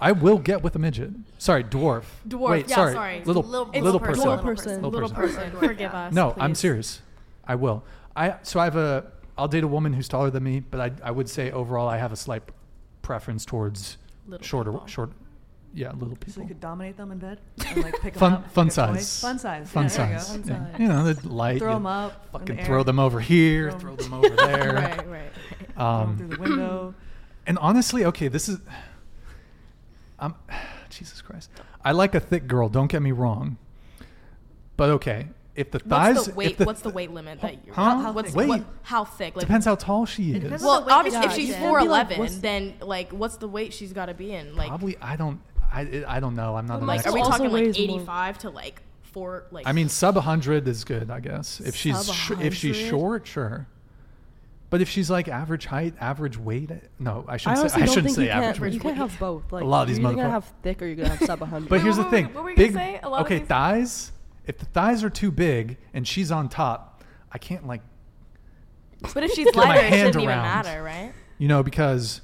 [SPEAKER 2] I will get with a midget. Sorry, dwarf.
[SPEAKER 5] Dwarf,
[SPEAKER 2] Wait,
[SPEAKER 5] yeah,
[SPEAKER 2] sorry,
[SPEAKER 5] sorry.
[SPEAKER 2] little
[SPEAKER 3] Little-
[SPEAKER 2] little,
[SPEAKER 3] little
[SPEAKER 2] person.
[SPEAKER 3] person,
[SPEAKER 6] Little person.
[SPEAKER 2] Little
[SPEAKER 5] Little
[SPEAKER 2] person.
[SPEAKER 5] person, forgive us.
[SPEAKER 2] No, I'm
[SPEAKER 5] please.
[SPEAKER 2] serious. I will. I so I have a. I'll date a woman who's taller than me, but I I would say overall I have a slight preference towards
[SPEAKER 5] Little
[SPEAKER 2] shorter
[SPEAKER 5] people.
[SPEAKER 2] short. Yeah, little people.
[SPEAKER 4] So you could dominate them in bed. And, like, pick 'em
[SPEAKER 2] Fun-
[SPEAKER 4] up,
[SPEAKER 2] fun
[SPEAKER 4] pick a toy.
[SPEAKER 2] size.
[SPEAKER 4] Fun size.
[SPEAKER 2] Fun
[SPEAKER 4] yeah,
[SPEAKER 2] size.
[SPEAKER 4] There you go.
[SPEAKER 2] yeah. You know, the light.
[SPEAKER 4] Throw
[SPEAKER 2] you
[SPEAKER 4] them up. in
[SPEAKER 2] Fucking
[SPEAKER 4] the
[SPEAKER 2] throw
[SPEAKER 4] air,
[SPEAKER 2] them over here. Throw
[SPEAKER 4] 'em-
[SPEAKER 2] them over there.
[SPEAKER 5] Right, right.
[SPEAKER 4] throw 'em
[SPEAKER 2] Um,
[SPEAKER 4] through the window.
[SPEAKER 2] and honestly, okay, this is. I'm, Jesus Christ. I like a thick girl. Don't get me wrong. But okay, if the thighs,
[SPEAKER 5] What's the
[SPEAKER 2] if
[SPEAKER 5] weight?
[SPEAKER 2] the-
[SPEAKER 5] what's the weight limit that you're?
[SPEAKER 2] Huh?
[SPEAKER 5] How,
[SPEAKER 2] How
[SPEAKER 5] what's,
[SPEAKER 2] thick?
[SPEAKER 5] What,
[SPEAKER 2] Weight?
[SPEAKER 5] how thick? Like,
[SPEAKER 2] depends how tall she is.
[SPEAKER 4] depends What's
[SPEAKER 5] Well,
[SPEAKER 4] the weight
[SPEAKER 5] obviously, if
[SPEAKER 6] limit?
[SPEAKER 5] she's
[SPEAKER 6] Yeah,
[SPEAKER 5] four
[SPEAKER 6] it'd be like,
[SPEAKER 5] eleven,
[SPEAKER 6] what's-
[SPEAKER 5] then like, what's the weight she's got to be in? Like,
[SPEAKER 2] Probably. I don't. I. I don't know. I'm not an
[SPEAKER 5] like, are
[SPEAKER 2] expert.
[SPEAKER 5] we
[SPEAKER 6] Also
[SPEAKER 5] talking like
[SPEAKER 6] weighs more.
[SPEAKER 5] eighty-five to like four? Like,
[SPEAKER 2] I mean, sub 100 is good, I guess. If she's
[SPEAKER 5] Sub
[SPEAKER 2] sh- if she's
[SPEAKER 5] 100?
[SPEAKER 2] short, sure. But if she's like average height, average weight, eh, no, I
[SPEAKER 6] I
[SPEAKER 2] shouldn't say
[SPEAKER 6] honestly
[SPEAKER 2] I
[SPEAKER 6] don't
[SPEAKER 2] shouldn't
[SPEAKER 6] think
[SPEAKER 2] say
[SPEAKER 6] you
[SPEAKER 2] average
[SPEAKER 6] can't.
[SPEAKER 2] weight.
[SPEAKER 6] You can't have both. Like
[SPEAKER 2] lot of these
[SPEAKER 6] you're either
[SPEAKER 2] motherfuck-
[SPEAKER 6] gonna have thick or you're gonna have sub 100.
[SPEAKER 2] But here's the
[SPEAKER 5] what were we-
[SPEAKER 2] thing:
[SPEAKER 5] what were you
[SPEAKER 2] big,
[SPEAKER 5] gonna say? A lot of
[SPEAKER 2] okay,
[SPEAKER 5] these-
[SPEAKER 2] thighs if the thighs are too big and she's on top, I can't like
[SPEAKER 5] But if she's
[SPEAKER 2] Get my
[SPEAKER 5] lighter, it
[SPEAKER 2] hand
[SPEAKER 5] shouldn't even
[SPEAKER 2] around.
[SPEAKER 5] matter, right?
[SPEAKER 2] you know because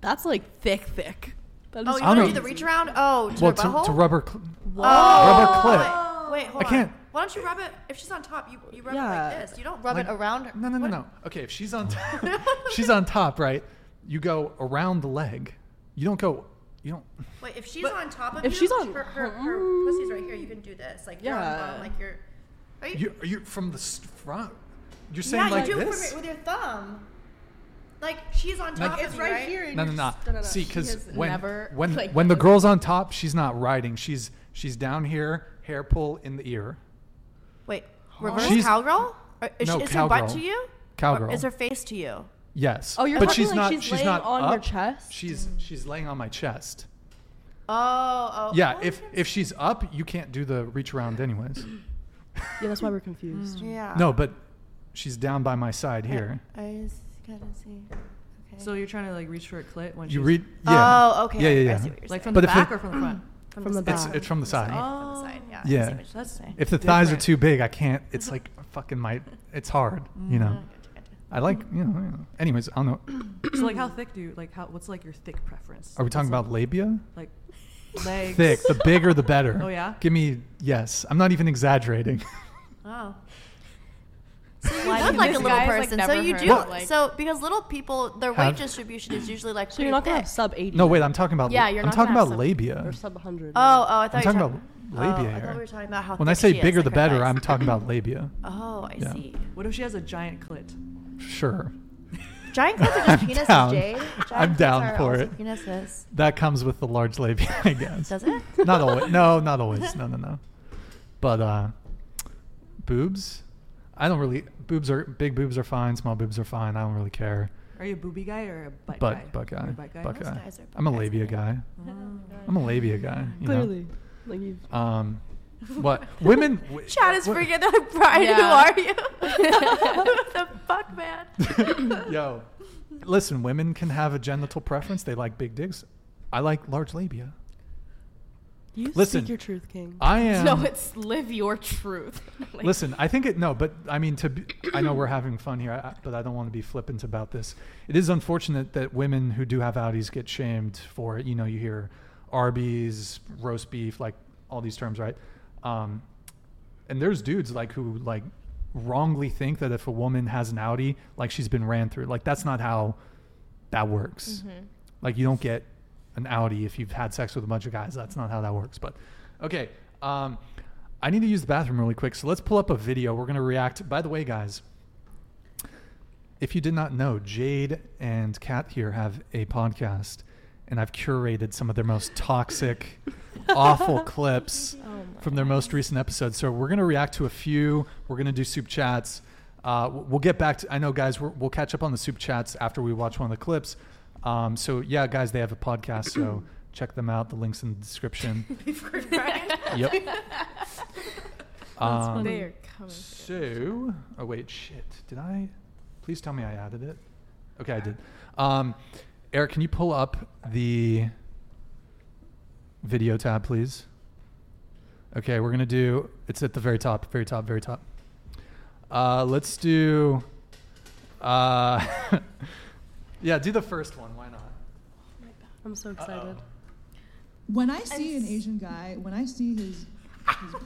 [SPEAKER 6] That's like thick, thick. That
[SPEAKER 3] Oh,
[SPEAKER 6] is
[SPEAKER 3] you
[SPEAKER 2] I don't
[SPEAKER 3] want to do
[SPEAKER 2] know.
[SPEAKER 3] the reach around? Oh, to
[SPEAKER 2] well
[SPEAKER 3] the
[SPEAKER 2] to,
[SPEAKER 3] butthole?
[SPEAKER 2] to rubber cl-
[SPEAKER 3] Oh,
[SPEAKER 2] rubber
[SPEAKER 3] Wait, wait, hold
[SPEAKER 2] I
[SPEAKER 3] on.
[SPEAKER 2] can't-
[SPEAKER 3] Why don't you rub it? If she's on top, you, you rub it
[SPEAKER 6] Yeah.
[SPEAKER 3] like this. You don't rub
[SPEAKER 2] Like-
[SPEAKER 3] it around her.
[SPEAKER 2] No, no, no,
[SPEAKER 3] What-
[SPEAKER 2] no. Okay, if she's on top, she's on top, right? You go around the leg. You don't go. You don't.
[SPEAKER 3] Wait, if she's on Hmm. top of
[SPEAKER 6] if
[SPEAKER 3] you,
[SPEAKER 6] she's on-
[SPEAKER 3] her, her, her pussy's right here. You can do this. Like you're on
[SPEAKER 6] Yeah.
[SPEAKER 3] bottom, like you're. Are you,
[SPEAKER 2] You you from the s- front. You're saying
[SPEAKER 3] yeah,
[SPEAKER 2] like
[SPEAKER 3] you do it
[SPEAKER 2] this.
[SPEAKER 3] from, with your thumb. Like she's on top
[SPEAKER 2] Like-
[SPEAKER 3] of
[SPEAKER 2] It's
[SPEAKER 3] you, right
[SPEAKER 2] no, no, no, See, because when
[SPEAKER 5] never,
[SPEAKER 2] when
[SPEAKER 6] like,
[SPEAKER 2] when the
[SPEAKER 6] looked-
[SPEAKER 2] girl's on top, she's not riding. She's she's down here, hair pull in the ear.
[SPEAKER 3] Wait, reverse
[SPEAKER 2] She's-
[SPEAKER 3] cowgirl? Or Is,
[SPEAKER 2] No,
[SPEAKER 3] is her butt
[SPEAKER 2] cowgirl.
[SPEAKER 3] to you?
[SPEAKER 2] Cowgirl.
[SPEAKER 3] Or is her face to you?
[SPEAKER 2] Yes.
[SPEAKER 6] Oh, you're
[SPEAKER 2] but
[SPEAKER 6] talking
[SPEAKER 2] she's
[SPEAKER 6] like
[SPEAKER 2] not.
[SPEAKER 6] she's
[SPEAKER 2] She's,
[SPEAKER 6] laying
[SPEAKER 2] not
[SPEAKER 6] on your
[SPEAKER 2] up.
[SPEAKER 6] chest?
[SPEAKER 2] She's she's laying on my chest.
[SPEAKER 3] Oh, oh.
[SPEAKER 2] Yeah.
[SPEAKER 3] oh,
[SPEAKER 2] If
[SPEAKER 3] okay.
[SPEAKER 2] if she's up, you can't do the reach around anyways.
[SPEAKER 6] Yeah, that's why we're confused.
[SPEAKER 3] yeah.
[SPEAKER 2] No, but she's down by my side here.
[SPEAKER 3] I just kind of see. Okay.
[SPEAKER 11] So you're trying to like reach for a clit when
[SPEAKER 2] You
[SPEAKER 11] she's-
[SPEAKER 2] read. Yeah.
[SPEAKER 3] Oh, okay.
[SPEAKER 2] Yeah, yeah, yeah.
[SPEAKER 3] I- I see what you're
[SPEAKER 11] like
[SPEAKER 3] saying.
[SPEAKER 11] from
[SPEAKER 2] But
[SPEAKER 11] the
[SPEAKER 2] if
[SPEAKER 11] back
[SPEAKER 2] it-
[SPEAKER 11] or from the front.
[SPEAKER 3] from,
[SPEAKER 6] from
[SPEAKER 3] the, side.
[SPEAKER 6] the back.
[SPEAKER 2] Mm. It's it's from the side.
[SPEAKER 3] From Oh. the side, yeah.
[SPEAKER 2] Yeah.
[SPEAKER 3] I see what you're
[SPEAKER 11] That's-
[SPEAKER 3] saying.
[SPEAKER 2] If the thighs are
[SPEAKER 11] Different.
[SPEAKER 2] too big, I can't.
[SPEAKER 3] Mm-hmm.
[SPEAKER 2] It's like fucking my. It's hard, you know.
[SPEAKER 3] Oh, Gotcha, gotcha.
[SPEAKER 2] I like you know. you know. Anyways, I don't know.
[SPEAKER 11] So like, how thick do you like? How what's like your thick preference?
[SPEAKER 2] Are we talking
[SPEAKER 11] What's,
[SPEAKER 2] about labia?
[SPEAKER 11] like legs?
[SPEAKER 2] Thick. The bigger, the better.
[SPEAKER 11] Oh, yeah?
[SPEAKER 2] Give me yes. I'm not even exaggerating.
[SPEAKER 3] Oh. So you
[SPEAKER 5] Why
[SPEAKER 3] look
[SPEAKER 5] do
[SPEAKER 3] like
[SPEAKER 5] this
[SPEAKER 3] a little
[SPEAKER 5] guy's, like,
[SPEAKER 3] person. so
[SPEAKER 5] never
[SPEAKER 3] you
[SPEAKER 5] heard
[SPEAKER 3] do.
[SPEAKER 5] of, like-
[SPEAKER 3] so because little people, their weight
[SPEAKER 2] Have-
[SPEAKER 3] distribution is usually like.
[SPEAKER 6] So you're
[SPEAKER 3] pretty
[SPEAKER 6] not gonna
[SPEAKER 3] thick.
[SPEAKER 6] have sub eighty.
[SPEAKER 2] No, wait. I'm talking about.
[SPEAKER 5] Yeah, you're
[SPEAKER 2] I'm
[SPEAKER 5] not
[SPEAKER 2] talking
[SPEAKER 5] gonna have
[SPEAKER 2] about
[SPEAKER 5] some-
[SPEAKER 2] labia.
[SPEAKER 6] or sub hundred.
[SPEAKER 3] Oh, oh, I thought
[SPEAKER 2] I'm
[SPEAKER 3] you were
[SPEAKER 2] talking about labia
[SPEAKER 3] oh, I thought we were
[SPEAKER 2] here.
[SPEAKER 3] talking about how.
[SPEAKER 2] When I
[SPEAKER 3] thick
[SPEAKER 2] say
[SPEAKER 3] she is,
[SPEAKER 2] bigger,
[SPEAKER 3] like
[SPEAKER 2] the
[SPEAKER 3] her
[SPEAKER 2] better.
[SPEAKER 3] thighs.
[SPEAKER 2] I'm talking about labia.
[SPEAKER 3] Oh, I
[SPEAKER 2] Yeah.
[SPEAKER 3] see.
[SPEAKER 11] What if she has a giant clit?
[SPEAKER 2] Sure.
[SPEAKER 3] Giant clits are just
[SPEAKER 2] I'm
[SPEAKER 3] penises,
[SPEAKER 2] down.
[SPEAKER 3] Jade. Giant
[SPEAKER 2] I'm
[SPEAKER 3] clits
[SPEAKER 2] down
[SPEAKER 3] are
[SPEAKER 2] for
[SPEAKER 3] also
[SPEAKER 2] it.
[SPEAKER 3] Penises.
[SPEAKER 2] That comes with the large labia, I guess.
[SPEAKER 3] Does it?
[SPEAKER 2] not always. No, not always. No, no, no. But uh, boobs, I don't really. Boobs are big. Boobs are fine. Small boobs are fine. I don't really care.
[SPEAKER 11] Are you a booby guy or a butt guy?
[SPEAKER 2] Butt, butt guy,
[SPEAKER 11] You're a butt guy. Oh.
[SPEAKER 2] butt guy.
[SPEAKER 3] guys are butt
[SPEAKER 2] I'm a
[SPEAKER 3] guys, I
[SPEAKER 2] labia
[SPEAKER 3] think.
[SPEAKER 2] guy. I'm a labia guy. you know?
[SPEAKER 6] Clearly, like you.
[SPEAKER 2] Um, what women? w-
[SPEAKER 3] Chad is
[SPEAKER 2] what-
[SPEAKER 3] freaking out. Brian, who
[SPEAKER 5] Yeah.
[SPEAKER 3] are you? Who the fuck, man?
[SPEAKER 2] Yo, listen. Women can have a genital preference. They like big dicks. I like large labia.
[SPEAKER 6] You
[SPEAKER 2] Listen.
[SPEAKER 6] speak your truth, King.
[SPEAKER 2] I am.
[SPEAKER 5] no, it's live your truth. Like,
[SPEAKER 2] Listen, I think it no, but I mean to. Be, I know we're having fun here, I- but I don't want to be flippant about this. It is unfortunate that women who do have outies get shamed for it. You know, you hear Arby's, roast beef, like all these terms, right? Um, and there's dudes like who like wrongly think that if a woman has an outie, like she's been ran through. Like that's not how that works. Like you don't get an Audi if you've had sex with a bunch of guys. That's not how that works. But okay, um, I need to use the bathroom really quick. So let's pull up a video. We're gonna react. By the way, guys, if you did not know, Jade and Kat here have a podcast, and I've curated some of their most toxic, awful clips from their most recent episodes. So we're gonna react to a few. We're gonna do soup chats. Uh, w- we'll get back to. I know, guys. We're, we'll catch up on the soup chats after we watch one of the clips. Um, so yeah, guys, they have a podcast. So check them out. The links in the description. yep. Um,
[SPEAKER 5] they are coming.
[SPEAKER 2] so, oh wait, shit. Did I? Please tell me I added it. Okay, I did. Um, Eric, can you pull up the video tab, please? Okay, we're gonna do. It's at the very top, very top, very top. Uh, let's do. Uh, yeah, do the first one. Why not?
[SPEAKER 6] I'm so excited.
[SPEAKER 12] When I see an Asian guy, when I see his, his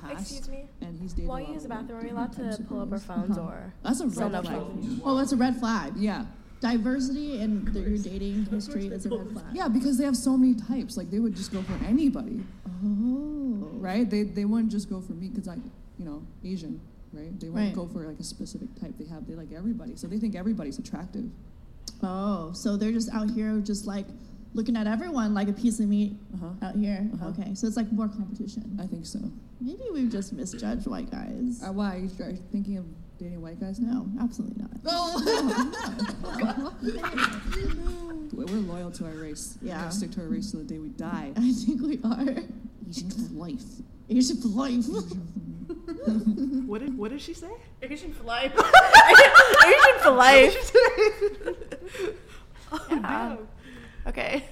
[SPEAKER 12] past,
[SPEAKER 5] Excuse me?
[SPEAKER 12] and he's dated
[SPEAKER 5] While
[SPEAKER 12] a
[SPEAKER 5] you
[SPEAKER 12] lot
[SPEAKER 5] use the
[SPEAKER 12] of
[SPEAKER 5] bathroom, are we
[SPEAKER 12] different
[SPEAKER 5] allowed
[SPEAKER 12] types
[SPEAKER 5] to
[SPEAKER 12] of
[SPEAKER 5] pull up our
[SPEAKER 12] girls.
[SPEAKER 5] phones
[SPEAKER 12] Uh-huh.
[SPEAKER 5] or?
[SPEAKER 12] That's a
[SPEAKER 5] Cell
[SPEAKER 12] red
[SPEAKER 5] no
[SPEAKER 12] flag.
[SPEAKER 5] phone.
[SPEAKER 12] Oh, that's a red flag. Yeah, diversity and the, your dating history is a red flag. Yeah, because they have so many types. Like they would just go for anybody. Oh, right? They they wouldn't just go for me because I, you know, Asian, right? They wouldn't
[SPEAKER 9] Right.
[SPEAKER 12] go for like a specific type. They have they like everybody, so they think everybody's attractive.
[SPEAKER 9] Oh, so they're just out here just like looking at everyone like a piece of meat
[SPEAKER 12] Uh-huh.
[SPEAKER 9] out here.
[SPEAKER 12] Uh-huh.
[SPEAKER 9] Okay, so it's like more competition.
[SPEAKER 12] I think so.
[SPEAKER 9] Maybe we've just misjudged white guys.
[SPEAKER 12] Uh, why are you start thinking of dating white guys now?
[SPEAKER 9] No, absolutely not.
[SPEAKER 12] Oh, We're loyal to our race. We gotta
[SPEAKER 9] Yeah.
[SPEAKER 12] stick to our race till the day we die.
[SPEAKER 9] I think we are.
[SPEAKER 12] Asian for life.
[SPEAKER 9] Asian for life.
[SPEAKER 11] What did what did she say?
[SPEAKER 3] Asian for life. Asian for life. Yeah. Oh, Okay.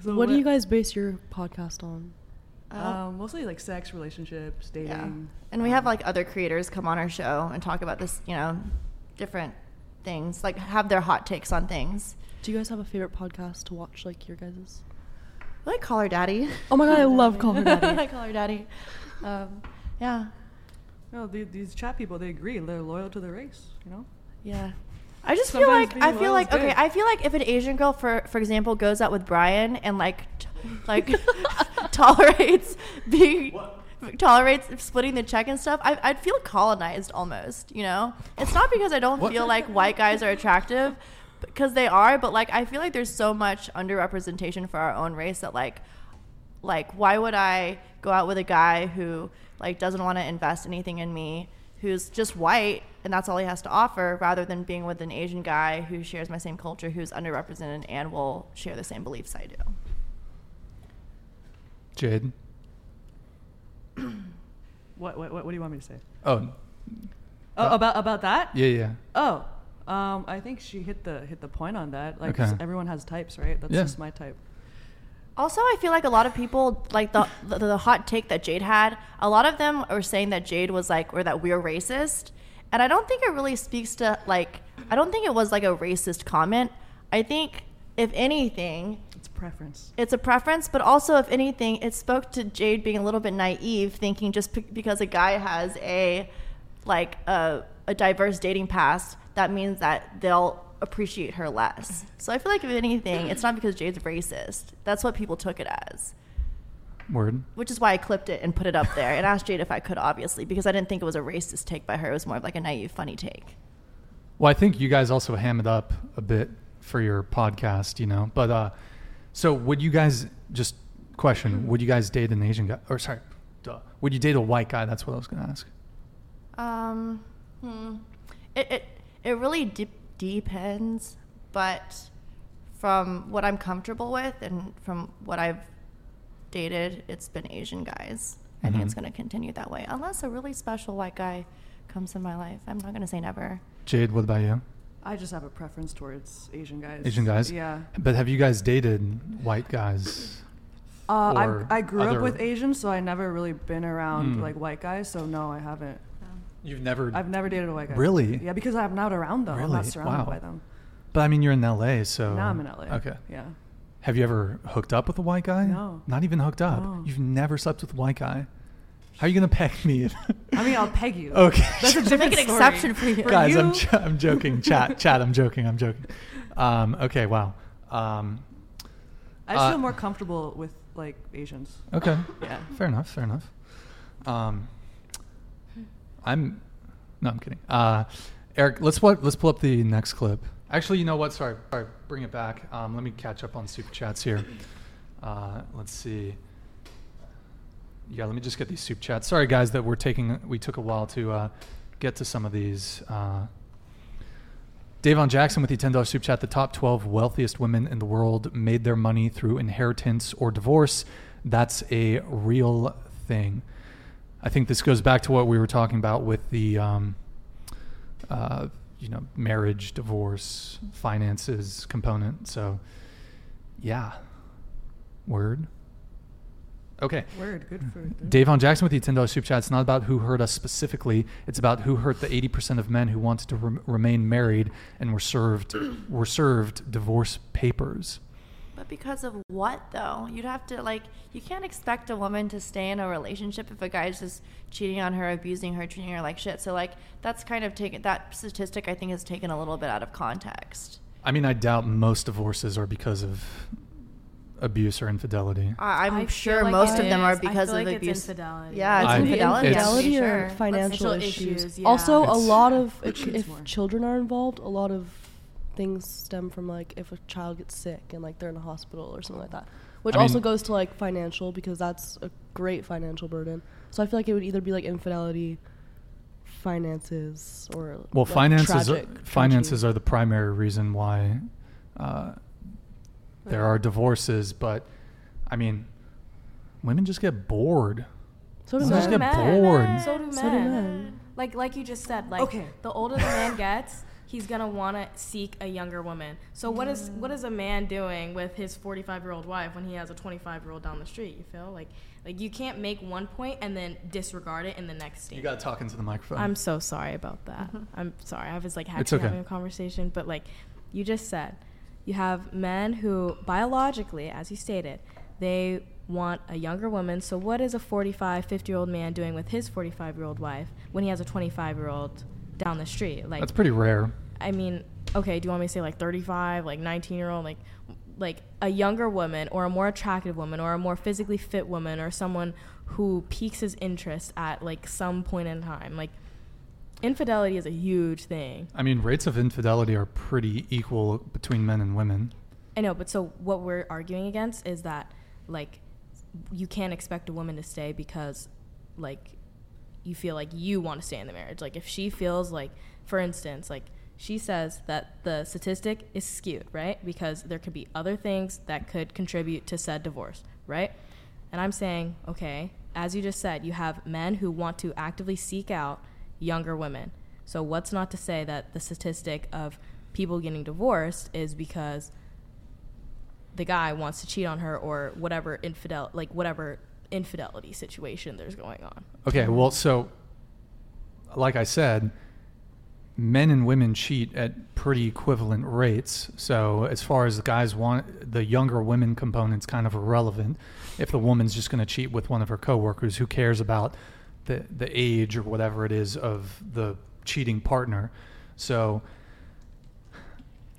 [SPEAKER 11] So
[SPEAKER 6] what, do you guys base your podcast on?
[SPEAKER 11] Um, mostly like sex, relationships, dating.
[SPEAKER 3] Yeah. Oh, And we
[SPEAKER 6] Um,
[SPEAKER 3] have like other creators come on our show and talk about this, you know, different things, like have their hot takes on things.
[SPEAKER 6] Do you guys have a favorite podcast to watch, like your guys's?
[SPEAKER 3] I like Call Her Daddy.
[SPEAKER 6] Oh my god, I love Call Her Daddy.
[SPEAKER 3] I call her daddy. Um, yeah,
[SPEAKER 11] No, Oh, the, these chat people, they agree. They're loyal to the race, you know?
[SPEAKER 3] yeah. I just
[SPEAKER 11] Sometimes
[SPEAKER 3] feel
[SPEAKER 11] being
[SPEAKER 3] like I
[SPEAKER 11] loyal
[SPEAKER 3] feel
[SPEAKER 11] is
[SPEAKER 3] like okay,
[SPEAKER 11] good.
[SPEAKER 3] I feel like if an Asian girl, for for example, goes out with Brian and like t- like tolerates being tolerates splitting the check and stuff, I I'd feel colonized almost. You know, it's not because I don't
[SPEAKER 13] What?
[SPEAKER 3] feel like white guys are attractive because they are, but like I feel like there's so much underrepresentation for our own race that like like why would I go out with a guy who like doesn't want to invest anything in me, who's just white and that's all he has to offer, rather than being with an Asian guy who shares my same culture, who's underrepresented and will share the same beliefs I do.
[SPEAKER 2] Jade.
[SPEAKER 11] What, what, what, what do you want me to say?
[SPEAKER 2] Oh,
[SPEAKER 11] Oh, about about that?
[SPEAKER 2] yeah, yeah.
[SPEAKER 11] Oh, um, I think she hit the hit the point on that. Like
[SPEAKER 2] Okay.
[SPEAKER 11] everyone has types, right? That's
[SPEAKER 2] Yeah.
[SPEAKER 11] just my type.
[SPEAKER 3] Also, I feel like a lot of people, like the, the the hot take that Jade had, a lot of them are saying that Jade was like, or that we're racist, and I don't think it really speaks to like, I don't think it was like a racist comment. I think, if anything,
[SPEAKER 11] It's preference.
[SPEAKER 3] it's a preference, but also, if anything, it spoke to Jade being a little bit naive, thinking just p- because a guy has a like a, a diverse dating past, that means that they'll appreciate her less. So I feel like if anything, it's not because Jade's racist. That's what people took it as,
[SPEAKER 2] Word.
[SPEAKER 3] which is why I clipped it and put it up there and asked Jade if I could, obviously, because I didn't think it was a racist take by her. It was more of like a naive, funny take.
[SPEAKER 2] Well, I think you guys also ham it up a bit for your podcast, you know. But uh, so would you guys just question? Would you guys date an Asian guy? Or sorry, duh. Would you date a white guy? That's what I was gonna ask.
[SPEAKER 3] Um, hmm. It it it really de- depends, but from what I'm comfortable with and from what I've dated, it's been Asian guys. I think it's
[SPEAKER 2] Mhm.
[SPEAKER 3] going to continue that way, unless a really special white guy comes in my life. I'm not going to say never.
[SPEAKER 2] Jade, what about you?
[SPEAKER 11] I just have a preference towards Asian guys.
[SPEAKER 2] Asian guys.
[SPEAKER 11] Yeah.
[SPEAKER 2] But have you guys dated white guys?
[SPEAKER 11] Uh,
[SPEAKER 2] Or
[SPEAKER 11] I, I grew
[SPEAKER 2] other-
[SPEAKER 11] up with Asians, so I never really been around
[SPEAKER 2] Mm.
[SPEAKER 11] like white guys. So no, I haven't.
[SPEAKER 2] You've never.
[SPEAKER 11] I've never dated a white guy.
[SPEAKER 2] Really?
[SPEAKER 11] Yeah, because I'm not around them. I'm not
[SPEAKER 2] Really?
[SPEAKER 11] surrounded
[SPEAKER 2] Wow.
[SPEAKER 11] by them.
[SPEAKER 2] But I mean, you're in LA, so.
[SPEAKER 11] now I'm in LA.
[SPEAKER 2] Okay.
[SPEAKER 11] Yeah.
[SPEAKER 2] Have you ever hooked up with a white guy?
[SPEAKER 11] No.
[SPEAKER 2] Not even hooked up.
[SPEAKER 11] No.
[SPEAKER 2] You've never slept with a white guy. How are you gonna peg me?
[SPEAKER 11] I mean, I'll peg you.
[SPEAKER 2] Okay.
[SPEAKER 11] That's a
[SPEAKER 3] Make
[SPEAKER 11] different
[SPEAKER 3] an
[SPEAKER 11] story.
[SPEAKER 3] exception for you.
[SPEAKER 2] guys I'm,
[SPEAKER 11] you?
[SPEAKER 2] j- I'm joking chat chat i'm joking i'm joking um, okay wow um,
[SPEAKER 11] I just
[SPEAKER 2] uh,
[SPEAKER 11] feel more comfortable with like Asians.
[SPEAKER 2] okay
[SPEAKER 11] Yeah.
[SPEAKER 2] fair enough fair enough um, i'm no i'm kidding uh, eric let's wa- let's pull up the next clip actually you know what sorry sorry bring it back um, let me catch up on super chats here uh, let's see yeah let me just get these soup chats sorry guys that we're taking we took a while to uh, get to some of these uh, Davon Jackson with the $10 soup chat. The top 12 wealthiest women in the world made their money through inheritance or divorce. That's a real thing. I think this goes back to what we were talking about with the, um, uh, you know, marriage, divorce, finances component. So, yeah. Word. Okay.
[SPEAKER 11] Word. Good for them.
[SPEAKER 2] Davon Jackson with the $10 Soup Chat. It's not about who hurt us specifically. It's about who hurt the 80% of men who wanted to rem- remain married and were served were served divorce papers.
[SPEAKER 3] But because of what though? You'd have to like you can't expect a woman to stay in a relationship if a guy's just cheating on her, abusing her, treating her like shit. So like that's kind of taken that statistic I think is taken a little bit out of context.
[SPEAKER 2] I mean, I doubt most divorces are because of abuse or infidelity.
[SPEAKER 3] I, I'm
[SPEAKER 5] I feel
[SPEAKER 3] sure
[SPEAKER 5] like
[SPEAKER 3] most
[SPEAKER 5] it
[SPEAKER 3] of them are
[SPEAKER 5] is. I feel
[SPEAKER 3] because
[SPEAKER 5] like
[SPEAKER 3] of
[SPEAKER 5] it's
[SPEAKER 3] abuse.
[SPEAKER 5] infidelity.
[SPEAKER 3] Yeah, Uh, it's
[SPEAKER 2] I-
[SPEAKER 3] infidelity.
[SPEAKER 2] It's-
[SPEAKER 3] yeah,
[SPEAKER 6] Infidelity or
[SPEAKER 3] sure.
[SPEAKER 6] financial
[SPEAKER 5] Financial
[SPEAKER 6] issues.
[SPEAKER 5] issues,
[SPEAKER 6] Also,
[SPEAKER 5] yeah.
[SPEAKER 6] a
[SPEAKER 2] It's-
[SPEAKER 6] lot of if,
[SPEAKER 11] Issues
[SPEAKER 6] if
[SPEAKER 11] more.
[SPEAKER 6] children are involved, a lot of things stem from like if a child gets sick and like they're in a hospital or something like that, which
[SPEAKER 2] I mean-
[SPEAKER 6] also goes to like financial because that's a great financial burden. So I feel like it would either be like infidelity, finances, or
[SPEAKER 2] Well,
[SPEAKER 6] like,
[SPEAKER 2] finances
[SPEAKER 6] tragic-
[SPEAKER 2] are, finances
[SPEAKER 6] tragedy.
[SPEAKER 2] are the primary reason why uh, there are divorces, but I mean, women just get bored.
[SPEAKER 6] So do
[SPEAKER 2] Women
[SPEAKER 6] men.
[SPEAKER 2] just get bored.
[SPEAKER 5] So do men.
[SPEAKER 6] So do men.
[SPEAKER 5] Like like you just said, like
[SPEAKER 11] Okay.
[SPEAKER 5] the older the man gets, he's gonna wanna seek a younger woman. So what is what is a man doing with his 45 year old wife when he has a 25 year old down the street? You feel like like you can't make one point and then disregard it in the next
[SPEAKER 2] You
[SPEAKER 5] statement.
[SPEAKER 2] got to talk into the microphone.
[SPEAKER 5] I'm so sorry about that. I'm sorry. I was like
[SPEAKER 2] Mm-hmm. It's
[SPEAKER 5] actually
[SPEAKER 2] okay.
[SPEAKER 5] having a conversation, but like you just said, you have men who biologically, as you stated, they want a younger woman. So what is a 45, 50 year old man doing with his 45 year old wife when he has a 25 year old down the street? Like
[SPEAKER 2] That's pretty rare.
[SPEAKER 5] I mean, okay, do you want me to say like 35, like 19 year old, like like a younger woman or a more attractive woman or a more physically fit woman or someone who piques his interest at like some point in time. Like infidelity is a huge thing.
[SPEAKER 2] I mean, rates of infidelity are pretty equal between men and women.
[SPEAKER 5] I know, but so what we're arguing against is that like you can't expect a woman to stay because like you feel like you want to stay in the marriage. Like if she feels like for instance, like she says that the statistic is skewed, right? Because there could be other things that could contribute to said divorce, right? And I'm saying, okay, as you just said, you have men who want to actively seek out younger women. So what's not to say that the statistic of people getting divorced is because the guy wants to cheat on her or whatever infidel like whatever infidelity situation there's going on.
[SPEAKER 2] Okay, well, so like I said, men and women cheat at pretty equivalent rates. So as far as the guys want, the younger women component's kind of irrelevant. If the woman's just going to cheat with one of her coworkers, who cares about the the age or whatever it is of the cheating partner? So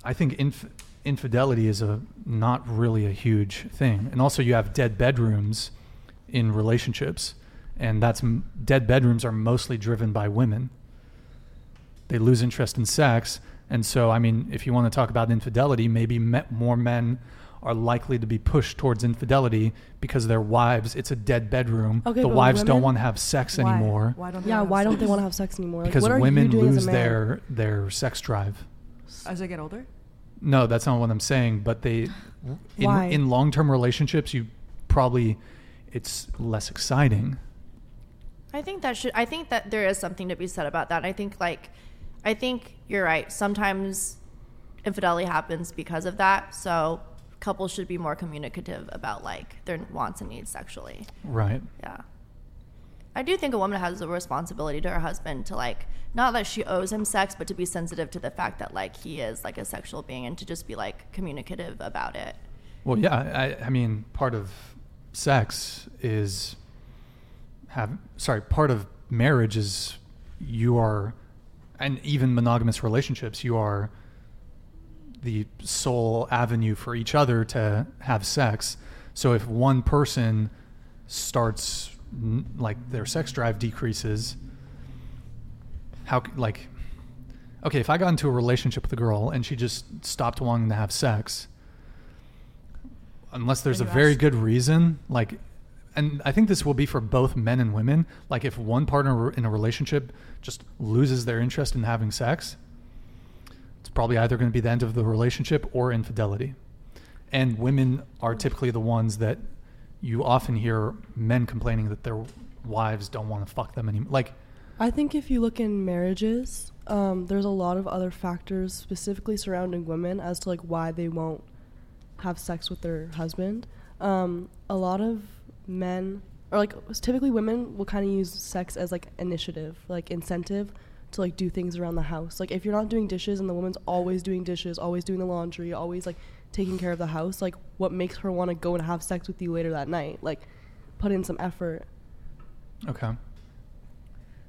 [SPEAKER 2] I think inf- infidelity is a not really a huge thing, and also you have dead bedrooms in relationships, and that's m- dead bedrooms are mostly driven by women. They lose interest in sex, and so I mean, if you want to talk about infidelity, maybe me- more men are likely to be pushed towards infidelity because their wives it's a dead bedroom
[SPEAKER 6] Okay,
[SPEAKER 2] the
[SPEAKER 6] but
[SPEAKER 2] wives don't
[SPEAKER 6] women-
[SPEAKER 2] want to have sex anymore
[SPEAKER 6] yeah, why don't they want to have sex anymore? Like,
[SPEAKER 2] because
[SPEAKER 6] what are you
[SPEAKER 2] women
[SPEAKER 6] doing as a
[SPEAKER 2] lose
[SPEAKER 6] man?
[SPEAKER 2] their their sex drive
[SPEAKER 11] As I get older?
[SPEAKER 2] no, that's not what I'm saying. But they, in,
[SPEAKER 11] Why?
[SPEAKER 2] in long-term relationships, you probably it's less exciting.
[SPEAKER 3] I think that should. I think that there is something to be said about that. I think like, I think you're right. Sometimes infidelity happens because of that. So couples should be more communicative about like their wants and needs sexually.
[SPEAKER 2] Right.
[SPEAKER 3] Yeah. I do think a woman has a responsibility to her husband to like not that she owes him sex, but to be sensitive to the fact that like he is like a sexual being and to just be like communicative about it.
[SPEAKER 2] Well, yeah. I, I mean, part of sex is have sorry. Part of marriage is you are, and even monogamous relationships, you are the sole avenue for each other to have sex. So if one person starts n- like their sex drive decreases, how c- like okay, if I got into a relationship with a girl and she just stopped wanting to have sex, unless there's a
[SPEAKER 11] And you
[SPEAKER 2] very
[SPEAKER 11] asked-
[SPEAKER 2] good reason, like and I think this will be for both men and women, like if one partner in a relationship just loses their interest in having sex, it's probably either going to be the end of the relationship or infidelity. And women are typically the ones that you often hear men complaining that their wives don't want to fuck them anymore. Like,
[SPEAKER 6] I think if you look in marriages, um, there's a lot of other factors specifically surrounding women as to like why they won't have sex with their husband. Um, a lot of men, or like typically women, will kind of use sex as like initiative, like incentive to like do things around the house. Like if you're not doing dishes and the woman's always doing dishes, always doing the laundry, always like taking care of the house, like what makes her want to go and have sex with you later that night? Like put in some effort.
[SPEAKER 2] okay.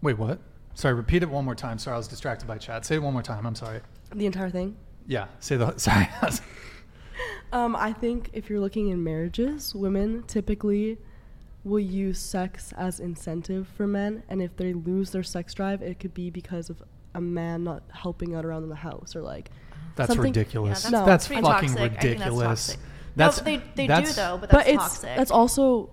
[SPEAKER 2] Wait, what? Sorry, repeat it one more time. Sorry, I was distracted by chat. Say it one more time. I'm sorry.
[SPEAKER 6] The entire thing.
[SPEAKER 2] Yeah, say the. Sorry.
[SPEAKER 6] Um, I think if you're looking in marriages, women typically will use sex as incentive for men, and if they lose their sex drive, it could be because of a man not helping out around in the house or like.
[SPEAKER 2] That's
[SPEAKER 6] something-
[SPEAKER 2] ridiculous. Yeah, that's That's pretty fucking toxic. I think that's ridiculous. toxic. That's-
[SPEAKER 3] no, they, they do
[SPEAKER 2] that's-
[SPEAKER 3] though, but that's
[SPEAKER 6] but it's
[SPEAKER 3] toxic.
[SPEAKER 6] that's also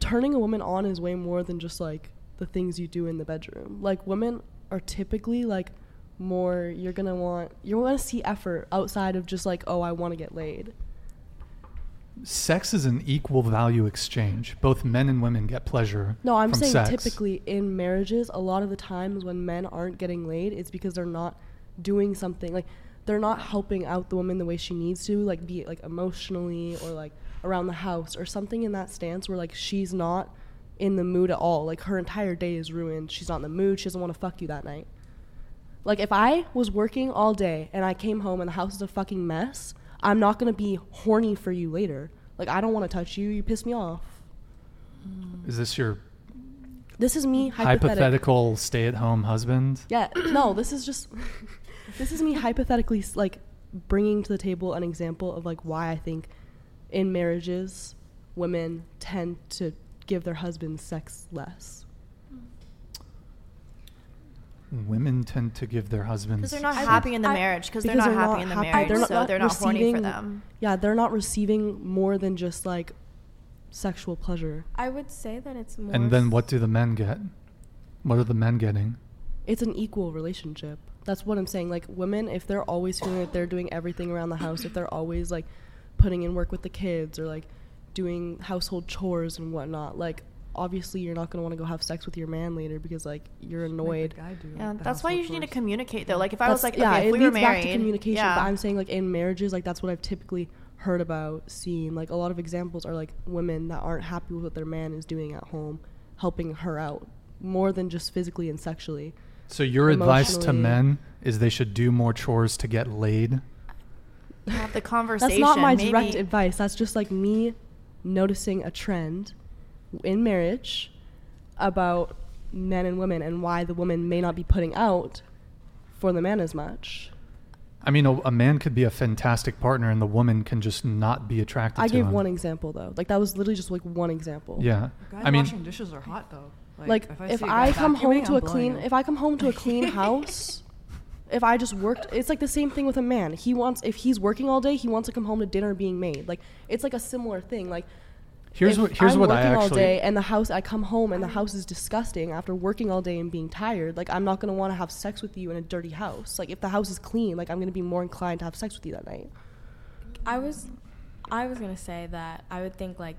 [SPEAKER 6] turning a woman on is way more than just like the things you do in the bedroom. Like women are typically like more you're gonna want you want to see effort outside of just like oh I want to get laid.
[SPEAKER 2] sex is an equal value exchange. Both men and women get pleasure.
[SPEAKER 6] No, I'm
[SPEAKER 2] from
[SPEAKER 6] saying
[SPEAKER 2] sex.
[SPEAKER 6] typically in marriages, a lot of the times when men aren't getting laid, it's because they're not doing something like they're not helping out the woman the way she needs to like be it like emotionally or like around the house or something in that stance where like she's not in the mood at all like her entire day is ruined she's not in the mood she doesn't want to fuck you that night like if i was working all day and i came home and the house is a fucking mess i'm not going to be horny for you later like i don't want to touch you you piss me off
[SPEAKER 2] Is this your
[SPEAKER 6] this is me hypothetical.
[SPEAKER 2] hypothetical stay-at-home husband?
[SPEAKER 6] Yeah, no, this is just this is me hypothetically s- like bringing to the table an example of like why I think in marriages women tend to give their husbands sex less.
[SPEAKER 2] Women tend to give their husbands.
[SPEAKER 3] Because they're not happy in the marriage. Because they're not happy in the marriage, so they're not horny for
[SPEAKER 6] receiving-
[SPEAKER 3] them.
[SPEAKER 6] Yeah, they're not receiving more than just like sexual pleasure.
[SPEAKER 5] I would say that it's more.
[SPEAKER 2] And then what do the men get? What are the men getting?
[SPEAKER 6] It's an equal relationship. That's what I'm saying. Like women, if they're always feeling like they're doing everything around the house, if they're always like putting in work with the kids or like doing household chores and whatnot, like obviously you're not gonna want to go have sex with your man later because like you're annoyed.
[SPEAKER 3] Yeah, that's why you just need to communicate though. Like if I
[SPEAKER 6] That's-
[SPEAKER 3] was like,
[SPEAKER 6] yeah,
[SPEAKER 3] okay,
[SPEAKER 6] it
[SPEAKER 3] if we were
[SPEAKER 6] leads
[SPEAKER 3] married,
[SPEAKER 6] back to communication.
[SPEAKER 3] yeah.
[SPEAKER 6] But I'm saying like in marriages, like that's what I've typically heard about, seen. Like a lot of examples are like women that aren't happy with what their man is doing at home, helping her out more than just physically and sexually.
[SPEAKER 2] So your advice to
[SPEAKER 6] Emotionally.
[SPEAKER 2] men is they should do more chores to get laid.
[SPEAKER 3] have the
[SPEAKER 6] That's
[SPEAKER 3] conversation.
[SPEAKER 6] not my
[SPEAKER 3] maybe.
[SPEAKER 6] direct advice. That's just like me noticing a trend in marriage about men and women and why the woman may not be putting out for the man as much.
[SPEAKER 2] I mean, a, a man could be a fantastic partner, and the woman can just not be attracted
[SPEAKER 6] I
[SPEAKER 2] to
[SPEAKER 6] gave
[SPEAKER 2] him.
[SPEAKER 6] one example though. Like that was literally just like one example.
[SPEAKER 2] Yeah.
[SPEAKER 11] Guys
[SPEAKER 2] I mean-
[SPEAKER 11] washing dishes are hot though.
[SPEAKER 6] Like, if
[SPEAKER 11] see a
[SPEAKER 6] I,
[SPEAKER 11] guy
[SPEAKER 6] come home
[SPEAKER 11] vacuuming,
[SPEAKER 6] to
[SPEAKER 11] I'm
[SPEAKER 6] a clean,
[SPEAKER 11] blowing him.
[SPEAKER 6] if I come home to a clean house, if I just worked, it's like the same thing with a man. He wants if he's working all day, he wants to come home to dinner being made. Like it's like a similar thing. Like
[SPEAKER 2] Here's
[SPEAKER 6] if
[SPEAKER 2] what- here's
[SPEAKER 6] I'm
[SPEAKER 2] what I
[SPEAKER 6] working all
[SPEAKER 2] actually-
[SPEAKER 6] day and the house I come home and the house is disgusting after working all day and being tired. Like I'm not gonna want to have sex with you in a dirty house. Like if the house is clean, like I'm gonna be more inclined to have sex with you that night.
[SPEAKER 5] I was, I was gonna say that I would think like,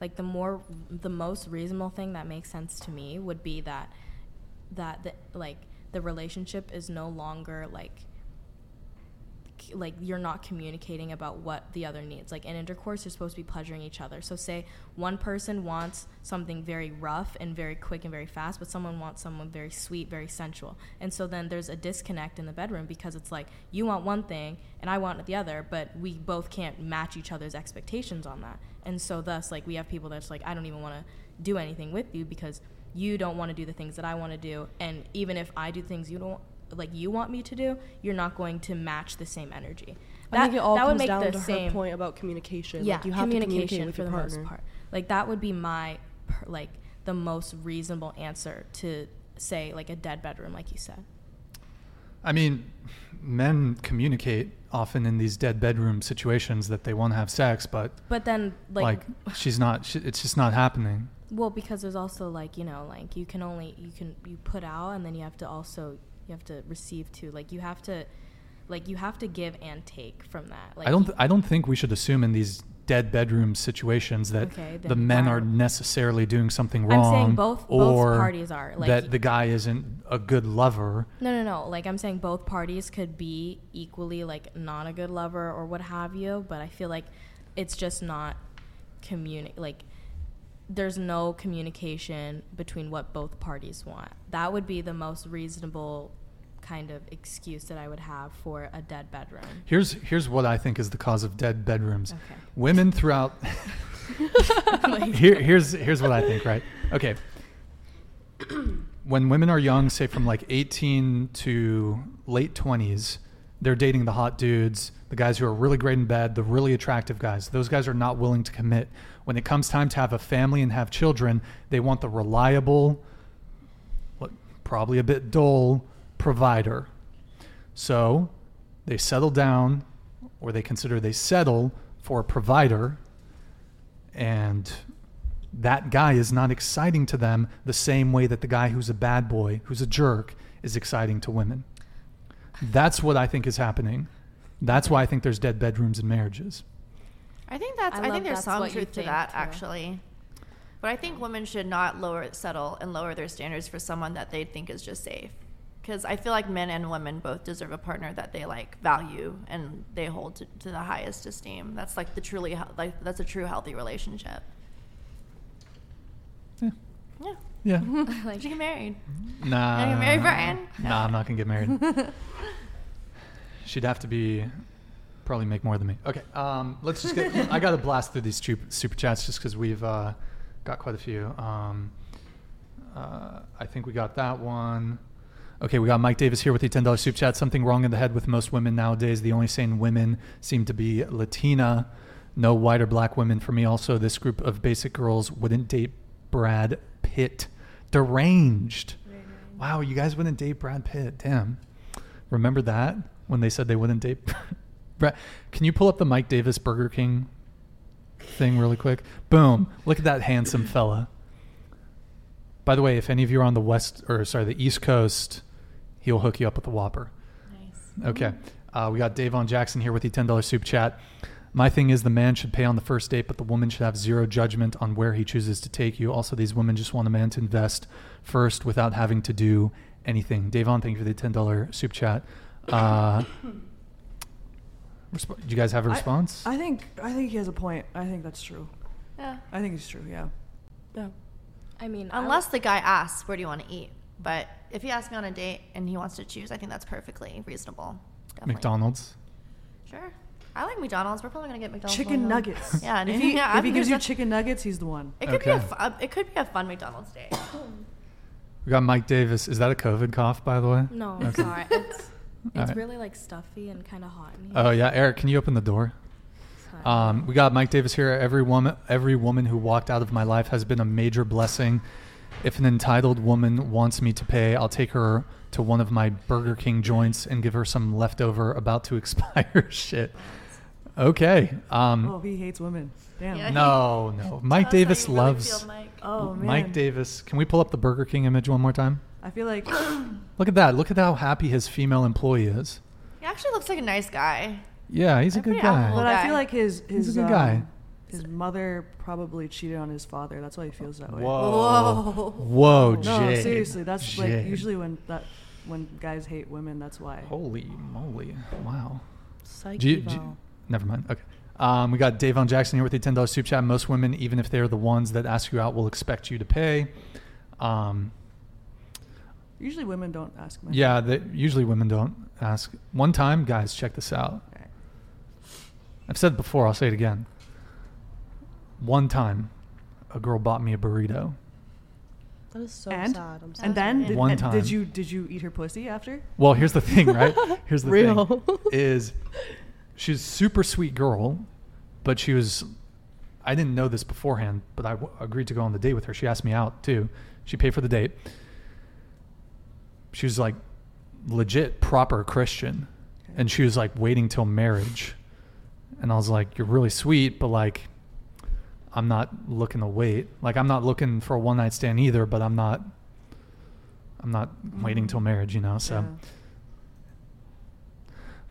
[SPEAKER 5] like the more, the most reasonable thing that makes sense to me would be that, that the like the relationship is no longer like. c- Like you're not communicating about what the other needs. Like in intercourse, you're supposed to be pleasuring each other. So say one person wants something very rough and very quick and very fast, but someone wants someone very sweet, very sensual. And so then there's a disconnect in the bedroom because it's like you want one thing and I want the other, but we both can't match each other's expectations on that. And so thus, like we have people that's like, I don't even want to do anything with you because you don't want to do the things that I want to do, and even if I do things you don't like you want me to do, you're not going to match the same energy.
[SPEAKER 6] I think it all comes down to her point about communication.
[SPEAKER 5] Yeah,
[SPEAKER 6] like you have to communicate
[SPEAKER 5] communication
[SPEAKER 6] with
[SPEAKER 5] for
[SPEAKER 6] your
[SPEAKER 5] the
[SPEAKER 6] partner.
[SPEAKER 5] most part. Like that would be my per, like the most reasonable answer to say like a dead bedroom, like you said.
[SPEAKER 2] I mean, men communicate often in these dead bedroom situations that they want to have sex, but
[SPEAKER 5] But then like,
[SPEAKER 2] like, she's not. She, it's just not happening.
[SPEAKER 5] well, because there's also like you know like you can only you can you put out and then you have to also you have to receive too. Like you have to like you have to give and take from that. Like
[SPEAKER 2] I don't. I don't think we should assume in these dead bedroom situations that
[SPEAKER 5] Okay,
[SPEAKER 2] the
[SPEAKER 5] then
[SPEAKER 2] men
[SPEAKER 5] why-
[SPEAKER 2] are necessarily doing something
[SPEAKER 5] I'm saying
[SPEAKER 2] wrong.
[SPEAKER 5] both- both
[SPEAKER 2] or
[SPEAKER 5] parties are, like-
[SPEAKER 2] that the guy isn't a good lover.
[SPEAKER 5] No, no, no. Like I'm saying, both parties could be equally like not a good lover or what have you. But I feel like it's just not communicate. Like there's no communication between what both parties want. That would be the most reasonable kind of excuse that I would have for a dead bedroom.
[SPEAKER 2] Here's here's what I think is the cause of dead bedrooms.
[SPEAKER 5] Okay.
[SPEAKER 2] Women throughout.
[SPEAKER 5] Like-
[SPEAKER 2] Here, here's here's what I think. Right. Okay. When women are young, say from like 18 to late 20s, they're dating the hot dudes, the guys who are really great in bed, the really attractive guys. Those guys are not willing to commit. When it comes time to have a family and have children, they want the reliable, what probably a bit dull provider. So they settle down, or they consider they settle for a provider, and that guy is not exciting to them the same way that the guy who's a bad boy, who's a jerk, is exciting to women. That's what I think is happening. That's why I think there's dead bedrooms in marriages.
[SPEAKER 3] I think that's.
[SPEAKER 5] I
[SPEAKER 3] I,
[SPEAKER 5] love
[SPEAKER 3] think there's
[SPEAKER 5] that's
[SPEAKER 3] some
[SPEAKER 5] what you
[SPEAKER 3] truth to
[SPEAKER 5] think,
[SPEAKER 3] that,
[SPEAKER 5] too.
[SPEAKER 3] actually. But I think women should not lower settle and lower their standards for someone that they think is just safe. because I feel like men and women both deserve a partner that they like value and they hold to, to the highest esteem. That's like the truly hea- like that's a true healthy relationship. Yeah.
[SPEAKER 2] Yeah.
[SPEAKER 3] like, Did you get married?
[SPEAKER 2] Nah.
[SPEAKER 3] Gonna get married, Brian?
[SPEAKER 2] Nah, I'm not gonna get married. She'd have to be probably make more than me. Okay, um, let's just get. I gotta blast through these chup- super chats just because we've uh, got quite a few. Um, uh, I think we got that one. Okay, we got Mike Davis here with the ten dollars super chat. Something wrong in the head with most women nowadays. The only sane women seem to be Latina. No white or black women for me. Also, this group of basic girls wouldn't date Brad Pitt. Deranged. Wow, you guys wouldn't date Brad Pitt. Damn. Remember that when they said they wouldn't date Brad? Can you pull up the Mike Davis Burger King thing really quick? Boom. Look at that handsome fella. By the way, if any of you are on the west or sorry, the east coast, he'll hook you up with the Whopper. Nice. Okay. Uh, we got Davon Jackson here with the ten dollars soup chat. My thing is the man should pay on the first date, but the woman should have zero judgment on where he chooses to take you. Also, these women just want a man to invest first without having to do anything. Davon, thank you for the ten dollar soup chat. Uh, resp- do you guys have a
[SPEAKER 11] I-
[SPEAKER 2] response?
[SPEAKER 11] I, think I think he has a point. I think that's true.
[SPEAKER 3] Yeah.
[SPEAKER 11] I think it's true. Yeah.
[SPEAKER 3] Yeah.
[SPEAKER 5] I mean, I
[SPEAKER 3] unless the guy asks, "Where do you want to eat?" But if he asks me on a date and he wants to choose, I think that's perfectly reasonable. Definitely.
[SPEAKER 2] McDonald's.
[SPEAKER 3] Sure. I like McDonald's. We're probably gonna get McDonald's. when
[SPEAKER 11] Chicken
[SPEAKER 3] we go.
[SPEAKER 11] nuggets.
[SPEAKER 3] Yeah. and
[SPEAKER 11] If he,
[SPEAKER 3] yeah,
[SPEAKER 11] if
[SPEAKER 3] I'm
[SPEAKER 11] he gives you
[SPEAKER 3] gonna-
[SPEAKER 11] chicken nuggets, he's the one.
[SPEAKER 3] It could be a
[SPEAKER 2] Okay.
[SPEAKER 3] fu- uh, it could be a fun McDonald's day.
[SPEAKER 2] We got Mike Davis. Is that a COVID cough, by the way?
[SPEAKER 5] No,
[SPEAKER 2] Okay.
[SPEAKER 5] I'm sorry. It's it's
[SPEAKER 2] right.
[SPEAKER 5] really like stuffy and kind of hot in here.
[SPEAKER 2] Oh yeah, Eric, can you open the door? Um, we got Mike Davis here. Every woman, every woman who walked out of my life has been a major blessing. If an entitled woman wants me to pay, I'll take her to one of my Burger King joints and give her some leftover about to expire shit. Okay. Um,
[SPEAKER 11] oh, he hates women. Damn.
[SPEAKER 5] Oh,
[SPEAKER 2] no, no. Mike Davis loves.
[SPEAKER 11] Oh man.
[SPEAKER 2] Mike Davis. Can we pull up the Burger King image one more time?
[SPEAKER 11] I feel like
[SPEAKER 2] Look at that. Look at how happy his female employee is.
[SPEAKER 3] He actually looks like a nice guy.
[SPEAKER 2] Yeah, he's a good guy.
[SPEAKER 11] But I feel like his his
[SPEAKER 2] He's a good
[SPEAKER 11] um,
[SPEAKER 2] guy.
[SPEAKER 11] His mother probably cheated on his father. That's why he feels that way.
[SPEAKER 2] Whoa. Whoa. Whoa,
[SPEAKER 11] No,
[SPEAKER 2] Jade.
[SPEAKER 11] seriously, that's like
[SPEAKER 2] Jade.
[SPEAKER 11] usually when that when guys hate women, that's why.
[SPEAKER 2] Holy moly! Wow.
[SPEAKER 11] Psych
[SPEAKER 2] Do you- do you- never mind. Okay. Um, we got Davon Jackson here with the ten dollars soup chat. Most women, even if they are the ones that ask you out, will expect you to pay. Um,
[SPEAKER 11] Usually women don't ask men.
[SPEAKER 2] yeah, they, usually women don't ask. One time, guys, check this out. I've said it before. I'll say it again. One time, a girl bought me a burrito.
[SPEAKER 6] That is so
[SPEAKER 11] and
[SPEAKER 6] sad. I'm sorry.
[SPEAKER 11] and then did,
[SPEAKER 2] One
[SPEAKER 11] and
[SPEAKER 2] time.
[SPEAKER 11] did you did you eat her pussy after?
[SPEAKER 2] Well, here's the thing, right? Here's the
[SPEAKER 11] Real.
[SPEAKER 2] thing is she's a super sweet girl, but she was I didn't know this beforehand, but I w- agreed to go on the date with her. She asked me out too. She paid for the date. She was like legit proper Christian, and she was like waiting till marriage. And I was like, "You're really sweet, but like I'm not looking to wait. Like I'm not looking for a one night stand either, but I'm not I'm not waiting till marriage, you know. So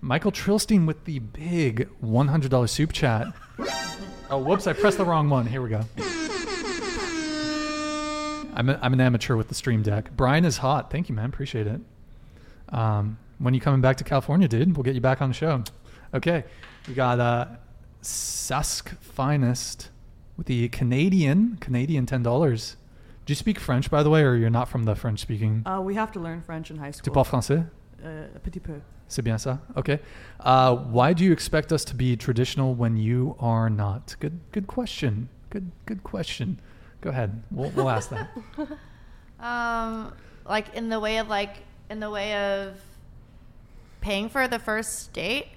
[SPEAKER 2] Michael Trilstein with the big one hundred dollar soup chat. oh whoops, I pressed the wrong one. Here we go. I'm, a, I'm an amateur with the stream deck. Brian is hot. Thank you, man. Appreciate it. Um, when you coming back to California, dude? We'll get you back on the show. Okay, we got uh, Sask Finest with the Canadian Canadian ten dollars. Do you speak French, by the way, or you're not from the French speaking?
[SPEAKER 11] Uh, we have to learn French in high
[SPEAKER 2] tu
[SPEAKER 11] school.
[SPEAKER 2] parles français?
[SPEAKER 11] Uh, a petit peu.
[SPEAKER 2] C'est bien ça. Okay. Uh, why do you expect us to be traditional when you are not? Good. Good question. Good. Good question. Go ahead. We'll, we'll ask that.
[SPEAKER 3] Um, like in the way of like in the way of paying for the first date.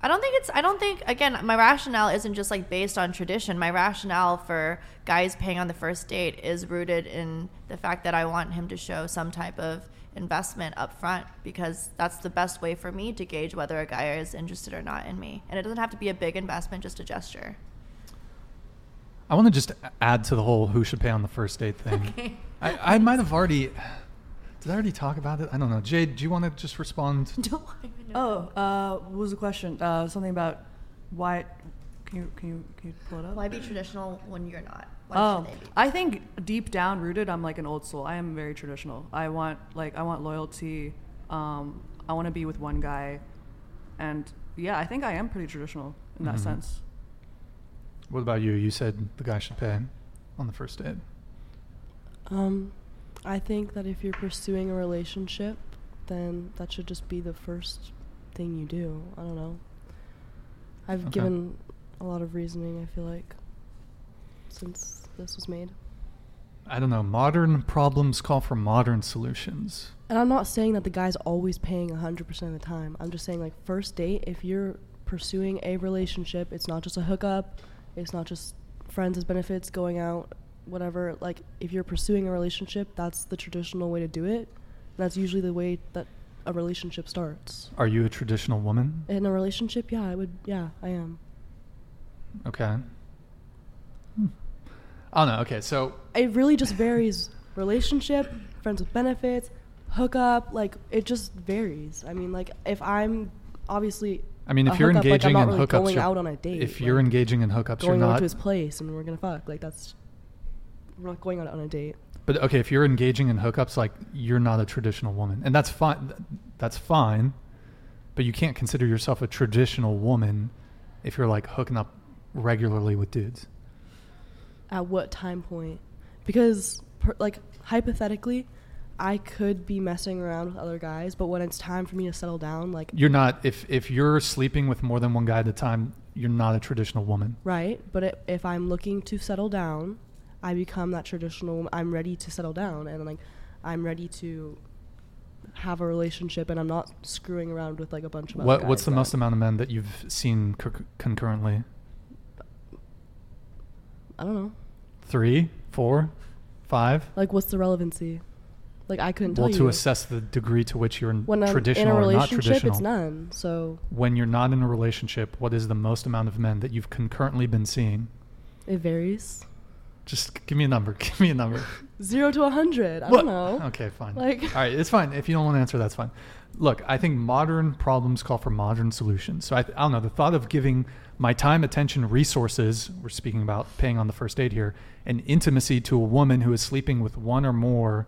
[SPEAKER 3] I don't think it's. I don't think again. My rationale isn't just like based on tradition. My rationale for guys paying on the first date is rooted in the fact that I want him to show some type of investment up front because that's the best way for me to gauge whether a guy is interested or not in me. And it doesn't have to be a big investment, just a gesture.
[SPEAKER 2] I want to just add to the whole who should pay on the first date thing.
[SPEAKER 3] Okay.
[SPEAKER 2] I, I might have already. Did I already talk about it? I don't know. Jade, do you want to just respond?
[SPEAKER 11] Oh, uh, what was the question? Uh, something about why? Can you can you can you pull it up?
[SPEAKER 3] Why be traditional when you're not? Why
[SPEAKER 11] Oh,
[SPEAKER 3] should they be?
[SPEAKER 11] I think deep down rooted, I'm like an old soul. I am very traditional. I want like I want loyalty. Um, I want to be with one guy, and yeah, I think I am pretty traditional in that
[SPEAKER 2] Mhm.
[SPEAKER 11] sense.
[SPEAKER 2] What about you? You said the guy should pay on the first date.
[SPEAKER 6] Um, I think that if you're pursuing a relationship, then that should just be the first thing you do. I don't know. I've
[SPEAKER 2] Okay.
[SPEAKER 6] given a lot of reasoning, I feel like, since this was made.
[SPEAKER 2] I don't know. Modern problems call for modern solutions.
[SPEAKER 6] And I'm not saying that the guy's always paying 100% of the time. I'm just saying, like, first date, if you're pursuing a relationship, it's not just a hookup, it's not just friends as benefits, going out, whatever. Like, if you're pursuing a relationship, that's the traditional way to do it. That's usually the way that a relationship starts.
[SPEAKER 2] Are you a traditional woman?
[SPEAKER 6] In a relationship, yeah, I would, yeah, I am.
[SPEAKER 2] Okay. Hmm. I don't know. Okay, so
[SPEAKER 6] It really just varies. Relationship, friends with benefits, hookup, like, it just varies. I mean, like, if I'm obviously
[SPEAKER 2] I mean, if
[SPEAKER 6] a
[SPEAKER 2] you're
[SPEAKER 6] hookup, like, I'm
[SPEAKER 2] engaging
[SPEAKER 6] not
[SPEAKER 2] in
[SPEAKER 6] really
[SPEAKER 2] hookups,
[SPEAKER 6] going
[SPEAKER 2] you're-
[SPEAKER 6] out on a date.
[SPEAKER 2] if you're engaging in hookups, you're
[SPEAKER 6] going over
[SPEAKER 2] not-
[SPEAKER 6] to his place and we're gonna fuck. Like that's we're not going out on a date.
[SPEAKER 2] But okay, if you're engaging in hookups, like you're not a traditional woman, and that's fine. That's fine, but you can't consider yourself a traditional woman if you're like hooking up regularly with dudes.
[SPEAKER 6] At what time point? Because per, like hypothetically, I could be messing around with other guys, but when it's time for me to settle down, like
[SPEAKER 2] You're not if if you're sleeping with more than one guy at a time, you're not a traditional woman.
[SPEAKER 6] right. But i if I'm looking to settle down, I become that traditional. I'm ready to settle down, and like I'm ready to have a relationship, and I'm not screwing around with like a bunch of other
[SPEAKER 2] What
[SPEAKER 6] guys
[SPEAKER 2] what's the
[SPEAKER 6] that-
[SPEAKER 2] most amount of men that you've seen c- concurrently?
[SPEAKER 6] I don't know.
[SPEAKER 2] Three, four, five.
[SPEAKER 6] Like, what's the relevancy? Like, I couldn't
[SPEAKER 2] Well,
[SPEAKER 6] tell
[SPEAKER 2] to
[SPEAKER 6] you.
[SPEAKER 2] assess the degree to which you're in-
[SPEAKER 6] when I'm
[SPEAKER 2] traditional
[SPEAKER 6] in a
[SPEAKER 2] or not
[SPEAKER 6] relationship,
[SPEAKER 2] traditional.
[SPEAKER 6] it's none. So
[SPEAKER 2] When you're not in a relationship, what is the most amount of men that you've concurrently been seeing?
[SPEAKER 6] it varies.
[SPEAKER 2] Just g- give me a number. Give me a number.
[SPEAKER 6] Zero to a hundred. I
[SPEAKER 2] What?
[SPEAKER 6] don't know.
[SPEAKER 2] Okay, fine.
[SPEAKER 6] Like,
[SPEAKER 2] all right, it's fine. If you don't want to answer, that's fine. Look, I think modern problems call for modern solutions. So I, I don't know. The thought of giving my time, attention, resources, we're speaking about paying on the first date here, and intimacy to a woman who is sleeping with one or more.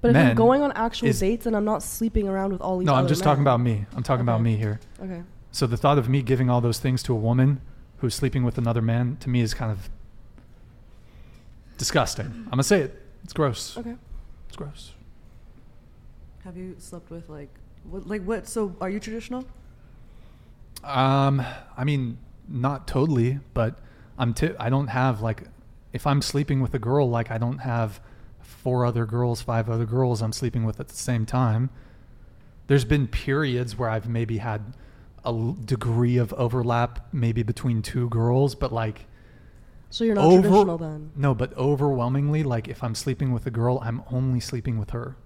[SPEAKER 6] but if
[SPEAKER 2] men
[SPEAKER 6] I'm going on actual
[SPEAKER 2] is-
[SPEAKER 6] dates and I'm not sleeping around with all these.
[SPEAKER 2] No, I'm
[SPEAKER 6] other
[SPEAKER 2] just talking
[SPEAKER 6] men.
[SPEAKER 2] about me. I'm talking about
[SPEAKER 6] Okay.
[SPEAKER 2] me here.
[SPEAKER 6] Okay.
[SPEAKER 2] So the thought of me giving all those things to a woman who's sleeping with another man to me is kind of disgusting. I'm gonna say it. It's gross.
[SPEAKER 6] Okay.
[SPEAKER 2] It's gross.
[SPEAKER 11] Have you slept with like what? Like what? So are you traditional?
[SPEAKER 2] Um, I mean, not totally, but I'm t- I don't have like if I'm sleeping with a girl, like I don't have four other girls, five other girls I'm sleeping with at the same time. There's been periods where I've maybe had a l- degree of overlap, maybe between two girls, but like
[SPEAKER 6] So you're not
[SPEAKER 2] over-
[SPEAKER 6] traditional then.
[SPEAKER 2] No, but overwhelmingly, like if I'm sleeping with a girl, I'm only sleeping with her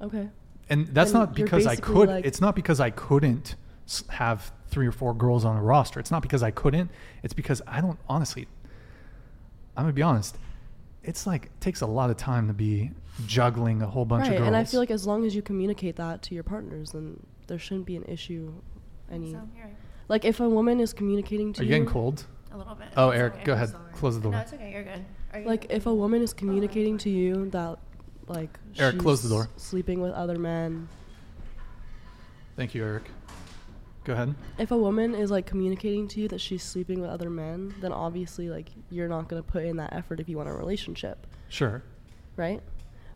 [SPEAKER 6] Okay.
[SPEAKER 2] and that's
[SPEAKER 6] Then
[SPEAKER 2] not
[SPEAKER 6] you're
[SPEAKER 2] because I
[SPEAKER 6] basically,
[SPEAKER 2] could.
[SPEAKER 6] like-
[SPEAKER 2] it's not because I couldn't s- have three or four girls on a roster. It's not because I couldn't. It's because I don't honestly. I'm gonna be honest. It's like takes a lot of time to be juggling a whole bunch
[SPEAKER 6] right,
[SPEAKER 2] of girls.
[SPEAKER 6] and I feel like as long as you communicate that to your partners, then there shouldn't be an issue. Any.
[SPEAKER 3] So, you're right.
[SPEAKER 6] Like if a woman is communicating to
[SPEAKER 2] Are you getting cold?
[SPEAKER 3] A little bit.
[SPEAKER 2] Oh,
[SPEAKER 3] It's
[SPEAKER 2] Eric,
[SPEAKER 3] okay.
[SPEAKER 2] go
[SPEAKER 3] I'm
[SPEAKER 2] ahead.
[SPEAKER 3] sorry.
[SPEAKER 2] Close the door.
[SPEAKER 3] No, it's okay. You're good. Are you
[SPEAKER 6] Like if a woman is communicating to you that, like
[SPEAKER 2] Eric, close the
[SPEAKER 6] she's
[SPEAKER 2] door.
[SPEAKER 6] Sleeping with other men.
[SPEAKER 2] Thank you, Eric. Go ahead.
[SPEAKER 6] If a woman is like communicating to you that she's sleeping with other men, then obviously like you're not gonna put in that effort if you want a relationship,
[SPEAKER 2] Sure.
[SPEAKER 6] right?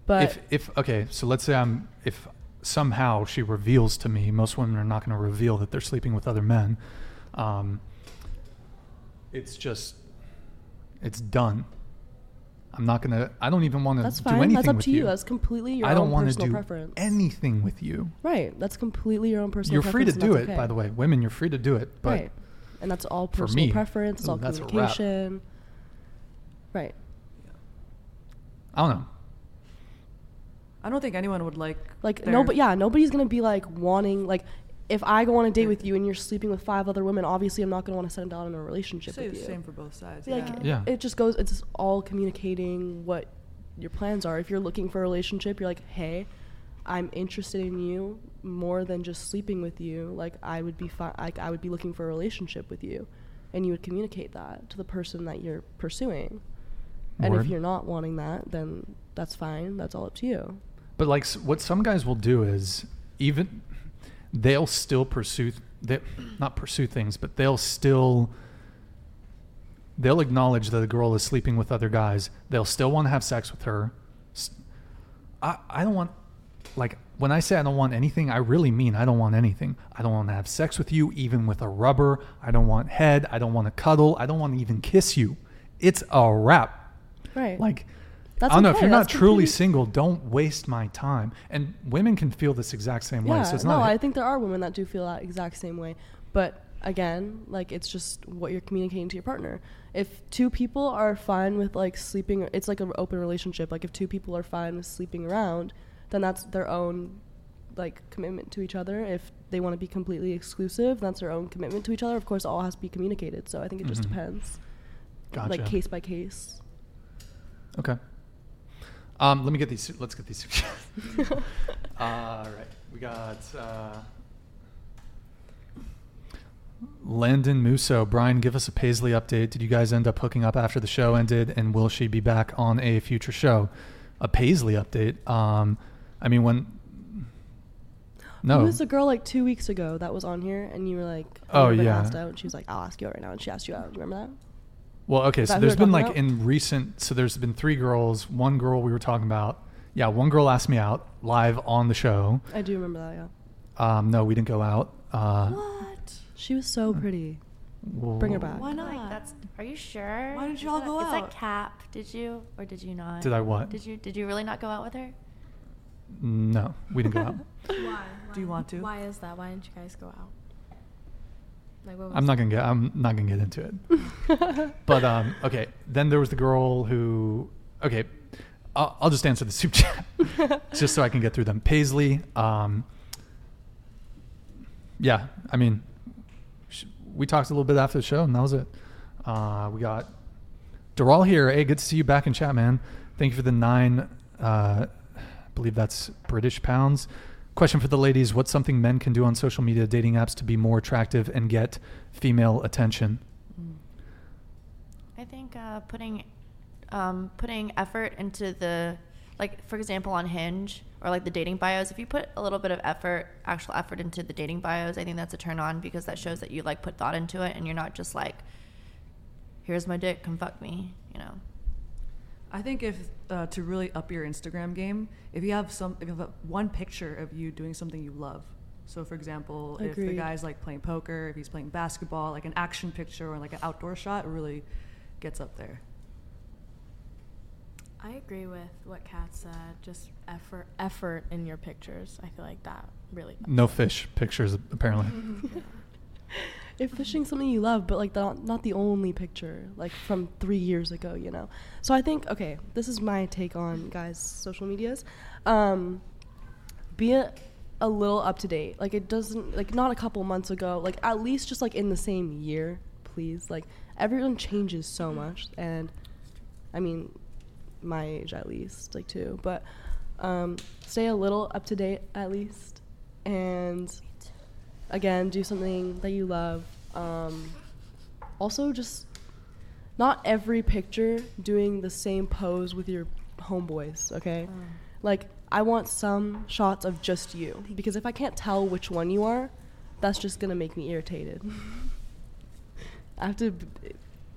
[SPEAKER 6] But
[SPEAKER 2] if if okay, so let's say I'm if somehow she reveals to me, most women are not going to reveal that they're sleeping with other men. Um, it's just it's done. I'm not going to. I don't even want
[SPEAKER 6] that's
[SPEAKER 2] to do
[SPEAKER 6] fine.
[SPEAKER 2] anything
[SPEAKER 6] That's up
[SPEAKER 2] with
[SPEAKER 6] to
[SPEAKER 2] you.
[SPEAKER 6] you. That's completely your
[SPEAKER 2] I don't
[SPEAKER 6] own
[SPEAKER 2] wanna
[SPEAKER 6] personal
[SPEAKER 2] do
[SPEAKER 6] preference.
[SPEAKER 2] anything with you.
[SPEAKER 6] right. That's completely your own personal.
[SPEAKER 2] You're free to
[SPEAKER 6] preference, and
[SPEAKER 2] do it,
[SPEAKER 6] that's
[SPEAKER 2] by
[SPEAKER 6] okay.
[SPEAKER 2] the way. Women, you're free to do it, but
[SPEAKER 6] right. And that's all
[SPEAKER 2] for
[SPEAKER 6] personal
[SPEAKER 2] me,
[SPEAKER 6] preference. It's
[SPEAKER 2] ooh,
[SPEAKER 6] all
[SPEAKER 2] that's a wrap.
[SPEAKER 6] communication. Right.
[SPEAKER 2] I don't know.
[SPEAKER 11] I don't think anyone would like
[SPEAKER 6] Like
[SPEAKER 11] their-
[SPEAKER 6] no, but yeah, nobody's gonna be like wanting like. If I go on a date with you and you're sleeping with five other women, obviously I'm not gonna want to settle down in a relationship
[SPEAKER 11] Say
[SPEAKER 6] with
[SPEAKER 11] the
[SPEAKER 6] you.
[SPEAKER 11] same for both sides.
[SPEAKER 6] like
[SPEAKER 2] Yeah.
[SPEAKER 6] it just goes it's all communicating what your plans are if you're looking for a relationship you're like hey i'm interested in you more than just sleeping with you like i would be fi- like i would be looking for a relationship with you and you would communicate that to the person that you're pursuing and
[SPEAKER 2] Word.
[SPEAKER 6] if you're not wanting that then that's fine that's all up to you
[SPEAKER 2] But like s- what some guys will do is even they'll still pursue th- they not pursue things, but they'll still they'll acknowledge that a girl is sleeping with other guys. They'll still want to have sex with her. S- I I don't want like when I say I don't want anything, I really mean I don't want anything. I don't want to have sex with you, even with a rubber. I don't want head. I don't want to cuddle. I don't want to even kiss you. It's a wrap.
[SPEAKER 6] Right.
[SPEAKER 2] Like,
[SPEAKER 6] That's
[SPEAKER 2] I don't know if
[SPEAKER 6] okay,
[SPEAKER 2] you're not
[SPEAKER 6] that's
[SPEAKER 2] truly
[SPEAKER 6] completely-
[SPEAKER 2] single. Don't waste my time. And women can feel this exact same way.
[SPEAKER 6] Yeah,
[SPEAKER 2] So it's
[SPEAKER 6] no,
[SPEAKER 2] not.
[SPEAKER 6] I think there are women that do feel that exact same way. But again, like it's just what you're communicating to your partner. If two people are fine with like sleeping, it's like an open relationship. Like if two people are fine with sleeping around, then that's their own like commitment to each other. If they want to be completely exclusive, that's their own commitment to each other. Of course, all has to be communicated. So I think it just
[SPEAKER 2] Mhm.
[SPEAKER 6] depends,
[SPEAKER 2] Gotcha.
[SPEAKER 6] like case by case.
[SPEAKER 2] Okay. Um, let me get these. Let's get these. All right. We got uh, Landon Musso. Brian, give us a Paisley update. Did you guys end up hooking up after the show ended? And will she be back on a future show? A Paisley update. Um, I mean, when.
[SPEAKER 6] There
[SPEAKER 2] No.
[SPEAKER 6] was a girl like two weeks ago that was on here, and you were like, "Have
[SPEAKER 2] Oh,
[SPEAKER 6] you ever been
[SPEAKER 2] yeah.
[SPEAKER 6] asked out?" And she was like, "I'll ask you out right now," and she asked you out. Do you remember that?
[SPEAKER 2] Well, okay.
[SPEAKER 6] Is
[SPEAKER 2] So
[SPEAKER 6] that who
[SPEAKER 2] there's
[SPEAKER 6] we're
[SPEAKER 2] been like
[SPEAKER 6] talking about?
[SPEAKER 2] in recent. So there's been three girls. One girl we were talking about. Yeah, one girl asked me out live on the show.
[SPEAKER 6] I do remember that, yeah.
[SPEAKER 2] Um, no, we didn't go out. Uh,
[SPEAKER 6] What? She was so pretty. Bring her
[SPEAKER 2] Whoa.
[SPEAKER 6] back.
[SPEAKER 3] Why not? Like, that's. Are you sure?
[SPEAKER 11] Why didn't you
[SPEAKER 3] Is
[SPEAKER 11] all
[SPEAKER 3] that-
[SPEAKER 11] go
[SPEAKER 3] is
[SPEAKER 11] out?
[SPEAKER 3] that cap? Did you or did you not?
[SPEAKER 2] Did I what?
[SPEAKER 3] Did you did you really not go out with her?
[SPEAKER 2] No, we didn't go out.
[SPEAKER 5] Why?
[SPEAKER 11] Do you
[SPEAKER 5] Why?
[SPEAKER 11] want to?
[SPEAKER 5] Why is that? Why didn't you guys go out? Like, what was
[SPEAKER 2] I'm not gonna get. I'm not gonna get into it. but um, okay. Then there was the girl who. Okay, I'll, I'll just answer the soup chat, just so I can get through them. Paisley. Um, yeah, I mean, sh- we talked a little bit after the show, and that was it. Uh, we got Doral here. Hey, good to see you back in chat, man. Thank you for the nine. Uh, I believe that's British pounds. Question for the ladies: What's something men can do on social media dating apps to be more attractive and get female attention?
[SPEAKER 3] I think uh, putting um, putting effort into the like for example on Hinge or like the dating bios. If you put a little bit of effort, actual effort into the dating bios, I think that's a turn on because that shows that you like put thought into it and you're not just like, here's my dick, come fuck me, you know.
[SPEAKER 11] I think if uh, to really up your Instagram game, if you have some, if you have one picture of you doing something you love. So, for example, if the
[SPEAKER 6] Agreed.
[SPEAKER 11] guy's like playing poker, if he's playing basketball, like an action picture or like an outdoor shot, it really gets up there.
[SPEAKER 5] I agree with what Kat said. Just effort, effort in your pictures. I feel like that really.
[SPEAKER 2] No fish pictures, apparently.
[SPEAKER 6] If fishing something you love, but like the, not the only picture, like from three years ago, you know. So I think okay, this is my take on guys' social medias. Um, be a, a little up to date. Like it doesn't like not a couple months ago. Like at least just like in the same year, please. Like everyone changes so much, and I mean, my age at least, like too. But um, stay a little up to date at least, and again, do something that you love. Um, also, just not every picture doing the same pose with your homeboys. Okay, like I want some shots of just you because if I can't tell which one you are, that's just gonna make me irritated. I have to. b-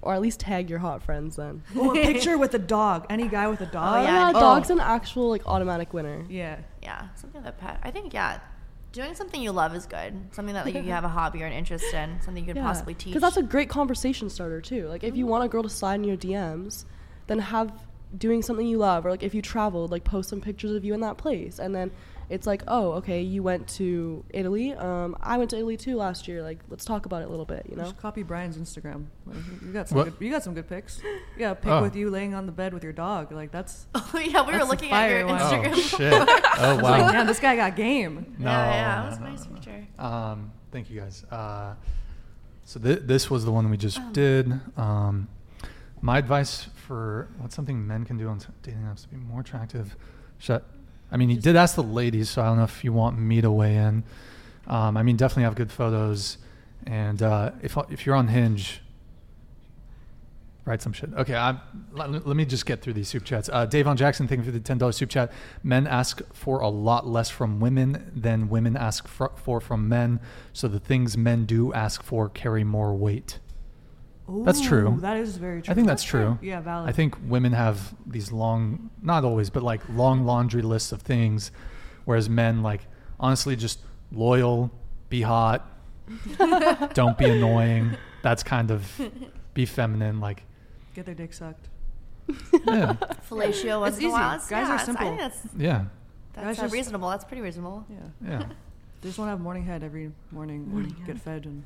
[SPEAKER 6] Or at least tag your hot friends then.
[SPEAKER 11] Oh, a picture with a dog. Any guy with a dog.
[SPEAKER 6] Oh, yeah, dog's an actual like automatic winner.
[SPEAKER 11] Yeah.
[SPEAKER 3] Yeah, something that pet. I think yeah, doing something you love is good. Something that like, you have a hobby or an interest in, something you could possibly teach.
[SPEAKER 6] Because that's a great conversation starter too. Like if you want a girl to slide in your DMs, then have doing something you love, or like if you traveled, like post some pictures of you in that place, and then it's like, oh, okay, you went to Italy. Um, I went to Italy too last year. Like let's talk about it a little bit. You
[SPEAKER 11] You
[SPEAKER 6] know.
[SPEAKER 11] should copy Brian's Instagram. Like, you- you got some.
[SPEAKER 2] What?
[SPEAKER 11] Good, you got some good pics. Yeah, a pic
[SPEAKER 2] Oh.
[SPEAKER 11] with you laying on the bed with your dog. Like that's.
[SPEAKER 3] Oh yeah, we were
[SPEAKER 11] That's a
[SPEAKER 3] looking at
[SPEAKER 11] fire
[SPEAKER 3] your
[SPEAKER 11] one. Oh,
[SPEAKER 3] Instagram.
[SPEAKER 2] Oh shit! Oh
[SPEAKER 11] I was
[SPEAKER 2] wow!
[SPEAKER 11] like, damn, this guy got game.
[SPEAKER 2] No,
[SPEAKER 3] yeah, yeah,
[SPEAKER 2] no,
[SPEAKER 3] that was a
[SPEAKER 2] no,
[SPEAKER 3] nice
[SPEAKER 2] no, no.
[SPEAKER 3] picture.
[SPEAKER 2] Um, thank you guys. Uh, so th- this was the one we just
[SPEAKER 3] Oh.
[SPEAKER 2] did. Um, my advice for what's something men can do on s- dating apps to be more attractive. Shut. I mean, you did ask the ladies, so I don't know if you want me to weigh in. Um, I mean, definitely have good photos, and uh, if if you're on Hinge, Write some shit. Okay, I'm, let, let me just get through these soup chats. Uh, Davon Jackson, thank you for the ten dollars soup chat. Men ask for a lot less from women than women ask fr- for from men, so the things men do ask for carry more weight. that's true.
[SPEAKER 4] Ooh, That is very true.
[SPEAKER 2] I think that's, true.
[SPEAKER 4] Yeah, valid.
[SPEAKER 2] I think women have these long, not always, but like long laundry lists of things, whereas men like honestly just loyal, be hot, don't be annoying. That's kind of be feminine. Like
[SPEAKER 4] Get their dick sucked.
[SPEAKER 2] yeah,
[SPEAKER 3] Fellatio once
[SPEAKER 4] Oh. It's
[SPEAKER 3] in a
[SPEAKER 4] easy.
[SPEAKER 3] while. It's-
[SPEAKER 4] Guys
[SPEAKER 3] yeah,
[SPEAKER 4] are
[SPEAKER 3] it's- I
[SPEAKER 4] simple.
[SPEAKER 3] think that's
[SPEAKER 2] yeah.
[SPEAKER 3] that's
[SPEAKER 4] Guys
[SPEAKER 3] uh,
[SPEAKER 4] just-
[SPEAKER 3] reasonable. That's pretty reasonable.
[SPEAKER 4] Yeah.
[SPEAKER 2] Yeah.
[SPEAKER 4] They just want to have morning head every morning,
[SPEAKER 3] Morning
[SPEAKER 4] and get fed, and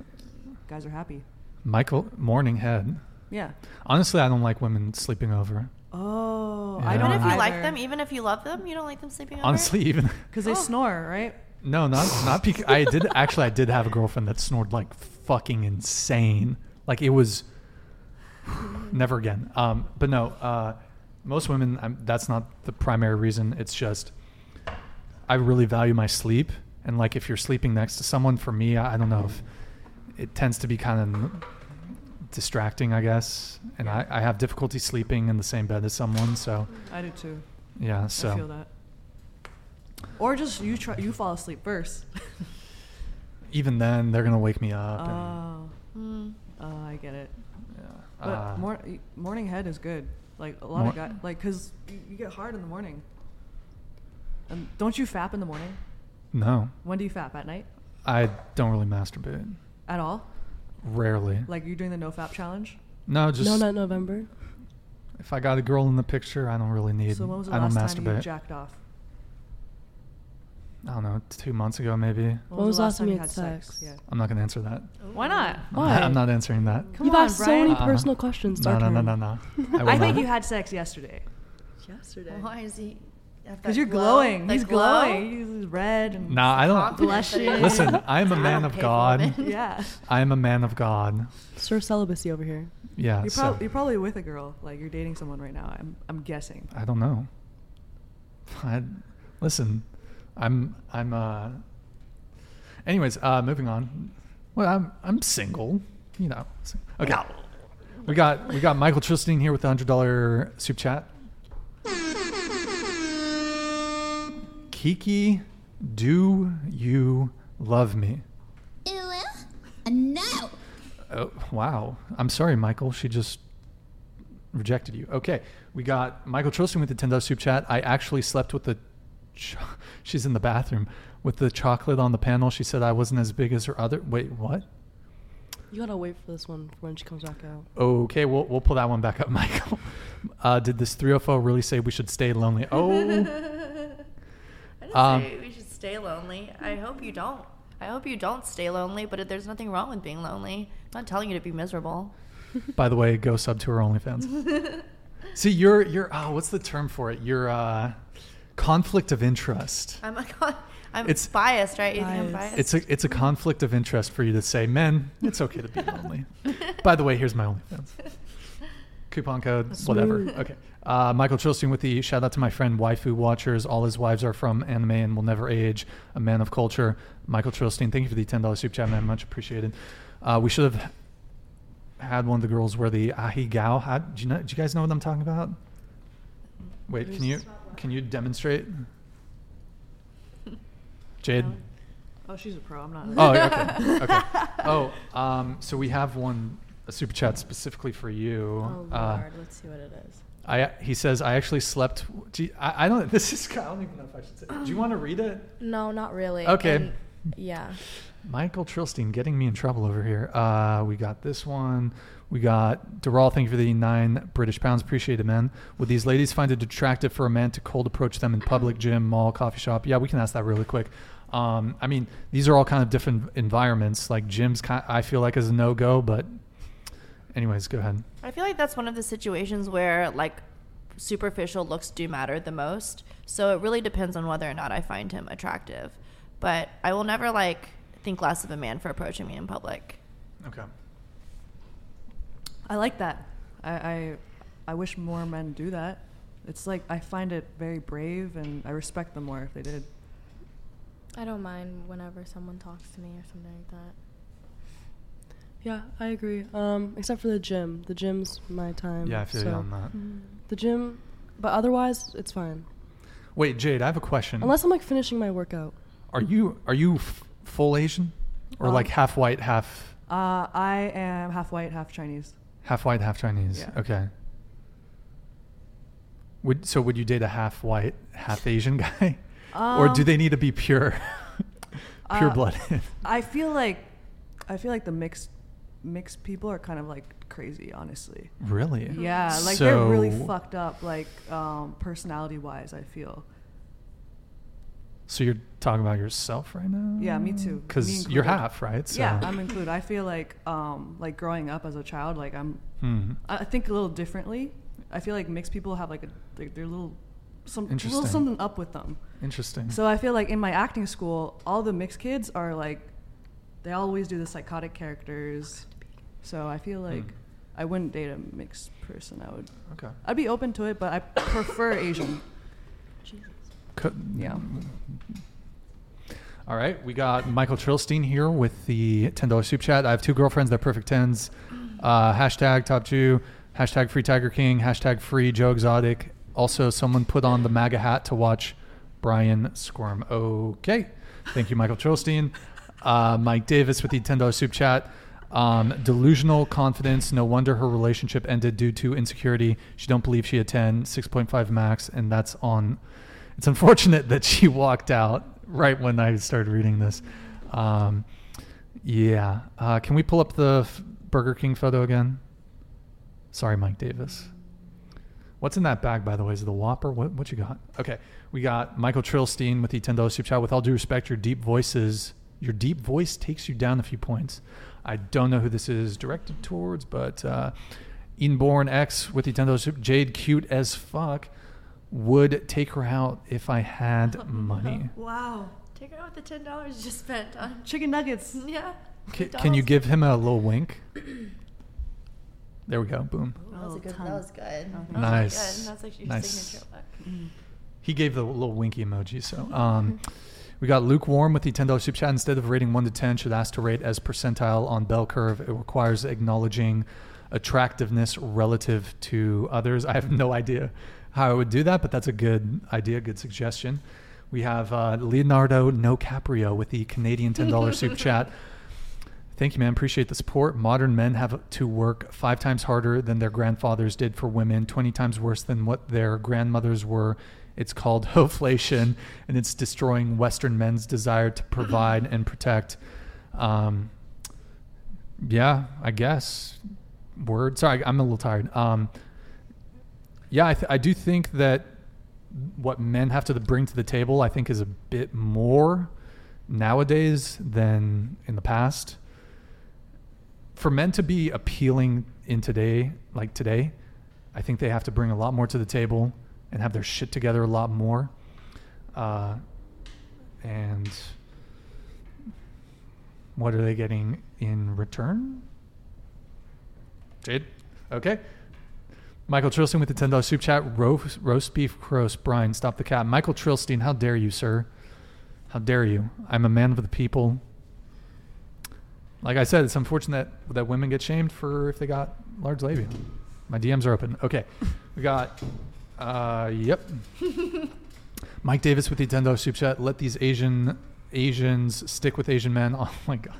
[SPEAKER 4] guys are happy.
[SPEAKER 2] Michael morning head.
[SPEAKER 4] Yeah.
[SPEAKER 2] Honestly, I don't like women sleeping over.
[SPEAKER 4] Oh,
[SPEAKER 2] Yeah.
[SPEAKER 4] I
[SPEAKER 2] Even
[SPEAKER 4] don't
[SPEAKER 3] Even if you like
[SPEAKER 4] either.
[SPEAKER 3] them, even if you love them, you don't like them sleeping over.
[SPEAKER 2] Honestly, even
[SPEAKER 4] Because they
[SPEAKER 3] Oh.
[SPEAKER 4] snore, right?
[SPEAKER 2] no, not not because I did actually I did have a girlfriend that snored like fucking insane. Like it was never again. Um, but no, uh, most women i that's not the primary reason. It's just I really value my sleep, and like if you're sleeping next to someone, for me, I, I don't know if it tends to be kind of distracting, I guess, and I, I have difficulty sleeping in the same bed as someone. So
[SPEAKER 4] I do too.
[SPEAKER 2] yeah, so.
[SPEAKER 4] I feel that. Or just you try you fall asleep first.
[SPEAKER 2] even then they're gonna wake me up. and-
[SPEAKER 4] oh,
[SPEAKER 3] Hmm.
[SPEAKER 4] oh, I get it. But
[SPEAKER 2] Uh,
[SPEAKER 4] mor- y- morning head is good. Like a lot of
[SPEAKER 2] Mor-
[SPEAKER 4] guys, like because you, you get hard in the morning. And don't you fap in the morning?
[SPEAKER 2] no,
[SPEAKER 4] When do you fap at night?
[SPEAKER 2] I don't really masturbate.
[SPEAKER 4] At all?
[SPEAKER 2] Rarely.
[SPEAKER 4] Like you're doing the no fap challenge?
[SPEAKER 2] No, just
[SPEAKER 6] no, not November.
[SPEAKER 2] if I got a girl in the picture, I don't really need.
[SPEAKER 4] So when was the
[SPEAKER 2] I don't
[SPEAKER 4] last time
[SPEAKER 2] masturbate.
[SPEAKER 4] you jacked off?
[SPEAKER 2] I don't know, two months ago maybe.
[SPEAKER 4] When,
[SPEAKER 6] When was the last time you had sex?
[SPEAKER 4] Yeah.
[SPEAKER 2] I'm not gonna answer that.
[SPEAKER 4] Why not?
[SPEAKER 2] I'm
[SPEAKER 6] Why?
[SPEAKER 2] not, I'm not answering that.
[SPEAKER 4] Come
[SPEAKER 6] You've
[SPEAKER 4] on,
[SPEAKER 6] asked so
[SPEAKER 4] Brian.
[SPEAKER 6] many
[SPEAKER 2] Uh-uh.
[SPEAKER 6] personal questions.
[SPEAKER 2] No,
[SPEAKER 6] Dark
[SPEAKER 2] no, no,
[SPEAKER 6] Hair.
[SPEAKER 2] no, no. I, will
[SPEAKER 4] I think
[SPEAKER 2] not.
[SPEAKER 4] you had sex yesterday.
[SPEAKER 6] Yesterday.
[SPEAKER 3] Why is he? have that
[SPEAKER 4] Because you're
[SPEAKER 3] glow,
[SPEAKER 4] glowing.
[SPEAKER 3] that
[SPEAKER 4] He's
[SPEAKER 3] glow?
[SPEAKER 4] glowing. He's red and
[SPEAKER 2] Nah, I don't.
[SPEAKER 3] Confidence that he has.
[SPEAKER 2] Listen, I am a man
[SPEAKER 3] don't
[SPEAKER 2] of
[SPEAKER 3] pay for
[SPEAKER 2] God.
[SPEAKER 3] women.
[SPEAKER 4] yeah.
[SPEAKER 2] I am a man of God.
[SPEAKER 6] Sir celibacy over here.
[SPEAKER 2] Yeah.
[SPEAKER 4] You're,
[SPEAKER 2] so
[SPEAKER 4] prob- you're probably with a girl. Like you're dating someone right now. I'm I'm guessing.
[SPEAKER 2] I don't know. I, listen, I'm I'm uh. Anyways, uh, moving on. Well, I'm I'm single, you know. so- Okay. We got we got Michael Tristine here with the hundred dollar soup chat. Kiki, do you love me?
[SPEAKER 7] No.
[SPEAKER 2] Oh, wow. I'm sorry, Michael. She just rejected you. Okay. We got Michael Trostin with the $10 soup chat. I actually slept with the. Ch- She's in the bathroom with the chocolate on the panel. She said I wasn't as big as her other. Wait, what?
[SPEAKER 6] You gotta wait for this one for when she comes back out.
[SPEAKER 2] Okay, we'll, we'll pull that one back up, Michael. Uh, did this 304 really say we should stay lonely? Oh,
[SPEAKER 3] I didn't
[SPEAKER 2] Um,
[SPEAKER 3] say we should stay lonely. I hope you don't. I hope you don't stay lonely, but there's nothing wrong with being lonely. I'm not telling you to be miserable.
[SPEAKER 2] by the way, go sub to her OnlyFans. See, you're, you're, oh, what's the term for it? You're, uh, conflict of interest.
[SPEAKER 3] I'm a, I'm
[SPEAKER 2] It's-
[SPEAKER 3] biased, right? You think I'm biased?
[SPEAKER 2] It's a it's a conflict of interest for you to say, men, it's okay to be lonely. By the way, here's my OnlyFans. Coupon code, whatever.
[SPEAKER 6] Smooth.
[SPEAKER 2] Okay. Uh, Michael Chilstein with the shout out to my friend Waifu Watchers. All his wives are from anime and will never age. A man of culture. Michael Chilstein, thank you for the ten dollars super chat, man. Much appreciated. Uh, we should have had one of the girls wear the ahi gao hat. Do you know? Do you guys know what I'm talking about? Wait, can you can you demonstrate? Jade.
[SPEAKER 4] Oh, she's a pro. I'm not.
[SPEAKER 2] Oh, yeah, okay. okay. Oh, um, so we have one a super chat specifically for you.
[SPEAKER 5] Oh,
[SPEAKER 2] Uh,
[SPEAKER 5] Lord. Let's see what it is.
[SPEAKER 2] I he says I actually slept. Do you- I, I don't. This is. I don't even know if I should say. Do you want to read it?
[SPEAKER 5] No, not really.
[SPEAKER 2] Okay.
[SPEAKER 5] And- yeah.
[SPEAKER 2] Michael Trilstein getting me in trouble over here. Uh, we got this one. We got Dural. Thank you for the nine British pounds. Appreciate it, man. Would these ladies find it attractive for a man to cold approach them in public, gym, mall, coffee shop? Yeah, we can ask that really quick. Um, I mean, these are all kind of different environments. Like gyms, ki I feel like is a no go. But, anyways, go ahead.
[SPEAKER 3] I feel like that's one of the situations where like superficial looks do matter the most. So it really depends on whether or not I find him attractive. But I will never like think less of a man for approaching me in public.
[SPEAKER 2] Okay.
[SPEAKER 4] I like that. I, I I wish more men do that. It's like I find it very brave, and I respect them more if they did.
[SPEAKER 5] I don't mind whenever someone talks to me or something like that.
[SPEAKER 6] Yeah, I agree. Um, except for the gym. The gym's my time.
[SPEAKER 2] Yeah, I feel you
[SPEAKER 6] Um, so.
[SPEAKER 2] on that.
[SPEAKER 5] mm-hmm. Hmm.
[SPEAKER 6] The gym, but otherwise it's fine.
[SPEAKER 2] Wait, Jade, I have a question.
[SPEAKER 6] Unless I'm like finishing my workout.
[SPEAKER 2] are you are you f- full Asian or
[SPEAKER 11] Um,
[SPEAKER 2] like half white, half
[SPEAKER 11] Uh, I am half white, half Chinese.
[SPEAKER 2] half white, half Chinese?
[SPEAKER 11] Yeah.
[SPEAKER 2] Okay. Would so would you date a half white, half Asian guy, or do
[SPEAKER 11] Um,
[SPEAKER 2] they need to be pure,
[SPEAKER 11] Uh,
[SPEAKER 2] pure blooded?
[SPEAKER 11] I feel like, I feel like the mixed mixed people are kind of like crazy, honestly.
[SPEAKER 2] Really?
[SPEAKER 11] Yeah, like they're really
[SPEAKER 2] So-
[SPEAKER 11] fucked up, like um, personality wise. I feel.
[SPEAKER 2] So you're talking about yourself right now?
[SPEAKER 11] Yeah, me too. Me
[SPEAKER 2] Because you're
[SPEAKER 11] included.
[SPEAKER 2] half, right?
[SPEAKER 11] Yeah, I'm included. I feel like, um, like growing up as a child, like I'm,
[SPEAKER 2] Hmm.
[SPEAKER 11] I I think a little differently. I feel like mixed people have like a, like they're a little, some a little
[SPEAKER 2] Interesting.
[SPEAKER 11] something up with them.
[SPEAKER 2] Interesting.
[SPEAKER 11] So I feel like in my acting school, all the mixed kids are like, they always do the psychotic characters. So I
[SPEAKER 2] Hmm.
[SPEAKER 11] feel like I wouldn't date a mixed person. I would.
[SPEAKER 2] Okay.
[SPEAKER 11] I'd be open to it, but I prefer Asian.
[SPEAKER 2] yeah. All right, we got Michael Trilstein here with the ten dollars soup chat. I have two girlfriends that are perfect tens. Uh, hashtag top Jew. Hashtag free Tiger King. Hashtag free Joe Exotic. Also, someone put on the MAGA hat to watch Brian squirm. Okay, thank you, Michael Trilstein. Uh, Mike Davis with the ten dollars soup chat. Um, delusional confidence. No wonder her relationship ended due to insecurity. She don't believe she had 10, 6.5 max, and that's on it's unfortunate that she walked out right when I started reading this. Um, yeah. Uh, can we pull up the f- Burger King photo again? Sorry, Mike Davis. What's in that bag, by the way? Is it the Whopper? What, what you got? Okay. We got Michael Trilstein with the $10 Super Chat. With all due respect, your deep voices, your deep voice takes you down a few points. I don't know who this is directed towards, but uh, Inborn X with the $10 Super Jade, cute as fuck, would take her out if I had money.
[SPEAKER 11] Wow.
[SPEAKER 3] Take her out with the ten dollars you just spent on
[SPEAKER 11] chicken nuggets.
[SPEAKER 3] Yeah.
[SPEAKER 2] C- can you give him a little wink? There we go. Boom.
[SPEAKER 3] That was a good. That was good. That was
[SPEAKER 2] Nice.
[SPEAKER 3] good. That's like your
[SPEAKER 2] Nice.
[SPEAKER 3] signature look.
[SPEAKER 2] He gave the little winky emoji. So um, we got lukewarm with the ten dollars super chat. Instead of rating one to ten, should ask to rate as percentile on bell curve. It requires acknowledging attractiveness relative to others. I have no idea how I would do that, but that's a good idea, good suggestion. We have uh, Leonardo NoCaprio with the Canadian ten dollars super chat. Thank you, man. Appreciate the support. Modern men have to work five times harder than their grandfathers did for women, 20 times worse than what their grandmothers were. It's called hoflation, and it's destroying Western men's desire to provide and protect. Um, yeah, I guess. Word. Sorry, I'm a little tired. Um, yeah, I, th- I do think that what men have to bring to the table, I think, is a bit more nowadays than in the past. For men to be appealing in today, like today, I think they have to bring a lot more to the table and have their shit together a lot more. Uh, and what are they getting in return? Jade. Okay. Michael Trilstein with the ten dollars soup chat. Roast, roast beef gross. Brian, stop the cat. Michael Trilstein, how dare you, sir? How dare you? I'm a man of the people. Like I said, it's unfortunate that, that women get shamed for if they got large labia. My DMs are open. Okay, we got. Uh, yep. Mike Davis with the ten dollars soup chat. Let these Asian Asians stick with Asian men. Oh my god.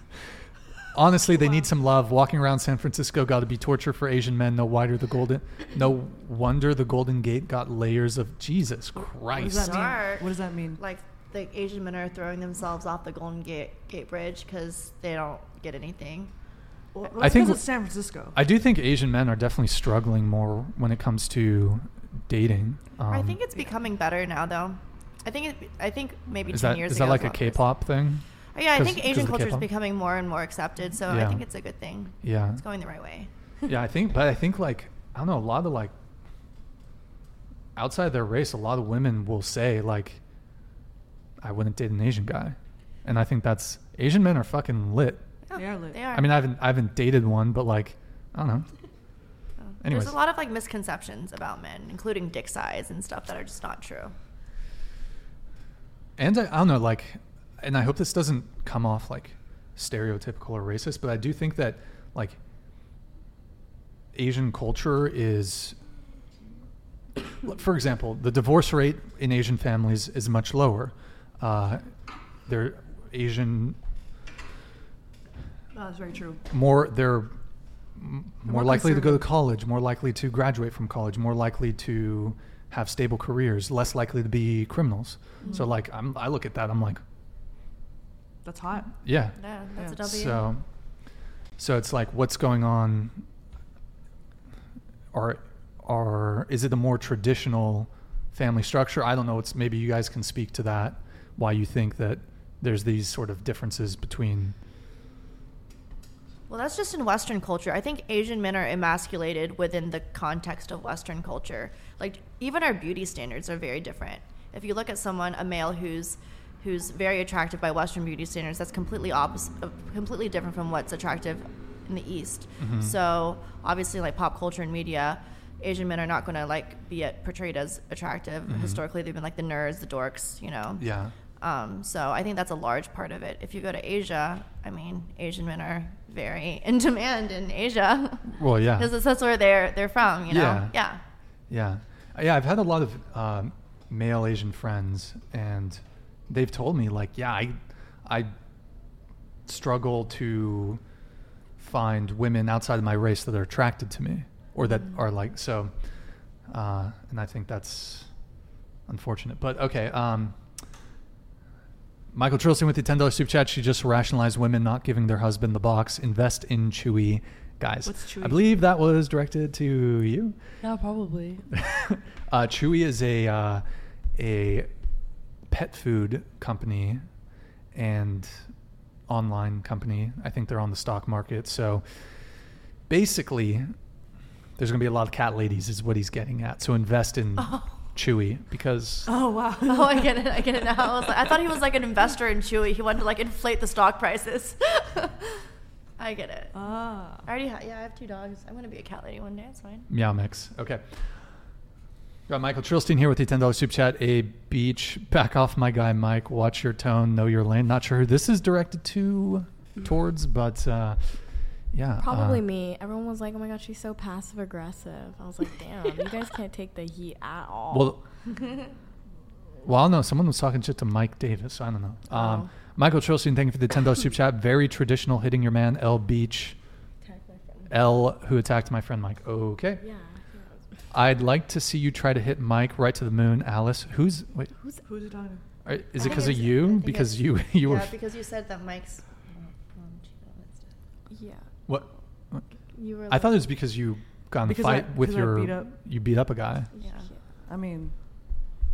[SPEAKER 2] Honestly, they need some love. Walking around San Francisco got to be torture for Asian men. No wider the golden, no wonder the Golden Gate got layers of Jesus
[SPEAKER 11] What
[SPEAKER 2] Christ.
[SPEAKER 11] does that mean?
[SPEAKER 3] Dark.
[SPEAKER 11] What does that mean?
[SPEAKER 3] Like the Asian men are throwing themselves off the Golden Gate, Gate Bridge because they don't get anything.
[SPEAKER 11] Well,
[SPEAKER 2] I think
[SPEAKER 11] it's San Francisco.
[SPEAKER 2] I do think Asian men are definitely struggling more when it comes to dating. Um,
[SPEAKER 3] I think it's becoming better now, though. I think it, I think maybe
[SPEAKER 2] is
[SPEAKER 3] ten
[SPEAKER 2] that
[SPEAKER 3] years
[SPEAKER 2] is
[SPEAKER 3] ago.
[SPEAKER 2] that like a
[SPEAKER 3] it was-
[SPEAKER 2] K-pop thing?
[SPEAKER 3] Oh, yeah, I
[SPEAKER 2] 'Cause-
[SPEAKER 3] think
[SPEAKER 2] 'cause
[SPEAKER 3] Asian
[SPEAKER 2] of
[SPEAKER 3] culture is
[SPEAKER 2] K-pop?
[SPEAKER 3] becoming more and more accepted, so
[SPEAKER 2] Yeah.
[SPEAKER 3] I think it's a good thing.
[SPEAKER 2] Yeah.
[SPEAKER 3] it's going the right way.
[SPEAKER 2] yeah, I think, but I think like I don't know a lot of the, like outside their race, a lot of women will say like, "I wouldn't date an Asian guy," and I think that's Asian men are fucking lit.
[SPEAKER 11] They are lit.
[SPEAKER 3] They are.
[SPEAKER 2] I mean, I haven't I haven't dated one, but like I don't know. Anyways,
[SPEAKER 3] Oh, There's a lot of like misconceptions about men, including dick size and stuff that are just not true.
[SPEAKER 2] and I, I don't know, like, and I hope this doesn't come off like stereotypical or racist, but I do think that like Asian culture is for example, the divorce rate in Asian families is much lower. Uh, they're Asian
[SPEAKER 11] Oh, that's very true.
[SPEAKER 2] more they're m- more,
[SPEAKER 11] more
[SPEAKER 2] likely to go to
[SPEAKER 11] conservative.
[SPEAKER 2] college, more likely to graduate from college, more likely to have stable careers, less likely to be criminals. So
[SPEAKER 11] Mhm.
[SPEAKER 2] like I'm, I look at that, I'm like,
[SPEAKER 11] That's hot.
[SPEAKER 2] yeah.
[SPEAKER 3] Yeah, that's a
[SPEAKER 11] Yeah.
[SPEAKER 3] W.
[SPEAKER 2] So so it's like what's going on or or is it a more traditional family structure? I don't know, it's maybe you guys can speak to that why you think that there's these sort of differences between
[SPEAKER 3] Well, that's just in Western culture. I think Asian men are emasculated within the context of Western culture. Like even our beauty standards are very different. If you look at someone, a male who's who's very attractive by Western beauty standards, that's completely opposite, uh, completely different from what's attractive in the East.
[SPEAKER 13] Mhm.
[SPEAKER 3] So obviously, like pop culture and media, Asian men are not going to like be at, portrayed as attractive.
[SPEAKER 2] Mhm.
[SPEAKER 3] Historically, they've been like the nerds, the dorks, you know.
[SPEAKER 2] Yeah.
[SPEAKER 3] Um, so I think that's a large part of it. If you go to Asia, I mean, Asian men are very in demand in Asia.
[SPEAKER 2] Well, yeah.
[SPEAKER 3] because that's where they're they're from. You know,
[SPEAKER 2] Yeah.
[SPEAKER 3] yeah.
[SPEAKER 2] Yeah, Uh, yeah. I've had a lot of um male Asian friends, and they've told me like, yeah, I, I struggle to find women outside of my race that are attracted to me, or that
[SPEAKER 6] Mm-hmm.
[SPEAKER 2] are like so. Uh, and I think that's unfortunate. But okay. Um, Michael Trilson with the ten dollars super chat. She just rationalized women not giving their husband the box. Invest in Chewy, guys.
[SPEAKER 6] What's Chewy?
[SPEAKER 2] I believe that was directed to you.
[SPEAKER 6] Yeah, probably.
[SPEAKER 2] Uh, Chewy is a uh, a pet food company and online company. I think they're on the stock market. So basically, there's going to be a lot of cat ladies, is what he's getting at. So invest in Chewy because
[SPEAKER 3] Oh wow. oh, I get it. I get it now. I, was like, I thought he was like an investor in Chewy. He wanted to like inflate the stock prices. I get it.
[SPEAKER 11] Ah.
[SPEAKER 3] I already ha- yeah. I have two dogs. I'm gonna be a cat lady one day. It's fine.
[SPEAKER 2] Meow Mix. Okay. Got Michael Trilstein here with the ten dollars soup chat. A beach. Back off, my guy Mike. Watch your tone. Know your lane. Not sure who this is directed to, towards, but uh, yeah. uh,
[SPEAKER 5] Probably me. Everyone was like, "Oh my god, she's so passive aggressive." I was like, "Damn, you guys can't take the heat at all." Well,
[SPEAKER 2] Well, I don't know. Someone was talking shit to Mike Davis. I don't know.
[SPEAKER 5] Oh.
[SPEAKER 2] Um, Michael Trilstein, thank you for the ten dollars soup chat. Very traditional, hitting your man L Beach. L who attacked my friend Mike. Okay.
[SPEAKER 5] Yeah.
[SPEAKER 2] I'd like to see you try to hit Mike right to the moon, Alice. Who's wait?
[SPEAKER 11] Who's who's it on?
[SPEAKER 2] Are-
[SPEAKER 3] I
[SPEAKER 2] Is it
[SPEAKER 3] think
[SPEAKER 2] because of
[SPEAKER 3] it's- I
[SPEAKER 2] you?
[SPEAKER 3] think
[SPEAKER 2] Because
[SPEAKER 3] it's-
[SPEAKER 2] you you
[SPEAKER 3] yeah,
[SPEAKER 2] were
[SPEAKER 3] because you said that Mike's. oh, um,
[SPEAKER 5] Yeah.
[SPEAKER 2] what? what?
[SPEAKER 5] You were
[SPEAKER 2] I thought it
[SPEAKER 5] like-
[SPEAKER 2] was because you got in a
[SPEAKER 11] Because
[SPEAKER 2] fight
[SPEAKER 11] I-
[SPEAKER 2] with
[SPEAKER 11] because I
[SPEAKER 2] your
[SPEAKER 11] beat up-
[SPEAKER 2] you beat up a guy.
[SPEAKER 11] I mean,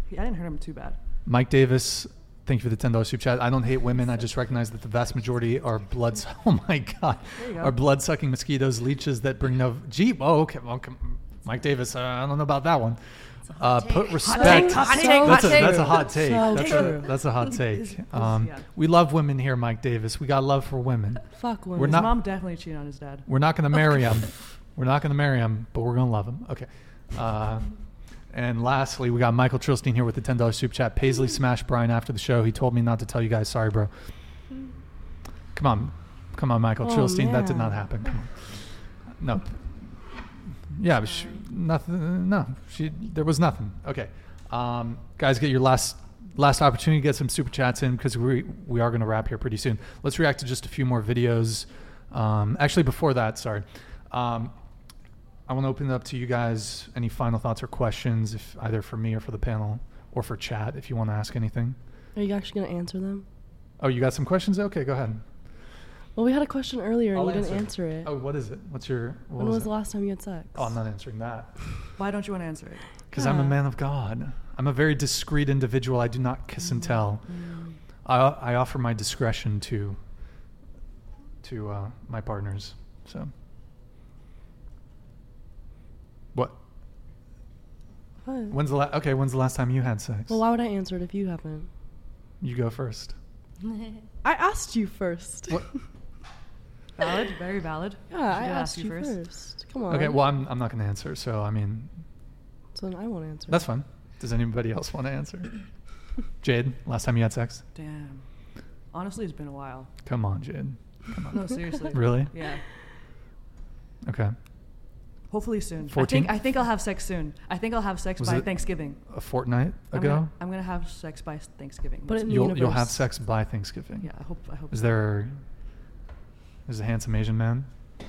[SPEAKER 11] he- I didn't hurt him too bad.
[SPEAKER 2] Mike Davis, thank you for the ten dollars super chat. I don't hate women. I just recognize that the vast majority are blood. Oh my god,
[SPEAKER 11] There you go.
[SPEAKER 2] are blood sucking mosquitoes, leeches that bring no. Gee, oh okay, well, come- Mike Davis. Uh, I don't know about that one. Uh, put respect.
[SPEAKER 11] take, hot take, hot
[SPEAKER 2] that's, a,
[SPEAKER 11] take.
[SPEAKER 2] that's a hot take.
[SPEAKER 11] So
[SPEAKER 2] that's,
[SPEAKER 11] true.
[SPEAKER 2] a, that's a hot
[SPEAKER 11] Is-
[SPEAKER 2] take.
[SPEAKER 11] is-
[SPEAKER 2] Um,
[SPEAKER 11] yeah.
[SPEAKER 2] We love women here, Mike Davis. We got love for women.
[SPEAKER 11] Fuck women.
[SPEAKER 2] We're
[SPEAKER 11] His
[SPEAKER 2] not
[SPEAKER 11] mom definitely cheated on his dad.
[SPEAKER 2] we're not going to marry him. We're not going to marry him, but we're going to love him. Okay. Uh, and lastly, we got Michael Trilstein here with the ten dollars soup chat.
[SPEAKER 11] Mm.
[SPEAKER 2] Paisley smashed Brian after the show. He told me not to tell you guys. Sorry, bro. Come on, come on, Michael
[SPEAKER 11] Oh,
[SPEAKER 2] Trilstein. That did
[SPEAKER 11] man.
[SPEAKER 2] not happen. Come on. No. Yeah, but she, nothing. No, she. There was nothing. Okay, um, guys, get your last last opportunity to get some super chats in because we we are going to wrap here pretty soon. Let's react to just a few more videos. Um, actually, before that, sorry. Um, I want to open it up to you guys. Any final thoughts or questions, if either for me or for the panel or for chat, if you want to ask anything.
[SPEAKER 6] Are you actually gonna answer them?
[SPEAKER 2] Oh, you got some questions? Okay, go ahead.
[SPEAKER 6] Well, we had a question earlier and
[SPEAKER 2] I'll
[SPEAKER 6] you didn't answer it.
[SPEAKER 2] Oh, what is it? What's your? What
[SPEAKER 6] when was,
[SPEAKER 2] it?
[SPEAKER 6] the last time you had sex?
[SPEAKER 2] Oh, I'm not answering that.
[SPEAKER 11] Why don't you want to answer it?
[SPEAKER 2] Because I'm a
[SPEAKER 6] Yeah.
[SPEAKER 2] man of God. I'm a very discreet individual. I do not kiss and tell.
[SPEAKER 6] Mm.
[SPEAKER 2] I, I offer my discretion to to uh, my partners. So what?
[SPEAKER 6] What?
[SPEAKER 2] When's the last? Okay, when's the last time you had sex?
[SPEAKER 6] Well, why would I answer it if you haven't?
[SPEAKER 2] You go first.
[SPEAKER 6] I asked you first.
[SPEAKER 2] What?
[SPEAKER 11] Valid, very valid.
[SPEAKER 6] Yeah,
[SPEAKER 11] She
[SPEAKER 6] I
[SPEAKER 11] did
[SPEAKER 6] asked
[SPEAKER 11] ask
[SPEAKER 6] you first. Come on.
[SPEAKER 2] Okay. Well, I'm I'm not gonna answer. So I mean,
[SPEAKER 6] so then I won't answer.
[SPEAKER 2] that's fine. Does anybody else want to answer? Jade, last time you had sex?
[SPEAKER 11] Damn. Honestly, it's been a while.
[SPEAKER 2] Come on, Jade. Come on.
[SPEAKER 11] No, seriously.
[SPEAKER 2] Really?
[SPEAKER 11] Yeah.
[SPEAKER 2] Okay.
[SPEAKER 4] Hopefully soon. I
[SPEAKER 2] 14?
[SPEAKER 4] think, I think I'll have sex soon. I think I'll have sex
[SPEAKER 2] Was
[SPEAKER 4] by
[SPEAKER 2] it
[SPEAKER 4] Thanksgiving.
[SPEAKER 2] A fortnight
[SPEAKER 4] I'm
[SPEAKER 2] ago.
[SPEAKER 4] gonna, I'm gonna have sex by Thanksgiving.
[SPEAKER 6] Put it in the
[SPEAKER 2] you'll you'll
[SPEAKER 6] universe.
[SPEAKER 2] have sex by Thanksgiving.
[SPEAKER 4] Yeah, I hope- I hope
[SPEAKER 2] Is
[SPEAKER 4] so.
[SPEAKER 2] there? Is a handsome Asian man?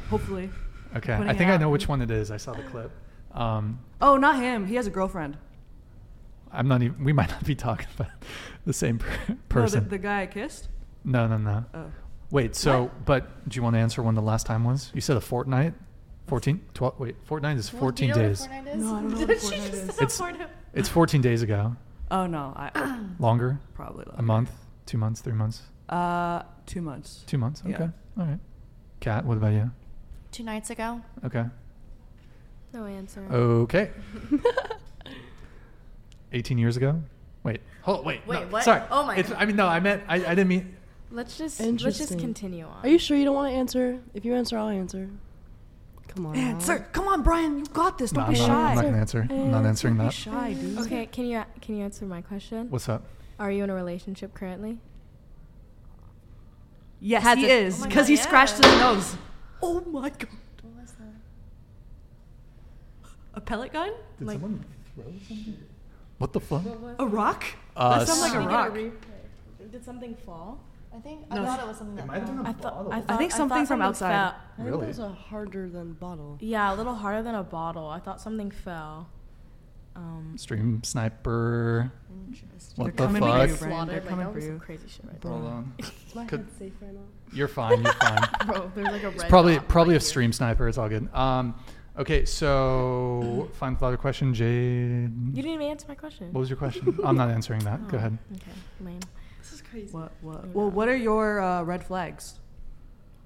[SPEAKER 4] Hopefully.
[SPEAKER 2] Okay,
[SPEAKER 4] Putting
[SPEAKER 2] I
[SPEAKER 4] it
[SPEAKER 2] think I
[SPEAKER 4] out.
[SPEAKER 2] know which one it is. I saw the clip. Um,
[SPEAKER 4] Oh, not him. He has a girlfriend.
[SPEAKER 2] I'm not even. We might not be talking about the same per-
[SPEAKER 4] No,
[SPEAKER 2] person.
[SPEAKER 4] the, the guy I kissed.
[SPEAKER 2] No, no, no.
[SPEAKER 4] Oh.
[SPEAKER 2] Wait. So, but do you want to answer when the last time was? You said a fortnight. 14, 12, wait, fortnight is 14 days.
[SPEAKER 4] No, I don't know what a fortnight is.
[SPEAKER 2] It's, it's 14 days ago.
[SPEAKER 4] Oh no, I
[SPEAKER 2] Longer?
[SPEAKER 4] Probably
[SPEAKER 2] A month, two months, three months,
[SPEAKER 4] uh two months.
[SPEAKER 2] two months. Okay.
[SPEAKER 4] Yeah.
[SPEAKER 2] All right. Kat, what about you?
[SPEAKER 3] Two nights ago.
[SPEAKER 2] Okay.
[SPEAKER 5] No answer.
[SPEAKER 2] Okay. 18 years ago? Wait. Hold, wait.
[SPEAKER 5] Wait,
[SPEAKER 2] no,
[SPEAKER 5] what?
[SPEAKER 2] Sorry.
[SPEAKER 5] Oh my
[SPEAKER 2] It's-
[SPEAKER 5] God.
[SPEAKER 2] I mean, no, I meant, I, I didn't mean,
[SPEAKER 5] Let's just let's just
[SPEAKER 6] Interesting.
[SPEAKER 5] continue on.
[SPEAKER 6] Are you sure you don't want to answer? If you answer, I'll answer. Come on.
[SPEAKER 4] Answer. Come on, Brian. You got this.
[SPEAKER 2] No,
[SPEAKER 4] Don't
[SPEAKER 2] I'm
[SPEAKER 4] be
[SPEAKER 2] not-
[SPEAKER 4] shy.
[SPEAKER 2] I'm not gonna answer. I'm not answering
[SPEAKER 4] Don't
[SPEAKER 2] that.
[SPEAKER 4] Be shy, dude.
[SPEAKER 5] Okay, can you can you answer my question?
[SPEAKER 2] what's up?
[SPEAKER 5] Are you in a relationship currently?
[SPEAKER 4] Yes,
[SPEAKER 5] Has
[SPEAKER 4] he
[SPEAKER 5] it- oh
[SPEAKER 4] is
[SPEAKER 5] my
[SPEAKER 4] because
[SPEAKER 5] God,
[SPEAKER 4] he
[SPEAKER 5] yeah.
[SPEAKER 4] scratched his nose. Oh my god. A pellet gun?
[SPEAKER 2] Did someone throw something? What the fuck?
[SPEAKER 4] A rock?
[SPEAKER 2] Uh,
[SPEAKER 4] that sounds like a
[SPEAKER 2] s-
[SPEAKER 4] rock.
[SPEAKER 5] Did something fall?
[SPEAKER 3] I think
[SPEAKER 4] No.
[SPEAKER 3] was something
[SPEAKER 2] It might have been a
[SPEAKER 5] I thought,
[SPEAKER 2] bottle.
[SPEAKER 5] I
[SPEAKER 4] I
[SPEAKER 5] thought
[SPEAKER 4] think
[SPEAKER 5] thought
[SPEAKER 4] something from outside.
[SPEAKER 5] fell.
[SPEAKER 6] I think
[SPEAKER 2] Really?
[SPEAKER 6] those are harder than bottle.
[SPEAKER 5] Yeah, a little harder than a bottle. I thought something fell. Um,
[SPEAKER 2] Stream sniper.
[SPEAKER 3] Interesting.
[SPEAKER 2] What
[SPEAKER 4] They're
[SPEAKER 2] the
[SPEAKER 4] coming
[SPEAKER 2] fuck?
[SPEAKER 4] for you, Brian. They're
[SPEAKER 5] like,
[SPEAKER 4] coming
[SPEAKER 5] that
[SPEAKER 4] for
[SPEAKER 5] was some
[SPEAKER 4] you.
[SPEAKER 5] crazy shit right
[SPEAKER 2] Hold on.
[SPEAKER 6] My
[SPEAKER 2] Could-
[SPEAKER 6] head's safe right now.
[SPEAKER 2] You're fine. You're fine.
[SPEAKER 5] there. Bro, there's like a red
[SPEAKER 2] It's probably
[SPEAKER 5] dot
[SPEAKER 2] probably a
[SPEAKER 5] right here.
[SPEAKER 2] stream sniper. It's all good. Um, okay, so final thought or question, Jade.
[SPEAKER 5] You didn't even answer my question.
[SPEAKER 2] What was your question? I'm not answering that. Go
[SPEAKER 5] Oh,
[SPEAKER 2] ahead.
[SPEAKER 5] Okay, lame.
[SPEAKER 6] This is crazy.
[SPEAKER 4] What? What?
[SPEAKER 5] Yeah.
[SPEAKER 4] Well, what are your uh, red flags?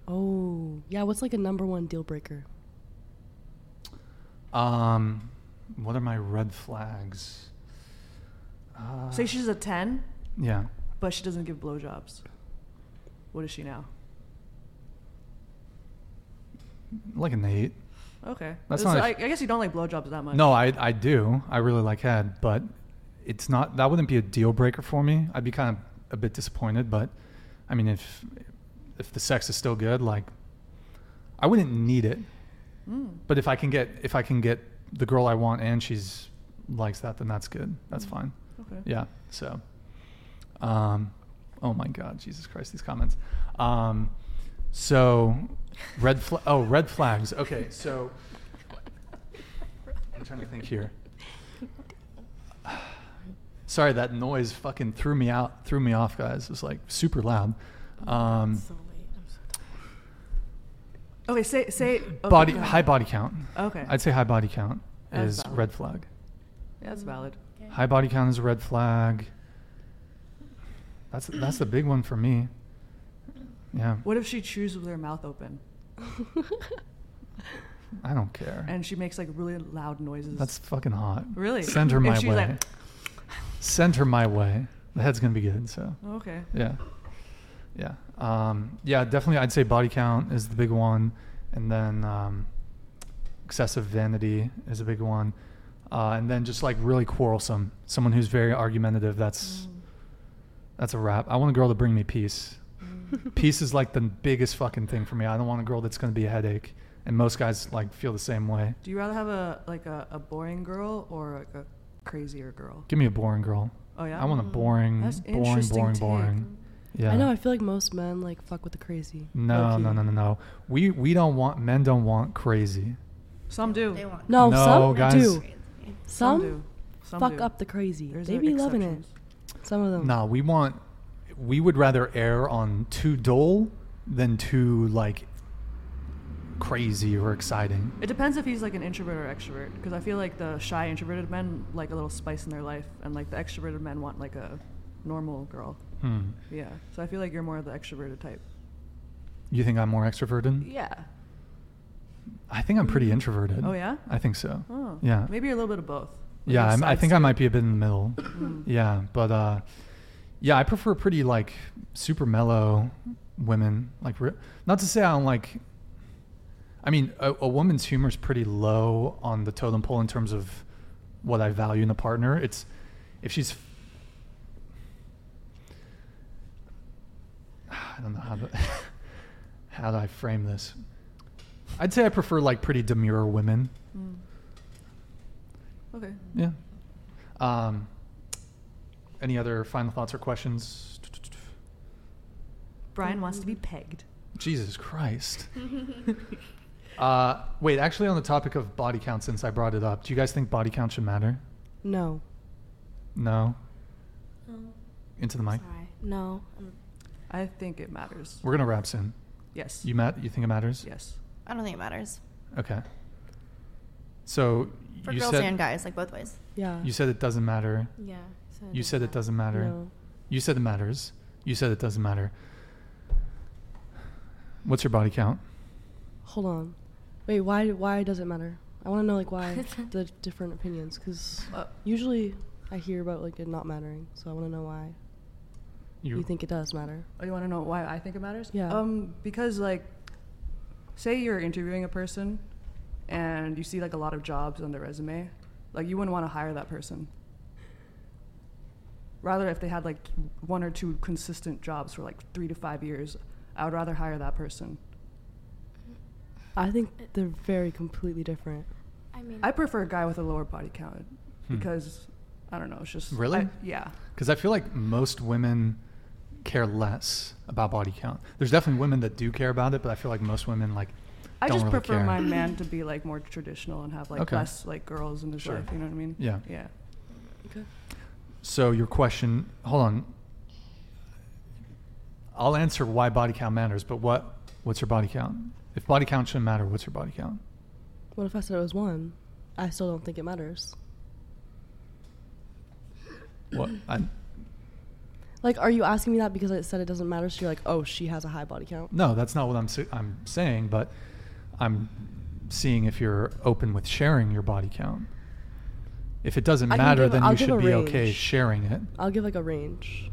[SPEAKER 6] Oh, yeah. What's like a number one deal breaker?
[SPEAKER 2] Um, what are my red flags? Uh,
[SPEAKER 4] Say she's a ten,
[SPEAKER 2] yeah.
[SPEAKER 4] but she doesn't give blowjobs. What is she now?
[SPEAKER 2] Like an eight.
[SPEAKER 4] Okay.
[SPEAKER 2] That's
[SPEAKER 4] This-
[SPEAKER 2] not a-
[SPEAKER 4] I, I guess you don't like blowjobs that much.
[SPEAKER 2] No, I I do. I really like head, but it's not. That wouldn't be a deal breaker for me. I'd be kind of a bit disappointed, but I mean, if if the sex is still good, like I wouldn't need it.
[SPEAKER 4] Mm.
[SPEAKER 2] But if I can get if I can get the girl I want and she's likes that, then that's good. That's
[SPEAKER 4] Mm.
[SPEAKER 2] fine.
[SPEAKER 4] Okay.
[SPEAKER 2] Yeah. So, um, oh my God, Jesus Christ, these comments. Um, so, red flag. Oh, red flags. Okay, so I'm trying to think here. Sorry, that noise fucking threw me out, threw me off, guys. It was like super loud. Um,
[SPEAKER 5] so late. I'm so tired.
[SPEAKER 4] Okay. Say say. okay,
[SPEAKER 2] body
[SPEAKER 4] go ahead.
[SPEAKER 2] high body count.
[SPEAKER 4] Okay.
[SPEAKER 2] I'd say high body count
[SPEAKER 4] That's
[SPEAKER 2] is
[SPEAKER 4] valid.
[SPEAKER 2] red flag.
[SPEAKER 4] Yeah, that's valid.
[SPEAKER 5] Okay.
[SPEAKER 2] High body count is a red flag. That's that's the big one for me. Yeah.
[SPEAKER 4] What if she chews with her mouth open
[SPEAKER 2] I don't care.
[SPEAKER 4] and she makes like really loud noises?
[SPEAKER 2] that's fucking hot.
[SPEAKER 4] Really?
[SPEAKER 2] Send her
[SPEAKER 4] If
[SPEAKER 2] my
[SPEAKER 4] she's
[SPEAKER 2] way.
[SPEAKER 4] like-
[SPEAKER 2] Send her my way. The head's gonna be good. So
[SPEAKER 4] okay.
[SPEAKER 2] yeah, yeah, um, yeah. Definitely, I'd say body count is the big one, and then um, excessive vanity is a big one, uh, and then just like really quarrelsome. Someone who's very argumentative.
[SPEAKER 6] Mm.
[SPEAKER 2] That's that's a wrap. I want a girl to bring me peace.
[SPEAKER 6] Mm.
[SPEAKER 2] peace is like the biggest fucking thing for me. I don't want a girl that's gonna be a headache. And most guys like feel the same way.
[SPEAKER 4] Do you rather have a like a, a boring girl or like a crazier girl?
[SPEAKER 2] Give me a boring girl.
[SPEAKER 4] Oh yeah.
[SPEAKER 2] I want a boring,
[SPEAKER 4] That's
[SPEAKER 2] boring,
[SPEAKER 4] interesting
[SPEAKER 2] boring,
[SPEAKER 4] take.
[SPEAKER 2] boring. Yeah.
[SPEAKER 6] Mm. I know. I feel like most men like fuck with the crazy.
[SPEAKER 2] No,
[SPEAKER 6] Low-key.
[SPEAKER 2] no, no, no, no. We we don't want men don't want crazy.
[SPEAKER 4] Some do.
[SPEAKER 3] They want
[SPEAKER 6] No,
[SPEAKER 2] No,
[SPEAKER 6] some
[SPEAKER 2] guys.
[SPEAKER 6] do.
[SPEAKER 4] Some
[SPEAKER 6] Some,
[SPEAKER 4] do. Some
[SPEAKER 6] fuck
[SPEAKER 4] do.
[SPEAKER 6] up the crazy.
[SPEAKER 4] There's,
[SPEAKER 6] they
[SPEAKER 4] uh,
[SPEAKER 6] be loving it.
[SPEAKER 4] exceptions.
[SPEAKER 6] Some
[SPEAKER 4] Oh.
[SPEAKER 6] of them.
[SPEAKER 2] No, we want we would rather err on too dull than too like crazy or exciting.
[SPEAKER 4] It depends if he's like an introvert or extrovert, because I feel like the shy introverted men like a little spice in their life, and like the extroverted men want like a normal girl.
[SPEAKER 2] Hmm.
[SPEAKER 4] Yeah. So I feel like you're more of the extroverted type.
[SPEAKER 2] You think I'm more extroverted?
[SPEAKER 4] Yeah.
[SPEAKER 2] I think I'm pretty introverted.
[SPEAKER 4] Oh, yeah?
[SPEAKER 2] I think so.
[SPEAKER 4] Oh.
[SPEAKER 2] Yeah.
[SPEAKER 4] Maybe a little bit of both. Like
[SPEAKER 2] yeah,
[SPEAKER 4] a
[SPEAKER 2] I'm, I
[SPEAKER 4] side
[SPEAKER 2] think I
[SPEAKER 4] step. Hmm.
[SPEAKER 2] might be a bit in the middle. yeah, but uh, yeah, I prefer pretty like super mellow women. Like, re- not to say I don't like. I mean, a, a woman's humor is pretty low on the totem pole in terms of what I value in a partner. It's if she's. I don't know how to how do I frame this. I'd say I prefer like pretty demure women.
[SPEAKER 4] Mm. Okay.
[SPEAKER 2] Yeah. Um, any other final thoughts or questions?
[SPEAKER 14] Brian wants
[SPEAKER 4] Mm-hmm.
[SPEAKER 14] to be pegged.
[SPEAKER 2] Jesus Christ. Uh, wait, actually, on the topic of body count, since I brought it up, do you guys think body count should matter?
[SPEAKER 6] No.
[SPEAKER 2] No. Into the mic.
[SPEAKER 5] No.
[SPEAKER 4] I think it matters.
[SPEAKER 2] We're gonna wrap soon.
[SPEAKER 4] Yes.
[SPEAKER 2] You mat? You think it matters?
[SPEAKER 4] Yes.
[SPEAKER 3] I don't think it matters
[SPEAKER 2] Okay. So
[SPEAKER 3] for
[SPEAKER 2] you
[SPEAKER 3] girls
[SPEAKER 2] said
[SPEAKER 3] and guys, like both ways.
[SPEAKER 6] Yeah.
[SPEAKER 2] you said it doesn't matter.
[SPEAKER 5] Yeah.
[SPEAKER 2] You said it doesn't matter.
[SPEAKER 6] No.
[SPEAKER 2] You said it matters. You said it doesn't matter. What's your body count?
[SPEAKER 6] Hold on. Wait, why why does it matter? I want to know like why the different opinions cuz usually I hear about like it not mattering, so I want to know why. You, think it does matter?
[SPEAKER 4] Oh, you want to know why I think it matters?
[SPEAKER 6] Yeah.
[SPEAKER 4] Um, because like, say you're interviewing a person, and you see like a lot of jobs on their resume, like you wouldn't want to hire that person. Rather, if they had like one or two consistent jobs for like three to five years, I would rather hire that person.
[SPEAKER 6] I think they're very completely different.
[SPEAKER 5] I mean,
[SPEAKER 4] I prefer a guy with a lower body count
[SPEAKER 2] Hmm.
[SPEAKER 4] because I don't know, it's just
[SPEAKER 2] Really?
[SPEAKER 4] I- yeah.
[SPEAKER 2] Because I feel like most women care less about body count. There's definitely women that do care about it, but I feel like most women like
[SPEAKER 4] I
[SPEAKER 2] don't
[SPEAKER 4] just
[SPEAKER 2] really
[SPEAKER 4] prefer
[SPEAKER 2] care.
[SPEAKER 4] my man to be like more traditional and have like
[SPEAKER 2] Okay.
[SPEAKER 4] less like girls in his
[SPEAKER 2] Sure.
[SPEAKER 4] life. You know what I mean?
[SPEAKER 2] Yeah.
[SPEAKER 4] Yeah.
[SPEAKER 6] Okay.
[SPEAKER 2] So your question, hold on. I'll answer why body count matters, but what what's your body count? If body count shouldn't matter, what's your body count?
[SPEAKER 6] What if I said it was one? I still don't think it matters.
[SPEAKER 2] What I,
[SPEAKER 6] Like are you asking me that because I said it doesn't matter? So you're like, "Oh, she has a high body count."
[SPEAKER 2] no, that's not what I'm sa- I'm saying, but I'm seeing if you're open with sharing your body count. If it doesn't
[SPEAKER 6] I can
[SPEAKER 2] matter,
[SPEAKER 6] give-
[SPEAKER 2] then
[SPEAKER 6] I'll
[SPEAKER 2] you
[SPEAKER 6] give
[SPEAKER 2] should
[SPEAKER 6] a
[SPEAKER 2] be okay
[SPEAKER 6] range.
[SPEAKER 2] sharing it.
[SPEAKER 6] I'll give like a range.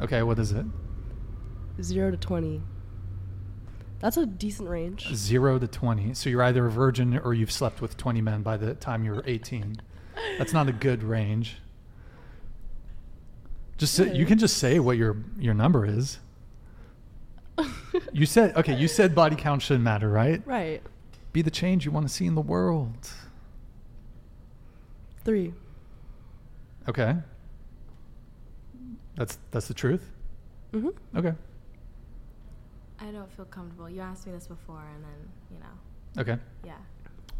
[SPEAKER 2] Okay, what is it?
[SPEAKER 6] 0 to 20. That's a decent range.
[SPEAKER 2] Zero to 20. So you're either a virgin or you've slept with 20 men by the time you were 18. That's not a good range. Just say, you
[SPEAKER 6] Really?
[SPEAKER 2] can just say what your your number is. you said uh, okay. You said body count shouldn't matter, right?
[SPEAKER 6] Right.
[SPEAKER 2] Be the change you want to see in the world.
[SPEAKER 6] 3.
[SPEAKER 2] Okay. That's that's the truth.
[SPEAKER 6] Mhm.
[SPEAKER 2] Okay.
[SPEAKER 5] I don't feel comfortable. You asked me this before, and then you know,
[SPEAKER 2] Okay.
[SPEAKER 5] yeah.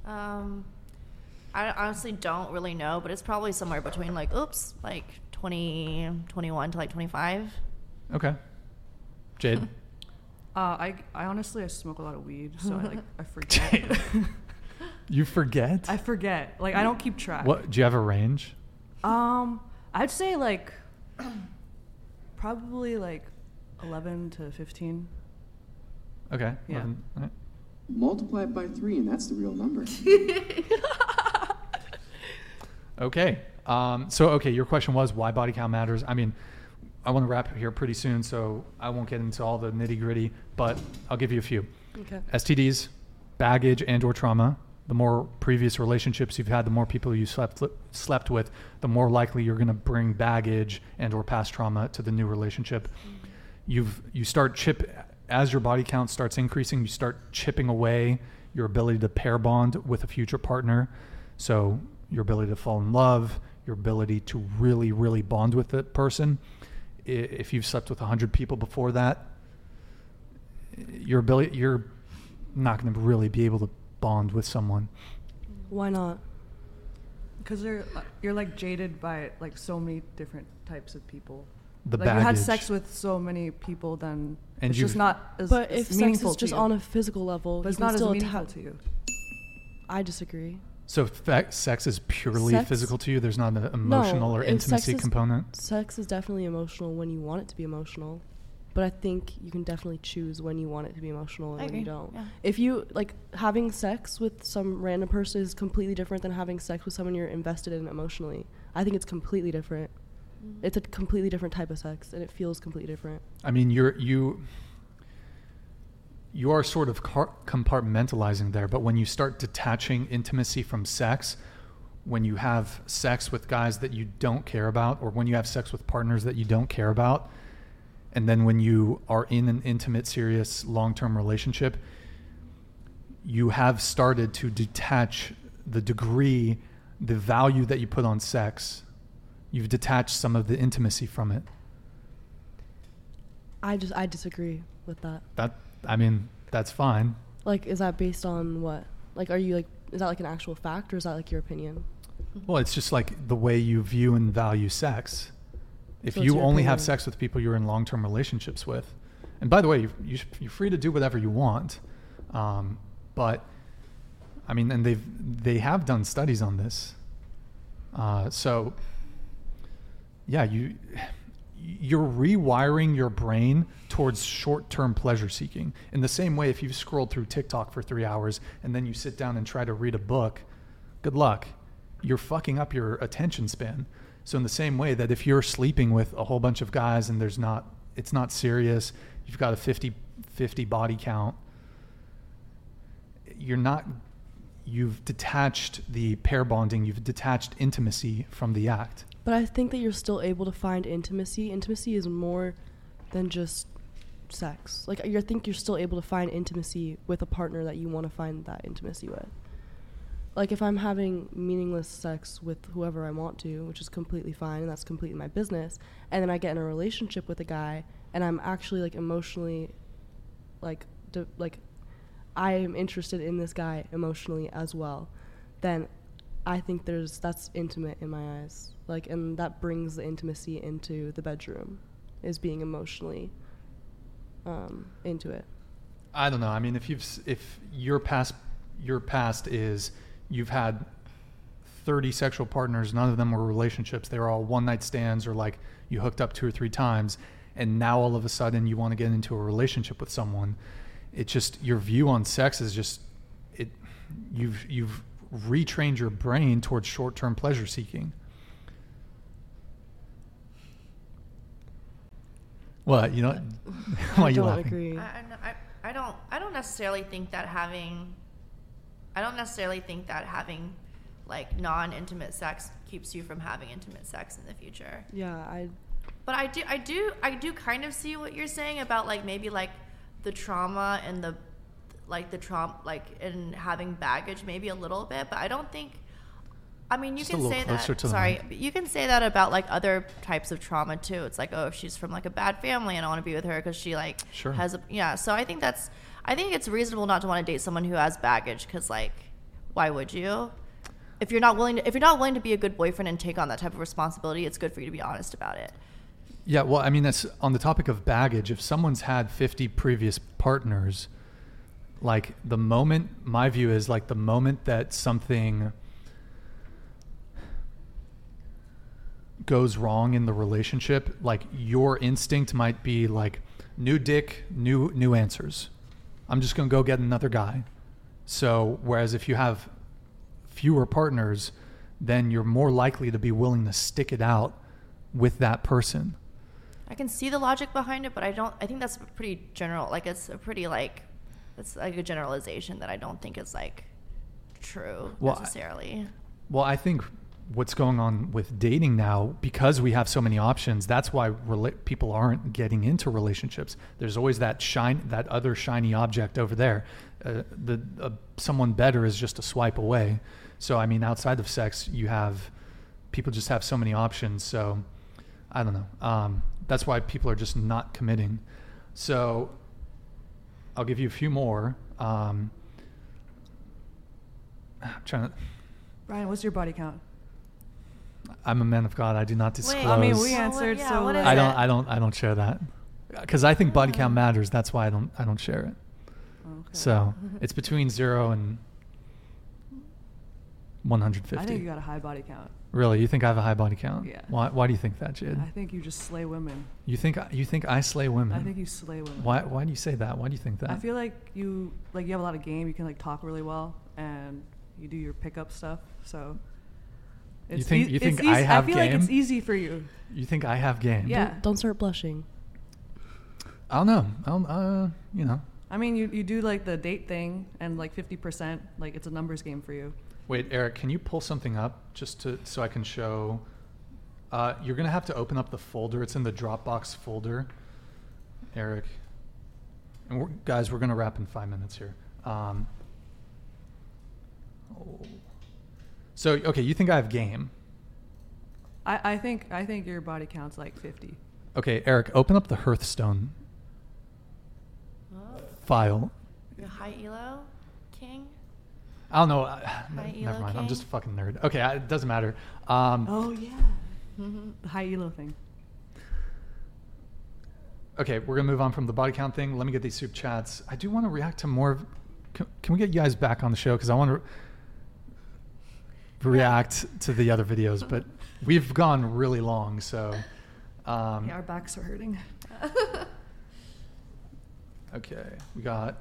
[SPEAKER 3] Um, I honestly don't really know, but it's probably somewhere between like, oops, like 20, 21 to like 25.
[SPEAKER 2] Okay. Jade.
[SPEAKER 4] Uh, I I honestly I smoke a lot of weed, so I like I forget.
[SPEAKER 2] You forget?
[SPEAKER 4] I forget. Like I don't keep track.
[SPEAKER 2] What do you have a range?
[SPEAKER 4] Um, I'd say like probably like eleven to fifteen.
[SPEAKER 2] Okay.
[SPEAKER 4] Yeah.
[SPEAKER 2] 11, all right.
[SPEAKER 8] Multiply it by three, and that's the real number.
[SPEAKER 2] Okay. Um, so, okay, your question was why body count matters. I mean, I want to wrap here pretty soon, so I won't get into all the nitty gritty, but I'll give you a few.
[SPEAKER 6] Okay.
[SPEAKER 2] STDs, baggage, and/or trauma. The more previous relationships you've had, the more people you slept slept with, the more likely you're going to bring baggage and/or past trauma to the new relationship. You've you start chip as your body count starts increasing, you start chipping away your ability to pair bond with a future partner. So your ability to fall in love, your ability to really, really bond with that person. I- If you've slept with 100 people before that, your ability you're not going to really be able to bond with someone
[SPEAKER 6] Why not?
[SPEAKER 4] Because you're uh, you're like jaded by like so many different types of people.
[SPEAKER 2] The
[SPEAKER 4] like you had
[SPEAKER 2] baggage.
[SPEAKER 4] sex with so many people, then
[SPEAKER 2] And
[SPEAKER 4] it's just
[SPEAKER 2] you've-
[SPEAKER 4] not as
[SPEAKER 6] but
[SPEAKER 4] as
[SPEAKER 6] if sex
[SPEAKER 4] meaningful
[SPEAKER 6] is
[SPEAKER 4] to
[SPEAKER 6] just
[SPEAKER 4] you.
[SPEAKER 6] on a physical level,
[SPEAKER 4] But
[SPEAKER 6] you
[SPEAKER 4] it's
[SPEAKER 6] can
[SPEAKER 4] not as
[SPEAKER 6] still
[SPEAKER 4] meaningful
[SPEAKER 6] atta-
[SPEAKER 4] to you.
[SPEAKER 6] I disagree.
[SPEAKER 2] so if fe- sex is purely
[SPEAKER 6] Sex-
[SPEAKER 2] physical to you there's not an
[SPEAKER 6] No,
[SPEAKER 2] emotional or
[SPEAKER 6] if
[SPEAKER 2] intimacy
[SPEAKER 6] sex is-
[SPEAKER 2] component
[SPEAKER 6] Sex is definitely emotional when you want it to be emotional, but I think you can definitely choose when you want it to be emotional and
[SPEAKER 3] I
[SPEAKER 6] when you
[SPEAKER 3] agree,
[SPEAKER 6] don't.
[SPEAKER 3] yeah.
[SPEAKER 6] If you like having sex with some random person is completely different than having sex with someone you're invested in emotionally. I think it's completely different.
[SPEAKER 3] Mm-hmm.
[SPEAKER 6] It's a completely different type of sex, and it feels completely different.
[SPEAKER 2] i mean you're you you are sort of car- compartmentalizing there but when you start detaching intimacy from sex when you have sex with guys that you don't care about or when you have sex with partners that you don't care about and then when you are in an intimate serious long-term relationship you have started to detach the degree, the value that you put on sex. You've detached some of the intimacy from it.
[SPEAKER 6] I just I disagree with that.
[SPEAKER 2] That I mean, that's fine.
[SPEAKER 6] Like, is that based on what? Like, are you like, is that like an actual fact or is that like your opinion? Mm-hmm.
[SPEAKER 2] Well, it's just like the way you view and value sex. If
[SPEAKER 6] So it's
[SPEAKER 2] you
[SPEAKER 6] your
[SPEAKER 2] only have
[SPEAKER 6] opinion.
[SPEAKER 2] sex with people you're in long term relationships with, and by the way, you, you, sh- you're free to do whatever you want, um, but I mean, and they've they have done studies on this. Uh, so yeah, you you're rewiring your brain towards short-term pleasure seeking. In the same way if you've scrolled through TikTok for 3 hours and then you sit down and try to read a book, good luck. You're fucking up your attention span. So in the same way that if you're sleeping with a whole bunch of guys and there's not it's not serious, you've got a 50 50 body count, you're not you've detached the pair bonding, you've detached intimacy from the act.
[SPEAKER 6] But I think that you're still able to find intimacy. Intimacy is more than just sex. Like you I think you're still able to find intimacy with a partner that you want to find that intimacy with. Like if I'm having meaningless sex with whoever I want to, which is completely fine and that's completely my business, and then I get in a relationship with a guy and I'm actually like emotionally like de- like I am interested in this guy emotionally as well, then I think there's that's intimate in my eyes. Like and that brings the intimacy into the bedroom is being emotionally um, into it.
[SPEAKER 2] I don't know. I mean, if you've s- if your past your past is you've had 30 sexual partners, none of them were relationships. They were all one night stands or like you hooked up two or three times and now all of a sudden you want to get into a relationship with someone. It just your view on sex is just it you've you've retrained your brain towards short-term pleasure seeking. What, you know? Why are you laughing?
[SPEAKER 3] I, I, don't- I, I don't. I don't necessarily think that having. I don't necessarily think that having, like non-intimate sex keeps you from having intimate sex in the future.
[SPEAKER 6] Yeah, I
[SPEAKER 3] But I do, I do, I do kind of see what you're saying about like maybe like the trauma and the like the trauma like and having baggage maybe a little bit. But I don't think. I mean, you
[SPEAKER 2] Just a
[SPEAKER 3] can
[SPEAKER 2] little
[SPEAKER 3] say
[SPEAKER 2] closer
[SPEAKER 3] that.
[SPEAKER 2] to the
[SPEAKER 3] sorry,
[SPEAKER 2] mic.
[SPEAKER 3] but you can say that about like other types of trauma too. It's like, oh, if she's from like a bad family and I want to be with her because she like
[SPEAKER 2] Sure.
[SPEAKER 3] has a yeah. So I think that's I think it's reasonable not to want to date someone who has baggage because like, why would you? If you're not willing, to, if you're not willing to be a good boyfriend and take on that type of responsibility, it's good for you to be honest about it.
[SPEAKER 2] Yeah, well, I mean, that's on the topic of baggage. If someone's had 50 previous partners, like the moment, my view is like the moment that something goes wrong in the relationship, like your instinct might be like new dick, new new answers. I'm just going to go get another guy. So, whereas if you have fewer partners, then you're more likely to be willing to stick it out with that person.
[SPEAKER 3] I can see the logic behind it, but I don't. I think that's pretty general. Like it's a pretty like it's like a generalization that I don't think is like true
[SPEAKER 2] Well, I-
[SPEAKER 3] necessarily.
[SPEAKER 2] Well, I think what's going on with dating now, because we have so many options, that's why rela- people aren't getting into relationships. There's always that shine, that other shiny object over there. Uh, the uh, someone better is just a swipe away. So, I mean, outside of sex, you have people just have so many options. So, I don't know. Um, that's why people are just not committing. So, I'll give you a few more. Um, I'm trying to.
[SPEAKER 11] Ryan, what's your body count?
[SPEAKER 2] I'm a man of God. I do not disclose.
[SPEAKER 11] I mean, we
[SPEAKER 3] Well, what-
[SPEAKER 11] answered
[SPEAKER 3] Oh, yeah,
[SPEAKER 11] so.
[SPEAKER 3] what is
[SPEAKER 11] like-
[SPEAKER 2] I don't. I don't. I don't share that because I think body
[SPEAKER 11] Mm.
[SPEAKER 2] count matters. That's why I don't. I don't share it.
[SPEAKER 11] Oh,
[SPEAKER 2] So it's between zero and one hundred
[SPEAKER 11] I think
[SPEAKER 2] fifty.
[SPEAKER 11] you got a high body count.
[SPEAKER 2] really, you think I have a high body count?
[SPEAKER 11] Yeah.
[SPEAKER 2] Why? Why do you think that, Jid?
[SPEAKER 11] I think you just slay women.
[SPEAKER 2] you think you think I slay women?
[SPEAKER 11] I think you slay women.
[SPEAKER 2] Mm-hmm. Why? Why do you say that? Why do you think that?
[SPEAKER 11] I feel like you like you have a lot of game. You can like talk really well, and you do your pickup stuff. So
[SPEAKER 2] You think-
[SPEAKER 11] ea-
[SPEAKER 2] you think
[SPEAKER 11] eas-
[SPEAKER 2] I have
[SPEAKER 11] feel like it's
[SPEAKER 2] game?
[SPEAKER 11] easy for you.
[SPEAKER 2] you think I have game?
[SPEAKER 11] Yeah.
[SPEAKER 6] Don't start blushing.
[SPEAKER 2] I don't know. I don't. Uh, you know.
[SPEAKER 11] I mean, you, you do like the date thing, and like fifty percent, like it's a numbers game for you.
[SPEAKER 2] Wait, Eric, can you pull something up just to so I can show? Uh, you're gonna have to open up the folder. It's in the Dropbox folder, Eric. And we're, guys, we're gonna wrap in five minutes here. Um, So okay, you think I have game?
[SPEAKER 11] I, I think I think your body count's like 50.
[SPEAKER 2] Okay, Eric, open up the Hearthstone file.
[SPEAKER 3] You're high elo king.
[SPEAKER 2] I don't know. I,
[SPEAKER 3] High
[SPEAKER 2] never
[SPEAKER 3] elo
[SPEAKER 2] mind. I'm
[SPEAKER 3] king?
[SPEAKER 2] just a fucking nerd. Okay, I, it doesn't matter. Um,
[SPEAKER 11] Oh yeah, the Mm-hmm. high elo thing.
[SPEAKER 2] Okay, we're gonna move on from the body count thing. Let me get these soup chats. I do want to react to more. Of, can, can we get you guys back on the show? Because I want to react to the other videos, but we've gone really long. So, um,
[SPEAKER 11] yeah, our backs are hurting.
[SPEAKER 2] okay, we got.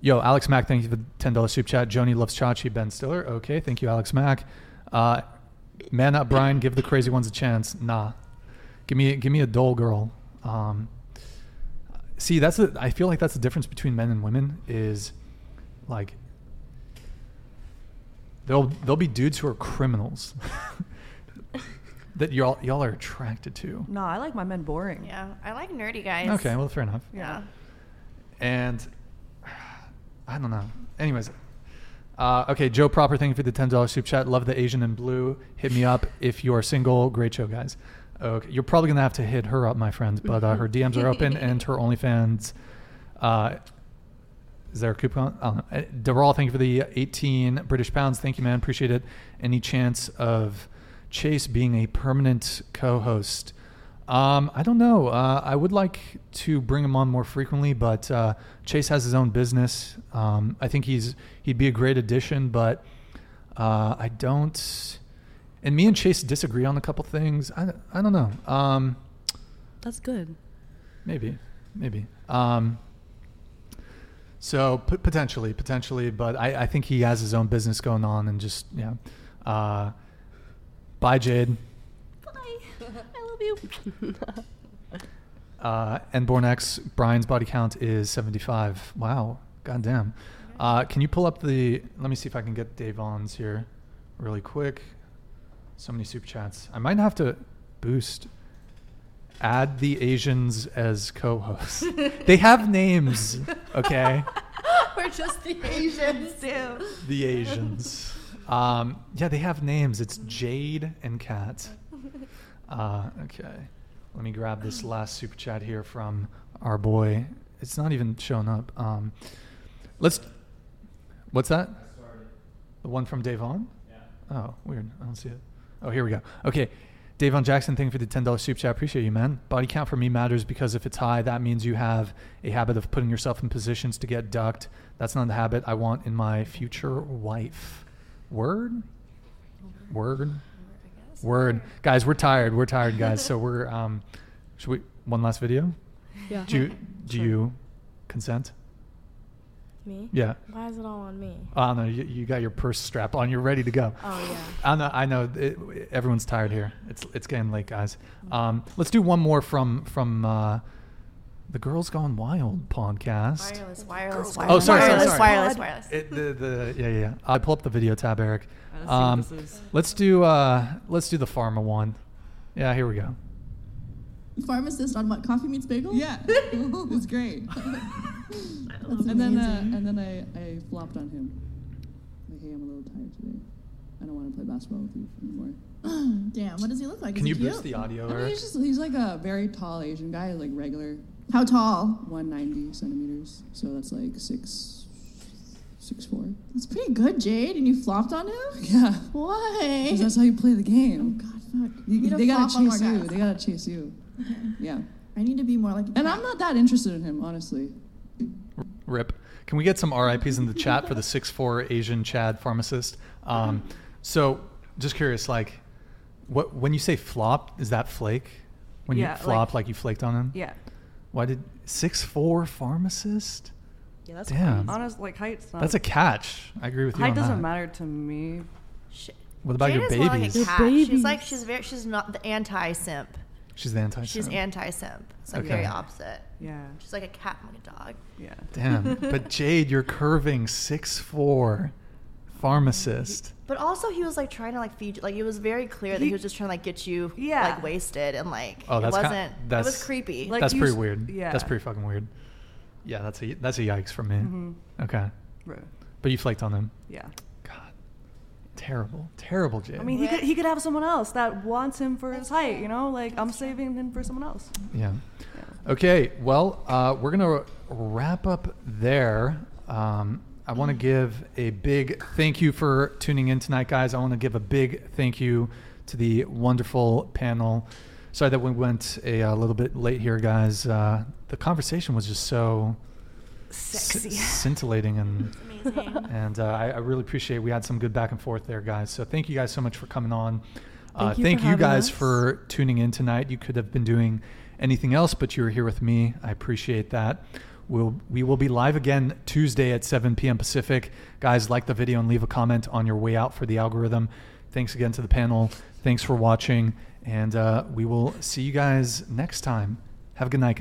[SPEAKER 2] Yo, Alex Mack, thank you for the ten dollars soup chat. Joni loves Chachi. Ben Stiller, okay, thank you, Alex Mack. Uh, man up, Brian. Give the crazy ones a chance. Nah, give me give me a dull girl. Um, see, that's a, I feel like that's the difference between men and women is like there'll there'll be dudes who are criminals that y'all y'all are attracted to.
[SPEAKER 11] No, I like my men boring.
[SPEAKER 3] Yeah, I like nerdy guys.
[SPEAKER 2] Okay, well, fair enough.
[SPEAKER 3] Yeah.
[SPEAKER 2] And I don't know. Anyways, uh, okay, Joe Proper, thank you for the ten dollars soup chat. Love the Asian in blue. Hit me up if you are single. Great show, guys. Okay, you're probably gonna have to hit her up, my friend. But uh, her DMs are open and her OnlyFans. Uh, is there a coupon? I don't know. Uh, Deral, thank you for the 18 British pounds. Thank you, man. Appreciate it. Any chance of Chase being a permanent co-host? Um, I don't know. Uh, I would like to bring him on more frequently, but uh, Chase has his own business. Um, I think he's he'd be a great addition, but uh, I don't. And me and Chase disagree on a couple things. I, I don't know. Um,
[SPEAKER 6] That's good.
[SPEAKER 2] Maybe, maybe. Um, so p- potentially, potentially, but I, I think he has his own business going on and just yeah. Uh, bye, Jade.
[SPEAKER 7] Bye. I love you.
[SPEAKER 2] Uh, and Born X Brian's body count is seventy-five. Wow, goddamn. Uh, can you pull up the? Let me see if I can get Dave Ons here, really quick. So many super chats. I might have to boost. Add the Asians as co-hosts. they have names, okay?
[SPEAKER 3] We're just the Asians too.
[SPEAKER 2] the Asians. Um, yeah, they have names. It's Jade and Kat. Uh, okay, let me grab this last super chat here from our boy. It's not even showing up. Um, let's. What's that? The one from Davon. Yeah. Oh, weird. I don't see it. Oh, here we go. Okay. Davon Jackson, thank you for the $10 soup chat. Appreciate you, man. Body count for me matters because if it's high, that means you have a habit of putting yourself in positions to get ducked. That's not the habit I want in my future wife. Word? Word? Word. Guys, we're tired. We're tired, guys. so we're, um, should we, one last video?
[SPEAKER 5] Yeah.
[SPEAKER 2] Do you, do you consent?
[SPEAKER 5] Me?
[SPEAKER 2] Yeah.
[SPEAKER 5] Why is it all on me?
[SPEAKER 2] I don't know. You, you got your purse strap on. You're ready to go.
[SPEAKER 5] Oh, yeah.
[SPEAKER 2] I know. I know. It, everyone's tired here. It's it's getting late, guys. Um, let's do one more from from uh, the Girls Gone Wild podcast.
[SPEAKER 3] Wireless, wireless, wireless.
[SPEAKER 2] Oh, sorry,
[SPEAKER 3] wireless,
[SPEAKER 2] sorry, sorry.
[SPEAKER 3] wireless, wireless.
[SPEAKER 2] It, the, the, yeah, yeah, yeah. I pull up the video tab, Eric.
[SPEAKER 3] All right, let's see
[SPEAKER 2] Um,
[SPEAKER 3] what this is.
[SPEAKER 2] let's do uh, let's do the pharma one. Yeah, here we go.
[SPEAKER 9] Pharmacist on what? Coffee meets bagel? Yeah. it's great. and then uh, and then I, I flopped on him. Like, hey, I'm a little tired today. I don't want to play basketball with you anymore.
[SPEAKER 12] Damn, what does he look like?
[SPEAKER 2] Can you boost the audio,
[SPEAKER 12] I mean,
[SPEAKER 2] Eric?
[SPEAKER 12] he's just he's like a very tall Asian guy, like regular. How tall? 190 centimeters. So that's like six, six four.
[SPEAKER 9] That's pretty good, Jade. And you flopped on him?
[SPEAKER 12] Yeah.
[SPEAKER 9] Why?
[SPEAKER 12] 'Cause that's how you play the game.
[SPEAKER 9] Oh, God, fuck.
[SPEAKER 12] You-
[SPEAKER 9] You don't
[SPEAKER 12] they gotta
[SPEAKER 9] flop on
[SPEAKER 12] chase
[SPEAKER 9] more
[SPEAKER 12] you.
[SPEAKER 9] guys.
[SPEAKER 12] They gotta chase you. Yeah.
[SPEAKER 9] I need to be more like.
[SPEAKER 12] And I'm not that interested in him, honestly.
[SPEAKER 2] Rip. Can we get some RIPs in the chat for the six four Asian Chad pharmacist? Um, so, just curious, like, what when you say flop, is that flake? When
[SPEAKER 11] Yeah,
[SPEAKER 2] you
[SPEAKER 11] like-
[SPEAKER 2] flop, like, you flaked on him?
[SPEAKER 11] Yeah.
[SPEAKER 2] Why did six four pharmacist?
[SPEAKER 11] Yeah,
[SPEAKER 2] that's Damn. crazy.
[SPEAKER 11] Honest, like height's not.
[SPEAKER 2] That's a catch. I agree with you
[SPEAKER 11] Height
[SPEAKER 2] on
[SPEAKER 11] doesn't
[SPEAKER 2] that.
[SPEAKER 11] matter to me.
[SPEAKER 2] What about
[SPEAKER 3] Jade
[SPEAKER 2] your
[SPEAKER 3] is more like a
[SPEAKER 2] babies?
[SPEAKER 3] cat. She's like she's very she's not the anti simp.
[SPEAKER 2] She's the anti.
[SPEAKER 3] She's anti simp. So
[SPEAKER 2] Okay.
[SPEAKER 3] very opposite.
[SPEAKER 11] Yeah.
[SPEAKER 3] She's like a cat and a dog.
[SPEAKER 11] Yeah.
[SPEAKER 2] Damn. but Jade, you're curving six four pharmacist.
[SPEAKER 3] But also, he was like trying to like feed you. Like it was very clear that he was just trying to like get you
[SPEAKER 11] Yeah.
[SPEAKER 3] like wasted and like
[SPEAKER 2] Oh, that's
[SPEAKER 3] it
[SPEAKER 2] ki-
[SPEAKER 3] wasn't.
[SPEAKER 2] that's,
[SPEAKER 3] it was creepy.
[SPEAKER 2] that's
[SPEAKER 11] you
[SPEAKER 2] pretty
[SPEAKER 11] s-
[SPEAKER 2] weird.
[SPEAKER 11] yeah.
[SPEAKER 2] That's pretty fucking weird. Yeah, that's a that's a yikes for me.
[SPEAKER 9] Mm-hmm.
[SPEAKER 11] Mhm.
[SPEAKER 2] Okay.
[SPEAKER 11] Right.
[SPEAKER 2] But you flaked on him.
[SPEAKER 11] Yeah.
[SPEAKER 2] God Terrible, terrible Jade.
[SPEAKER 11] I mean, he could, he could have someone else that wants him for his height, you know? Like, I'm saving him for someone else.
[SPEAKER 2] Yeah. Okay. Well, uh, we're gonna wrap up there. Um, I want to
[SPEAKER 11] Mm.
[SPEAKER 2] give a big thank you for tuning in tonight, guys. I want to give a big thank you to the wonderful panel. Sorry that we went a, uh, little bit late here, guys. Uh, the conversation was just so
[SPEAKER 11] Sexy.
[SPEAKER 2] scintillating, and and uh, I, I really appreciate. We had some good back and forth there, guys. So thank you guys so much for coming on. Uh,
[SPEAKER 11] Thank you
[SPEAKER 2] thank
[SPEAKER 11] for
[SPEAKER 2] you
[SPEAKER 11] having
[SPEAKER 2] guys
[SPEAKER 11] us.
[SPEAKER 2] for tuning in tonight. You could have been doing anything else, but you were here with me. I appreciate that. We'll, we will be live again Tuesday at 7 p.m. Pacific. Guys, like the video and leave a comment on your way out for the algorithm. Thanks again to the panel. Thanks for watching. And uh, we will see you guys next time. Have a good night.